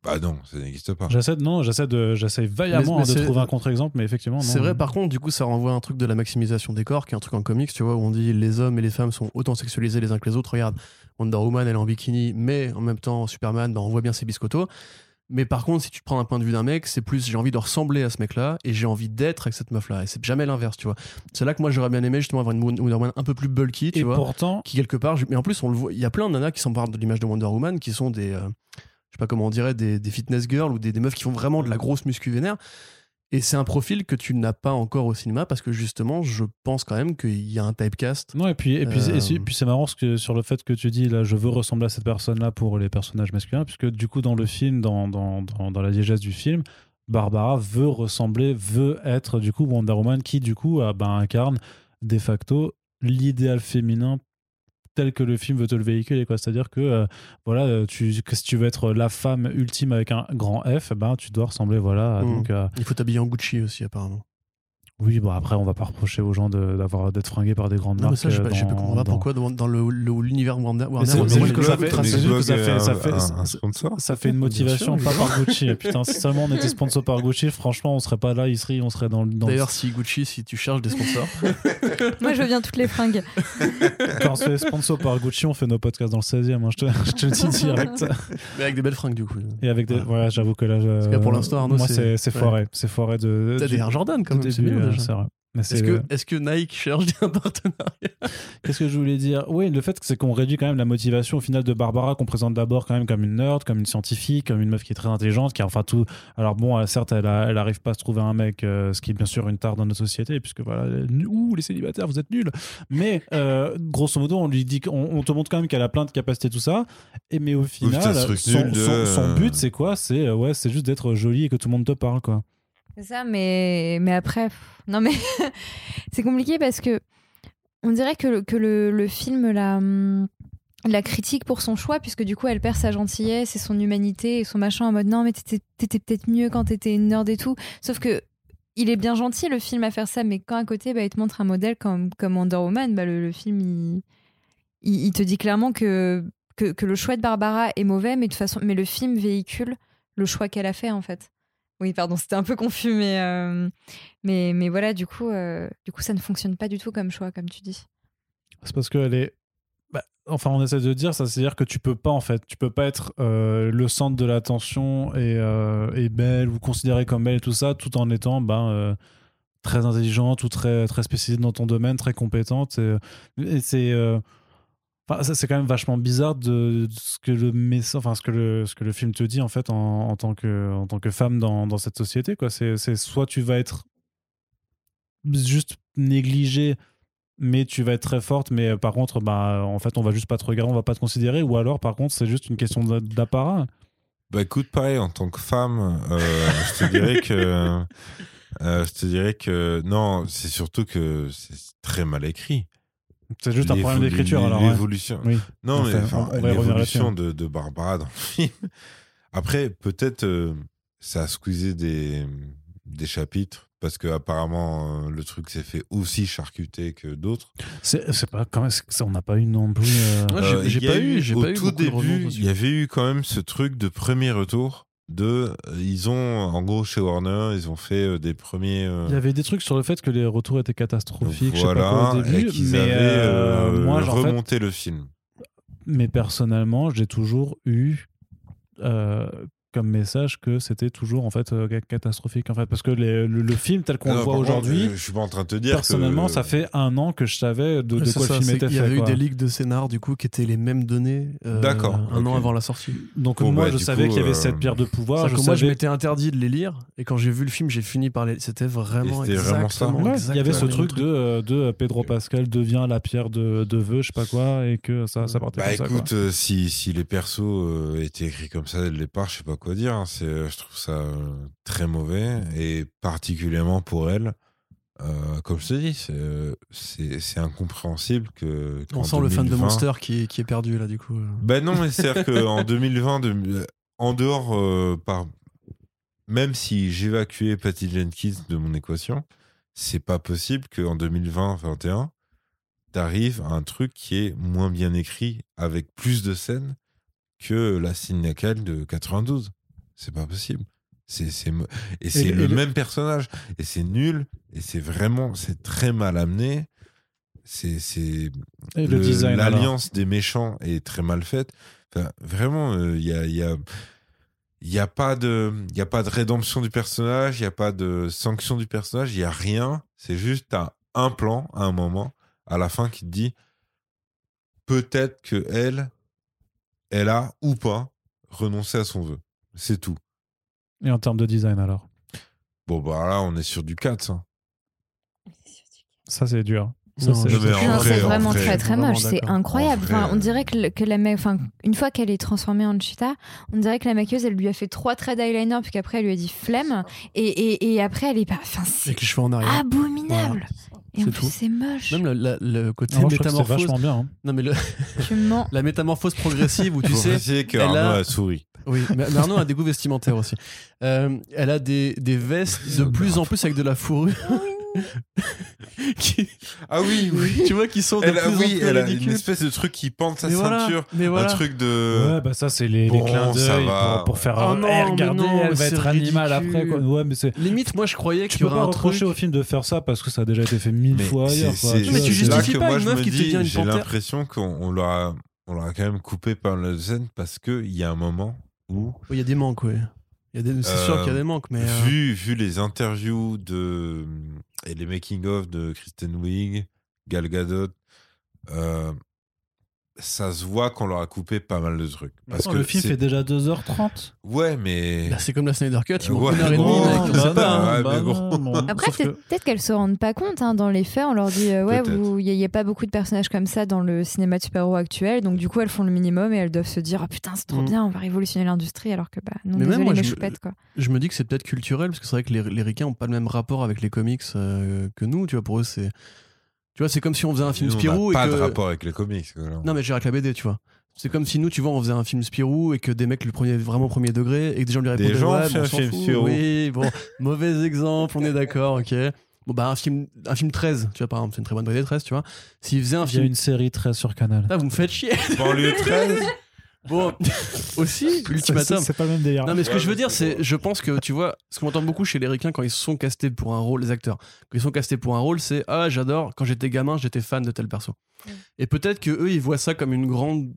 S3: Bah non, ça n'existe pas.
S1: J'essaie de- non, j'essaie de, j'essaie vaillamment hein,
S2: Mais- mais
S1: de
S2: c'est-
S1: trouver un contre-exemple, mais effectivement, non.
S2: C'est vrai, par contre, du coup, ça renvoie à un truc de la maximisation des corps, qui est un truc en comics, tu vois, où on dit les hommes et les femmes sont autant sexualisés les uns que les autres. Regarde, Wonder Woman, elle est en bikini, mais en même temps, Superman, bah, on voit bien ses biscottos. Mais par contre, si tu te prends un point de vue d'un mec, c'est plus j'ai envie de ressembler à ce mec-là et j'ai envie d'être avec cette meuf-là. Et c'est jamais l'inverse, tu vois. C'est là que moi, j'aurais bien aimé justement avoir une Wonder Woman un peu plus bulky, tu
S1: Et
S2: vois.
S1: pourtant,
S2: qui quelque part, je- mais en plus on le voit, il y a plein de nanas qui s'emparent de l'image de Wonder Woman, qui sont des, euh, je sais pas comment on dirait, des, des fitness girls ou des, des meufs qui font vraiment de la grosse muscu vénère. Et c'est un profil que tu n'as pas encore au cinéma parce que justement, je pense quand même qu'il y a un typecast.
S1: Non, et puis, et puis,
S2: Euh,
S1: et si- et puis c'est marrant ce que, sur le fait que tu dis, là, je veux ressembler à cette personne-là pour les personnages masculins, puisque du coup, dans le film, dans, dans, dans, dans la diégèse du film, Barbara veut ressembler, veut être du coup Wonder Woman, qui du coup a- ben, incarne de facto l'idéal féminin tel que le film veut te le véhiculer. quoi. C'est-à-dire que euh, voilà, euh, tu, que si tu veux être la femme ultime avec un grand F, ben, tu dois ressembler voilà, à-
S2: Mm.
S1: donc, à-
S2: Il faut t'habiller en Gucci aussi, apparemment.
S1: oui, bon, après, on va pas reprocher aux gens de- d'avoir d'être fringués par des grandes
S2: Non, mais
S1: marques.
S2: ça, je sais pas,
S1: euh,
S2: je sais pas
S1: dans-
S2: comprends pas
S1: dans-
S2: pourquoi dans, dans le- le- l'univers Warner. Warner,
S1: c'est-
S2: on
S1: c'est
S2: est
S1: juste que ça
S2: obligé
S1: fait-
S2: de tracer-
S1: c'est juste que ça fait- ça
S3: ça
S1: fait-
S3: euh, un, un sponsor.
S1: Ça fait une motivation,
S2: Bien sûr,
S1: pas par Gucci. Putain, si seulement on était sponsor par Gucci, franchement, on serait pas là, il serait, on serait dans le. Dans le-
S2: D'ailleurs, si Gucci, si tu cherches des sponsors,
S4: Moi, je veux bien toutes les fringues.
S1: quand on se fait sponsor par Gucci, on fait nos podcasts dans le 16 e je, te, je te le dis direct.
S2: mais avec des belles fringues du coup.
S1: Et avec des.
S2: Voilà.
S1: Voilà, j'avoue que là. je-
S2: que pour l'instant, Arnaud,
S1: Moi, c'est
S2: c'est-
S1: c'est
S2: ouais.
S1: foiré. C'est foiré de.
S2: T'as
S1: du-
S2: des Air Jordan quand
S1: du
S2: même, c'est
S1: début,
S2: bien
S1: euh,
S2: déjà.
S1: c'est vrai. Mais c'est- euh,
S2: Est-ce que, est que Nike cherche un partenariat
S1: Qu'est-ce que je voulais dire Oui, le fait que c'est qu'on réduit quand même la motivation au final de Barbara, qu'on présente d'abord quand même comme une nerd, comme une scientifique, comme une meuf qui est très intelligente, qui a enfin tout. Alors bon, elle- certes, elle, a- elle arrive pas à se trouver un mec, euh, ce qui est bien sûr une tare dans notre société, puisque voilà, elle- ouh, les célibataires, vous êtes nuls. Mais euh, grosso modo, on lui dit, qu'on- on, te montre quand même qu'elle a plein de capacités, tout ça. Et mais au final,
S3: putain, ce
S1: son,
S3: truc nul de-
S1: son- son but, c'est quoi C'est euh, ouais, c'est juste d'être jolie et que tout le monde te parle, quoi.
S5: C'est ça, mais, mais après. pff, Non, mais c'est compliqué parce que on dirait que le, que le, le film la, hum, la critique pour son choix, puisque du coup, elle perd sa gentillesse et son humanité et son machin en mode non, mais t'étais t'étais peut-être mieux quand t'étais une nerd et tout. Sauf que. Il est bien gentil le film à faire ça, mais quand à côté bah, il te montre un modèle comme, comme Wonder Woman, bah, le, le film il, il, il te dit clairement que, que, que le choix de Barbara est mauvais, mais de toute façon, mais le film véhicule le choix qu'elle a fait en fait. Oui, pardon, c'était un peu confus, mais, euh, mais, mais voilà, du coup, euh, du coup, ça ne fonctionne pas du tout comme choix, comme tu dis.
S1: C'est parce qu'elle est. bah, enfin, on essaie de dire ça, c'est-à-dire que tu peux pas, en fait, tu peux pas être euh, le centre de l'attention et, euh, et belle ou considérée comme belle et tout ça, tout en étant ben, euh, très intelligente ou très, très spécialisée dans ton domaine, très compétente. Et, et c'est. euh, enfin, ça, c'est quand même vachement bizarre de, de ce que le mess- enfin ce que le ce que le film te dit en fait en, en tant que en tant que femme dans, dans cette société quoi. C'est c'est soit tu vas être juste négligée mais tu vas être très forte mais euh, par contre bah en fait on va juste pas te regarder on va pas te considérer ou alors par contre c'est juste une question d'a- d'apparat
S3: Bah écoute, pareil, en tant que femme, euh, je te dirais que. euh, je te dirais que. Non, c'est surtout que c'est très mal écrit.
S1: c'est juste un
S3: L'évo-
S1: problème d'écriture alors ouais.
S3: L'évolution.
S1: oui
S3: Non, mais
S1: Enfin,
S3: enfin,
S1: on- on va y revenir hein.
S3: l'évolution de, de Barbara dans le film. Après, peut-être euh, ça a squeezé des, des chapitres parce que apparemment euh, le truc s'est fait aussi charcuter que d'autres.
S1: c'est c'est pas quand même c'est- ça, on n'a pas eu non plus euh,
S2: Ouais, j'ai-
S3: il
S2: j'ai
S3: y
S2: pas
S3: a
S2: eu- j'ai
S3: au
S2: pas eu
S3: tout
S2: beaucoup de
S3: début,
S2: remontes dessus.
S3: il y avait eu quand même ce truc de premier retour. De, euh, ils ont en gros chez Warner, ils ont fait euh, des premiers. euh,
S1: il y avait des trucs sur le fait que les retours étaient catastrophiques je sais pas
S3: voilà,
S1: quoi, au
S3: et
S1: début
S3: qu'ils
S1: mais
S3: avaient
S1: euh,
S3: euh,
S1: moi genre, en fait,
S3: remonté le film.
S1: mais personnellement, j'ai toujours eu euh, comme message que c'était toujours en fait euh, ca- catastrophique en fait parce que les- le, le film tel qu'on
S3: Ah non,
S1: le voit
S3: par contre,
S1: aujourd'hui,
S3: je- je suis pas en train de te dire.
S1: personnellement,
S3: que-
S1: ça fait un an que je savais de, de
S2: Ouais, c'est
S1: quoi
S2: ça,
S1: le film
S2: c'est
S1: était
S2: qu'il y avait
S1: fait.
S2: eu
S1: quoi.
S2: des ligues de scénar du coup qui étaient les mêmes données euh,
S3: D'accord,
S2: un an
S3: ok.
S2: avant la sortie.
S1: Donc
S3: Bon,
S1: moi,
S3: bah,
S1: je
S3: du
S1: savais
S3: coup,
S1: qu'il y avait
S3: euh,
S1: cette pierre de pouvoir.
S2: C'est-à-dire
S1: Je
S2: que moi je
S1: savais-
S2: m'étais interdit de les lire et quand j'ai vu le film j'ai fini par les. C'était vraiment
S3: Et c'était vraiment
S2: exactement-
S3: ça.
S1: Ouais, il y avait
S2: exactement
S1: ce
S2: le
S1: truc de, euh, de Pedro Pascal devient la pierre de, de vœux, je sais pas quoi, et que ça, ça partait
S3: Bah
S1: comme ça. quoi.
S3: écoute, euh, si, si les persos euh, étaient écrits comme ça dès le départ, je sais pas quoi
S2: Mmh.
S3: dire. hein. C'est, euh, je trouve ça euh, très mauvais et particulièrement pour elle. euh, comme je te dis, c'est, euh, c'est, c'est incompréhensible que. qu'en
S2: On sent le fan de
S3: 2020
S2: Monster qui est, qui est perdu là du coup. euh,
S3: Ben non, mais c'est-à-dire qu'en 2020, de- en dehors, euh, par... même si j'évacuais Patty Jenkins de mon équation, c'est pas possible qu'en 2020-21, t'arrives à un truc qui est moins bien écrit, avec plus de scènes que la signacale de 92. C'est pas possible. C'est, c'est mo- et c'est
S1: et
S3: le
S1: le-
S3: même personnage. Et c'est nul. Et c'est vraiment, c'est très mal amené. C'est, c'est,
S1: Et le,
S3: le-
S1: design. alors.
S3: L'alliance des méchants est très mal faite. Enfin, vraiment, euh, il y a. y a- y a pas de il y a pas de rédemption du personnage il y a pas de sanction du personnage il y a rien c'est juste à un plan à un moment à la fin qui te dit peut-être que elle elle a ou pas renoncé à son vœu c'est tout
S1: Et en termes de design, alors
S3: bon bah là on est sur du 4 hein.
S1: Ça, c'est dur. Ça,
S2: Non,
S1: c'est-
S2: non,
S3: mais
S5: Non, c'est
S3: en vrai, en
S5: vraiment
S3: vrai,
S2: je
S5: très
S2: suis
S5: très
S2: vraiment
S5: moche, c'est
S2: d'accord.
S5: incroyable.
S3: En vrai,
S5: Enfin, on
S3: euh,
S5: dirait que, le- que la ma- enfin, une fois qu'elle est transformée en cheetah, on dirait que la maquilleuse elle lui a fait trois traits d'eyeliner puis qu'après elle lui a dit flemme et, et, et après elle est pas. Enfin, c'est
S2: Avec les cheveux en arrière.
S5: Ah, abominable. Et en
S2: C'est
S5: plus
S2: tout.
S5: c'est moche.
S2: Même la- la- le côté
S1: Non, je trouve que c'est
S2: métamorphose.
S1: vachement bien. hein.
S2: Non mais le-
S5: Je mens.
S2: la métamorphose progressive où tu
S3: Faut
S2: sais.
S3: préciser que
S2: elle
S3: Arnaud
S2: a-
S3: a souri
S2: Oui, mais mais Arnaud a des goûts vestimentaires aussi. Euh, elle a des, des vestes
S3: Euh,
S2: de plus en plus avec de la fourrure. qui,
S3: ah oui oui
S2: Tu vois, qui sont de
S3: elle a,
S2: plus en
S3: oui
S2: plus
S3: elle a une
S2: ridicules.
S3: espèce de truc qui pend de sa
S2: mais voilà,
S3: ceinture
S2: mais voilà.
S3: un truc de
S1: Ouais, bah ça, c'est les,
S3: Euh, Bon,
S1: les clins
S3: ça
S1: d'œil
S3: va.
S1: pour, pour faire
S2: Oh
S1: euh,
S2: non,
S1: Eh,
S2: mais
S1: regardez,
S2: non,
S1: elle va
S2: c'est
S1: être animale
S2: ridicule.
S1: après. Quoi. Ouais, mais c'est.
S2: Limite, moi, je croyais qu'il
S1: Tu peux
S2: y aurait
S1: pas
S2: un
S1: reprocher
S2: truc.
S1: au film de faire ça parce que ça a déjà été fait mille
S3: Mais
S1: fois
S3: c'est-
S1: ailleurs. quoi.
S3: c'est-
S1: Tu
S2: Mais
S1: vois,
S2: tu
S1: c'est-
S3: c'est là
S2: justifies
S3: que
S2: pas
S3: moi,
S2: une
S3: je
S2: meuf
S3: me
S2: qui
S3: dis,
S2: devient une
S3: J'ai
S2: panthère.
S3: l'impression qu'on on leur a, on leur a quand même coupé par le scène parce qu'il y a un moment où,
S2: Oui, Oh, Il y a des manques, ouais. Il y a des- C'est
S3: Euh,
S2: sûr qu'il y a des manques, mais. euh,
S3: vu, vu les interviews de, euh, et les making-of de Kristen Wiig, Gal Gadot, euh, ça se voit qu'on leur a coupé pas mal de trucs. Parce
S1: Attends,
S3: que
S1: le film
S3: c'est-
S1: fait déjà 2h30.
S3: Ouais, mais.
S2: bah, c'est comme la Snyder Cut, ils vont
S3: Euh, Ouais,
S2: une heure et demie,
S3: bon,
S2: mec, on
S3: bah
S2: sait Ah pas. hein.
S3: ouais,
S1: bah
S3: mais
S1: non,
S3: bon.
S1: non.
S5: Après,
S1: Sauf
S5: peut-
S1: que-
S5: peut-être qu'elles se rendent pas compte. hein, dans les faits, on leur dit euh, ouais,
S3: Peut-être.
S5: vous- il n'y a, pas beaucoup de personnages comme ça dans le cinéma de super-héros actuel. Donc du coup, elles font le minimum et elles doivent se dire ah putain, c'est trop
S2: Mm.
S5: bien, on va révolutionner l'industrie. Alors que bah non,
S2: Mais même
S5: désolé,
S2: moi,
S5: mais
S2: je
S5: je suis
S2: me-
S5: pète, quoi.
S2: Je me dis que c'est peut-être culturel, parce que c'est vrai que les, les Ricains n'ont pas le même rapport avec les comics euh, que nous. Tu vois, pour eux, c'est. Tu vois, c'est comme si on faisait un film
S3: Nous, on n'a
S2: Spirou et
S3: pas
S2: que.
S3: de rapport avec les comics. quoi, là.
S2: Non, mais Gérard la BD, tu vois. C'est comme si nous, tu vois, on faisait un film Spirou et que des mecs, le premier, vraiment premier degré, et que des gens lui répondaient
S3: gens
S2: ouais,
S3: ont fait
S2: bon, on
S3: un
S2: s'en
S3: film
S2: fout.
S3: Spirou.
S2: Oui, bon, mauvais exemple, on est d'accord, ok. Bon, bah, un film, un film 13, tu vois, par exemple, c'est une très bonne BD 13, tu vois. S'il faisait un
S1: Il y a
S2: film.
S1: une série 13 sur Canal.
S2: Putain, vous me faites chier.
S3: Banlieue 13
S2: Bon, aussi,
S1: C'est-
S2: Ultimatum.
S1: C'est pas le même délire.
S2: Non, mais ce que
S3: Ouais,
S2: je veux
S3: mais
S2: dire,
S3: c'est
S2: c'est, je pense que tu vois, ce qu'on entend beaucoup chez les Ricains quand ils sont castés pour un rôle, les acteurs, quand ils sont castés pour un rôle, c'est Ah, j'adore, quand j'étais gamin, j'étais fan de tel perso.
S5: Mm.
S2: Et peut-être que eux, ils voient ça comme une grande,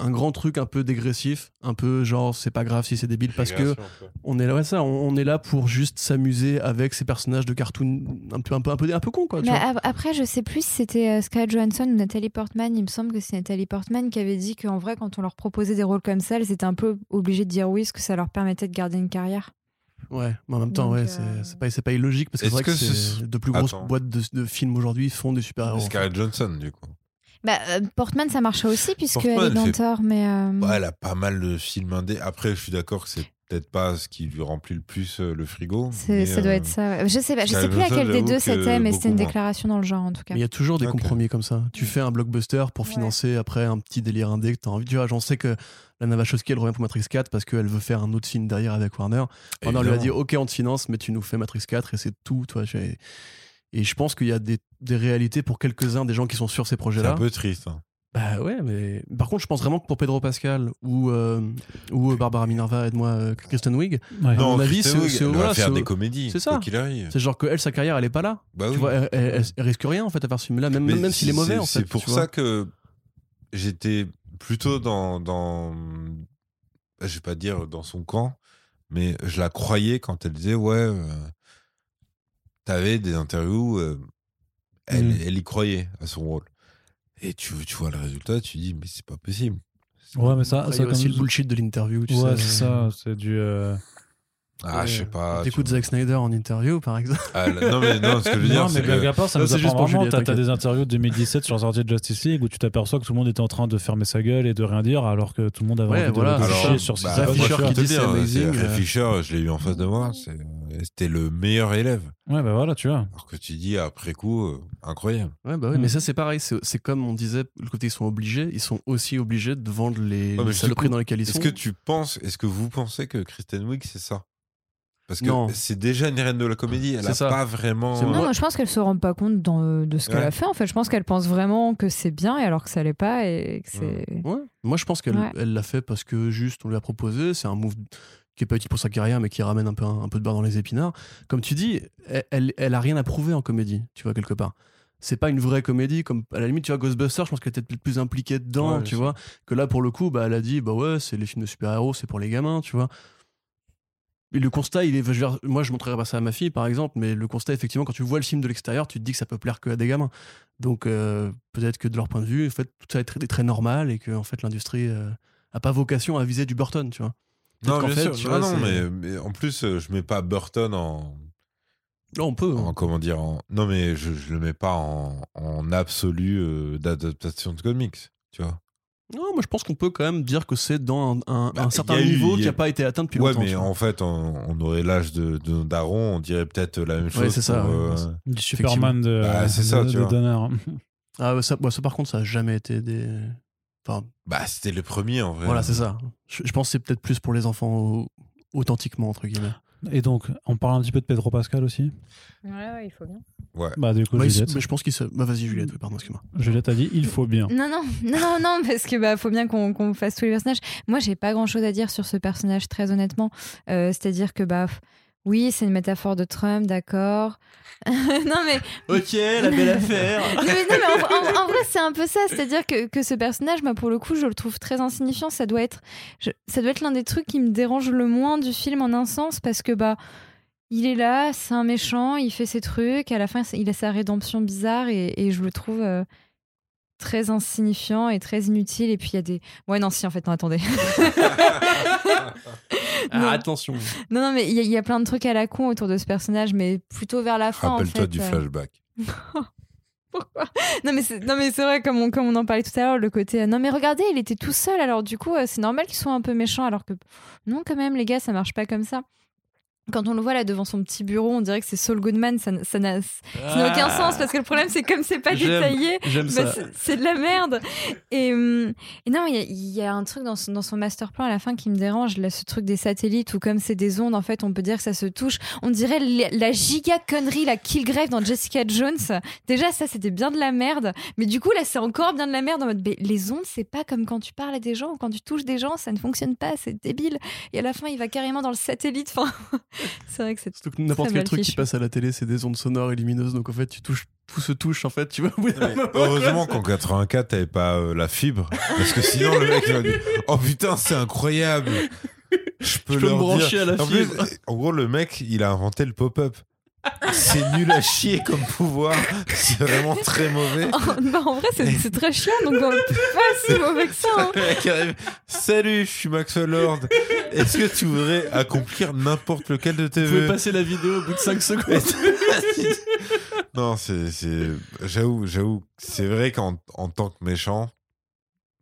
S2: un grand truc un peu dégressif, un peu genre, c'est pas grave si c'est débile, parce que on est là, ouais, ça, on, on est là pour juste s'amuser avec ces personnages de cartoon un peu, un peu, un peu, un peu con, quoi. Ah, tu
S5: Mais
S2: vois.
S5: ap- après, je sais plus si c'était euh, Scarlett Johansson ou Nathalie Portman. Il me semble que c'est Nathalie Portman qui avait dit qu'en vrai, quand on leur proposait des rôles comme ça, elles étaient un peu obligées de dire oui, parce que ça leur permettait de garder une carrière.
S2: Ouais, mais en même temps,
S5: Donc,
S2: ouais,
S5: euh,
S2: c'est, c'est pas, c'est pas illogique parce que c'est
S3: Est-ce
S2: vrai que,
S3: que ce
S2: c'est-
S3: s-
S2: de plus grosses
S3: Attends.
S2: boîtes de, de films aujourd'hui font des super-héros.
S3: Scarlett Johnson, du coup.
S5: Bah, euh, Portman, ça marchait aussi, puisqu'elle
S3: Portman,
S5: est dans
S3: fait-
S5: Thor, mais. euh,
S3: Ouais, elle a pas mal de films indés. Après, je suis d'accord que c'est peut-être pas ce qui lui remplit le plus euh, le frigo.
S5: c'est-
S3: mais,
S5: Ça
S3: euh,
S5: doit être ça. ouais. Je sais pas, je
S3: Scarlett
S5: sais plus à
S3: Johansson,
S5: quel des
S3: j'avoue
S5: deux
S3: que
S5: c'était, mais c'était une
S3: euh, beaucoup moins.
S5: déclaration dans le genre en tout cas.
S2: Mais il y a toujours des
S3: Ok.
S2: compromis comme ça. Tu fais un blockbuster pour
S5: Ouais.
S2: financer après un petit délire indé que t'as envie. Tu vois, j'en sais que Lana Wachowski, elle revient pour Matrix 4 parce qu'elle veut faire un autre film derrière avec Warner. Warner lui a dit
S3: évidemment.
S2: Ok, on te finance, mais tu nous fais Matrix 4 et c'est tout. Toi, j'ai- et je pense qu'il y a des, des réalités pour quelques-uns des gens qui sont sur ces
S3: C'est un
S2: projets-là.
S3: peu triste. hein.
S2: Bah ouais, mais par contre, je pense vraiment que pour Pedro Pascal ou, euh, ou euh, Barbara Minerva, aide-moi, euh, Kristen Wiig,
S1: Ouais.
S2: mon avis,
S3: Kristen
S2: c'est-
S3: Wiig,
S2: c'est-
S3: elle
S2: voilà,
S3: va faire
S2: c'est-
S3: des comédies.
S2: c'est ça.
S3: quoi qu'il arrive.
S2: c'est genre que elle, sa carrière, elle est pas là.
S3: Bah
S2: Tu
S3: oui.
S2: vois, elle, elle- elle risque rien en fait à faire ce film-là, même,
S3: Mais
S2: même s'il est
S3: c'est-
S2: mauvais en
S3: c'est-
S2: fait.
S3: C'est pour
S2: tu
S3: ça
S2: vois.
S3: que j'étais plutôt dans, dans. Je vais pas dire dans son camp, mais je la croyais quand elle disait Ouais, euh, t'avais des interviews, euh, elle,
S2: Mm.
S3: elle y croyait à son rôle. Et tu, tu vois le résultat, tu dis Mais c'est pas possible.
S1: Ouais, mais ça,
S2: Après, il y
S1: ça
S2: a aussi
S1: comme-
S2: le bullshit de l'interview. tu
S1: Ouais,
S2: sais.
S1: c'est ça, c'est du. euh,
S3: Ah, je sais pas. tu
S2: T'écoutes
S3: vois.
S2: Zack Snyder en interview, par exemple.
S3: Ah, là- non, mais non, ce que je veux dire,
S1: Non, mais
S3: c'est
S1: blague
S3: que.
S1: à part, ça
S2: Non,
S1: nous
S2: c'est
S1: apprend
S2: juste pour
S1: vraiment.
S2: Juliette,
S1: T'as t'as
S2: t'inquiète.
S1: des interviews de 2017 sur la sortie de Justice League où tu t'aperçois que tout le monde était en train de fermer sa gueule et de rien dire alors que tout le monde avait
S2: Ouais,
S1: envie de-
S2: voilà.
S1: de,
S2: Alors,
S1: chier sur ses
S2: bah,
S1: bonnes
S2: Fischer
S3: moi, je peux
S1: choses.
S2: qui
S3: te
S2: dit
S3: dire,
S2: c'est
S3: hein, c'est
S2: amazing,
S3: Ray
S2: euh.
S3: Fisher, je l'ai eu en face de moi. c'est- euh, C'était le meilleur élève.
S1: Ouais, bah voilà, tu vois.
S3: Alors que tu dis après coup, euh, incroyable.
S2: Ouais, bah oui,
S1: Mm.
S2: mais ça, c'est pareil. C'est c'est comme on disait, le côté ils sont obligés, ils sont aussi obligés de vendre les,
S3: Ouais, mais
S2: les
S3: du
S2: saloperies
S3: coup,
S2: dans lesquelles ils
S3: Est-ce
S2: sont.
S3: que tu penses, est-ce que vous pensez que Kristen Wiig c'est ça Parce que
S2: Non.
S3: c'est déjà une reine de la comédie. Elle
S2: C'est
S3: a
S2: ça.
S3: pas vraiment.
S2: C'est
S4: Non,
S2: moi-
S4: moi, je pense qu'elle se rend pas compte dans- euh, de ce qu'elle
S3: Ouais.
S4: a fait. En fait, je pense qu'elle pense vraiment que c'est bien, et alors que ça l'est pas, et que c'est.
S2: Ouais. Moi, je pense qu'elle
S4: Ouais.
S2: elle l'a fait parce que juste on lui a proposé. C'est un move qui est pas utile pour sa carrière, mais qui ramène un peu, un, peu de barre dans les épinards. Comme tu dis, elle, elle, elle a rien à prouver en comédie, tu vois, quelque part. C'est pas une vraie comédie, comme à la limite, tu vois, Ghostbusters, je pense qu'elle était peut-être plus impliquée dedans,
S3: Ouais,
S2: tu
S3: c'est
S2: vois. Que là, pour le coup, bah, elle a dit, bah ouais, c'est les films de super-héros, c'est pour les gamins, tu vois. Et le constat, il est. je veux dire, moi, je montrerai pas ça à ma fille, par exemple, mais le constat, effectivement, quand tu vois le film de l'extérieur, tu te dis que ça peut plaire que à des gamins. Donc euh, peut-être que de leur point de vue, en fait, tout ça est très, est très normal et que en fait l'industrie euh, a pas vocation à viser du Burton, tu vois.
S3: Non,
S2: qu'en
S3: bien
S2: fait,
S3: sûr.
S2: tu vois,
S3: Ah non,
S2: c'est-
S3: mais, mais en plus, euh, je mets pas Burton en,
S2: Là, on peut. hein.
S3: en- comment dire, en- non mais je, je le mets pas en, en absolu euh, d'adaptation de comics. Tu vois.
S2: Non, moi je pense qu'on peut quand même dire que c'est dans un, un-
S3: Bah,
S2: un
S3: y a
S2: certain
S3: eu-
S2: niveau
S3: y a-
S2: qui a pas été atteint depuis
S3: ouais,
S2: longtemps.
S3: mais
S2: tu vois.
S3: en fait, on, on aurait l'âge de, de nos darons, on dirait peut-être la même chose.
S2: c'est ça,
S3: pour,
S2: ouais.
S3: euh,
S1: Du Superman de,
S3: Bah, c'est ça,
S1: de-
S3: tu
S1: de
S3: vois.
S1: Donner. hein.
S2: Ah, ouais, ça, ouais, ça, par contre, ça a jamais été des. Enfin,
S3: Bah, c'était le premier en vrai.
S2: voilà, c'est ça. Je, je pense que c'est peut-être plus pour les enfants au- authentiquement entre guillemets.
S1: Et donc, on parle un petit peu de Pedro Pascal aussi.
S6: Ouais, ouais, il faut bien.
S3: Ouais.
S1: Bah, du coup,
S2: Bah, il se-
S1: Juliette.
S2: mais je pense qu'ils se. Bah vas-y Juliette, oui, pardon, excuse-moi.
S1: Juliette a dit il faut bien.
S4: Non, non, non, non, non, parce que bah faut bien qu'on qu'on fasse tous les personnages. Moi, j'ai pas grand chose à dire sur ce personnage, très honnêtement. Euh, C'est-à-dire que bah f- oui, c'est une métaphore de Trump, d'accord. non mais
S2: Ok, la belle affaire.
S4: non mais, non, mais en, en- en vrai, c'est un peu ça. C'est-à-dire que, que ce personnage, moi, pour le coup, je le trouve très insignifiant. Ça doit être, je- ça doit être l'un des trucs qui me dérange le moins du film en un sens parce que bah. Il est là, c'est un méchant, il fait ses trucs, à la fin il a sa rédemption bizarre et, et je le trouve euh, très insignifiant et très inutile. Et puis il y a des... Ouais non si en fait, non attendez. Non.
S2: Ah, attention.
S4: Non, non, mais il y, a- il y a plein de trucs à la con autour de ce personnage, mais plutôt vers la fin. en
S3: Rappelle-toi
S4: fait,
S3: du
S4: euh.
S3: flashback.
S4: Pourquoi Non, mais c'est non, mais c'est vrai, comme on, comme on en parlait tout à l'heure, le côté. euh, Non, mais regardez, il était tout seul, alors du coup, euh, c'est normal qu'il soit un peu méchant, alors que. Non, quand même, les gars, ça marche pas comme ça. Quand on le voit là devant son petit bureau, on dirait que c'est Saul Goodman, ça n- ça n'a ça n'a aucun sens, parce que le problème, c'est comme c'est pas
S2: J'aime.
S4: détaillé.
S2: Ah. J'aime
S4: Bah,
S2: ça.
S4: c'est- c'est de la merde. Et, hum, et non, il y, a- il y a un truc dans son, dans son master plan à la fin qui me dérange, là, ce truc des satellites où comme c'est des ondes, en fait, on peut dire que ça se touche. On dirait la, la giga connerie, la killgrave dans Jessica Jones. Déjà, ça, c'était bien de la merde. Mais du coup, là, c'est encore bien de la merde en mode, mais les ondes, c'est pas comme quand tu parles à des gens ou quand tu touches des gens, ça ne fonctionne pas, c'est débile. Et à la fin, il va carrément dans le satellite. Enfin, c'est vrai que c'est
S2: Surtout que n'importe
S4: Très
S2: quel
S4: mal
S2: truc qui
S4: fichu.
S2: passe à la télé, c'est des ondes sonores et lumineuses. Donc en fait, tu touches, tout se touche en fait. Tu vois. au bout d'un moment.
S3: Heureusement qu'en 84, t'avais pas euh, la fibre. Parce que sinon, le mec, il aurait dit Oh putain, c'est incroyable Je
S2: Je peux
S3: peux,
S2: me
S3: leur
S2: brancher
S3: dire.
S2: à la
S3: en plus,
S2: fibre.
S3: en gros, le mec, il a inventé le pop-up. C'est nul à chier comme pouvoir. C'est vraiment très mauvais.
S4: Bah, en vrai, c'est c'est très chiant, donc euh, pas si mauvais que ça. hein.
S3: Le mec arrive, Salut, je suis Max Lord. Est-ce que tu voudrais accomplir n'importe lequel de tes
S2: Vous pouvez
S3: vœux
S2: passer la vidéo au bout de 5 secondes.
S3: Non, c'est, c'est- j'avoue, j'avoue, c'est vrai qu'en en tant que méchant,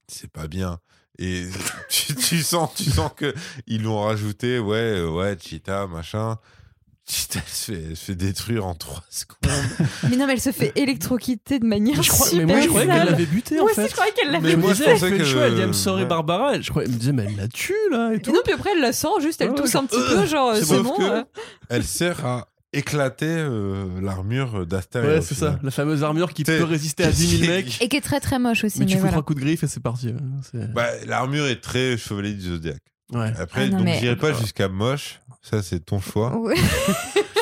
S3: c'est pas bien. Et tu, tu sens, tu sens que ils l'ont rajouté, ouais, euh, ouais, Cheetah, machin. Cheetah elle se fait, elle se fait détruire en 3 secondes.
S4: Mais non, mais elle se fait électrocuter de manière
S2: Je crois- mais
S4: super
S2: moi, je croyais qu'elle
S4: sale.
S2: l'avait buté en
S4: Moi aussi,
S2: fait.
S4: je croyais qu'elle l'avait.
S3: Mais moi, je
S2: disais, elle
S3: pensais
S2: fait le
S3: que-
S2: choix, elle dit I'm sorry
S3: ouais.
S2: Barbara. Je croyais, elle me disait, mais elle la tue là et
S4: Et
S2: tout.
S4: non, puis après, elle la sort juste, elle
S2: Ouais,
S4: tousse
S2: ouais,
S4: un petit
S2: euh,
S4: peu, genre,
S2: c'est
S4: c'est
S3: Sauf
S4: bon.
S3: que
S4: euh.
S3: elle sert à éclater euh, l'armure d'Astéria.
S2: Ouais,
S3: au
S2: c'est
S3: final.
S2: ça. La fameuse armure qui
S3: T'es-
S2: peut résister à 10 000 mecs.
S4: Et qui est très très moche aussi,
S2: Mais
S4: mais,
S2: tu fous
S4: voilà.
S2: trois coups de griffe et c'est parti. ouais. C'est-
S3: Bah, l'armure est très chevalier du zodiaque.
S2: Ouais.
S3: Après,
S4: Ah non,
S3: donc
S4: mais-
S3: j'irai pas jusqu'à moche. Ça, c'est ton choix.
S4: Ouais.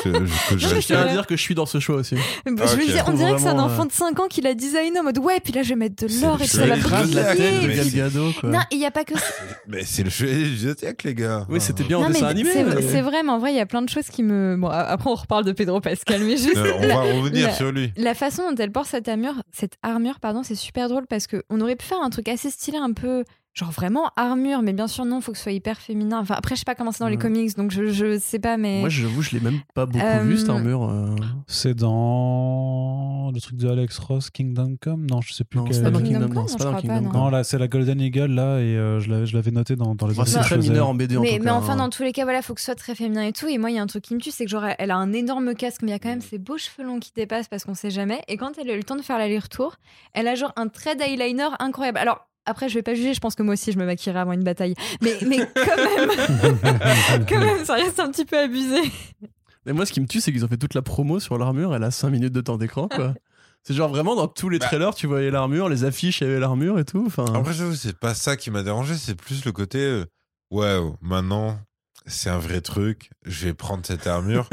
S3: Je- je- que je
S2: Je tiens à
S4: Ouais.
S2: dire que je suis dans ce choix aussi.
S4: Bah, je
S3: ok.
S4: veux dire, on
S2: Je
S4: dirait que c'est un
S2: trouve
S4: enfant de 5 ans qui l'a designé en mode ouais, puis là je vais mettre de
S3: C'est
S4: l'or
S3: le
S4: et puis ça va
S3: chevalier crâne,
S2: de la tête de
S4: briller.
S3: mais-
S2: Gal Gadot, quoi.
S4: Non, il n'y a pas que ça.
S3: Mais c'est le chevalier du zodiaque, les gars.
S2: Oui, c'était bien en
S4: Non, mais
S2: dessin animé.
S4: c'est-
S2: mais-
S4: c'est vrai, mais en vrai, il y a plein de choses qui me. Bon, a- après, on reparle de Pedro Pascal, mais juste.
S3: Euh, on
S4: la-
S3: va revenir
S4: la-
S3: sur lui.
S4: La façon dont elle porte cette armure, cette armure pardon, c'est super drôle parce que on aurait pu faire un truc assez stylé, un peu genre vraiment armure, mais bien sûr, non, faut que ce soit hyper féminin. Enfin, après, je sais pas comment c'est dans les
S2: Ouais.
S4: comics, donc je, je sais pas, mais.
S2: Moi, j'avoue, je l'ai même pas beaucoup
S4: Euh,
S2: vu, cette armure. euh,
S1: C'est dans le truc de Alex Ross, Kingdom Come Non, je sais plus.
S2: Non,
S1: quel-
S2: c'est pas dans
S4: Kingdom
S2: Kingdom
S4: Come,
S2: Come. C'est
S4: je
S2: pas dans
S4: crois pas,
S2: Kingdom
S1: Non,
S2: Come.
S1: là, c'est la Golden Eagle, là, et euh, je l'avais je l'avais noté dans, dans les
S2: Enfin,
S1: articles
S2: C'est
S1: que
S2: très
S1: je faisais.
S2: mineur en BD en
S4: mais,
S2: tout cas.
S4: mais enfin,
S2: hein.
S4: dans tous les cas, voilà, faut que ce soit très féminin et tout. Et moi, il y a un truc qui me tue, c'est que genre, elle a un énorme casque, mais il y a quand même ces beaux cheveux longs qui dépassent parce qu'on sait jamais. Et quand elle a eu le temps de faire l'aller-retour, elle a genre un trait d'eyeliner incroyable. Alors. Après, je vais pas juger, je pense que moi aussi je me maquillerai avant une bataille. Mais, mais quand même, quand même, ça reste un petit peu abusé.
S2: Mais moi, ce qui me tue, c'est qu'ils ont fait toute la promo sur l'armure. Elle a 5 minutes de temps d'écran, quoi. c'est genre vraiment dans tous les
S3: Bah.
S2: trailers, tu voyais l'armure, les affiches, il y avait l'armure et tout. Enfin,
S3: Après, j'avoue, c'est pas ça qui m'a dérangé, c'est plus le côté euh, waouh, maintenant c'est un vrai truc, je vais prendre cette armure.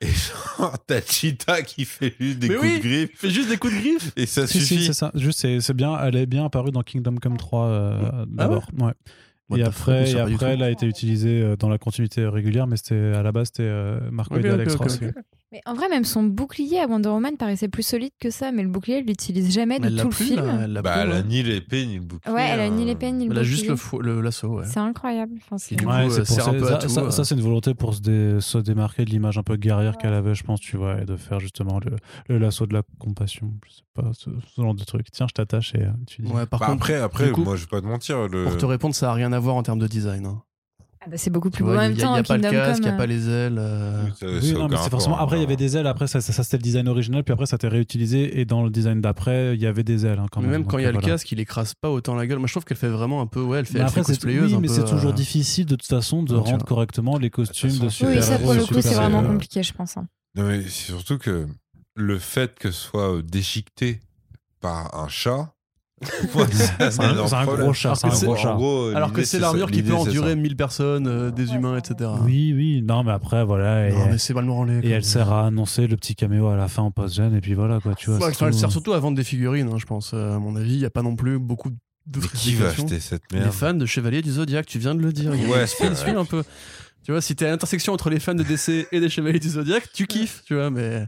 S3: et genre, t'as Cheetah qui fait juste des
S2: Mais
S3: coups
S2: oui.
S3: de griffe
S2: fait juste des coups de griffe.
S3: et ça
S1: Si, si,
S3: suffit.
S1: c'est ça. Juste, c'est c'est bien, elle est bien apparue dans Kingdom Come 3 euh, d'abord. ouais.
S2: Ah What
S1: et
S2: the fuck,
S1: après,
S2: je
S1: et
S2: sais pas du
S1: après
S2: tout.
S1: elle a été utilisée euh, dans la continuité régulière, mais c'était à la base, c'était euh, Marco
S2: Ok,
S1: et
S2: ok,
S1: Alex
S2: ok,
S1: Ross.
S2: ok.
S5: Mais en vrai, même son bouclier à Wonder Woman paraissait plus solide que ça, mais le bouclier, elle l'utilise jamais de
S2: Elle l'a
S5: tout le
S2: plus,
S5: film.
S2: là, Elle l'a
S3: bah,
S2: plus,
S3: elle
S2: ouais.
S3: a ni l'épée ni le bouclier.
S5: Ouais, elle a ni
S3: hein.
S5: l'épée ni le
S2: Elle a juste
S5: bouclier.
S2: le fou- le l'assaut, ouais.
S5: C'est incroyable. Enfin, c'est- Ah
S2: Et du coup,
S1: Ouais,
S2: euh,
S1: c'est pour
S2: sert
S1: ça,
S2: un peu à
S1: ça,
S2: tout,
S1: ça-
S2: euh.
S1: ça, c'est une volonté pour se, dé- se démarquer de l'image un peu guerrière qu'elle avait, je pense, tu vois, et de faire justement le, le lasso de la compassion. Je sais pas, ce, ce genre de truc. Tiens, je t'attache et euh, tu dis.
S2: Ouais, par
S3: Bah,
S2: contre,
S3: après, après
S2: du coup,
S3: moi, je vais pas te mentir. Le...
S2: pour te répondre, ça a rien à voir en termes de design. hein.
S4: Ah bah, c'est beaucoup
S2: Tu
S4: plus beau.
S2: vois,
S4: En
S2: il
S4: même
S2: n'y a,
S4: temps,
S2: il y a pas le
S4: Kingdom
S2: casque, il n'y a
S4: Come,
S2: pas les ailes. euh,
S3: Ça-
S1: Oui,
S3: ça a
S1: non, mais
S3: aucun
S1: c'est forcément.
S3: rapport, hein.
S1: Après, il y avait des ailes. Après, ça, ça, ça, c'était le design original. Puis après, ça t'est réutilisé. Et dans le design d'après, il y avait des ailes. hein, quand
S2: mais
S1: même,
S2: même
S1: Donc,
S2: quand il y a le
S1: voilà.
S2: casque, il écrase pas autant la gueule. Moi, je trouve qu'elle fait vraiment un peu. Ouais, elle fait,
S1: Mais
S2: elle
S1: Bah, après, c'est
S2: fait cosplayeuse.
S1: oui,
S2: un
S1: mais
S2: peu,
S1: c'est toujours
S2: euh, Ah,
S1: difficile de toute façon de
S2: tu
S1: rendre
S2: vois.
S1: correctement les costumes de
S3: façon,
S1: super.
S3: c'est-
S5: Oui, ça pour le
S3: c'est
S5: coup, c'est
S3: super-
S5: vraiment
S3: euh,
S5: compliqué, je pense. hein.
S3: Non, mais c'est surtout que le fait que ce soit euh, déchiqueté par un chat, moi, ça,
S1: C'est un,
S3: énorme
S1: c'est un
S3: problème.
S1: gros chat. C'est un
S2: Alors que c'est-
S1: gros chat.
S3: En gros, euh,
S2: Alors que
S3: l'idée,
S2: c'est
S3: ça-
S2: l'armure qui
S3: l'idée,
S2: peut
S3: c'est ça.
S2: endurer 1000 personnes, euh, des humains, etc.
S1: Oui, oui. Non, mais après, voilà. et-
S2: Non, mais c'est mal me branler,
S1: Et
S2: quoi.
S1: elle sert à annoncer le petit caméo à la fin en post-gen, et puis voilà, quoi, tu vois.
S2: Ouais,
S1: c'est
S2: enfin, elle
S1: tout.
S2: sert surtout à vendre des figurines, hein, je pense. Euh, à mon avis, il n'y a pas non plus beaucoup de
S3: Mais qui va
S2: fréquentations.
S3: acheter cette
S2: Les
S3: merde
S2: fans de Chevalier du Zodiac, tu viens de le dire. Il y a
S3: Ouais,
S2: une
S3: c'est
S2: file,
S3: vrai.
S2: suis un peu. Tu vois, si t'es à l'intersection entre les fans de DC et des Chevaliers du Zodiac, tu kiffes, tu vois, mais.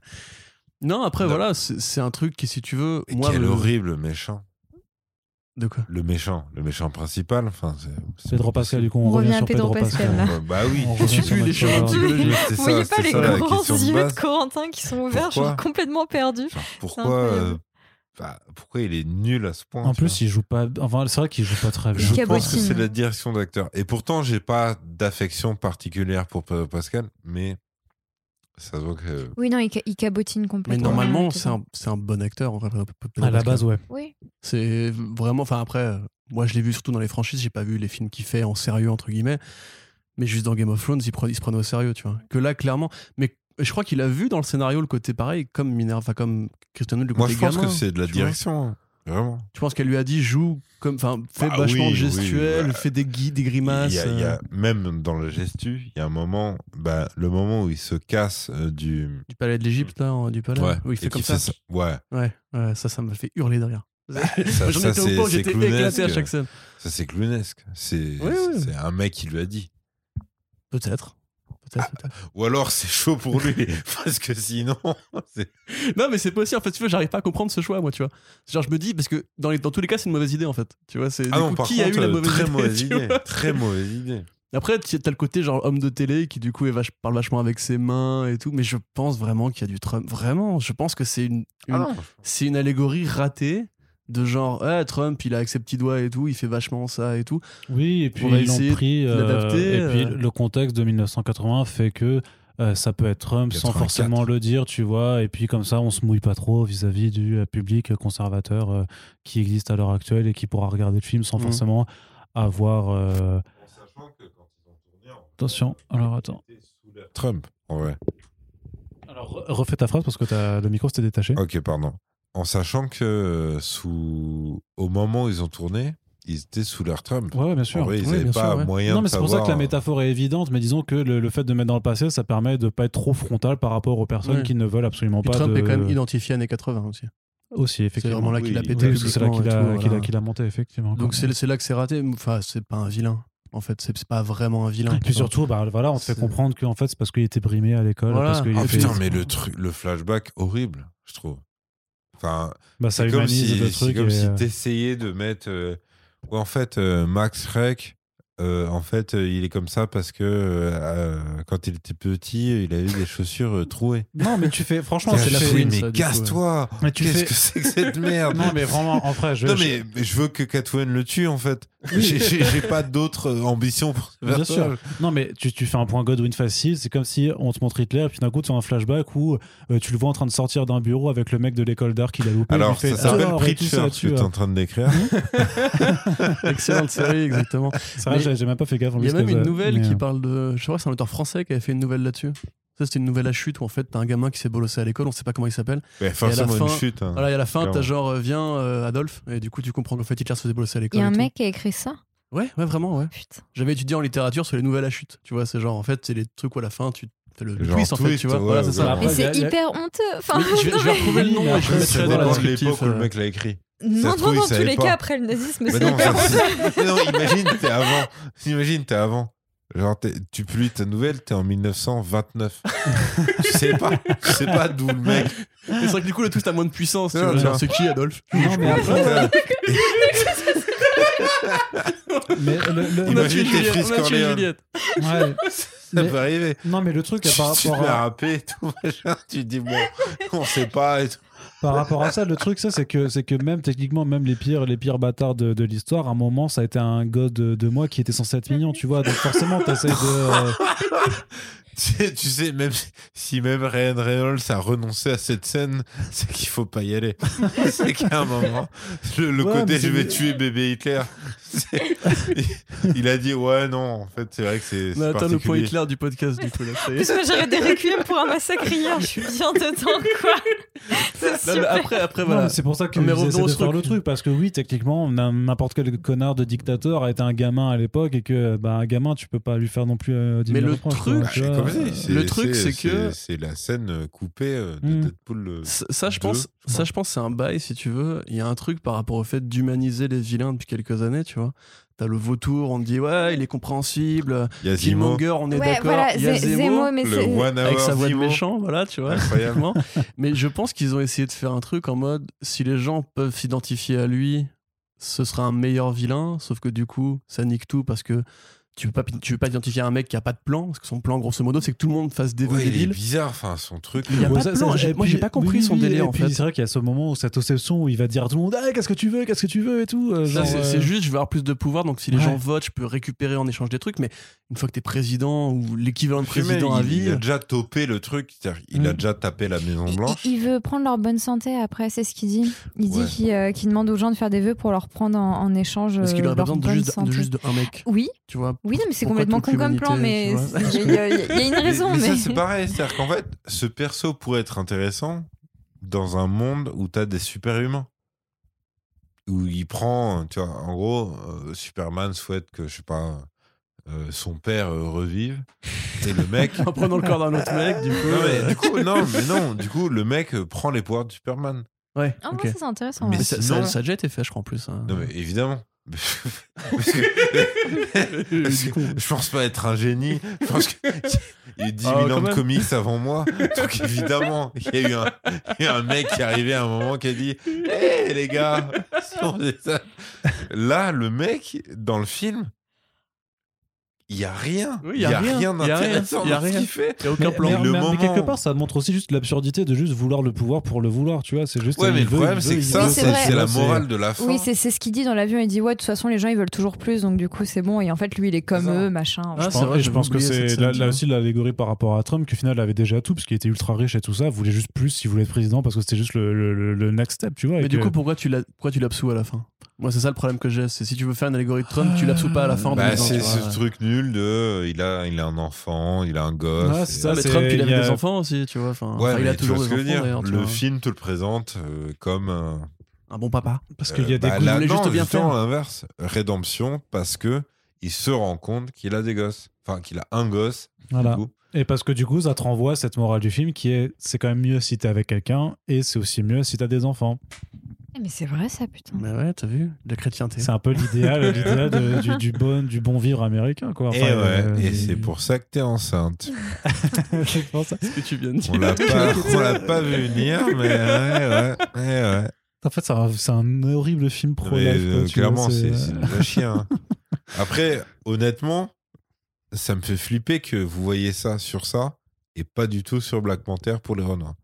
S2: Non, après,
S3: Non.
S2: voilà, c'est c'est un truc qui, si tu veux.
S3: Et
S2: moi,
S3: quel
S2: me-
S3: horrible méchant.
S2: De quoi
S3: Le méchant, le méchant principal. Enfin, c'est.
S1: euh, Pedro Pascal, du coup, on,
S5: On
S1: revient
S5: revient à
S1: sur Pedro
S5: Pedro Pascal,
S1: Pascal.
S5: là.
S3: Bah, bah oui.
S1: On revient
S2: Je
S1: sur
S2: suis plus
S1: notre
S2: les
S1: chose,
S2: chemins
S1: hein.
S2: psychologiques.
S3: C'est
S4: Vous
S3: ça,
S4: voyez pas
S3: c'est
S4: les
S3: ça la
S4: grands
S3: question de
S4: yeux
S3: base.
S4: de Corentin qui sont ouverts, je
S3: Pourquoi
S4: suis complètement perdue.
S3: Genre, pourquoi,
S4: incroyable.
S3: euh, bah, pourquoi il est nul à ce point
S1: En
S3: tu vois
S1: plus, il joue pas. Enfin, c'est vrai qu'il joue pas très bien.
S3: je pense que
S4: cabotine.
S3: c'est la direction d'acteur. Et pourtant, j'ai pas d'affection particulière pour Pedro Pascal, mais ça se voit que.
S5: Oui, non, il, ca- il cabotine
S2: Mais
S5: complètement. Ah,
S2: normalement,
S5: Ouais,
S2: c'est un, c'est un bon acteur, en vrai.
S1: À la base, ouais.
S5: Oui.
S2: C'est vraiment, enfin après, euh, moi je l'ai vu surtout dans les franchises, j'ai pas vu les films qu'il fait en sérieux, entre guillemets, mais juste dans Game of Thrones, il, pre- il se prenait au sérieux, tu vois. Que là, clairement, mais je crois qu'il a vu dans le scénario le côté pareil, comme Minerva, enfin, comme Christian Hull, le
S3: Moi,
S2: côté
S3: je pense
S2: gamin,
S3: que c'est de la
S2: tu vois.
S3: direction, hein. vraiment.
S2: Tu penses qu'elle lui a dit, joue comme, enfin, fais
S3: Bah
S2: vachement
S3: oui,
S2: de
S3: oui,
S2: gestuelle,
S3: bah,
S2: fais des guides, des grimaces.
S3: Il y a- il y
S2: euh,
S3: a- même dans le gestu, il y a un moment, bah, le moment où il se casse euh, du.
S2: Du palais de l'Égypte, là, en- du palais. où il
S3: et
S2: fait comme ça.
S3: qu'il fait Ouais.
S2: Ouais, ouais, ça, ça m'a fait hurler derrière.
S3: Ça,
S2: J'en
S3: ça,
S2: étais au
S3: c'est-
S2: point,
S3: c'est
S2: j'étais
S3: clownesque.
S2: éclaté à chaque scène.
S3: Ça, c'est clownesque. C'est
S2: Ouais, ouais.
S3: c'est un mec qui lui a dit.
S2: Peut-être. Peut-être, peut-être.
S3: Ou alors, c'est chaud pour lui, parce que sinon. c'est-
S2: Non, mais c'est pas aussi. En fait, tu vois, j'arrive pas à comprendre ce choix, moi, tu vois. Genre, je me dis, parce que dans, les, dans tous les cas, c'est une mauvaise idée, en fait. Tu vois, c'est.
S3: Ah
S2: du
S3: non,
S2: coup,
S3: par
S2: qui
S3: contre,
S2: a eu la
S3: euh,
S2: mauvaise
S3: très
S2: idée,
S3: mauvaise
S2: tu
S3: idée.
S2: vois
S3: Très mauvaise idée.
S2: Après, tu- t'as le côté, genre, homme de télé qui, du coup, est vache- parle vachement avec ses mains et tout. Mais je pense vraiment qu'il y a du Trump. Vraiment, je pense que c'est une, une-
S3: Ah non.
S2: c'est une allégorie ratée de genre, ouais, Trump, il a avec ses petits doigts et tout, il fait vachement ça et tout.
S1: Oui, et puis
S2: On va
S1: ils
S2: essayer
S1: l'ont
S2: de
S1: pris. euh,
S2: l'adapter,
S1: et puis
S2: euh.
S1: le contexte de 1980 fait que euh, ça peut être Trump sans
S3: 84.
S1: forcément le dire, tu vois. Et puis comme ça, on se mouille pas trop vis-à-vis du euh, public conservateur euh, qui existe à l'heure actuelle et qui pourra regarder le film sans
S2: Mhm.
S1: forcément avoir. euh, Attention, alors attends.
S3: Trump, en vrai.
S1: Alors re- refais ta phrase parce que t'as- le micro s'était détaché.
S3: Ok, pardon. En sachant que euh, sous... au moment où ils ont tourné, ils étaient sous leur Trump.
S1: Ouais, ouais, bien sûr.
S3: En vrai, ils
S2: Oui,
S3: n'avaient
S2: bien
S3: pas
S2: sûr, ouais.
S3: moyen
S1: Non,
S3: de
S1: mais c'est pour ça que la
S3: savoir, hein.
S1: métaphore est évidente, mais disons que le, le fait de mettre dans le passé, ça permet de pas être trop frontal par rapport aux personnes
S2: Ouais.
S1: qui ne veulent absolument
S2: Et
S1: pas.
S2: Trump
S1: de...
S2: est quand même identifié années 80 aussi.
S1: Aussi,
S2: C'est
S1: effectivement.
S2: vraiment là qu'il a
S3: Oui,
S1: Oui,
S2: pété.
S1: parce que c'est là
S2: publiquement
S1: qu'il a,
S2: et tout,
S1: qu'il a-
S2: voilà.
S1: qu'il a monté, effectivement.
S2: Donc,
S1: quoi.
S2: c'est c'est là que c'est raté. Enfin, c'est pas un vilain. En fait, c'est c'est pas vraiment un vilain.
S1: Et puis
S2: tu vois.
S1: surtout, bah, voilà, on te fait
S2: C'est-
S1: comprendre qu'en fait, c'est parce qu'il était brimé à l'école.
S2: Voilà.
S1: Parce qu'il
S3: Ah
S1: a fait-
S3: putain, mais le, truc, le flashback, horrible, je trouve. Enfin,
S1: bah, ça
S3: c'est comme
S1: humanise
S3: si,
S1: le
S3: c'est
S1: truc.
S3: comme
S1: et,
S3: si
S1: euh,
S3: t'essayais de mettre. euh, où en fait euh, Max Rec, euh, en fait, euh, il est comme ça parce que euh, quand il était petit, il avait des chaussures euh, trouées.
S1: Non, mais tu fais, franchement,
S3: Et
S1: c'est
S3: je
S1: la
S3: fais,
S1: fouine.
S2: ça,
S3: Mais
S2: du coup, ouais.
S3: casse-toi
S1: Mais tu
S3: Qu'est-ce
S1: fais-
S3: que c'est que cette merde
S1: Non, mais vraiment, en vrai, je
S3: Non, mais mais je veux que Catwoman le tue en fait. J'ai- J'ai j'ai pas d'autres euh, ambitions pour ce
S1: Bien
S3: personnage.
S1: sûr. Non, mais tu, tu fais un point Godwin facile. C'est comme si on te montre Hitler, et puis d'un coup, tu as un flashback où euh, tu le vois en train de sortir d'un bureau avec le mec de l'école d'art qu'il a loupé.
S3: Alors,
S1: il fait,
S3: ça s'appelle
S1: Dehors et tout, c'est
S3: Preacher, ce
S1: là-dessus,
S3: que t'es
S1: euh.
S3: en train de décrire.
S2: Excellente série, exactement.
S1: C'est vrai,
S2: Mais-
S1: j'ai- j'ai même pas fait gaffe. en
S2: Il y a
S1: plus,
S2: même
S1: qu'elle-
S2: une nouvelle
S1: mais,
S2: qui
S1: euh,
S2: parle de. Je crois que c'est un auteur français qui avait fait une nouvelle là-dessus. Ça, c'était une nouvelle à chute où en fait, t'as un gamin qui s'est bolossé à l'école, on sait pas comment il s'appelle.
S3: Ouais, forcément
S2: fin-
S3: une chute. hein.
S2: Voilà, et à la fin,
S3: Clairement.
S2: t'as genre, euh, viens euh, Adolphe, et du coup, tu comprends qu'en fait, Hitler se faisait bolosser à
S5: Il
S2: l'école.
S5: y a
S2: et
S5: un
S2: tout.
S5: mec qui a écrit ça
S2: Ouais, ouais, vraiment, ouais.
S5: Putain.
S2: J'avais étudié en littérature sur les nouvelles à chute. Tu vois, c'est genre, en fait, c'est les trucs où à la fin, tu fais le, le
S3: Genre
S2: twist, en fait,
S3: twist,
S2: tu vois.
S3: ouais,
S2: voilà, c'est
S3: ouais.
S2: ça.
S5: Mais
S1: Mais Ouais, y a-
S5: c'est
S1: y a-
S5: hyper honteux. Enfin,
S2: Oui, je, vais,
S5: non,
S2: je vais retrouver le nom et je
S1: Ouais,
S2: le
S3: Ça
S2: mettrai dans
S3: dépend
S2: la
S3: de l'époque
S2: descriptif.
S3: où le
S2: euh.
S3: mec l'a écrit. Ça
S4: Non,
S3: se
S4: non,
S3: trouve, il
S4: non, tous
S3: savait
S4: les
S3: pas.
S4: cas après le nazisme,
S3: Bah
S4: c'est
S3: non, ça,
S4: hyper honteux.
S3: c'est- non, imagine, t'es avant. Imagine, t'es avant. Genre, t'es- tu publies ta nouvelle, t'es en 1929. tu sais pas, tu sais pas d'où le mec.
S2: Mais C'est vrai que du coup, le twist a moins de puissance. tu
S3: Non,
S2: vois,
S3: non.
S2: genre, C'est qui, Adolphe
S1: Non, mais après, mais le- le-
S2: On a
S3: Imagine
S2: tué
S3: tes
S2: Juliette,
S3: Fritz
S2: on a tué
S3: Corleone.
S2: Juliette.
S1: ouais.
S3: Ça
S1: Mais-
S3: peut arriver.
S1: Non, mais le truc,
S3: Tu,
S1: à par
S3: tu
S1: rapport
S3: te mets
S1: à.
S3: à rapper et tout, machin. Tu te dis, bon, on sait pas. Et tout.
S1: Par rapport à ça, le truc, ça, c'est que, c'est que même techniquement, même les pires, les pires bâtards de, de l'histoire, à un moment, ça a été un god de, de moi qui était censé être mignon, tu vois. Donc forcément, t'essayes de. euh,
S3: Tu sais- tu sais, même si- si même Ryan Reynolds a renoncé à cette scène, c'est qu'il faut pas y aller. c'est qu'à un moment, le, le
S1: Ouais, mais
S3: côté
S1: c'est-
S3: je vais tuer bébé Hitler, c'est- il, il a dit ouais non, en fait c'est vrai que c'est.
S2: On
S3: c'est
S2: a atteint le point
S3: particulier.
S2: Hitler du podcast, du coup. Là, ça y est.
S4: Parce que j'aurais des requiem pour un massacre hier, je suis bien dedans, quoi. C'est
S2: Non, mais
S4: super.
S2: après, après,
S1: Non,
S2: voilà.
S1: mais c'est pour ça que
S2: Non, mais
S1: ils essaient
S2: revenons
S1: de
S2: au
S1: faire
S2: truc.
S1: le truc parce que oui techniquement n'a- n'importe quel connard de dictateur a été un gamin à l'époque et que bah, un gamin tu peux pas lui faire non plus euh, 10
S2: Mais
S1: 000
S2: le
S1: reproches,
S2: truc-
S1: quoi, tu
S3: Bah,
S1: vois.
S3: comme je dis, c'est-
S2: euh, le truc, c'est que- Hmm.
S3: c'est la scène euh, coupée euh, de
S1: Mm.
S3: Deadpool. euh,
S2: Ça, ça, je
S3: Deux,
S2: pense,
S3: je
S2: ça,
S3: crois.
S2: je pense, c'est un bail, si tu veux. Il y a un truc par rapport au fait d'humaniser les vilains depuis quelques années, tu vois. T'as le vautour, on te dit, ouais, il est compréhensible.
S3: Il y a Zemo,
S2: Killmonger, on est
S5: Ouais,
S2: d'accord.
S5: voilà,
S2: il y a
S5: Zé- Zemo,
S2: Zemo,
S5: mais
S3: le
S5: c'est. euh,
S3: One
S2: avec
S3: Hour
S2: sa voix de
S3: Zemo.
S2: méchant, voilà, tu vois.
S3: Incroyable.
S2: typiquement. mais je pense qu'ils ont essayé de faire un truc en mode, si les gens peuvent s'identifier à lui, ce sera un meilleur vilain. Sauf que du coup, ça nique tout parce que tu veux pas, tu veux pas identifier un mec qui a pas de plan. Parce que son plan, grosso modo, c'est que tout le monde fasse des
S3: Ouais, il est
S2: débiles.
S3: bizarre, enfin son truc.
S2: Il y a
S1: Ouais,
S2: pas
S1: ça-
S2: de
S1: ça-
S2: plan.
S1: et
S2: J'ai- Moi, j'ai
S1: puis-
S2: pas compris
S1: oui,
S2: son
S1: oui,
S2: délire,
S1: et
S2: en
S1: puis
S2: fait.
S1: c'est vrai qu'il y a ce moment où cette obsession où il va dire à tout le monde Ah, qu'est-ce que tu veux qu'est-ce que tu veux et tout euh,
S2: Ça,
S1: genre,
S2: c'est
S1: euh,
S2: c'est juste, je veux avoir plus de pouvoir, donc si les
S1: Ouais.
S2: gens votent, je peux récupérer en échange des trucs, mais une fois que t'es président ou l'équivalent de
S3: Puis même,
S2: président à
S3: il, il
S2: vie, Hmm.
S3: a déjà topé le truc, c'est-à-dire, il a
S1: Mm.
S3: déjà tapé la Maison
S5: Il,
S3: Blanche.
S5: il veut prendre leur bonne santé après, c'est ce qu'il dit. Il
S3: Ouais.
S5: dit qu'il euh, qu'il demande aux gens de faire des vœux pour leur prendre en, en échange.
S2: parce qu'il
S5: euh,
S2: aurait pas
S5: leur
S2: besoin de
S5: bonne
S2: juste, de
S5: santé.
S2: juste de un mec,
S5: Oui,
S2: tu vois.
S5: oui, non, mais c'est
S2: Pourquoi
S5: complètement
S2: toute
S5: con comme plan, mais
S2: l'humanité, tu vois
S5: il y, a- il y a il y a une
S3: Mais-
S5: raison.
S3: mais,
S5: Mais,
S3: ça, c'est pareil. C'est-à-dire qu'en fait, ce perso pourrait être intéressant dans un monde où t'as des super-humains. Où il prend, tu vois, en gros, euh, Superman souhaite que, je sais pas, euh, son père euh, revive. Et le mec.
S2: En prenant le corps d'un autre mec, du coup.
S3: non, mais
S2: euh,
S3: du coup, non, mais non, du coup, le mec euh, prend les pouvoirs de Superman.
S2: Ouais,
S5: Ah, ouais,
S2: ok.
S5: ça, c'est intéressant.
S3: Mais
S5: ouais.
S2: Mais ça,
S3: sinon-
S2: ça- ça a déjà été fait, je crois, en plus. hein.
S3: Non, mais évidemment. Parce que- parce
S2: Du
S3: que
S2: coup. hein.
S3: je pense pas être un génie. Je pense qu'il y a eu 10
S2: Ah,
S3: 000
S2: quand
S3: ans de
S2: même.
S3: comics avant moi. Donc évidemment, il y, a eu un- il y a eu un mec qui est arrivé à un moment qui a dit Hé les gars, si on faisait ça. Là, le mec, dans le film, il y a rien.
S2: Oui,
S3: il y a, rien
S2: il y a rien,
S3: d'intéressant
S2: il y a
S3: dans ce
S2: rien.
S3: qu'il fait.
S2: Il y a
S1: mais,
S2: aucun
S1: mais-
S2: plan.
S3: le
S1: mais- mais
S3: moment-
S1: quelque part ça montre aussi juste l'absurdité de juste vouloir le pouvoir pour le vouloir tu vois c'est juste
S3: Ouais,
S1: il
S3: mais le
S1: veut,
S3: problème,
S1: il
S3: c'est
S1: veut,
S3: que
S1: il
S3: ça,
S1: veut,
S5: c'est
S3: c'est
S5: vrai.
S3: c'est la morale de la fin.
S5: Oui, c'est c'est ce qu'il dit dans l'avion. Il dit Ouais, de toute façon, les gens ils veulent toujours plus, donc du coup, c'est bon. Et en fait, lui, il est comme
S3: C'est ça.
S5: eux, machin.
S2: Ah,
S1: Je pense-
S2: c'est vrai,
S1: et je
S2: j'avais
S1: pense que
S2: oublié
S1: c'est
S2: cette
S1: là,
S2: scène,
S1: là
S2: tu
S1: aussi l'allégorie par rapport à Trump, qui au final avait déjà tout, parce qu'il était ultra riche et tout ça, voulait juste plus s'il voulait être président, parce que c'était juste le, le- le- le next step, tu vois.
S2: Mais
S1: et
S2: du
S1: que-
S2: coup, pourquoi tu l'as- pourquoi tu l'absous à la fin Moi, c'est ça le problème que j'ai. C'est si tu veux faire une allégorie de Trump, tu l'absous pas à la fin. en
S3: Bah,
S2: disant,
S3: c'est
S2: tu
S3: ce
S2: vois.
S3: truc nul de euh, il a, il a un enfant, il a un gosse.
S1: Ah,
S3: et-
S1: c'est ça,
S2: Ah, mais Trump,
S1: c'est-
S2: il
S1: il y a-
S2: avait des enfants aussi, tu vois. Enfin,
S3: Ouais,
S2: Hein. enfin, il
S3: mais
S2: a
S3: tu
S2: toujours
S3: vois
S2: des
S3: ce que je veux
S2: enfants,
S3: dire.
S2: d'ailleurs. tu
S3: Le
S2: vois.
S3: film te le présente euh, comme un.
S2: Un bon papa.
S1: parce qu'il y a
S3: euh,
S1: des
S3: bah,
S1: coups-
S3: là,
S2: voulait
S3: non,
S2: juste bien
S3: justement,
S2: faire.
S3: l'inverse. Rédemption, parce que il se rend compte qu'il a des gosses. Enfin, qu'il a un gosse.
S1: voilà.
S3: Du coup.
S1: Et parce que du coup, ça te renvoie à cette morale du film qui est c'est quand même mieux si t'es avec quelqu'un et c'est aussi mieux si t'as des enfants.
S5: Eh, Mais c'est vrai, ça, putain.
S2: Mais ouais, t'as vu La chrétienté.
S1: C'est un peu l'idéal l'idéal de- du, du bon, du bon vivre américain, quoi.
S3: et
S1: Enfin,
S3: Eh ouais,
S1: euh,
S3: et
S1: du-
S3: c'est pour ça que t'es enceinte.
S1: c'est pour ça.
S2: ce que tu viens de dire.
S3: On l'a pas, on l'a pas vu venir, mais ouais, ouais, ouais, ouais.
S1: En fait, c'est un, c'est un horrible film pro
S3: Mais,
S1: life.
S3: euh, clairement, c'est c'est
S1: euh,
S3: un chien. hein. Après, honnêtement, ça me fait flipper que vous voyez ça sur ça et pas du tout sur Black Panther pour les renards.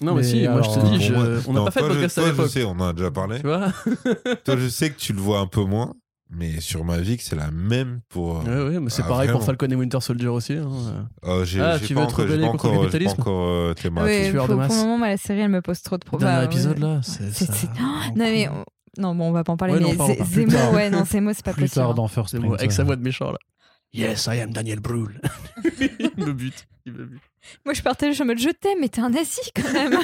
S2: Non, mais,
S1: Mais
S2: si, moi je
S1: alors,
S2: te dis,
S1: pour
S2: je-
S3: moi-
S2: on n'a
S3: Non,
S2: pas fait de
S3: toi, je-
S2: podcast à
S3: toi, je
S2: l'époque.
S3: sais, on en a déjà parlé.
S2: Tu vois
S3: Toi, je sais que tu le vois un peu moins, mais sur ma vie, que c'est la même pour.
S2: Ouais, ouais, mais c'est
S3: Ah,
S2: pareil
S3: vraiment.
S2: pour Falcon et Winter Soldier aussi. hein.
S3: Euh, j'ai-
S2: Ah,
S3: j'ai
S2: tu
S3: pas
S2: veux te
S3: encore, j'ai
S2: rebeller
S3: pas
S2: contre Ah le
S3: encore, j'ai pas
S2: capitalisme
S3: encore euh, tes mains.
S4: Ouais,
S2: tueur
S4: pour,
S2: de
S4: pour
S2: masse.
S4: le moment, moi, la série, elle me pose trop de
S2: Le
S4: problèmes.
S2: Bah, dernier épisode là, c'est.
S4: c'est-
S2: ça-
S4: c'est- Oh, Non, mais. on- Non, bon, on va pas en parler,
S2: Ouais, non, on
S4: mais
S2: parle
S4: Zé-
S2: pas.
S1: Plus
S4: Zemo,
S1: tard.
S4: ouais, non, Zemo, c'est pas
S1: Plus
S4: possible.
S1: tard dans First
S2: hein. C'est
S1: Print.
S2: moi, avec sa
S1: euh,
S2: voix de méchant là. Yes, I am Daniel Brühl. il me bute. Il me bute.
S4: Moi, je partais, je me dis, je t'aime, mais t'es un nazi quand même.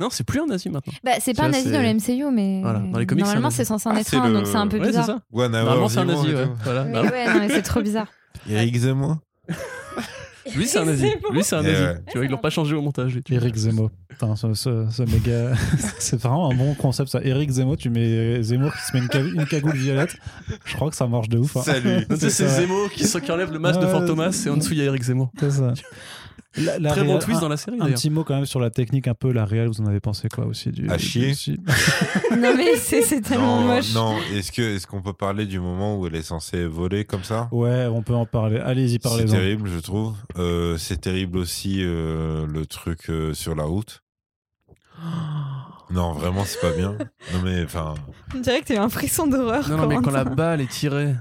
S2: Non, c'est plus un nazi maintenant.
S5: Bah, c'est pas
S2: Ça,
S5: un nazi
S2: c'est-
S5: dans le MCU, mais.
S2: Voilà, dans les comics, c'est un
S5: Normalement,
S2: nazi.
S5: c'est censé en
S3: Ah,
S5: être
S3: c'est
S5: un,
S3: le-
S5: donc c'est un peu
S2: Ouais, c'est
S5: bizarre.
S2: ça.
S3: One hour,
S2: Normalement, c'est un
S3: Zemmour
S2: nazi.
S3: et
S2: Ouais.
S3: tout.
S2: Voilà.
S5: Mais
S2: bah,
S5: ouais, non, mais c'est trop bizarre.
S3: Eric Zemmour
S2: Lui, c'est un nazi.
S4: C'est bon.
S2: Lui, c'est un
S3: Et
S2: nazi.
S3: ouais.
S2: Tu vois, ils l'ont pas changé au montage. et tout.
S1: Eric Zemo. Putain, ce, ce- ce méga. c'est vraiment un bon concept ça. Eric Zemo, tu mets Zemo qui se met une, ca- une cagoule violette. Je crois que ça marche de ouf. hein.
S3: Salut.
S2: Tu sais,
S1: C'est
S2: c'est
S1: ça.
S2: Zemmour qui, qui enlève le masque de
S1: Ouais.
S2: Fantomas et en dessous, il y a Eric Zemmour.
S1: C'est ça. La- la
S2: Très bon
S1: réal-
S2: twist
S1: un-
S2: dans la série
S1: Ah, Un
S2: d'ailleurs.
S1: petit mot quand même sur la technique un peu la réelle, vous en avez pensé quoi aussi du
S3: À
S1: du-
S3: chier.
S1: du-
S4: non, mais c'est c'est tellement
S3: Non,
S4: moche.
S3: non. Est-ce que est-ce qu'on peut parler du moment où elle est censée voler comme ça
S1: Ouais, on peut en parler. Allez-y,
S3: C'est
S1: parlez-en.
S3: terrible, je trouve. Euh, c'est terrible aussi euh, le truc euh, sur la route. Non, vraiment, c'est pas bien. Non mais enfin,
S4: On dirait que t'as eu un frisson d'horreur.
S2: Non, non, mais quand
S4: Corentin.
S2: la balle est tirée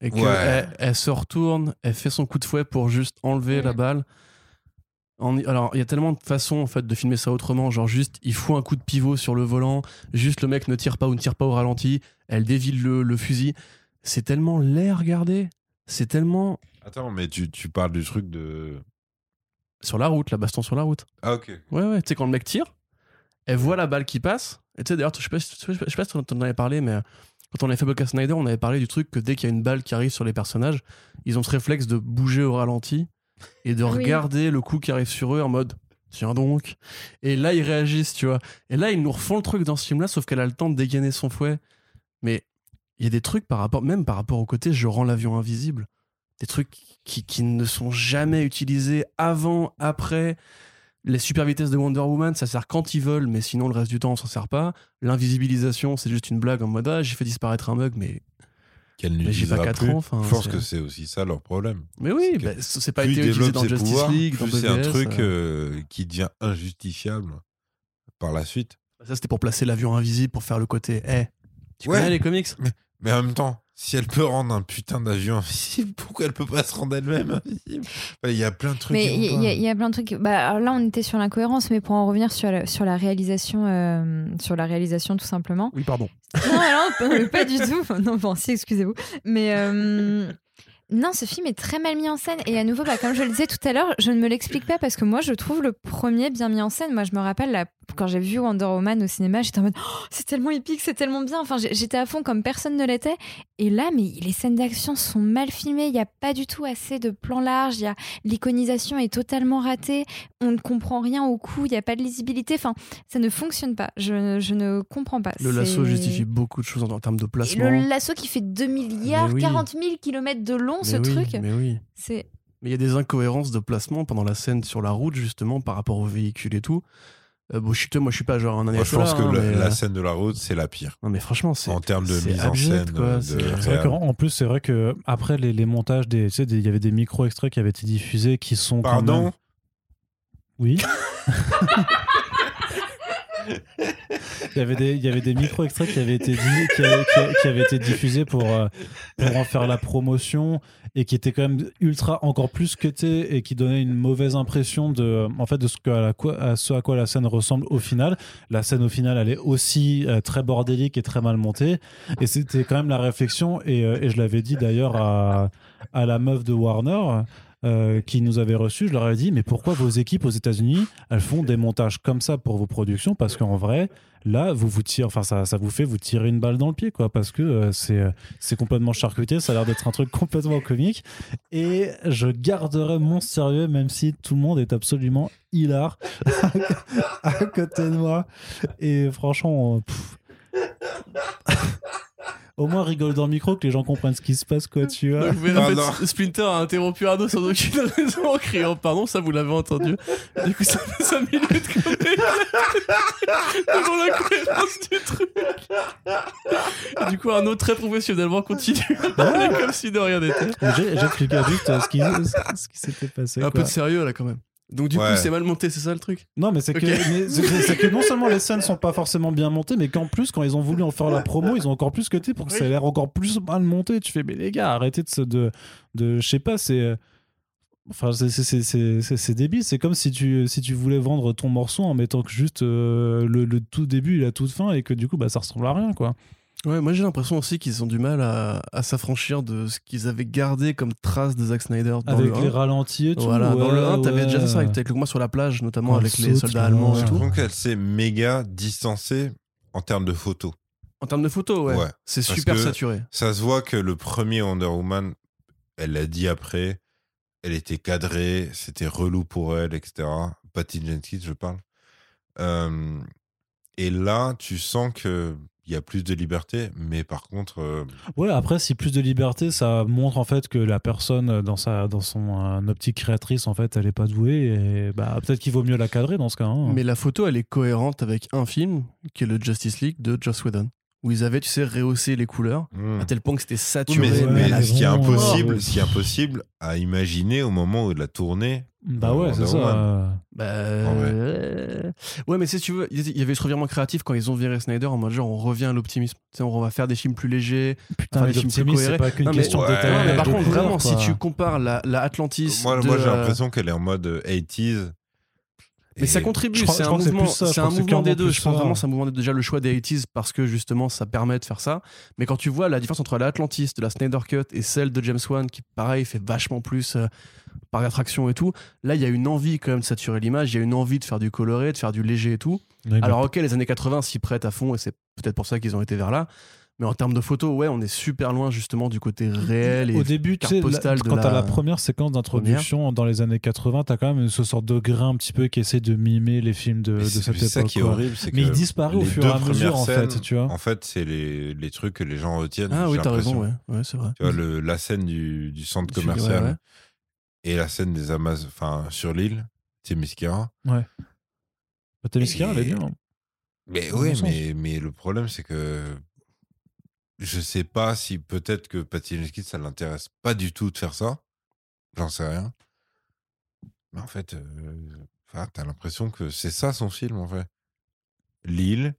S2: et qu'elle
S3: Ouais.
S2: elle se retourne, elle fait son coup de fouet pour juste enlever la balle. En- alors, il y a tellement de façons en fait de filmer ça autrement. Genre, juste, il faut un coup de pivot sur le volant. Juste, le mec ne tire pas ou ne tire pas au ralenti. Elle dévile le, le fusil. C'est tellement laid à regarder. C'est tellement
S3: attends, mais tu, tu parles du truc de
S2: sur la route, la baston sur la route.
S3: ah ok.
S2: Ouais, ouais. Tu sais, quand le mec tire, elle voit la balle qui passe. Et tu sais, d'ailleurs, je sais pas si je sais pas si t'en avais parlé, mais euh, quand on avait fait Podcast Snyder, on avait parlé du truc que dès qu'il y a une balle qui arrive sur les personnages, ils ont ce réflexe de bouger au ralenti et de
S4: Oui.
S2: regarder le coup qui arrive sur eux en mode tiens donc. Et là, ils réagissent, tu vois. Et là, ils nous refont le truc dans ce film-là, sauf qu'elle a le temps de dégainer son fouet. Mais il y a des trucs par rapport, même par rapport au côté je rends l'avion invisible. Des trucs qui, qui ne sont jamais utilisés avant, après. Les super vitesses de Wonder Woman, ça sert quand ils veulent, mais sinon le reste du temps, on s'en sert pas. L'invisibilisation, c'est juste une blague en mode ah, j'ai fait disparaître un bug, mais,
S3: Qu'elle
S2: mais j'ai
S3: n'utilisera
S2: pas 4
S3: plus.
S2: ans. enfin,
S3: Je pense
S2: c'est-
S3: que c'est aussi ça leur problème.
S2: Mais
S3: c'est
S2: oui,
S3: que
S2: bah, c- c'est pas
S3: plus
S2: été
S3: il
S2: utilisé
S3: développe
S2: dans
S3: ses
S2: Justice
S3: pouvoirs,
S2: League, dans
S3: plus c'est un
S2: BVS, euh.
S3: truc euh, qui devient injustifiable par la suite.
S2: Ça, c'était pour placer l'avion invisible, pour faire le côté eh, tu
S3: Ouais.
S2: connais les comics
S3: Mais en même temps, si elle peut rendre un putain d'avion invisible, pourquoi elle peut pas se rendre elle-même invisible Enfin, Il y a plein de trucs.
S5: Mais
S3: qui
S5: il y,
S3: vont
S5: il y
S3: pas.
S5: a- il y a plein de trucs. Bah, alors là, on était sur l'incohérence, mais pour en revenir sur la, sur la réalisation, euh, sur la réalisation tout simplement.
S2: Oui, pardon.
S5: Non, non, pas- pas du tout. Non, bon, si, excusez-vous. Mais euh, non, ce film est très mal mis en scène. Et à nouveau, bah, comme je le disais tout à l'heure, je ne me l'explique pas parce que moi, je trouve le premier bien mis en scène. Moi, je me rappelle la- quand j'ai vu Wonder Woman au cinéma, j'étais en mode Oh, c'est tellement épique, c'est tellement bien. Enfin, j'ai- j'étais à fond comme personne ne l'était. Et là, mais les scènes d'action sont mal filmées. Il n'y a pas du tout assez de plans larges. Il y a- L'iconisation est totalement ratée. On ne comprend rien au coup. Il n'y a pas de lisibilité. Enfin, ça ne fonctionne pas. Je, je ne comprends pas.
S2: Le lasso
S5: C'est-
S2: justifie beaucoup de choses en, en termes de
S5: et
S2: placement.
S5: le lasso qui fait 2 milliards,
S2: Mais oui.
S5: 40 000 kilomètres de long,
S2: mais
S5: ce
S2: oui,
S5: truc.
S2: Mais oui.
S5: C'est
S2: Mais il y a des incohérences de placement pendant la scène sur la route, justement, par rapport au véhicule et tout. Euh, bon, je suis, moi, je suis pas genre un
S3: Moi, je
S2: anéantois,
S3: pense que
S2: hein,
S3: le-
S2: mais,
S3: la
S2: euh,
S3: scène de la route, c'est la pire.
S2: Non, mais franchement, c'est.
S3: En termes de
S2: c'est
S3: mise en
S2: abject,
S3: scène.
S2: quoi,
S3: euh,
S2: c'est-
S3: de
S2: C'est vrai
S1: C'est vrai
S3: réal.
S1: que, en plus, c'est vrai que après les, les montages, des, tu sais, des- il y avait des micro-extraits qui avaient été diffusés qui sont. quand
S3: Pardon
S1: même- Oui. Il y avait des, il y avait des micro-extraits qui avaient été, di- qui, avaient- qui- qui avaient été diffusés pour, euh, pour en faire la promotion et qui étaient quand même ultra encore plus cutés et qui donnaient une mauvaise impression de, euh, en fait, de ce, que à la quoi- à ce à quoi la scène ressemble au final. La scène au final, elle est aussi euh, très bordélique et très mal montée. Et c'était quand même la réflexion, et, euh, et je l'avais dit d'ailleurs à, à la meuf de Warner. euh, qui nous avait reçu, je leur avais dit mais pourquoi vos équipes aux États-Unis elles font des montages comme ça pour vos productions parce qu'en vrai là vous vous tirez enfin ça, ça vous fait vous tirer une balle dans le pied quoi parce que euh, c'est euh, c'est complètement charcuté ça a l'air d'être un truc complètement comique et je garderai mon sérieux même si tout le monde est absolument hilar à côté de moi et franchement euh, pff. Au moins, rigole dans le micro, que les gens comprennent ce qui se passe, quoi, tu vois.
S2: Donc, vous verrez, en fait,
S3: Pardon.
S2: Splinter a interrompu Arnaud sans aucune raison en criant pardon, ça vous l'avez entendu. Du coup, ça fait 5 minutes qu'on est devant la cohérence du truc. Et du coup, Arnaud, très professionnellement, continue à parler comme si de rien n'était.
S1: J'ai- J'expliquais juste euh, ce qui, ce qui s'était passé.
S2: Un
S1: quoi.
S2: peu de sérieux là quand même. Donc, du
S3: Ouais.
S2: coup, c'est mal monté, c'est ça le truc
S1: Non, mais c'est que,
S2: Ok.
S1: mais c'est que- c'est que non seulement les scènes sont pas forcément bien montées, mais qu'en plus, quand ils ont voulu en faire la promo, ils ont encore plus cuté pour que ça ait l'air encore plus mal monté. Tu fais, mais les gars, arrêtez de. se- de, de je sais pas, c'est. euh, Enfin, c'est- c'est- c'est- c'est c'est- c'est débile. C'est comme si tu, si tu voulais vendre ton morceau en mettant que juste euh, le, le tout début et la toute fin et que du coup, bah, ça ressemble à rien, quoi.
S2: Ouais, moi j'ai l'impression aussi qu'ils ont du mal à, à s'affranchir de ce qu'ils avaient gardé comme trace de Zack Snyder dans
S1: Avec
S2: le
S1: les
S2: 1.
S1: ralentis et tout.
S2: Voilà, dans le
S1: ouais,
S2: 1, t'avais
S1: ouais.
S2: déjà fait ça avec avec le moi sur la plage, notamment
S1: On
S2: avec les
S1: saute,
S2: soldats
S1: là,
S2: allemands
S1: ouais.
S2: et tout.
S3: Donc elle s'est méga distancée en termes de photos.
S2: En termes de photos, ouais.
S3: Ouais,
S2: c'est
S3: parce
S2: super
S3: que-
S2: saturé.
S3: Ça se voit que le premier Wonder Woman, elle l'a dit après, elle était cadrée, c'était relou pour elle, etc. Patty Jenkins, je parle. Euh, et là, tu sens que il y a plus de liberté, mais par contre, euh,
S1: Ouais, après, si plus de liberté, ça montre en fait que la personne euh, dans, sa, dans son euh, optique créatrice, en fait, elle est pas douée. Et bah, peut-être qu'il vaut mieux la cadrer dans ce cas.
S3: Mmh.
S1: hein.
S2: Mais la photo, elle est cohérente avec un film qui est le Justice League de Joss Whedon, où ils avaient, tu sais, rehaussé les couleurs
S3: hmm.
S2: à tel point que c'était
S3: Oui,
S2: saturé.
S3: mais,
S1: Ouais,
S3: mais
S1: la
S3: ce qui est
S1: grande-
S3: impossible, ce qui est impossible à imaginer au moment où de la tournée,
S1: Bah ouais,
S3: Wonder
S1: c'est ça.
S3: Woman.
S1: euh,
S2: Bah, euh, Ouais, mais si tu veux, il y avait ce revirement créatif quand ils ont viré Snyder en mode genre on revient à l'optimisme. Tu sais, on va faire des films plus légers.
S1: Putain,
S2: Enfin, les
S1: les
S2: films plus
S1: optimistes, c'est
S2: cohérents.
S1: pas qu'une
S2: Non, mais-
S1: question
S3: Ouais,
S1: de
S3: Euh,
S2: Non, mais par
S1: de
S2: contre,
S1: couleur,
S2: vraiment, si
S1: quoi.
S2: tu compares la, la Atlantis.
S3: moi,
S2: de,
S3: moi j'ai
S2: euh,
S3: l'impression qu'elle est en mode euh, 80s.
S2: Mais ça
S3: Et-
S1: Je
S2: contribue,
S1: crois-
S2: c'est
S1: je
S2: un
S1: crois que c'est
S2: mouvement,
S1: plus ça, je
S2: c'est
S1: crois
S2: un
S1: que c'est
S2: mouvement des
S1: clairement
S2: deux.
S1: plus
S2: Je pense
S1: ça.
S2: vraiment c'est un mouvement des deux. Déjà le choix des 80s parce que justement ça permet de faire ça. Mais quand tu vois la différence entre l'Atlantis de la Snyder Cut et celle de James Wan qui pareil fait vachement plus euh, par attraction et tout, là il y a une envie quand même de saturer l'image, il y a une envie de faire du coloré, de faire du léger et tout.
S1: Ouais, bah,
S2: Alors ok les années 80 s'y prêtent à fond et c'est peut-être pour ça qu'ils ont été vers là. Mais en termes de photos, ouais, on est super loin justement du côté réel. Et...
S1: au début, tu
S2: carte
S1: sais, la-
S2: postale de
S1: quand t'as
S2: la-
S1: la première séquence d'introduction dans les années 80, t'as quand même ce sorte de grain un petit peu qui essaie de mimer les films de,
S3: Mais
S1: de
S3: c'est
S1: cette
S3: c'est ça
S1: époque.
S3: qui est
S1: quoi.
S3: horrible, c'est
S1: Mais
S3: que
S1: il disparaît au
S3: les
S1: fur
S3: deux
S1: et à mesure,
S3: premières
S1: en
S3: scènes,
S1: fait, tu vois.
S3: En fait, c'est les, les trucs que les gens retiennent.
S2: Ah oui,
S3: j'ai
S2: t'as raison,
S3: l'impression.
S2: ouais, ouais c'est vrai.
S3: Tu vois, le, la scène du, du centre
S2: Tu-
S3: commercial
S2: ouais, ouais.
S3: et la scène des Amaz, enfin, sur l'île, Témiscaira.
S1: T'as mis ce qu'il y a, elle est bien.
S3: Mais
S1: Dans
S3: oui,
S1: le sens.
S3: mais, mais le problème, c'est que je sais pas si peut-être que Patty Jenkins, ça l'intéresse pas du tout de faire ça. J'en sais rien. Mais en fait, euh, enfin, t'as l'impression que c'est ça son film, en fait. L'île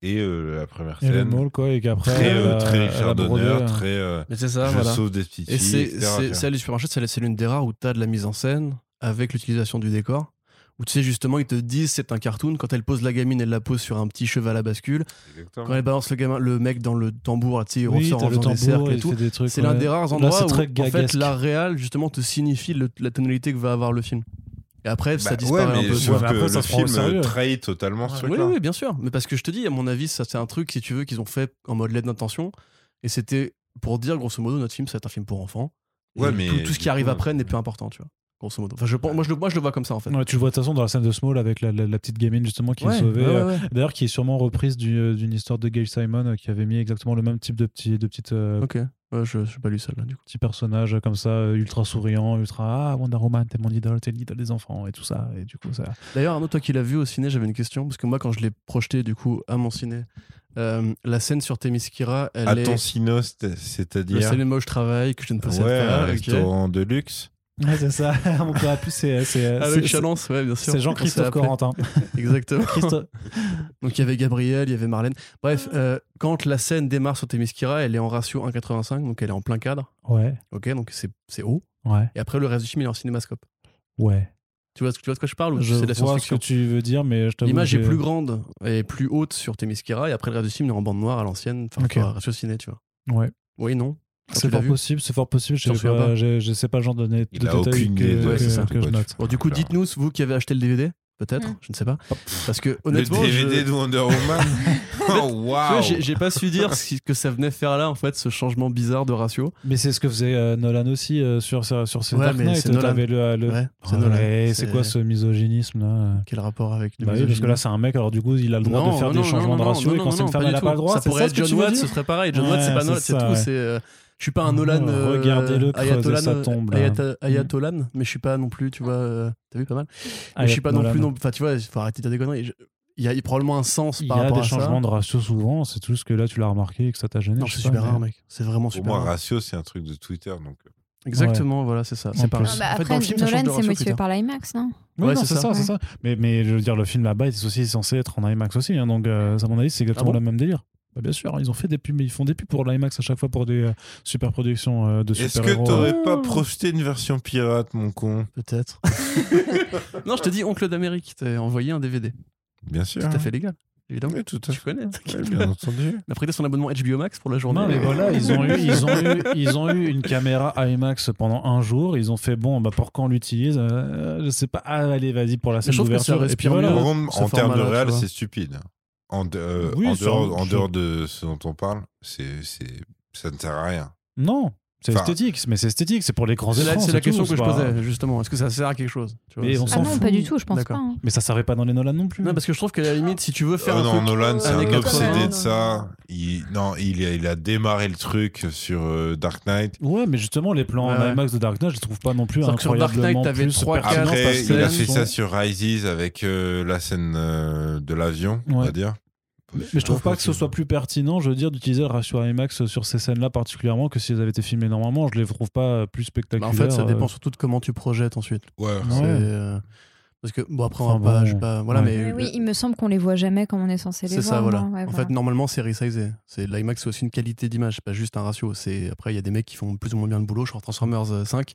S3: et euh, la première
S1: Et le
S3: scène.
S1: mall, quoi, et qu'après.
S3: très,
S1: elle
S3: euh,
S1: a-
S3: très
S1: elle a
S3: Richard
S1: brodé,
S3: Donner,
S1: euh,
S3: très euh,
S2: Mais c'est ça,
S3: je
S2: hein. voilà.
S3: sauve des petites
S2: Et
S3: filles,
S2: c'est-
S3: etc., tu
S2: c'est
S3: vois.
S2: c'est à du supermarché, c'est la- c'est l'une des rares où t'as de la mise en scène avec l'utilisation du décor. Où tu sais, justement, ils te disent c'est un cartoon. Quand elle pose la gamine, elle la pose sur un petit cheval à bascule.
S3: Exactement.
S2: Quand elle balance le, gamin, le mec dans le tambour, là, tu sais, il
S1: Oui,
S2: ressort
S1: t'as
S2: en
S1: le
S2: faisant des
S1: tambour,
S2: cercles et
S1: il
S2: tout.
S1: fait des trucs.
S2: C'est l'un
S1: ouais.
S2: des rares
S1: Là,
S2: endroits
S1: c'est
S2: où,
S1: très
S2: en fait,
S1: gagasque.
S2: l'art réel, justement, te signifie le- la tonalité que va avoir le film. Et après,
S3: Bah,
S2: ça disparaît
S3: ouais, mais
S2: un peu.
S3: sauf
S1: Ouais, mais
S3: que
S1: après, ça
S3: le
S1: se prend au
S3: film
S1: sérieux.
S3: euh, trahit totalement ce
S2: Oui,
S3: truc-là.
S2: oui, bien sûr. Mais parce que je te dis, à mon avis, ça c'est un truc, si tu veux, qu'ils ont fait en mode lettre d'intention. Et c'était pour dire, grosso modo, notre film, c'est un film pour enfants. Et
S3: Ouais, mais
S2: tout, tout ce qui
S3: du
S2: arrive
S3: coup,
S2: après n'est
S3: euh,
S2: plus important, tu vois. Grosso modo. Enfin, je, pense- moi, je, le- moi, je le vois comme ça, en fait.
S1: Ouais, tu le vois de toute façon dans la scène de Small avec la, la- la petite gamine justement qui est
S2: Ouais,
S1: sauvée.
S2: ouais,
S1: euh,
S2: ouais, ouais.
S1: D'ailleurs, qui est sûrement reprise du- euh, d'une histoire de Gail Simon euh, qui avait mis exactement le même type de petit, de petite, euh,
S2: Ok. Ouais, je n'ai pas lu ça, là, du coup.
S1: petit personnage euh, comme ça, euh, ultra souriant, ultra Ah, Wonder Woman, t'es mon idole, t'es l'idole des enfants et tout ça. Et du coup, ça.
S2: D'ailleurs, Arnaud, toi qui l'as vu au ciné, j'avais une question. Parce que moi, quand je l'ai projeté, du coup, à mon ciné, euh, la scène sur Temiskira, elle
S3: À
S2: est. Bah,
S3: ton Cinos, t-
S2: Le
S3: c'est-à-dire.
S2: cinéma où je travaille, que je ne possède
S3: Ouais, un
S2: pas. ok.
S3: restaurant de luxe.
S1: Ouais, c'est ça. Mon père plus, c'est. c'est-
S2: Ah, Avec
S1: c'est-
S2: Chalence, ouais, bien sûr.
S1: C'est Jean-Christophe
S2: On s'est appelé.
S1: Corentin.
S2: Exactement.
S1: Christo-
S2: Donc il y avait Gabriel, il y avait Marlène. Bref, euh, quand la scène démarre sur Temiskira, elle est en ratio 1,85, donc elle est en plein cadre.
S1: Ouais,
S2: Ok, donc c'est c'est haut.
S1: ouais,
S2: Et après, le reste du film, il est en cinémascope.
S1: ouais.
S2: Tu vois, ce- tu vois de quoi je parle ou
S1: Je
S2: c'est de la
S1: vois ce que
S2: science-fiction
S1: tu veux dire, mais je t'avoue.
S2: L'image
S1: que
S2: est
S1: j'ai-
S2: plus grande et plus haute sur Temiskira, et après, le reste du film, il est en bande noire à l'ancienne, enfin,
S1: Ok.
S2: enfin, ratio ciné, tu vois.
S1: Ouais.
S2: Oui, non Enfin,
S1: C'est
S2: tu l'as
S1: fort
S2: vu
S1: possible, c'est fort possible.
S2: T'en
S1: Je sais
S2: souviens
S1: pas,
S2: pas
S1: j'ai- je sais pas le genre de, de
S3: Il a
S1: détails
S3: aucune
S1: que,
S3: idée de
S2: ouais,
S1: que-
S2: c'est ça.
S1: que je note.
S2: Bon, du
S3: Ah,
S2: coup, dites-nous, vous qui avez acheté le DVD, peut-être,
S5: Mm.
S2: je ne sais pas. Parce que,
S3: Le
S2: honnêtement. je-
S3: DVD de Wonder Woman. Oh, Waouh.
S2: Tu vois, j'ai- J'ai pas su dire ce que ça venait faire là, en fait, ce changement bizarre de ratio.
S1: Mais c'est ce que faisait euh, Nolan aussi euh, sur, ses- sur ses
S2: Ouais,
S1: Dark
S2: mais
S1: Knight.
S2: c'est Nolan.
S1: T'avais le- le-
S2: Ouais,
S1: Oh,
S2: c'est Nolan.
S1: ouais, c'est quoi ce misogynisme là
S2: Quel rapport avec le
S1: Bah oui, parce
S2: misogyne
S1: que là, c'est un mec, alors du coup, il a le droit
S2: Non,
S1: de faire
S2: non,
S1: des
S2: non,
S1: changements
S2: non,
S1: de
S2: non,
S1: ratio
S2: non,
S1: et
S2: non,
S1: quand c'est une
S2: non,
S1: femme,
S2: pas
S1: elle n'a
S2: du
S1: pas
S2: tout.
S1: le droit.
S2: Ça
S1: c'est
S2: pourrait
S1: ce
S2: être
S1: que tu
S2: John
S1: veux
S2: Watt,
S1: dire
S2: ce serait pareil. John Watt,
S1: Ouais,
S2: c'est pas
S1: c'est
S2: Nolan, c'est
S1: ça,
S2: tout.
S1: ouais.
S2: c'est, euh, je suis pas un Nolan.
S1: Ouais,
S2: euh,
S1: regardez-le creuser
S2: Ayatollah,
S1: sa tombe, là.
S2: Ayata- Ayatollah, mais je suis pas non plus, tu vois. euh, T'as vu pas mal
S1: Ah,
S2: Mais Je suis pas non
S1: Nolan.
S2: plus. non- Enfin, tu vois, faut arrêter de déconner. Je- Il y a il y a probablement un sens
S1: Il y
S2: par
S1: a
S2: rapport
S1: des
S2: à ça.
S1: changements de ratio souvent, c'est tout ce que là, tu l'as remarqué et que ça t'a gêné.
S2: Non,
S1: je
S2: c'est
S1: sais pas,
S2: super
S1: mais-
S2: rare, mec. C'est vraiment
S3: Pour
S2: super
S3: moi,
S2: rare.
S3: ratio, c'est un truc de Twitter. Donc, euh,
S2: Exactement, voilà, c'est ça.
S1: En
S2: C'est pareil.
S1: plus.
S5: Ah bah
S2: En fait,
S5: après,
S2: dans le film, ça change
S5: Nolan,
S2: de
S5: c'est
S2: ratio
S5: motivé
S2: Twitter.
S5: par l'IMAX, non Ah
S1: Oui,
S2: Ouais,
S1: non,
S2: c'est
S1: c'est ça,
S2: ça.
S1: c'est ça. Mais, mais je veux dire, le film là-bas est aussi censé être en IMAX aussi. hein, donc, euh, à mon avis, c'est exactement
S2: Ah bon
S1: le même délire. Bah, bien sûr, ils ont fait des pubs, mais ils font des pubs pour l'IMAX à chaque fois pour des euh, super productions euh, de
S3: Est-ce
S1: super
S3: que
S1: héros.
S3: t'aurais pas projeté une version pirate, mon con
S2: Peut-être. non, je te dis, Oncle d'Amérique, t'as envoyé un DVD.
S3: Bien sûr.
S2: Tout à fait légal, évidemment.
S3: Oui, tout
S2: Tu
S3: à fait.
S2: connais,
S3: Ouais,
S2: t'inquiète
S3: bien
S2: pas.
S3: entendu.
S2: Il a prêté son abonnement HBO Max pour la journée.
S1: Non, mais voilà, ils ont, eu, ils, ont eu, ils ont eu une caméra IMAX pendant un jour. Ils ont fait, bon, bah, pour quand on l'utilise euh, Je sais pas, ah, allez, vas-y, pour la
S2: je
S1: scène
S2: trouve que
S1: d'ouverture.
S2: ça
S1: Et puis
S2: respire
S1: voilà.
S2: mieux.
S3: Par contre,
S2: ce
S3: en termes de
S2: format-là, tu
S3: réel,
S2: vois.
S3: c'est stupide. En, de- euh,
S1: Oui,
S3: en
S1: ça-
S3: dehors, en
S1: je-
S3: dehors de ce dont on parle, c'est, c'est, ça ne sert à rien.
S1: Non, c'est
S3: Enfin-
S1: esthétique, mais c'est esthétique, c'est pour les grands
S2: C'est la,
S1: écrans.
S2: c'est la
S1: tout,
S2: question
S1: c'est
S2: que je
S1: pas-
S2: posais, justement. Est-ce que ça sert à quelque chose tu vois,
S1: Mais on
S2: c'est-
S1: s'en
S5: Ah non,
S1: fout.
S5: pas du tout, je pense pas.
S2: D'accord.
S5: hein.
S1: Mais ça servait pas dans les Nolan non plus.
S2: Non, parce que je trouve qu'à la limite, si tu veux faire
S3: Oh
S2: un
S3: non,
S2: truc...
S3: Nolan, c'est
S2: années
S3: un
S2: 80.
S3: obsédé de ça. Il, non, il a, il a démarré le truc sur euh, Dark Knight.
S1: Ouais, mais justement, les plans
S2: Ouais, ouais.
S1: en IMAX de Dark Knight, je les trouve pas non plus
S2: Sauf que sur Dark Knight,
S1: incroyablement
S2: t'avais
S1: plus
S2: trois,
S1: pertinents
S2: quatre
S1: parce
S3: Après,
S1: que
S3: il a
S1: ils
S3: fait
S1: sont-
S3: ça sur Rises avec euh, la scène euh, de l'avion, on
S1: Ouais.
S3: va dire.
S1: Mais je trouve pas que ce soit plus pertinent, je veux dire, d'utiliser le ratio IMAX sur ces scènes-là particulièrement que si elles avaient été filmées normalement. Je les trouve pas plus
S2: Bah,
S1: spectaculaires.
S2: en fait, ça
S1: euh,
S2: dépend surtout de comment tu projettes ensuite.
S3: Ouais.
S1: Ouais.
S2: C'est, euh, Parce que, bon, après, on va
S1: Enfin,
S2: pas...
S1: bon.
S2: je vais pas- Voilà,
S1: Ouais.
S2: mais...
S5: Mais oui, il me semble qu'on les voit jamais comme on est censé les
S2: C'est
S5: voir.
S2: ça, voilà.
S5: moi, ouais,
S2: en
S5: voilà.
S2: fait, normalement, c'est resizé. C'est l'IMAX, c'est aussi une qualité d'image, c'est pas juste un ratio. C'est après, il y a des mecs qui font plus ou moins bien le boulot. Genre Transformers euh, 5,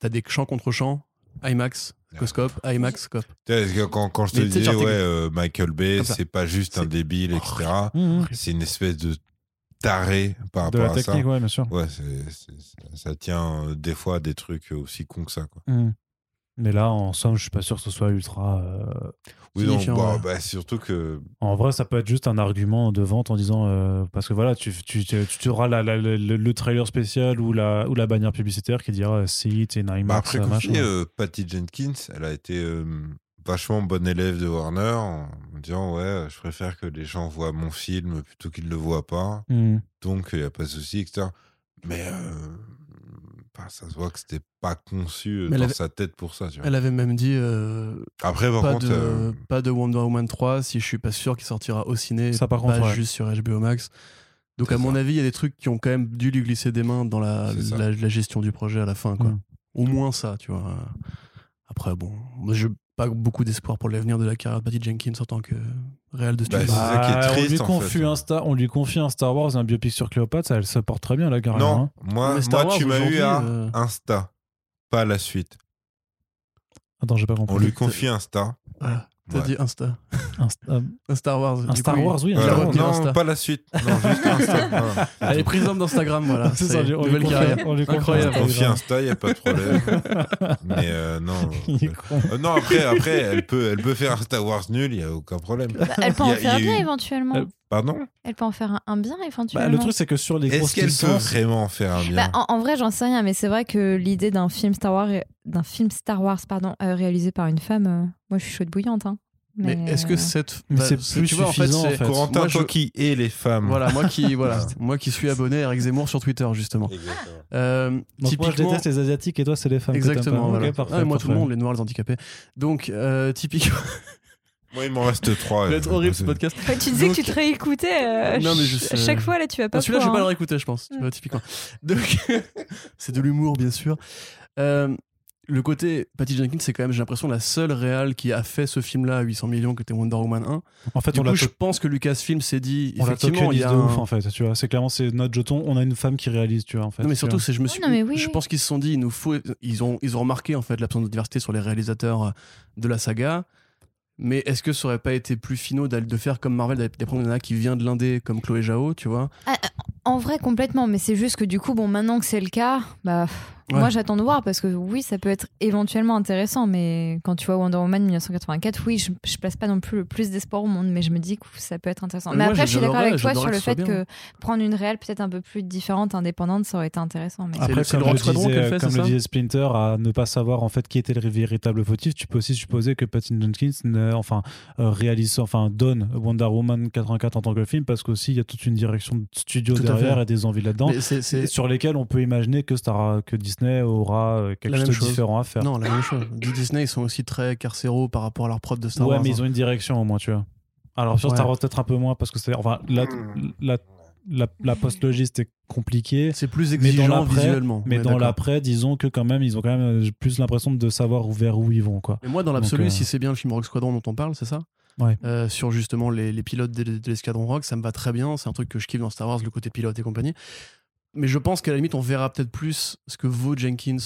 S2: t'as des champs contre champs, IMAX, coscope, IMAX, scope.
S3: Tu sais, Quand, quand je te
S2: Mais tu sais,
S3: disais,
S2: genre, t'es-
S3: ouais, euh, Michael Bay,
S2: Comme ça.
S3: c'est pas juste un
S2: C'est-
S3: débile,
S2: Oh,
S3: etc.
S1: Mhm.
S3: C'est une espèce de taré par
S1: De la
S3: rapport à ça.
S1: technique, ouais, bien sûr.
S3: Ouais, c'est- c'est- ça- ça tient euh, des fois à des trucs aussi cons que ça. Quoi.
S1: Mhm. Mais là, en somme, je suis pas sûr que ce soit ultra. euh,
S3: Oui,
S2: C'est
S3: non,
S2: différent,
S3: bah,
S2: ouais.
S3: bah, surtout que.
S1: En vrai, ça peut être juste un argument de vente en disant. euh, parce que voilà, tu, tu, tu, tu auras la- la- le, le trailer spécial ou la, ou la bannière publicitaire qui dira si it's in IMAX.
S3: Bah, après, comme je
S1: machin.
S3: dis, euh, Patty Jenkins, elle a été euh, vachement bonne élève de Warner en en disant Ouais, euh, je préfère que les gens voient mon film plutôt qu'ils ne le voient pas.
S1: Mhm.
S3: Donc, il n'y a pas de souci, etc. Mais euh, bah, ça se voit que c'était pas conçu euh,
S2: Mais elle
S3: dans
S2: avait-
S3: sa tête pour ça. Tu vois.
S2: Elle avait même dit euh,
S3: Après, par
S2: pas,
S3: contre,
S2: de, hein.
S3: euh,
S2: pas de Wonder Woman 3 si je suis pas sûr qu'il sortira au ciné,
S1: Ça, par
S2: pas
S1: contre, ouais.
S2: juste sur HBO Max. Donc,
S3: C'est
S2: à mon
S3: ça.
S2: avis, il y a des trucs qui ont quand même dû lui glisser des mains dans la,
S3: C'est ça. Hmm.
S2: la, la gestion du projet à la fin. Quoi.
S1: Mm.
S2: Au moins ça, tu vois. Après, bon, moi, j'ai pas beaucoup d'espoir pour l'avenir de la carrière de Patty Jenkins en tant que réel de
S3: Bah,
S2: studio.
S3: c'est ça qui est
S1: on, lui
S3: triste, en
S1: confie
S3: fait.
S1: un Star, on lui confie un Star Wars et un biopic sur Cléopâtre, ça, elle se porte très bien, la carrière.
S3: non,
S1: hein.
S3: moi,
S2: Mais Star
S3: moi, tu
S2: Wars,
S3: m'as eu
S2: aujourd'hui,
S3: à
S2: euh,
S3: Insta, pas la suite.
S1: Attends, j'ai pas
S3: On
S1: compris.
S3: lui confie Insta.
S2: voilà, Ah, T'as
S3: Ouais.
S2: dit Insta.
S1: Un, sta- un
S2: Un Star Wars. du coup,
S1: Star
S2: il-
S1: Wars, oui. un
S2: il a
S3: Voilà.
S1: Star Wars.
S2: repris
S3: non,
S2: Insta.
S3: pas la suite. Non, juste Insta. Voilà.
S2: Elle est prise d'homme d'Instagram, voilà.
S1: C'est ça, on lui- on lui
S2: Ah, nouvelle
S1: confie-
S2: carrière.
S1: on lui confie
S2: Incroyable.
S1: Instagram.
S3: Confie Insta, il n'y a pas de problème. Mais euh, non.
S1: Il est con.
S3: Euh, non, après, après elle, peut, elle peut faire un Star Wars nul, il n'y a aucun problème.
S5: Bah, elle peut
S3: Il
S5: en
S3: y a-
S5: faire un
S3: il y a
S5: bien
S3: eu-
S5: éventuellement.
S1: Euh,
S3: Pardon
S5: Elle peut en faire un, un bien
S1: Bah,
S5: éventuellement.
S1: le truc, c'est que sur les grosses
S3: Est-ce qu'elle peut
S1: licences,
S3: vraiment faire un bien
S5: Bah, en, en vrai, j'en sais rien, mais c'est vrai que l'idée d'un film Star Wars, d'un film Star Wars, pardon, euh, réalisé par une femme, euh, moi, je suis chaude bouillante. Hein.
S2: Mais est-ce que
S5: euh,
S2: cette.
S1: Mais
S2: bah,
S1: c'est
S2: tu
S1: plus
S2: vois,
S1: suffisant, en
S2: c'est-
S1: fait.
S3: Corentin,
S2: moi,
S3: toi
S2: je-
S3: qui es les femmes.
S2: Voilà, moi qui, voilà, moi qui suis abonné à Eric Zemmour sur Twitter, justement.
S3: Exactement.
S2: Euh,
S1: Donc moi, je
S2: typiquement-
S1: déteste les Asiatiques et toi, c'est les femmes. que t'aimes
S2: Exactement,
S1: pas.
S2: voilà.
S1: Ok, parfait,
S2: Ah, et moi, tout le
S1: parfait.
S2: monde, les noirs, les handicapés. Donc, euh, typiquement.
S3: Moi, il m'en reste trois.
S2: Il va être
S3: euh,
S2: horrible ce
S3: parce que-
S2: podcast.
S5: Ouais, tu disais
S2: Donc-
S5: que tu te réécoutais euh,
S2: Non, mais
S5: ch-
S2: je-
S5: à chaque fois, là, tu vas pas
S2: Ah, Celui-là, je vais
S5: pouvoir,
S2: pas le
S5: hein.
S2: réécouter, je pense. Tu vois, typiquement. Donc, c'est de l'humour, bien sûr. Euh, le côté Patty Jenkins, c'est quand même, j'ai l'impression, la seule réale qui a fait ce film-là à 800 millions, que était Wonder Woman 1.
S1: En fait,
S2: Du
S1: on
S2: coup,
S1: l'a
S2: je pense que Lucasfilm s'est dit,
S1: on la
S2: effectivement, il y
S1: tokenise
S2: a
S1: de
S2: un-
S1: ouf hein. en fait, tu vois. C'est clairement c'est notre jeton. On a une femme qui réalise, tu vois. En fait,
S2: Non mais
S1: tu vois.
S2: surtout, c'est je me
S5: Oui,
S2: suis,
S5: Oh, non, mais oui,
S2: je
S5: oui.
S2: pense qu'ils se sont dit, il nous faut, ils ont, ils ont remarqué en fait l'absence de diversité sur les réalisateurs euh, de la saga. Mais est-ce que ça aurait pas été plus finaux d'aller- de faire comme Marvel, d'aller d'aller prendre une nana qui vient de l'indé comme Chloé Zhao, tu vois
S5: En vrai, complètement, mais c'est juste que du coup, bon, maintenant que c'est le cas, bah, pff,
S2: Ouais.
S4: Moi, j'attends de voir parce que oui, ça peut être éventuellement intéressant, mais quand tu vois Wonder Woman 1984, oui, je, je place pas non plus le plus d'espoir au monde, mais je me dis que ça peut être intéressant.
S2: Mais
S4: Mais
S2: moi,
S4: après, je suis d'accord
S2: j'adorerais-
S4: avec toi
S2: j'adorerais
S4: sur le
S2: que ce soit bien.
S4: fait que prendre une réelle peut-être un peu plus différente, indépendante, ça aurait été intéressant. Mais...
S2: Ah.
S1: Après,
S2: c'est le
S1: comme, le
S2: Rogue Squadron qu'elle
S1: disait,
S2: fait,
S1: comme
S2: c'est
S1: le
S2: ça
S1: disait Splinter, à ne pas savoir en fait qui était le véritable fautif, tu peux aussi supposer que Patty Jenkins ne- enfin, euh, réalise, enfin, donne Wonder Woman 84 en tant que film parce qu'aussi il y a toute une direction de studio
S2: Tout à
S1: derrière
S2: fait.
S1: et des envies là-dedans
S2: Mais c'est- c'est-
S1: sur lesquelles on peut imaginer que, Star- que Disney aura euh, quelque
S2: La
S1: chose
S2: même
S1: de
S2: chose.
S1: différent à faire.
S2: Non, la même chose. Dis- Disney, ils sont aussi très carcéraux par rapport à leurs preuves de Star
S1: ouais,
S2: Wars. hein.
S1: mais ils ont une direction au moins, tu vois. Alors sur Star
S2: Ouais.
S1: Wars peut-être un peu moins parce que c'est enfin la
S3: Hmm.
S1: la la, la post-logiste est compliquée.
S2: C'est plus
S1: Mais dans
S2: exigeant
S1: l'après-
S2: visuellement.
S1: Mais
S2: Ouais,
S1: dans
S2: d'accord.
S1: l'après, disons que quand même, ils ont quand même euh, plus l'impression de savoir vers où ils vont, quoi.
S2: Mais moi, dans
S1: Donc,
S2: l'absolu,
S1: euh,
S2: si c'est bien le film Rock Squadron dont on parle, c'est ça
S1: Ouais.
S2: Euh, sur justement les, les pilotes de, de l'escadron Rock, ça me va très bien. C'est un truc que je kiffe dans Star Wars, le côté pilote et compagnie. Mais je pense qu'à la limite, on verra peut-être plus ce que vaut Jenkins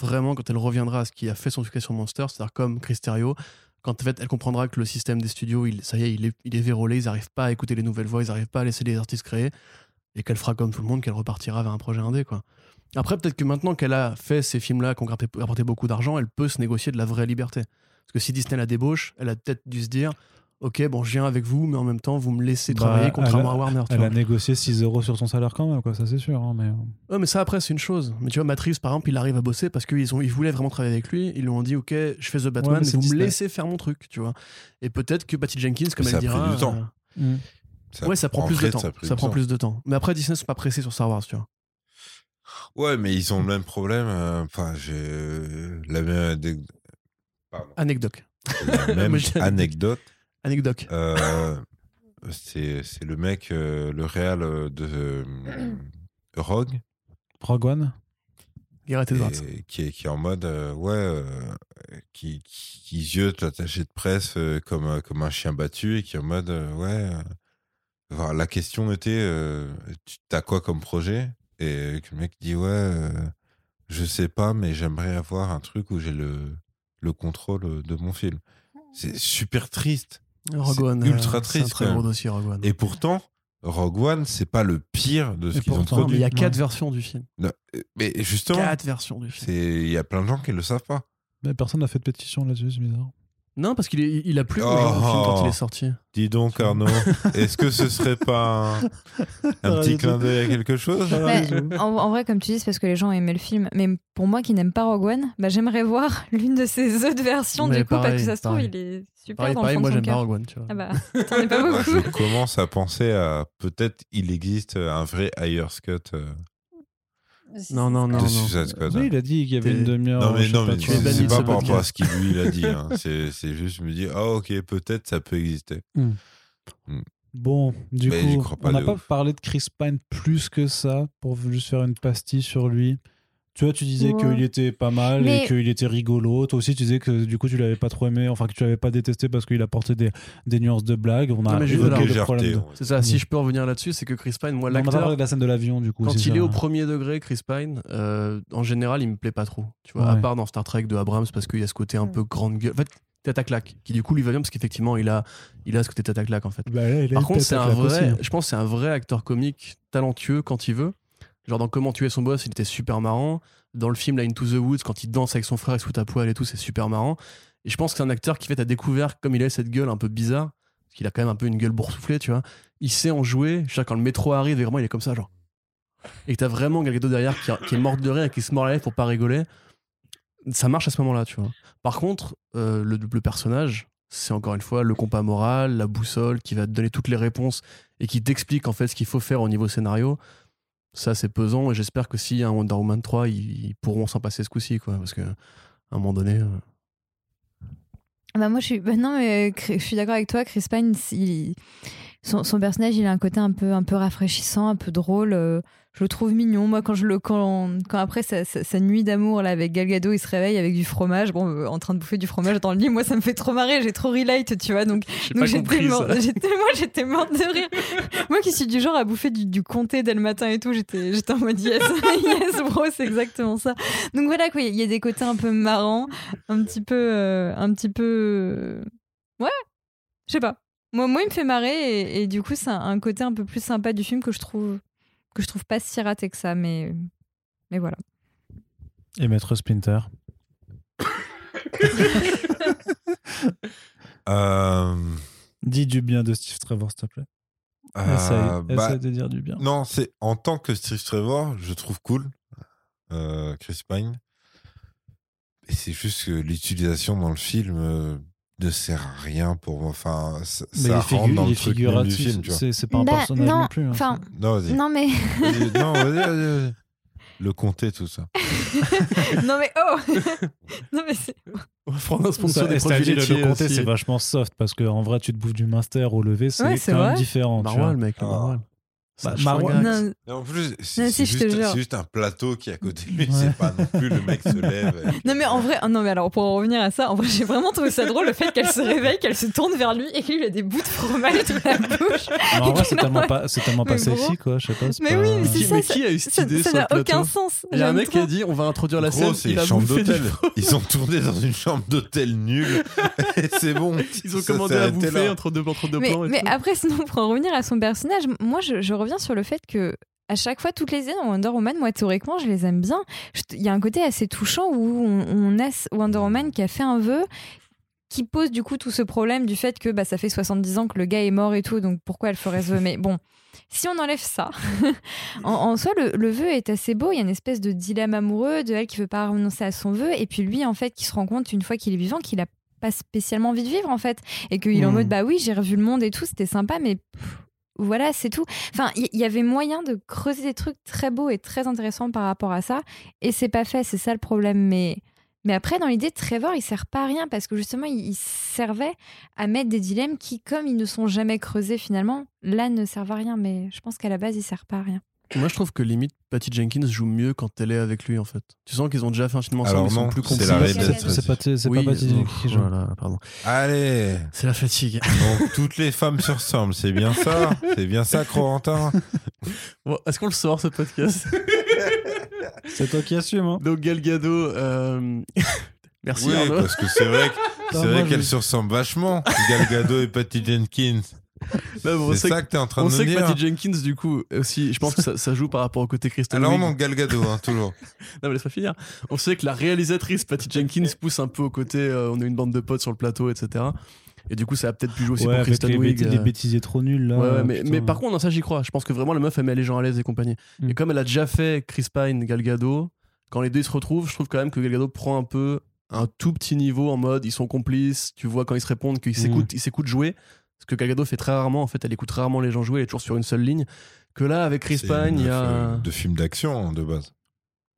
S2: vraiment quand elle reviendra à ce qui a fait son succès sur Monster, c'est-à-dire comme Chris Terrio. Quand en fait, elle comprendra que le système des studios, il, ça y est, il est, il est vérolé, ils n'arrivent pas à écouter les nouvelles voix, ils n'arrivent pas à laisser les artistes créer, et qu'elle fera comme tout le monde, qu'elle repartira vers un projet indé. Quoi. Après, peut-être que maintenant qu'elle a fait ces films-là, qui ont gratté- apporté beaucoup d'argent, elle peut se négocier de la vraie liberté. Parce que si Disney la débauche, elle a peut-être dû se dire Ok, bon, je viens avec vous, mais en même temps, vous me laissez
S1: Bah,
S2: travailler, contrairement
S1: elle a-
S2: à Warner. tu
S1: Elle
S2: vois.
S1: a négocié 6 euros sur son salaire quand même, quoi. Ça c'est sûr. hein, mais...
S2: Ouais, mais ça, après, c'est une chose. Mais tu vois, Matrix, par exemple, il arrive à bosser parce qu'ils ont- ils voulaient vraiment travailler avec lui. Ils lui ont dit Ok, je fais The Batman,
S1: mais
S2: mais
S1: c'est
S2: vous me
S1: Disney.
S2: laissez faire mon truc, tu vois. Et peut-être que Patty Jenkins, comme elle
S3: Mais ça a
S2: dira.
S3: pris du temps.
S2: euh,
S1: Mm.
S3: Ça-
S2: ouais, ça prend
S3: en
S2: plus
S3: fait,
S2: de temps. Ça,
S3: a pris du
S2: prend
S3: temps.
S2: plus de temps. Mais après, Disney sont pas pressés sur Star Wars, tu vois.
S3: Ouais, mais ils ont le même problème. euh, Enfin, j'ai euh, la même, adec- Pardon.
S2: Anecdote.
S3: La même
S2: Moi, j'ai-
S3: anecdote.
S2: Anecdote.
S3: Euh, c'est c'est le mec, euh, le réal euh, de euh, Rogue,
S1: Rogue One
S2: Gareth
S3: et-
S2: Edwards.
S3: qui, est, qui est en mode, euh, ouais, euh, qui, qui, qui ziote l'attaché de presse euh, comme, euh, comme un chien battu et qui est en mode, euh, ouais. euh, enfin, la question était, euh, tu as quoi comme projet Et que le mec dit, ouais, euh, je sais pas, mais j'aimerais avoir un truc où j'ai le, le contrôle euh, de mon film. C'est super triste.
S2: Rogue
S3: c'est
S2: One.
S3: ultra
S2: euh,
S3: triste,
S2: C'est un
S3: quand
S2: très
S3: même.
S2: gros dossier, Rogue One.
S3: Et pourtant, Rogue One, c'est pas le pire de ce
S1: Et
S3: qu'ils ont
S1: pourtant,
S2: Non, mais
S1: produit.
S2: il y a quatre
S1: Ouais.
S2: versions du film.
S3: Non, euh, mais justement,
S2: Quatre versions du
S3: c'est-
S2: film.
S3: il y a plein de gens qui ne le savent pas.
S1: Mais personne n'a fait de pétition là-dessus, c'est bizarre.
S2: Non, parce qu'il est- il a plu aux gens au film quand il est
S3: Oh.
S2: sorti.
S3: Dis donc, Arnaud, est-ce que ce serait pas un, un petit clin d'œil à quelque chose
S4: Ouais, en, en vrai, comme tu dis, c'est parce que les gens aimaient le film. Mais pour moi qui n'aime pas Rogue One, bah, j'aimerais voir l'une de ses autres versions
S2: Mais
S4: du coup, parce
S2: pareil,
S4: que ça se trouve,
S2: pareil.
S4: il est super
S2: Pareil,
S4: dans
S2: pareil
S4: le fond
S2: moi
S4: de son
S2: j'aime pas
S4: cœur.
S2: Rogue One, tu vois.
S4: Ah bah, t'en es pas
S3: Moi,
S4: beaucoup.
S3: Je commence à penser à peut-être il existe euh, un vrai higher cut euh,
S2: Non, non, non,
S3: de
S2: non.
S3: Suicide Squad. hein.
S1: Oui, il a dit qu'il y avait
S2: T'es-
S1: une demi-heure.
S3: Bah, Non mais,
S1: je sais
S3: non,
S1: pas
S3: mais
S1: quoi.
S2: tu es banni
S3: c'est
S2: de
S3: pas
S2: ce
S3: par rapport à
S2: podcast.
S3: ce qu'il lui il a dit. hein. C'est c'est juste, je me dis, ah ok, peut-être ça peut exister.
S1: Bon, du
S3: Mais j'y
S1: coup,
S3: crois pas
S1: on n'a
S3: de
S1: pas
S3: ouf.
S1: parlé de Chris Pine plus que ça pour juste faire une pastille sur lui. Tu vois, tu disais
S5: Ouais.
S1: qu'il était pas mal et
S5: Mais-
S1: qu'il était rigolo. Toi aussi, tu disais que du coup, tu l'avais pas trop aimé, enfin que tu l'avais pas détesté parce qu'il apportait des, des nuances de blague. On
S2: Non,
S1: a
S2: mais juste
S1: évoqué
S2: là,
S1: le
S3: légèreté,
S1: problème. de-
S3: on va
S2: C'est ça, si je peux revenir là-dessus, c'est que Chris Pine, moi
S1: On a pas parlé
S2: l'acteur,
S1: de la scène de l'avion, du coup.
S2: quand
S1: c'est
S2: il
S1: ça.
S2: est au premier degré, Chris Pine, euh, en général, il me plaît pas trop. Tu vois, à
S1: Ouais.
S2: part dans Star Trek de Abrams, parce qu'il y a ce côté un peu grande gueule. En fait, tête à claque, qui du coup lui va bien parce qu'effectivement, il a, il a ce côté tête à claque en fait.
S1: Bah, là, il a
S2: Par
S1: une
S2: contre,
S1: tête
S2: c'est
S1: à
S2: un
S1: claque aussi,
S2: vrai,
S1: hein.
S2: je pense que c'est un vrai acteur comique talentueux quand il veut. Genre dans Comment tuer son boss, il était super marrant. Dans le film Line to the Woods, quand il danse avec son frère, il se fout à poil et tout, c'est super marrant. Et je pense que c'est un acteur qui fait à découvert, comme il a cette gueule un peu bizarre, parce qu'il a quand même un peu une gueule boursouflée, tu vois. Il sait en jouer. Je sais, quand le métro arrive, et vraiment, il est comme ça, genre. Et que t'as vraiment quelqu'un d'autre derrière qui, qui est morte de rire et qui se mord la lèvre pour pas rigoler. Ça marche à ce moment-là, tu vois. Par contre, euh, le, le personnage, c'est encore une fois le compas moral, la boussole qui va te donner toutes les réponses et qui t'explique en fait ce qu'il faut faire au niveau scénario. Ça, c'est pesant et j'espère que s'il y a un Wonder Woman 3, ils, ils pourront s'en passer ce coup-ci, quoi. Parce que à un moment donné. euh,
S5: Bah moi je suis bah non mais euh, Chris- je suis d'accord avec toi Chris Pine il- son, son personnage il a un côté un peu un peu rafraîchissant un peu drôle euh, je le trouve mignon moi quand je le quand, quand après sa, sa- sa nuit d'amour là avec Gal Gadot il se réveille avec du fromage bon euh, en train de bouffer du fromage dans le lit moi ça me fait trop marrer j'ai trop relate tu vois donc
S2: J'ai
S5: donc j'étais morte j'étais- moi j'étais morte de rire moi qui suis du genre à bouffer du, du comté dès le matin et tout j'étais j'étais en mode yes yes bro c'est exactement ça donc voilà quoi il y a des côtés un peu marrants un petit peu euh, un petit peu
S4: euh,
S5: ouais je sais pas moi moi il me fait marrer et, et du coup c'est un, un côté un peu plus sympa du film que je trouve que je trouve pas si raté que ça mais mais voilà
S1: Et Maître Splinter.
S3: Euh,
S1: Dis du bien de Steve Trevor, s'il te plaît.
S3: euh,
S1: essaye,
S3: bah,
S1: essaye de dire du bien.
S3: Non, c'est en tant que Steve Trevor, je trouve cool euh, Chris Pine. Et c'est juste que l'utilisation dans le film euh, ne sert à rien pour. Enfin, ça,
S1: Mais
S3: ça
S1: il est
S3: rentre
S1: figu-
S3: dans
S1: il
S3: le
S1: est
S3: truc même du
S1: figuratif.
S3: film, tu vois.
S1: c'est c'est pas un
S5: Bah,
S1: personnage
S5: non,
S1: non, plus. hein,
S5: enfin,
S1: ça.
S3: Non, vas-y.
S5: Non, mais.
S3: Vas-y, non, vas-y, vas-y, vas-y. Le comté, tout ça.
S4: non mais oh Non mais c'est-
S2: On va prendre un sponsor
S1: Ça,
S2: des
S1: et
S2: produits
S1: c'est-à-dire
S2: laitiers.
S1: le comté,
S2: aussi.
S1: c'est vachement soft parce qu'en vrai, tu te bouffes du master au lever, c'est
S4: Ouais, c'est
S1: quand même
S4: vrai.
S1: différent. tu
S2: Maroilles,
S1: vois.
S2: mec, le
S3: Ah.
S2: Maroilles. C'est
S1: Bah,
S2: un
S1: Maroilles.
S2: Schwarzenegger.
S4: non,
S3: Et en plus,
S4: Non,
S3: c'est
S4: si,
S3: c'est
S4: je te
S3: juste,
S4: jure.
S3: c'est juste un plateau qui est à côté de lui.
S1: Ouais.
S3: C'est pas non plus le mec se lève. avec-
S4: non, mais en vrai, oh, non mais alors pour en revenir à ça, en vrai j'ai vraiment trouvé ça drôle le fait qu'elle se réveille, qu'elle se tourne vers lui et qu'il lui a des bouts de fromage dans la bouche.
S1: Mais en vrai, c'est
S4: Non,
S1: tellement
S4: ouais.
S1: pas, c'est tellement pas
S4: Mais gros.
S1: sexy, quoi. Je sais pas. c'est
S4: Mais
S1: pas-
S4: oui, mais
S2: Qui-
S4: c'est ça,
S2: mais qui a eu cette
S4: Ça
S2: idée
S4: ça
S2: sur le
S4: n'a aucun
S2: plateau
S4: sens.
S2: Il y a un
S4: J'aime
S2: mec qui
S4: trop.
S2: a dit on va introduire la
S3: Gros,
S2: scène.
S3: c'est
S2: Il a
S3: chambre
S2: bouffé du
S3: d'hôtel.
S2: fromage.
S3: Ils ont tourné dans une chambre d'hôtel nulle. Et c'est bon.
S2: Ils ont
S3: Ça
S2: commandé
S3: s'est
S2: à
S3: arrêté
S2: bouffer
S3: là.
S2: entre deux, entre deux
S4: mais,
S2: plans. et
S4: mais
S2: tout.
S4: après, sinon, pour en revenir à son personnage, moi, je, je reviens sur le fait que à chaque fois, toutes les scènes en Wonder Woman, moi, théoriquement, je les aime bien. Je- Il y a un côté assez touchant où on, on a ce Wonder Woman qui a fait un vœu qui pose du coup tout ce problème du fait que bah, ça fait 70 ans que le gars est mort et tout, donc pourquoi elle ferait ce vœu Mais bon, si on enlève ça, en, en soi, le, le vœu est assez beau. Il y a une espèce de dilemme amoureux de elle qui veut pas renoncer à son vœu, et puis lui, en fait, qui se rend compte une fois qu'il est vivant qu'il a pas spécialement envie de vivre, en fait, et qu'il est en
S2: Hmm.
S4: mode bah oui, j'ai revu le monde et tout, c'était sympa, mais pff, voilà, c'est tout. Enfin, il y, y avait moyen de creuser des trucs très beaux et très intéressants par rapport à ça, et c'est pas fait, c'est ça le problème, mais. Mais après, dans l'idée, Trevor, il sert pas à rien parce que justement, il, il servait à mettre des dilemmes qui, comme ils ne sont jamais creusés finalement, là ne servent à rien. Mais je pense qu'à la base, il sert pas à rien.
S2: Moi, je trouve que limite, Patty Jenkins joue mieux quand elle est avec lui, en fait. Tu sens qu'ils ont déjà fait un film ensemble,
S3: Alors
S2: ils sont
S3: non,
S2: plus
S3: c'est
S2: complices.
S3: la
S1: C'est-
S3: réalisatrice.
S1: c'est- C'est pas, c'est
S2: Oui,
S1: pas Patty
S2: euh,
S1: Jenkins qui joue.
S2: voilà, pardon.
S3: Allez.
S2: C'est la fatigue.
S3: Donc, toutes les femmes se ressemblent. C'est bien ça. C'est bien ça, Corentin.
S2: Bon, Est-ce qu'on le sort, ce podcast
S1: C'est toi qui assume. Hein.
S2: Donc, Galgado, merci
S3: oui,
S2: Arnaud.
S3: parce que c'est vrai que.
S1: Non,
S3: C'est
S1: moi,
S3: vrai
S1: je-
S3: qu'elles se ressemblent vachement, Gal Gadot et Patty Jenkins.
S2: Là, bon, on
S3: C'est
S2: sait,
S3: ça que t'es en train
S2: on
S3: de
S2: sait
S3: nous
S2: que
S3: dire.
S2: Patty Jenkins, du coup, aussi, je pense que ça, ça joue par rapport au côté Kristen
S3: Alors on
S2: Wiig.
S3: manque Gal Gadot, hein, toujours.
S2: Non, mais laisse-moi finir. On sait que la réalisatrice Patty Jenkins pousse un peu au côté euh, on a une bande de potes sur le plateau, etc. Et du coup, ça a peut-être pu jouer aussi
S1: Ouais,
S2: pour
S1: avec
S2: Kristen
S1: les,
S2: Wiig.
S1: bêtis- les
S2: euh.
S1: bêtisiers trop nuls là.
S2: Ouais,
S3: Euh,
S2: ouais, mais,
S1: putain.
S2: mais par contre, non, ça j'y crois. Je pense que vraiment la meuf elle met les gens à l'aise et compagnie.
S1: Mm.
S2: Et comme elle a déjà fait Chris Pine, Gal Gadot, quand les deux ils se retrouvent, je trouve quand même que Gal Gadot prend un peu un tout petit niveau en mode ils sont complices. Tu vois quand ils se répondent
S3: Mm.
S2: qu'ils s'écoutent, ils s'écoutent jouer. Ce que Gal Gadot fait très rarement. En fait, elle écoute rarement les gens jouer. Elle est toujours sur une seule ligne. Que là avec Chris
S3: C'est
S2: Pine,
S3: une
S2: il y
S3: meuf,
S2: a
S3: euh,
S2: un-
S3: De films d'action, hein, de base.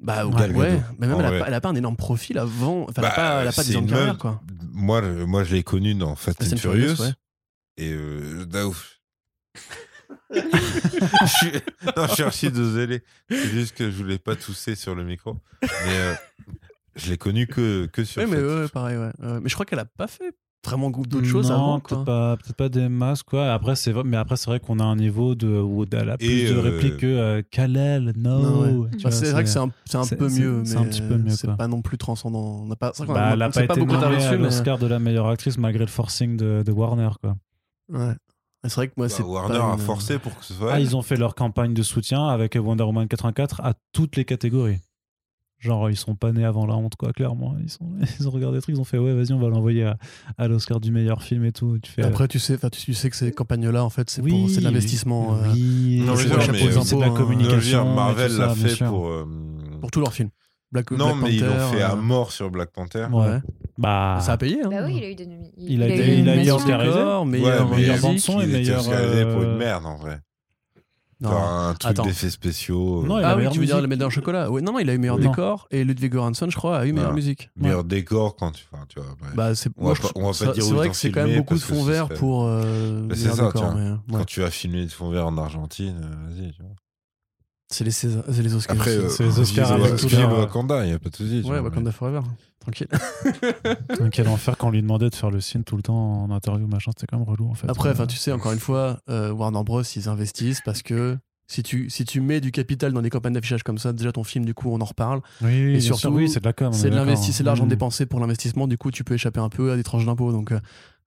S2: bah
S1: Ouais,
S2: ouais,
S3: Gal Gadot,
S2: ouais. mais même
S3: en
S2: elle a,
S3: vrai.
S2: pas, elle a pas un énorme profil avant. Enfin, elle a
S3: Bah,
S2: pas, elle a pas
S3: c'est
S2: des ans de
S3: une
S2: carrière
S3: meuf.
S2: quoi.
S3: Moi, le- moi je l'ai connue dans Fast
S2: Fast
S3: and
S2: and Furious,
S3: Furious.
S2: ouais.
S3: Et euh, là, ouf. je suis... Non, je suis archi désolé. C'est juste que je voulais pas tousser sur le micro. Mais euh, je l'ai connue que, que sur
S2: Ouais, mais
S3: Fast and
S2: ouais,
S3: Furious.
S2: pareil. Ouais. Euh, mais je crois qu'elle a pas fait vraiment d'autres choses
S1: Non,
S2: avant. quoi.
S1: peut-être pas, peut-être pas des masses quoi. Après c'est vrai, mais après c'est vrai qu'on a un niveau de où elle a plus
S3: Et,
S1: de
S3: euh,
S1: répliques que euh, Kalel, no.
S2: Non, ouais.
S1: Tu vois,
S2: Bah, c'est vrai que c'est un, c'est un
S1: c'est-
S2: peu
S1: c'est-
S2: mieux, mais
S1: c'est un petit peu mieux,
S2: c'est
S1: quoi.
S2: pas non plus transcendant. On n'a pas, c'est vrai qu'on
S1: Bah,
S2: a-
S1: elle a
S2: on
S1: pas
S2: s'est
S1: été
S2: beaucoup tardé
S1: nommée à
S2: dessus, mais
S1: l'Oscar de la meilleure actrice malgré le forcing de, de Warner quoi.
S2: ouais. Et c'est vrai que moi,
S3: Bah,
S2: c'est
S3: Warner
S2: pas
S3: a
S2: une-
S3: forcé pour que ce soit.
S1: Ah,
S3: elle.
S1: ils ont fait leur campagne de soutien avec Wonder Woman 84 à toutes les catégories. Genre, ils sont pas nés avant la honte, quoi, clairement. Ils, sont, ils ont regardé le truc, ils ont fait, ouais, vas-y, on va l'envoyer à, à l'Oscar du meilleur film et tout. Tu fais, euh,
S2: Après, tu sais, enfin, tu, tu sais que ces campagnes-là, en fait, c'est
S1: oui,
S2: pour, c'est de
S1: oui,
S2: l'investissement euh,
S1: Oui, c'est pour-
S3: Non, mais non, mais,
S1: c'est de la
S2: euh,
S3: Non, je veux dire,
S1: communication. et
S3: Marvel
S1: tout
S3: l'a
S1: ça, bien
S3: fait
S1: sûr.
S3: pour. euh,
S2: pour tous leurs films. Black,
S3: non,
S2: Black
S3: mais ils l'ont
S2: Panther,
S3: fait à
S2: euh,
S3: mort sur Black Panther.
S1: Ouais.
S2: ouais.
S1: Bah,
S2: Ça a payé. Hein.
S5: Bah oui, il a eu des nomi-
S1: Il a
S5: eu
S1: des-
S5: des
S1: il a eu
S5: nominations.
S1: Oscar Isaac.
S2: Oscarisé. Meilleur,
S1: mais meilleure
S2: musique.
S1: bande son et
S3: il était
S1: meilleure,
S3: Oscarisé pour
S1: euh,
S3: une merde en vrai.
S2: Non.
S3: Enfin, un truc
S2: Attends.
S3: d'effets spéciaux. euh,
S1: Non, Ah, il a
S2: Ah oui,
S1: meilleure
S2: tu veux dire le
S1: musique.
S2: meilleur chocolat Ouais, Non, non, il a eu meilleur
S1: Non.
S2: décor et Ludwig Göransson, je crois, a eu meilleure
S3: Voilà.
S2: musique.
S3: meilleur décor quand tu. Enfin, tu vois, bref.
S2: Bah, c'est,
S3: On
S2: moi,
S3: va pas-
S2: je-
S3: on va pas
S2: c'est-
S3: dire où
S2: c'est
S3: ils
S2: vrai
S3: ont
S2: que c'est quand même
S3: filmé,
S2: beaucoup de
S3: parce que
S2: fonds
S3: ce
S2: verts
S3: serait-
S2: pour euh,
S3: Bah, c'est
S2: meilleur
S3: ça,
S2: décor,
S3: tu vois.
S2: mais, euh, ouais.
S3: Quand tu vas filmer de fond vert en Argentine, euh, vas-y. tu vois.
S2: C'est les César- c'est les Oscars.
S3: Après,
S2: aussi.
S3: euh,
S1: c'est les Oscars
S3: vive-
S1: avec tout
S3: vive
S1: leur-
S3: Wakanda, il n'y a pas de souci. tu
S2: euh, Ouais,
S3: vois,
S2: Wakanda Forever. hein. Tranquille.
S1: Quel enfer quand on lui demandait de faire le signe tout le temps en interview, machin, c'était quand même relou en fait.
S2: Après,
S1: Euh,
S2: enfin, tu sais, encore une fois, euh, Warner Bros, ils investissent parce que si tu, si tu mets du capital dans des campagnes d'affichage comme ça, déjà ton film, du coup, on en reparle.
S1: Oui, oui, bien sûr,
S2: surtout,
S1: oui, c'est de la com. on
S2: C'est
S1: est
S2: de
S1: d'accord.
S2: l'investi, c'est de l'argent
S1: Mm.
S2: dépensé pour l'investissement, du coup, tu peux échapper un peu à des tranches d'impôts. Donc, euh,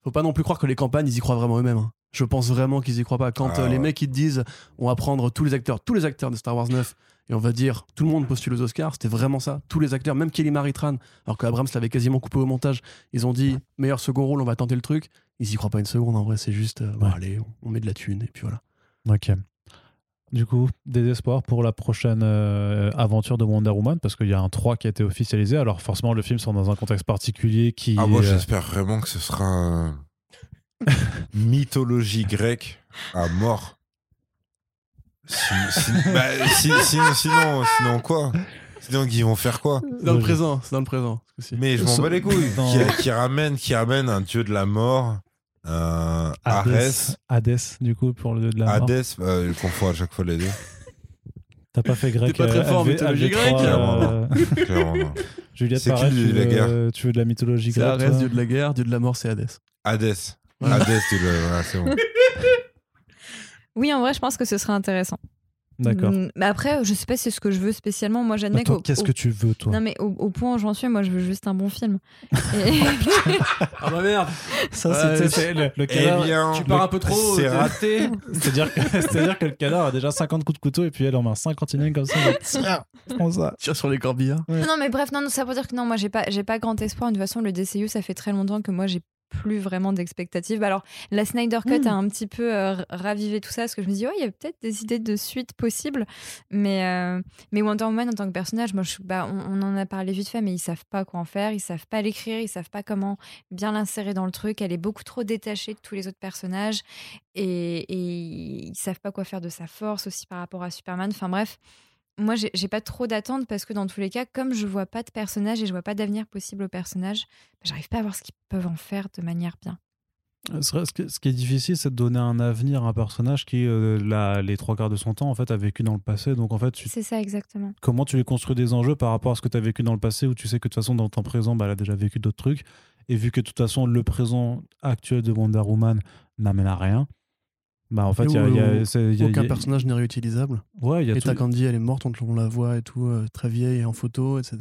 S2: faut pas non plus croire que les campagnes, ils y croient vraiment eux-mêmes. hein. Je pense vraiment qu'ils y croient pas. Quand
S3: Ah
S2: euh, les
S3: ouais.
S2: mecs, ils te disent, on va prendre tous les acteurs, tous les acteurs de Star Wars 9 Et on va dire, tout le monde postule aux Oscars, c'était vraiment ça. Tous les acteurs, même Kelly Marie Tran, alors qu'Abrams l'avait quasiment coupé au montage, ils ont dit, meilleur second rôle, on va tenter le truc. Ils y croient pas une seconde, en vrai, c'est juste, euh, bon,
S1: Ouais.
S2: allez, on, on met de la thune, et puis voilà.
S1: Ok. Du coup, des espoirs pour la prochaine euh, aventure de Wonder Woman, parce qu'il y a un 3 qui a été officialisé. Alors forcément, le film sort dans un contexte particulier qui...
S3: Ah, moi,
S1: est, euh,
S3: j'espère vraiment que ce sera un- mythologie grecque à mort. Si- si- bah, si- sinon, sinon, sinon quoi Sinon, ils vont faire quoi
S2: C'est dans le
S1: Logique.
S2: présent, c'est dans le présent. ce coup-ci.
S3: Mais je m'en
S2: Ce-
S3: bats les couilles.
S1: Dans-
S3: Qui, qui ramène, qui ramène un dieu de la mort, euh, un
S1: Hades,
S3: Arès,
S1: Hades, du coup, pour le de la mort.
S3: Hadès, bah, je confonds à chaque fois les deux.
S1: T'as pas fait grec.
S2: T'es pas très
S1: euh,
S2: fort en
S1: LV,
S2: mythologie
S1: LV3,
S2: grecque,
S1: euh,
S3: Clairement, non.
S1: Juliette,
S3: C'est
S1: pareil,
S3: qui,
S1: tu,
S3: la
S1: veux, tu veux de la mythologie
S2: C'est
S1: grecque
S2: Arès,
S1: toi
S2: dieu de la guerre, dieu de la mort, c'est Hadès.
S3: Hadès.
S2: Ouais.
S3: Hadès, tu le- voilà, c'est bon.
S4: Oui, en vrai, je pense que ce serait intéressant.
S1: D'accord.
S4: Mm, Mais après, je sais pas si c'est ce que je veux spécialement. Moi, j'admets
S1: Attends,
S4: qu'au-
S1: qu'est-ce
S4: au-
S1: que tu veux, hein. toi
S4: Non, mais au, au point où j'en suis, moi, je veux juste un bon film. Et-
S2: Ah bah merde
S1: Ça,
S2: Ouais,
S1: c'était
S2: c'est-
S1: le, le
S3: Eh
S1: canard.
S3: bien,
S2: Tu pars un peu trop euh,
S3: c'est
S2: t'es-
S3: raté.
S1: C'est-à-dire que, c'est-à-dire que le canard a déjà 50 coups de couteau et puis elle en met un 51 comme ça. elle dit, Tiens, prends ça.
S2: Tire sur les corbillards.
S4: Non, non, mais bref, non, non, ça pour dire que non, moi j'ai pas, j'ai pas grand espoir. De toute façon, le DCU, ça fait très longtemps que moi j'ai plus vraiment d'expectatives. Bah, Alors, la Snyder Cut a un petit peu euh, r- ravivé tout ça, parce que je me dis, ouais, il y a peut-être des idées de suite possibles, mais, euh, mais Wonder Woman en tant que personnage, moi, je, bah, on, on en a parlé vite fait, mais ils savent pas quoi en faire, ils savent pas l'écrire, ils savent pas comment bien l'insérer dans le truc. Elle est beaucoup trop détachée de tous les autres personnages, et, et ils savent pas quoi faire de sa force aussi par rapport à Superman. Enfin bref, moi, j'ai j'ai pas trop d'attentes parce que dans tous les cas, comme je vois pas de personnage et je vois pas d'avenir possible au personnage, bah, j'arrive pas à voir ce qu'ils peuvent en faire de manière bien.
S1: Ce ce que- ce qui est difficile, c'est de donner un avenir à un personnage qui, euh, la- les trois quarts de son temps, en fait, a vécu dans le passé. Donc, en fait, tu-
S4: C'est ça exactement.
S1: comment tu les construis des enjeux par rapport à ce que tu as vécu dans le passé où tu sais que de toute façon, dans le temps présent, bah, elle a déjà vécu d'autres trucs. Et vu que de toute façon, le présent actuel de Wonder Woman n'amène à rien, bah, en fait, il y a. il y a- c'est- il y a- il
S2: Aucun
S1: y a-
S2: personnage n'est réutilisable.
S1: Ouais, il y a
S2: Et
S1: tout-
S2: ta Candy, elle est morte, on, te- on la voit et tout, euh, très vieille et en photo, etc.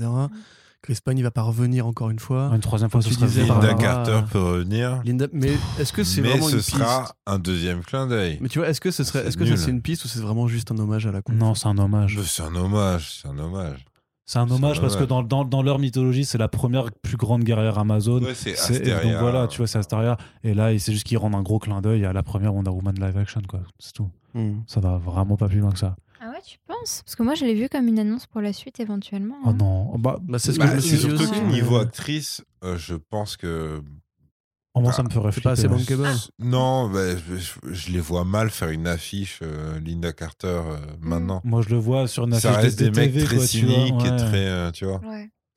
S2: Chris Pine, il va pas revenir encore une fois.
S1: Une troisième fois, ce
S2: Comme tu
S1: serait
S2: disais,
S1: vraiment-
S3: Linda
S2: Barbara.
S3: Carter peut revenir.
S2: Linda, mais est-ce que c'est
S3: mais
S2: vraiment
S3: ce
S2: une
S3: sera
S2: piste
S3: un deuxième clin d'œil.
S2: Mais tu vois, est-ce que ce serait,
S3: C'est
S2: est-ce que ça
S3: nul.
S2: c'est une piste ou c'est vraiment juste un hommage à la con
S1: Non, c'est un hommage.
S3: Ah, Je- C'est un hommage, c'est un hommage.
S1: C'est un
S3: C'est
S1: hommage
S3: un
S1: parce que
S3: hommage.
S1: dans, dans, dans leur mythologie, c'est la première plus grande guerrière Amazon.
S3: Ouais, c'est
S1: C'est-
S3: Astéria.
S1: donc voilà, tu vois, c'est Astaria. Et là, il- c'est juste qu'ils rendent un gros clin d'œil à la première Wonder Woman live action, quoi. C'est tout.
S2: Hmm.
S1: Ça va vraiment pas plus loin que ça.
S5: Ah ouais, tu penses Parce que moi, je l'ai vu comme une annonce pour la suite éventuellement.
S1: Oh
S5: hein.
S1: non. Bah,
S2: Bah, c'est ce que
S3: Bah,
S2: je me
S3: c'est
S2: suis dit
S3: surtout
S2: aussi,
S3: que
S2: mais-
S3: niveau actrice, euh, je pense que.
S1: au moins, ça me ferait
S2: C'est pas
S1: flipper.
S2: assez
S1: ouais.
S2: bankable.
S3: Non, bah, je, je- je les vois mal faire une affiche euh, Linda Carter euh, maintenant.
S1: Moi, je le vois sur Mm. une affiche
S3: Ça reste
S1: de,
S3: des
S1: de
S3: mecs
S1: TV,
S3: très
S1: quoi, tu vois,
S3: cyniques et
S1: ouais.
S3: très. euh, tu vois.
S5: Ouais.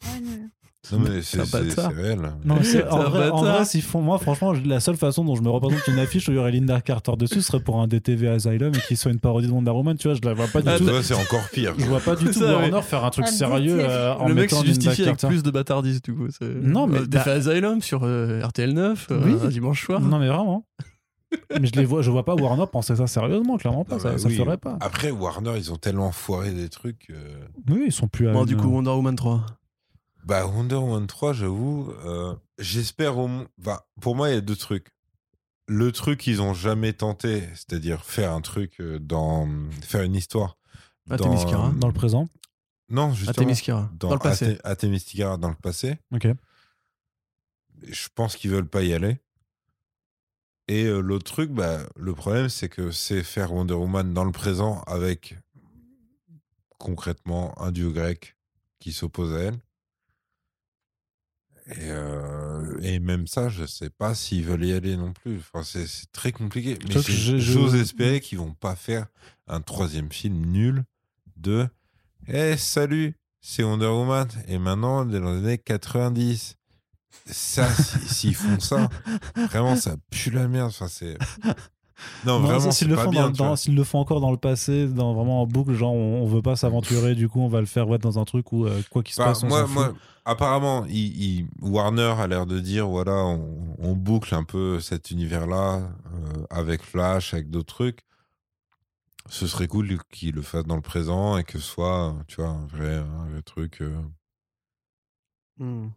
S5: Ouais, non.
S3: Non, mais c'est
S2: un
S3: c'est- c'est
S2: bâtard.
S3: réel.
S1: Non, mais c'est-
S2: C'est
S1: en
S2: un
S1: vrai, en
S2: bâtard.
S1: vrai, s'ils font, moi, franchement, la seule façon dont je me représente une affiche où il y aurait Linda Carter dessus ce serait pour un DTV Asylum et qu'il soit une parodie de Wonder Woman, tu vois, je la vois pas du
S2: Ah,
S3: Tu
S1: tout.
S3: vois, c'est encore pire.
S1: Je vois pas du
S2: C'est
S1: tout
S2: ça,
S1: Warner faire un truc
S5: Un
S1: sérieux
S5: DTV.
S1: euh, en
S2: Le mec
S1: mettant
S2: se
S1: Linda
S2: justifie avec
S1: Carter.
S2: plus de bâtardise, du coup. c'est-
S1: Non, mais
S2: Euh, Des
S1: bah-
S2: faits Asylum sur euh, RTL9, euh,
S1: Oui.
S2: un dimanche soir.
S1: Non mais vraiment. mais je les vois, je vois pas Warner penser ça sérieusement, clairement pas.
S3: Non,
S1: ça,
S3: mais
S1: ça
S3: Bah oui.
S1: ferait pas.
S3: Après, Warner, ils ont tellement foiré des trucs. euh,
S1: Oui, ils sont plus. à
S2: Bon,
S1: une-
S2: du coup, Wonder Woman 3.
S3: Bah, Wonder Woman 3, j'avoue, euh, j'espère au moins. Bah, pour moi, il y a deux trucs. Le truc qu'ils ont jamais tenté, c'est-à-dire faire un truc euh, dans. faire une histoire.
S2: Ah, Themyscira.
S1: hein, dans le Ah, présent.
S3: Non, justement.
S2: Themyscira.
S3: Dans,
S2: Dans le passé.
S3: Athe- Athémistica dans le passé.
S1: Ok.
S3: Je pense qu'ils veulent pas y aller. Et euh, l'autre truc, bah, le problème, c'est que c'est faire Wonder Woman dans le présent avec concrètement un dieu grec qui s'oppose à elle. Et, euh, et même ça, je sais pas s'ils veulent y aller non plus. Enfin, c'est c'est très compliqué. Mais
S1: Sauf que je-
S3: j'ai-
S1: je-
S3: j'ose espérer qu'ils vont pas faire un troisième film nul de Eh, salut, c'est Wonder Woman. Et maintenant, on est dans les années 90. Ça, si- s'ils font ça, vraiment, ça pue la merde. Enfin, c'est.
S1: Non,
S3: Non, vraiment,
S1: ça,
S3: c'est
S1: s'ils le
S3: pas
S1: font
S3: bien.
S1: dans-
S3: tu
S1: dans-
S3: vois.
S1: s'ils le font encore dans le passé, dans vraiment en boucle, genre on, on veut pas s'aventurer, du coup on va le faire ouais, dans un truc où euh, quoi qu'il se
S3: Bah,
S1: passe, on
S3: moi,
S1: s'en fout.
S3: moi, apparemment, il- il- Warner a l'air de dire voilà, on, on boucle un peu cet univers-là euh, avec Flash, avec d'autres trucs. Ce serait cool qu'il le fasse dans le présent et que ce soit, tu vois, un vrai, un vrai truc. euh,
S2: Hmm.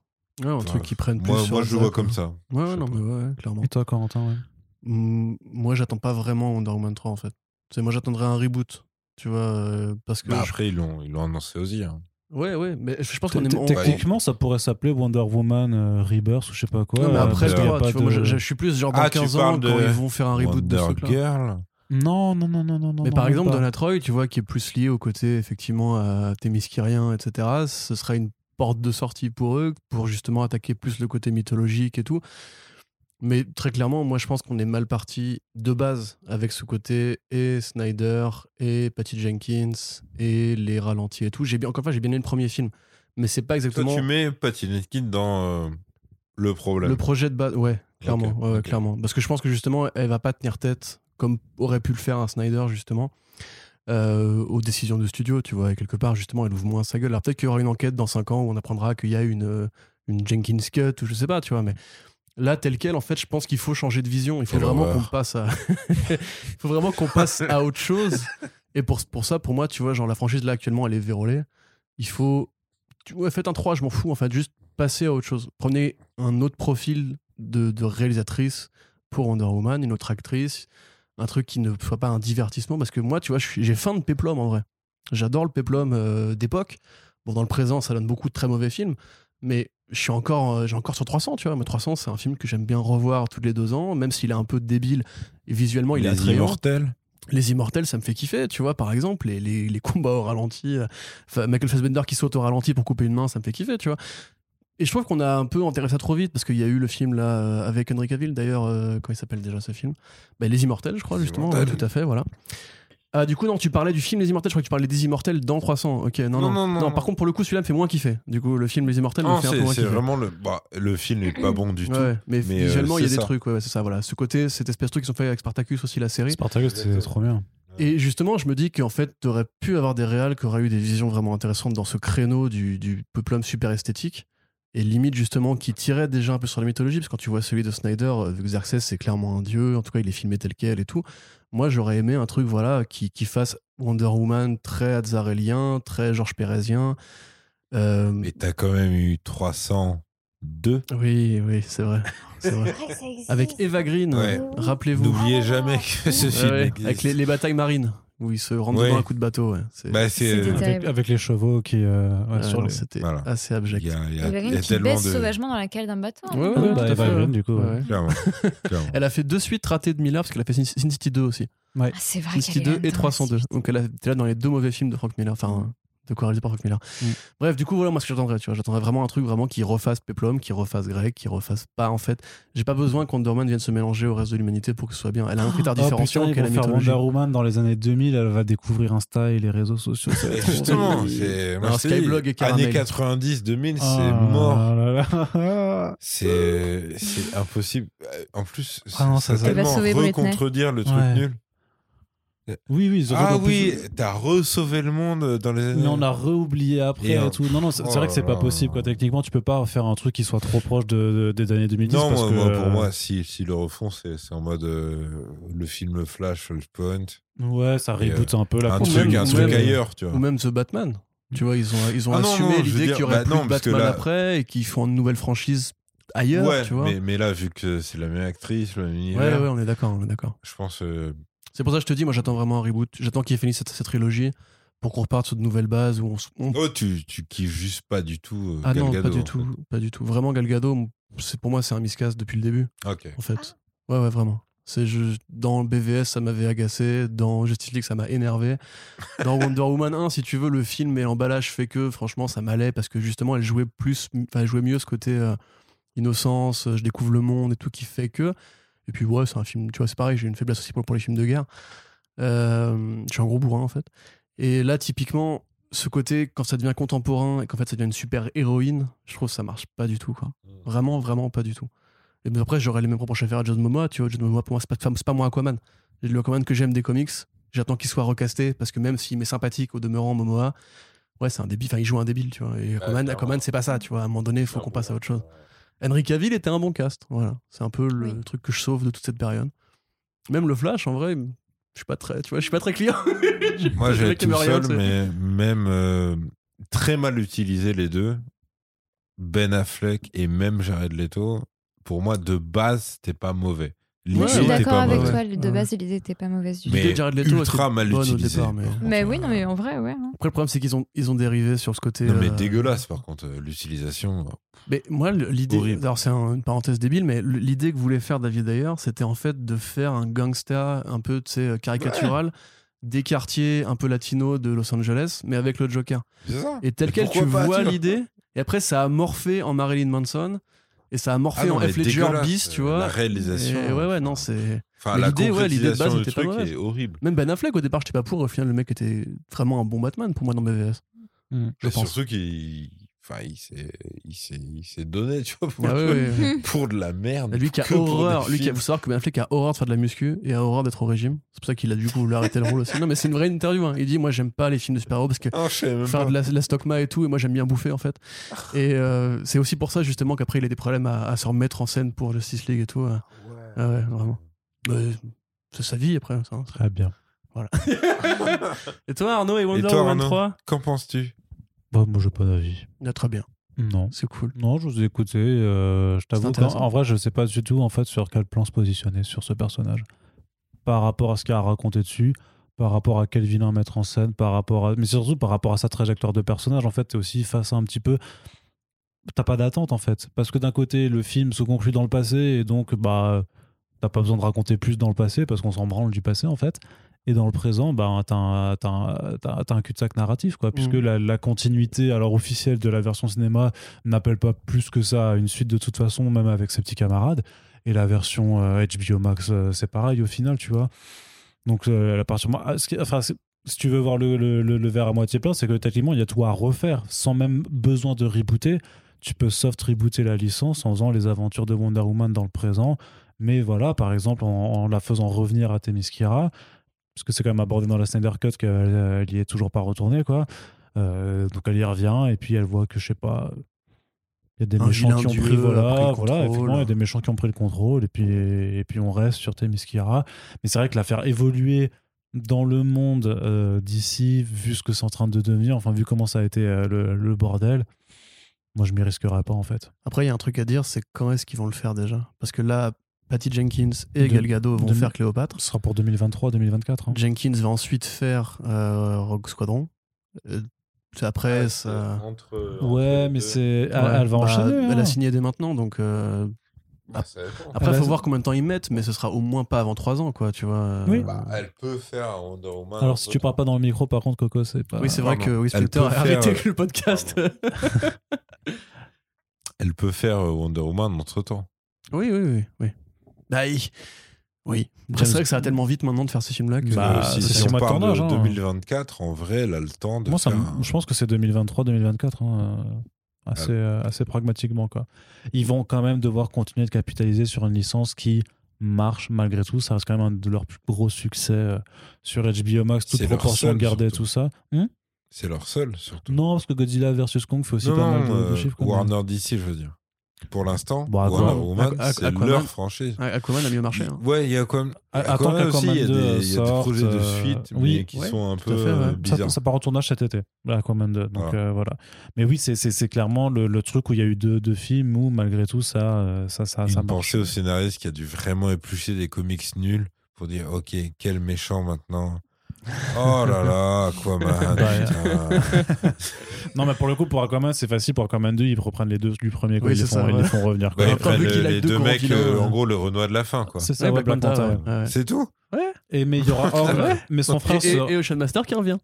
S2: Ouais, un
S3: Enfin,
S2: truc qui prenne plus.
S3: Moi,
S2: sur
S3: moi
S2: la
S3: je le vois
S2: table.
S3: comme ça.
S2: Ouais,
S3: Je
S2: ouais,
S3: sais
S2: non,
S3: pas.
S2: mais ouais, ouais, clairement.
S1: Et toi, Corentin, ouais.
S2: mmh, Mm, Moi, j'attends pas vraiment Wonder Woman 3 en fait. C'est moi, j'attendrais un reboot. Tu vois, euh, parce que.
S3: Bah,
S2: je-
S3: après, ils l'ont ils l'ont annoncé aussi. hein.
S2: Ouais, ouais, mais je pense qu'on est. on-
S1: Techniquement, ça pourrait s'appeler Wonder Woman euh, Rebirth ou je sais pas quoi.
S2: Non, mais
S1: euh,
S2: après,
S1: parce
S2: je
S1: qu'il y a
S2: vois,
S1: pas
S2: tu vois, moi,
S1: de-
S2: je, je suis plus genre dans
S3: Ah, tu
S2: 15 ans
S3: parles
S2: quand
S3: de
S2: ils vont faire un reboot de
S3: Wonder
S2: ce truc-là.
S3: Girl.
S1: Non, non, non, non, non, non.
S2: Mais
S1: non,
S2: par
S1: même
S2: exemple,
S1: pas.
S2: Donna Troy, tu vois, qui est plus lié au côté effectivement à Thémiskyrien, etc., ce sera une porte de sortie pour eux, pour justement attaquer plus le côté mythologique et tout. Mais très clairement, moi je pense qu'on est mal parti de base avec ce côté et Snyder et Patty Jenkins et les ralentis et tout. J'ai bien, encore une fois, j'ai bien aimé le premier film, mais c'est pas
S3: Toi,
S2: exactement
S3: tu mets Patty Jenkins dans euh, le problème.
S2: le projet de base. Ouais, clairement,
S3: Ok,
S2: ouais, ouais,
S3: ok.
S2: clairement. Parce que je pense que justement, elle va pas tenir tête comme aurait pu le faire un Snyder justement euh, aux décisions de studio, tu vois. Et quelque part, justement, elle ouvre moins sa gueule. Alors peut-être qu'il y aura une enquête dans 5 ans où on apprendra qu'il y a une euh, une Jenkins cut ou je sais pas, tu vois. Mais là, tel quel, en fait, je pense qu'il faut changer de vision. Il faut
S3: Quelle
S2: vraiment
S3: horreur.
S2: qu'on passe à, il faut vraiment qu'on passe à autre chose. Et pour pour ça, pour moi, tu vois, genre la franchise là actuellement, elle est vérolée. Il faut tu- ouais, faites un 3, je m'en fous. En fait, juste passer à autre chose. Prenez un autre profil de, de réalisatrice pour Wonder Woman, une autre actrice, un truc qui ne soit pas un divertissement. Parce que moi, tu vois, je suis- j'ai faim de péplum en vrai. J'adore le péplum euh, d'époque. Bon, dans le présent, ça donne beaucoup de très mauvais films, mais je suis encore, euh, j'ai encore sur 300, tu vois. Mais 300, c'est un film que j'aime bien revoir tous les deux ans, même s'il est un peu débile et visuellement, il est
S3: Les
S2: attrayant.
S3: Immortels.
S2: Les Immortels, ça me fait kiffer, tu vois, par exemple, les, les, les combats au ralenti, euh, enfin, Michael Fassbender qui saute au ralenti pour couper une main, ça me fait kiffer, tu vois. Et je trouve qu'on a un peu enterré ça trop vite, parce qu'il y a eu le film là, euh, avec Henry Cavill, d'ailleurs, euh, comment il s'appelle déjà ce film Bah, Les Immortels, je crois,
S3: Les
S2: justement,
S3: Immortels.
S2: ouais, tout à fait, voilà. Ah, du coup, non, tu parlais du film Les Immortels, je crois que tu parlais des Immortels dans 300, ok, non, non,
S3: Non, non, non, non.
S2: par contre, pour le coup, celui-là me fait moins kiffer. Du coup, le film Les Immortels
S3: Non,
S2: me fait un peu
S3: c'est
S2: moins
S3: c'est
S2: kiffer.
S3: vraiment le. bah, le film n'est pas bon du tout.
S2: Ouais, mais,
S3: Mais, euh,
S2: visuellement, il y a
S3: c'est
S2: des
S3: ça.
S2: trucs, ouais, ouais, c'est ça, voilà. Ce côté, cette espèce de truc qu'ils ont fait avec Spartacus aussi, la série.
S1: Spartacus, c'est trop bien.
S2: Et justement, je me dis qu'en fait, t'aurais pu avoir des réals qui auraient eu des visions vraiment intéressantes dans ce créneau du, du peplum super esthétique. Et limite, justement, qui tirait déjà un peu sur la mythologie, parce que quand tu vois celui de Snyder, euh, vu que Xerxes, c'est clairement un dieu, en tout cas, il est filmé tel quel et tout. Moi, j'aurais aimé un truc, voilà, qui, qui fasse Wonder Woman très Azarélien, très Georges Pérezien. Euh,
S3: Mais t'as quand même eu 302.
S2: Oui, oui, c'est vrai. c'est vrai.
S5: Ah,
S2: Avec Eva Green,
S3: Ouais.
S2: rappelez-vous.
S3: N'oubliez jamais que ce
S2: Ouais,
S3: film
S2: ouais,
S3: existe.
S2: avec les, les batailles marines, où ils se rendent
S3: Ouais.
S2: dedans à coup de bateau. ouais. C'est-
S3: Bah, c'est.
S5: C'était
S3: euh,
S5: terrible.
S1: Avec, avec les chevaux qui. euh, ouais,
S2: Ah
S1: sur
S2: non,
S1: les...
S2: C'était
S3: Voilà.
S2: assez
S3: Il
S2: abject.
S3: y a, il y a-
S5: Il y a
S3: il y a
S5: qui
S3: tellement
S5: baisse
S3: de.
S5: sauvagement dans la cale d'un bateau. hein.
S2: Ouais, ouais,
S1: Ah,
S2: ouais,
S1: bah,
S2: tout à
S1: Eva
S2: fait,
S1: Green,
S2: ouais.
S1: du coup, ouais.
S2: Ouais.
S3: Clairement. clairement.
S2: Elle a fait deux suites ratées de Miller parce qu'elle a fait Sin Sin City 2 aussi.
S5: Ah, c'est vrai
S2: Sin City
S5: qu'elle est
S2: 2 et
S5: là-dedans,
S2: 302.
S5: c'est-
S2: Donc elle a été là dans les deux mauvais films de Frank Miller. Enfin, de quoi réalisé par Frank Miller.
S1: Mm.
S2: Bref, du coup, voilà moi ce que j'attendrais. Tu vois, j'attendrais vraiment un truc vraiment qui refasse Peplum, qui refasse Greg, qui refasse pas en fait. J'ai pas besoin qu'Onderman vienne se mélanger au reste de l'humanité pour que ce soit bien. Elle a un critère
S1: Oh
S2: différenciant
S1: putain, ils
S2: qu'elle
S1: vont
S2: a
S1: faire
S2: mythologie.
S1: Wonder Woman dans les années 2000, elle va découvrir Insta et les réseaux sociaux. ça va
S3: Et
S1: être
S3: Justement,
S1: trop bien.
S3: c'est.
S2: Alors,
S3: moi, je te dis,
S2: Skyblog et Caramel.
S3: Années 90, 2000, c'est
S1: Ah
S3: mort.
S1: là là.
S3: C'est c'est impossible. Euh, En plus, c'est
S1: Ah non, ça,
S3: ça
S1: ça-
S3: va
S1: Elle
S5: va
S3: tellement
S5: sauver Britney.
S3: recontredire le truc
S1: Ouais.
S3: nul.
S1: Oui, oui. surtout
S3: Ah
S1: qu'en plus,
S3: oui,
S2: euh,
S3: t'as re-sauvé le monde dans les années.
S1: Mais on a re-oublié après
S3: Et
S1: et,
S3: un-
S1: tout. Non, non, c'est
S3: Oh
S1: c'est vrai que c'est
S3: là
S1: pas
S3: là.
S1: possible. Quoi. Techniquement, tu peux pas faire un truc qui soit trop proche de, de- des années 2010.
S3: Non,
S1: parce
S3: moi,
S1: que,
S3: moi, pour
S1: euh,
S3: moi, si, si le refont, c'est c'est en mode euh, le film Flash, Flashpoint,
S1: Ouais, ça
S3: Et,
S1: reboot un peu la
S3: euh, un
S1: console.
S3: truc, un
S2: même-
S3: truc
S2: même-
S3: ailleurs, tu vois.
S2: Ou même The Batman. Tu vois, ils ont, ils ont
S3: Ah non, non,
S2: assumé
S3: je veux
S2: l'idée
S3: dire,
S2: qu'il y aurait
S3: bah
S2: plus
S3: non,
S2: de
S3: parce que
S2: Batman
S3: là-
S2: après et qu'ils font une nouvelle franchise ailleurs,
S3: ouais,
S2: tu vois.
S3: mais, mais là, vu que c'est la même actrice, le même
S2: Ouais,
S3: univers,
S2: ouais, on est d'accord, on est d'accord.
S3: je pense. euh,
S2: C'est pour ça que je te dis, moi j'attends vraiment un reboot. J'attends qu'il ait fini cette, cette trilogie pour qu'on reparte sur de nouvelles bases où on. s- on-
S3: Oh, tu, tu kiffes juste pas du tout. euh,
S2: ah
S3: Gal
S2: non,
S3: Gadot,
S2: pas du
S3: en
S2: tout, pas du tout. Vraiment Galgado, c'est pour moi c'est un miscast depuis le début
S3: fait. Ok.
S2: en fait. Ouais, ouais, vraiment. C'est je, dans BVS ça m'avait agacé, dans Justice League ça m'a énervé, dans Wonder Woman 1 si tu veux le film et l'emballage fait que franchement ça m'allait parce que justement elle jouait plus, enfin elle jouait mieux ce côté euh, innocence, euh, je découvre le monde et tout qui fait que. Et puis ouais c'est un film, tu vois c'est pareil j'ai une faiblesse aussi pour, pour les films de guerre. Euh, je suis un gros bourrin en fait. Et là typiquement ce côté quand ça devient contemporain et qu'en fait ça devient une super héroïne, je trouve que ça marche pas du tout quoi. Vraiment vraiment pas du tout. Et bien après, j'aurais les mêmes reproches à faire à John Momoa. Tu vois, John Momoa, pour moi, c'est pas, c'est pas moi Aquaman. Le Aquaman que j'aime des comics, j'attends qu'il soit recasté parce que même s'il m'est sympathique au demeurant, Momoa, ouais, c'est un débile. Enfin, il joue un débile, tu vois. Et Aquaman,
S3: clairement.
S2: Aquaman, c'est pas ça, tu vois. À un moment donné, il faut qu'on passe à autre chose. Henry Cavill était un bon cast. Voilà. C'est un peu le
S5: Oui.
S2: truc que je sauve de toute cette période. Même le Flash, en vrai, je suis pas très, tu vois, je suis pas très client.
S3: Moi,
S2: Le
S3: j'ai
S2: mec aime
S3: tout
S2: rien,
S3: seul,
S2: tu sais.
S3: mais même euh, très mal utilisé les deux. Ben Affleck et même Jared Leto, pour moi, de base, c'était pas mauvais.
S5: Moi, je suis
S3: L'idée était
S5: d'accord
S3: pas
S5: avec
S3: mauvaise.
S5: toi, de
S2: Ouais.
S5: base, l'idée était pas mauvaise du tout.
S2: L'idée
S3: Mais
S2: de Jared Leto
S3: ultra
S2: était
S3: mal
S2: bonne au
S3: utilisée.
S2: départ, mais-
S3: Enfin,
S4: Mais oui, non, mais
S3: euh,
S4: en vrai, ouais. hein.
S2: Après, le problème, c'est qu'ils ont, ils ont dérivé sur ce côté.
S3: Non, mais
S2: euh,
S3: dégueulasse, par contre, euh, l'utilisation.
S2: Mais moi, le- l'idée.
S3: Horrible.
S2: Alors, c'est un- une parenthèse débile, mais le- l'idée que voulait faire David Ayer, c'était en fait de faire un gangsta un peu, tu sais, euh, caricatural des quartiers un peu latinos de Los Angeles, mais avec le Joker.
S3: C'est ça.
S2: Et tel
S3: Mais
S2: quel, tu
S3: pourquoi pas,
S2: vois
S3: tu vois
S2: l'idée, et après, ça a morphé en Marilyn Manson, et ça a morphé en
S3: Ah mais
S2: F. Ledger
S3: dégueulasse,
S2: Beast, tu
S3: euh,
S2: vois.
S3: La réalisation.
S2: Et ouais, ouais, non, c'est.
S3: Enfin,
S2: mais
S3: la
S2: l'idée, ouais, l'idée de base
S3: concrétisation du
S2: était pas
S3: truc
S2: mauvaise.
S3: est horrible.
S2: Même Ben Affleck, au départ, j'étais pas pour. Au final, le mec était vraiment un bon Batman pour moi dans BVS.
S1: Mm.
S2: Je
S3: Et
S2: pense.
S3: Surtout qu'il enfin, il s'est- il s'est il s'est donné, tu vois, pour,
S2: Ah ouais, ouais, ouais.
S3: pour de la merde.
S2: Lui qui a
S3: que pour
S2: horreur,
S3: des
S2: lui qui a,
S3: films.
S2: vous savoir que Ben Affleck a horreur de faire de la muscu et a horreur d'être au régime. C'est pour ça qu'il a du coup voulu arrêter le rôle aussi. Non, mais c'est une vraie interview. hein. Il dit Moi, j'aime pas les films de super-héros parce que
S3: Ah, je savais même
S2: faire
S3: pas. Ah.
S2: de la, la stockma et tout, et moi, j'aime bien bouffer en fait. Et euh, c'est aussi pour ça justement qu'après, il a des problèmes à, à se remettre en scène pour Justice League et tout. euh. Ah ouais, vraiment. Bah, c'est sa vie après. ça, hein.
S1: Très bien.
S2: Et toi, Arnaud et Wonder
S3: toi,
S2: Woman
S3: Arnaud
S2: 3
S3: Qu'en penses-tu
S1: Bon, moi, j'ai pas d'avis.
S2: Ah, Très bien,
S1: Non.
S2: c'est cool.
S1: Non, je vous ai écouté. euh, je t'avoue qu'en
S2: intéressant.
S1: en vrai, je sais pas du tout en fait sur quel plan se positionner sur ce personnage. Par rapport à ce qu'il a raconté dessus, par rapport à quel vilain mettre en scène, par rapport à... mais surtout par rapport à sa trajectoire de personnage. En fait, t'es aussi face à un petit peu. T'as pas d'attente en fait, parce que d'un côté, le film se conclut dans le passé et donc bah t'as pas besoin de raconter plus dans le passé parce qu'on s'en branle du passé en fait. Et dans le présent, bah, t'as un, t'as un- t'as- t'as un cul-de-sac narratif, quoi, puisque la, la continuité alors officielle de la version cinéma n'appelle pas plus que ça à une suite de toute façon, même avec ses petits camarades. Et la version euh, HBO Max, euh, c'est pareil au final, tu vois. Donc, euh, à partir du moment- ah, ce qui- enfin, c'est- si tu veux voir le, le- le- le verre à moitié plein, c'est que techniquement, il y a tout à refaire sans même besoin de rebooter. Tu peux soft rebooter la licence en faisant les aventures de Wonder Woman dans le présent. Mais voilà, par exemple, en, en la faisant revenir à Themyscira, parce que c'est quand même abordé dans la Snyder Cut qu'elle euh, elle y est toujours pas retournée, quoi. Euh, donc elle y revient et puis elle voit que, je sais pas, il y a des
S2: Un
S1: méchants
S2: vilain
S1: qui ont
S2: dieu
S1: pris,
S2: a pris
S1: voilà,
S2: le
S1: voilà,
S2: contrôle.
S1: effectivement, il y a des méchants qui ont pris le contrôle et puis, et puis on reste sur Themyscira. Mais c'est vrai que la faire évoluer dans le monde euh, d'ici, vu ce que c'est en train de devenir, enfin, vu comment ça a été euh, le, le bordel, moi je m'y risquerais pas en fait.
S2: Après, il y a un truc à dire c'est quand est-ce qu'ils vont le faire déjà Parce que là, Patty Jenkins et
S1: De-
S2: Gal Gadot vont
S1: de-
S2: faire Cléopâtre.
S1: Ce sera pour 2023-2024. hein.
S2: Jenkins va ensuite faire euh, Rogue Squadron. Euh,
S3: Ah
S2: après, ça.
S3: euh, Entre,
S1: Ouais, mais c'est. Elle,
S2: Ouais,
S1: elle va
S2: bah,
S1: enchaîner.
S2: Elle
S1: hein.
S2: a signé dès maintenant, donc. euh, Bah,
S1: Ah
S2: Après,
S1: bah,
S2: faut
S1: ça-
S2: voir combien de temps ils mettent, mais ce sera au moins pas avant 3 ans, quoi, tu vois. euh,
S1: Oui.
S3: Bah, elle peut faire Wonder Woman.
S1: Alors, si tu parles pas dans le micro, par contre, Coco, c'est pas.
S2: Oui, c'est vrai
S3: pardon.
S2: que Will
S3: Bah, Elle
S2: Splinter a
S3: peut
S2: arrêté
S3: faire, euh,
S2: le podcast.
S3: Elle peut faire euh, Wonder Woman entre temps.
S2: oui, oui, oui. oui. Bah, il- oui. Après,
S1: James-
S2: c'est vrai que ça va tellement vite maintenant de faire ces films-là que.
S1: Bah,
S3: Euh, si
S1: c'est
S3: si
S1: six
S3: on
S1: mois de
S3: parle
S1: tournage, hein.
S3: 2024, en vrai, elle a le temps de
S1: Moi, ça
S3: faire.
S1: me-
S3: un-
S1: je pense que c'est 2023-2024, hein, euh, assez, euh, assez pragmatiquement. Quoi. Ils vont quand même devoir continuer de capitaliser sur une licence qui marche malgré tout. Ça reste quand même un de leurs plus gros succès euh, sur HBO Max, toute
S3: C'est leur
S1: proportion
S3: seul,
S1: gardée,
S3: surtout.
S1: tout ça. Hum
S3: C'est leur seul, surtout.
S1: non, parce que Godzilla versus Kong fait aussi
S3: Non,
S1: pas
S3: non,
S1: mal de- de,
S3: euh,
S1: chiffres. quand même.
S3: Warner DC, je veux dire. Pour l'instant,
S1: Bon, Aquaman.
S3: Warner Woman,
S2: Aqu-
S3: c'est
S2: Aquaman.
S3: leur franchise.
S2: Ouais, Aquaman a mieux marché. hein.
S3: Ouais, il y a quand même.
S1: Ah,
S3: Aquaman
S1: attends
S3: aussi, il y a
S1: qu'Aquaman 2
S3: des, il y a des
S1: sorte,
S3: projets de
S1: euh,
S3: suite
S1: oui.
S3: mais qui
S2: Ouais,
S3: sont un
S2: tout
S3: peu
S2: à fait, ouais.
S3: euh, Ah.
S2: Ça-
S1: Ça,
S3: bizarres.
S1: ça part en tournage cet été, la Aquaman 2. Donc
S3: Voilà.
S1: euh, voilà. Mais oui, c'est- c'est c'est clairement le, le truc où il y a eu deux, deux films où malgré tout ça, euh, ça, ça, ça
S3: Une
S1: marche.
S3: pensée au scénariste qui a dû vraiment éplucher des comics nuls pour dire ok quel méchant maintenant oh là là Aquaman
S1: Ouais.
S3: putain.
S1: Non, mais pour le coup, pour Aquaman, c'est facile. Pour Aquaman 2, ils reprennent les deux du premier. quoi.
S2: Oui,
S1: ils, les
S2: c'est
S1: font,
S2: ça,
S1: ils
S2: ouais.
S1: les font revenir. quoi.
S3: Bah, ils
S2: Après,
S3: prennent
S2: vu qu'il
S3: le-
S2: a
S3: les
S2: deux
S3: deux
S2: grands
S3: mecs
S2: vilains,
S3: euh,
S2: ouais.
S3: en gros le Renoir de la fin quoi
S1: C'est ça,
S2: Ouais,
S1: ouais, Black Panther, ouais.
S2: ouais, ouais.
S3: c'est tout
S1: Et mais il y aura.
S2: Ah ouais
S1: mais son euh, frère.
S2: Et- et,
S1: sera-
S2: et Ocean Master qui revient.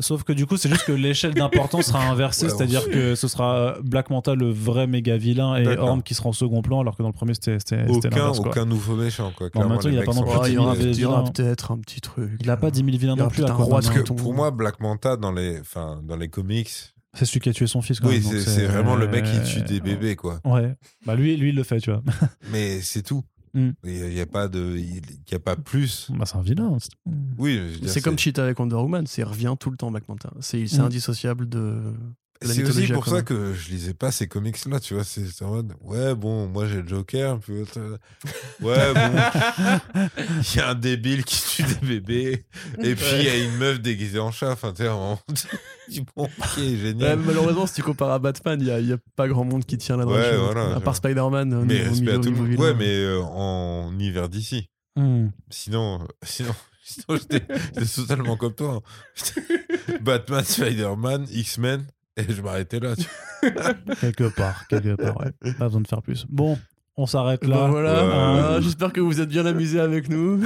S1: Sauf que du coup, c'est juste que l'échelle d'importance sera inversée,
S3: Ouais,
S1: c'est-à-dire
S3: on
S1: que ce sera euh, Black Manta le vrai méga vilain et
S3: D'accord.
S1: Orm qui sera en second plan, alors que dans le premier, c'était c'était- c'était
S3: aucun
S1: l'inverse. quoi.
S3: aucun nouveau méchant quoi
S1: Bon,
S3: Clairement,
S1: maintenant,
S3: les
S1: il a
S3: mecs
S1: pas non
S3: sont
S1: plus
S2: Oh,
S1: dit,
S2: il y aura,
S1: mais
S3: partis.
S1: des-
S2: il y aura
S1: vilains.
S2: peut-être un petit truc. euh.
S1: Il a pas 10 000 vilains
S2: Il y aura
S1: non plus.
S2: peut-être un roi
S1: Aquaman. hein.
S3: parce que
S2: Attends.
S3: pour moi Black Manta dans les enfin dans les comics
S1: C'est celui qui a tué son fils. Quand
S3: oui
S1: même, donc
S3: c'est c'est vraiment le mec qui tue des bébés quoi
S1: Ouais. Bah lui, lui, il le fait, tu vois.
S3: mais c'est tout
S1: Mm.
S3: il n'y a pas de il y a pas plus
S2: Mm.
S1: Bah, c'est un vilain. c'est-
S3: oui je veux dire,
S2: C'est comme Cheetah avec Wonder Woman, c'est il revient tout le temps Black Manta. C'est c'est
S1: Mm.
S2: indissociable de. la
S3: C'est aussi
S2: mythologie
S3: pour
S2: Aquaman.
S3: ça que je lisais pas ces comics-là, tu vois. C'est c'est en mode, ouais, bon, moi j'ai le Joker, puis autre- Ouais, bon, il y a un débile qui tue des bébés, et puis il y a une meuf déguisée en chat. Enfin, tu sais, on dit, bon, ok,
S2: Ouais,
S3: génial.
S2: mais Bah, malheureusement, si tu compares à Batman, il n'y a, il y a pas grand monde qui tient la
S3: Ouais,
S2: dragée.
S3: voilà.
S2: à part Spider-Man. au
S3: mais
S2: niveau- au
S3: respect à
S2: niveau-
S3: tout le
S2: au
S3: monde.
S2: niveau
S3: Ouais,
S2: vilain.
S3: mais euh, en hiver d'ici.
S1: Hmm.
S3: Sinon, euh, sinon, sinon j'étais j'étais totalement comme toi. hein. Batman, Spider-Man, X-Men, et je m'arrêtais là. Tu vois.
S1: Quelque part, quelque part, ouais. Pas besoin de faire plus. Bon, on s'arrête
S2: Bah
S1: là.
S2: voilà,
S3: Ouais.
S2: euh, j'espère que vous vous êtes bien amusés avec nous.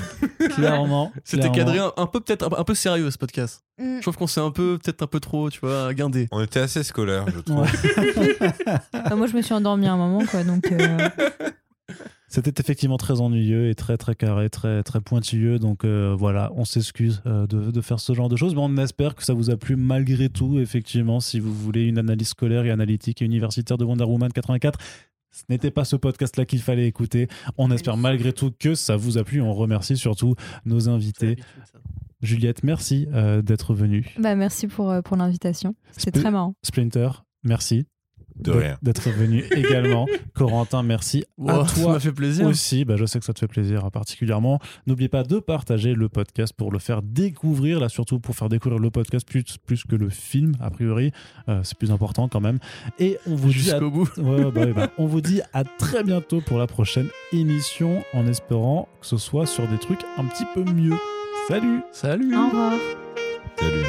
S1: Clairement.
S2: C'était
S1: clairement.
S2: cadré un, un peu peut-être un, un peu sérieux ce podcast.
S5: Mm.
S2: Je trouve qu'on s'est un peu peut-être un peu trop, tu vois, guindé.
S3: On était assez scolaire, je trouve.
S5: Enfin, moi, je me suis endormie à un moment, quoi. Donc, euh,
S1: C'était effectivement très ennuyeux et très très carré, très très pointilleux. Donc euh, voilà, on s'excuse euh, de, de faire ce genre de choses, mais on espère que ça vous a plu malgré tout. Effectivement, si vous voulez une analyse scolaire et analytique et universitaire de Wonder Woman 84. Ce n'était pas ce podcast-là qu'il fallait écouter. On espère malgré tout que ça vous a plu. On remercie surtout nos invités. Juliette, merci euh, d'être venue.
S4: Mm.
S5: bah, merci pour, euh, pour l'invitation. C'était
S1: Spé-
S5: très marrant.
S1: Splinter, merci
S3: De rien.
S1: d'être venu également. Corentin, merci à
S2: Wow, ça
S1: toi
S2: m'a fait plaisir.
S1: aussi, bah, je sais que ça te fait plaisir hein, particulièrement. N'oubliez pas de partager le podcast pour le faire découvrir, là surtout pour faire découvrir le podcast plus, plus que le film, a priori. Euh, c'est plus important quand même. Et on vous, dit à...
S2: Jusqu'au bout.
S1: Ouais, bah, ouais, bah, on vous dit à très bientôt pour la prochaine émission en espérant que ce soit sur des trucs un petit peu mieux. Salut
S2: Salut.
S5: Au revoir.
S3: Salut.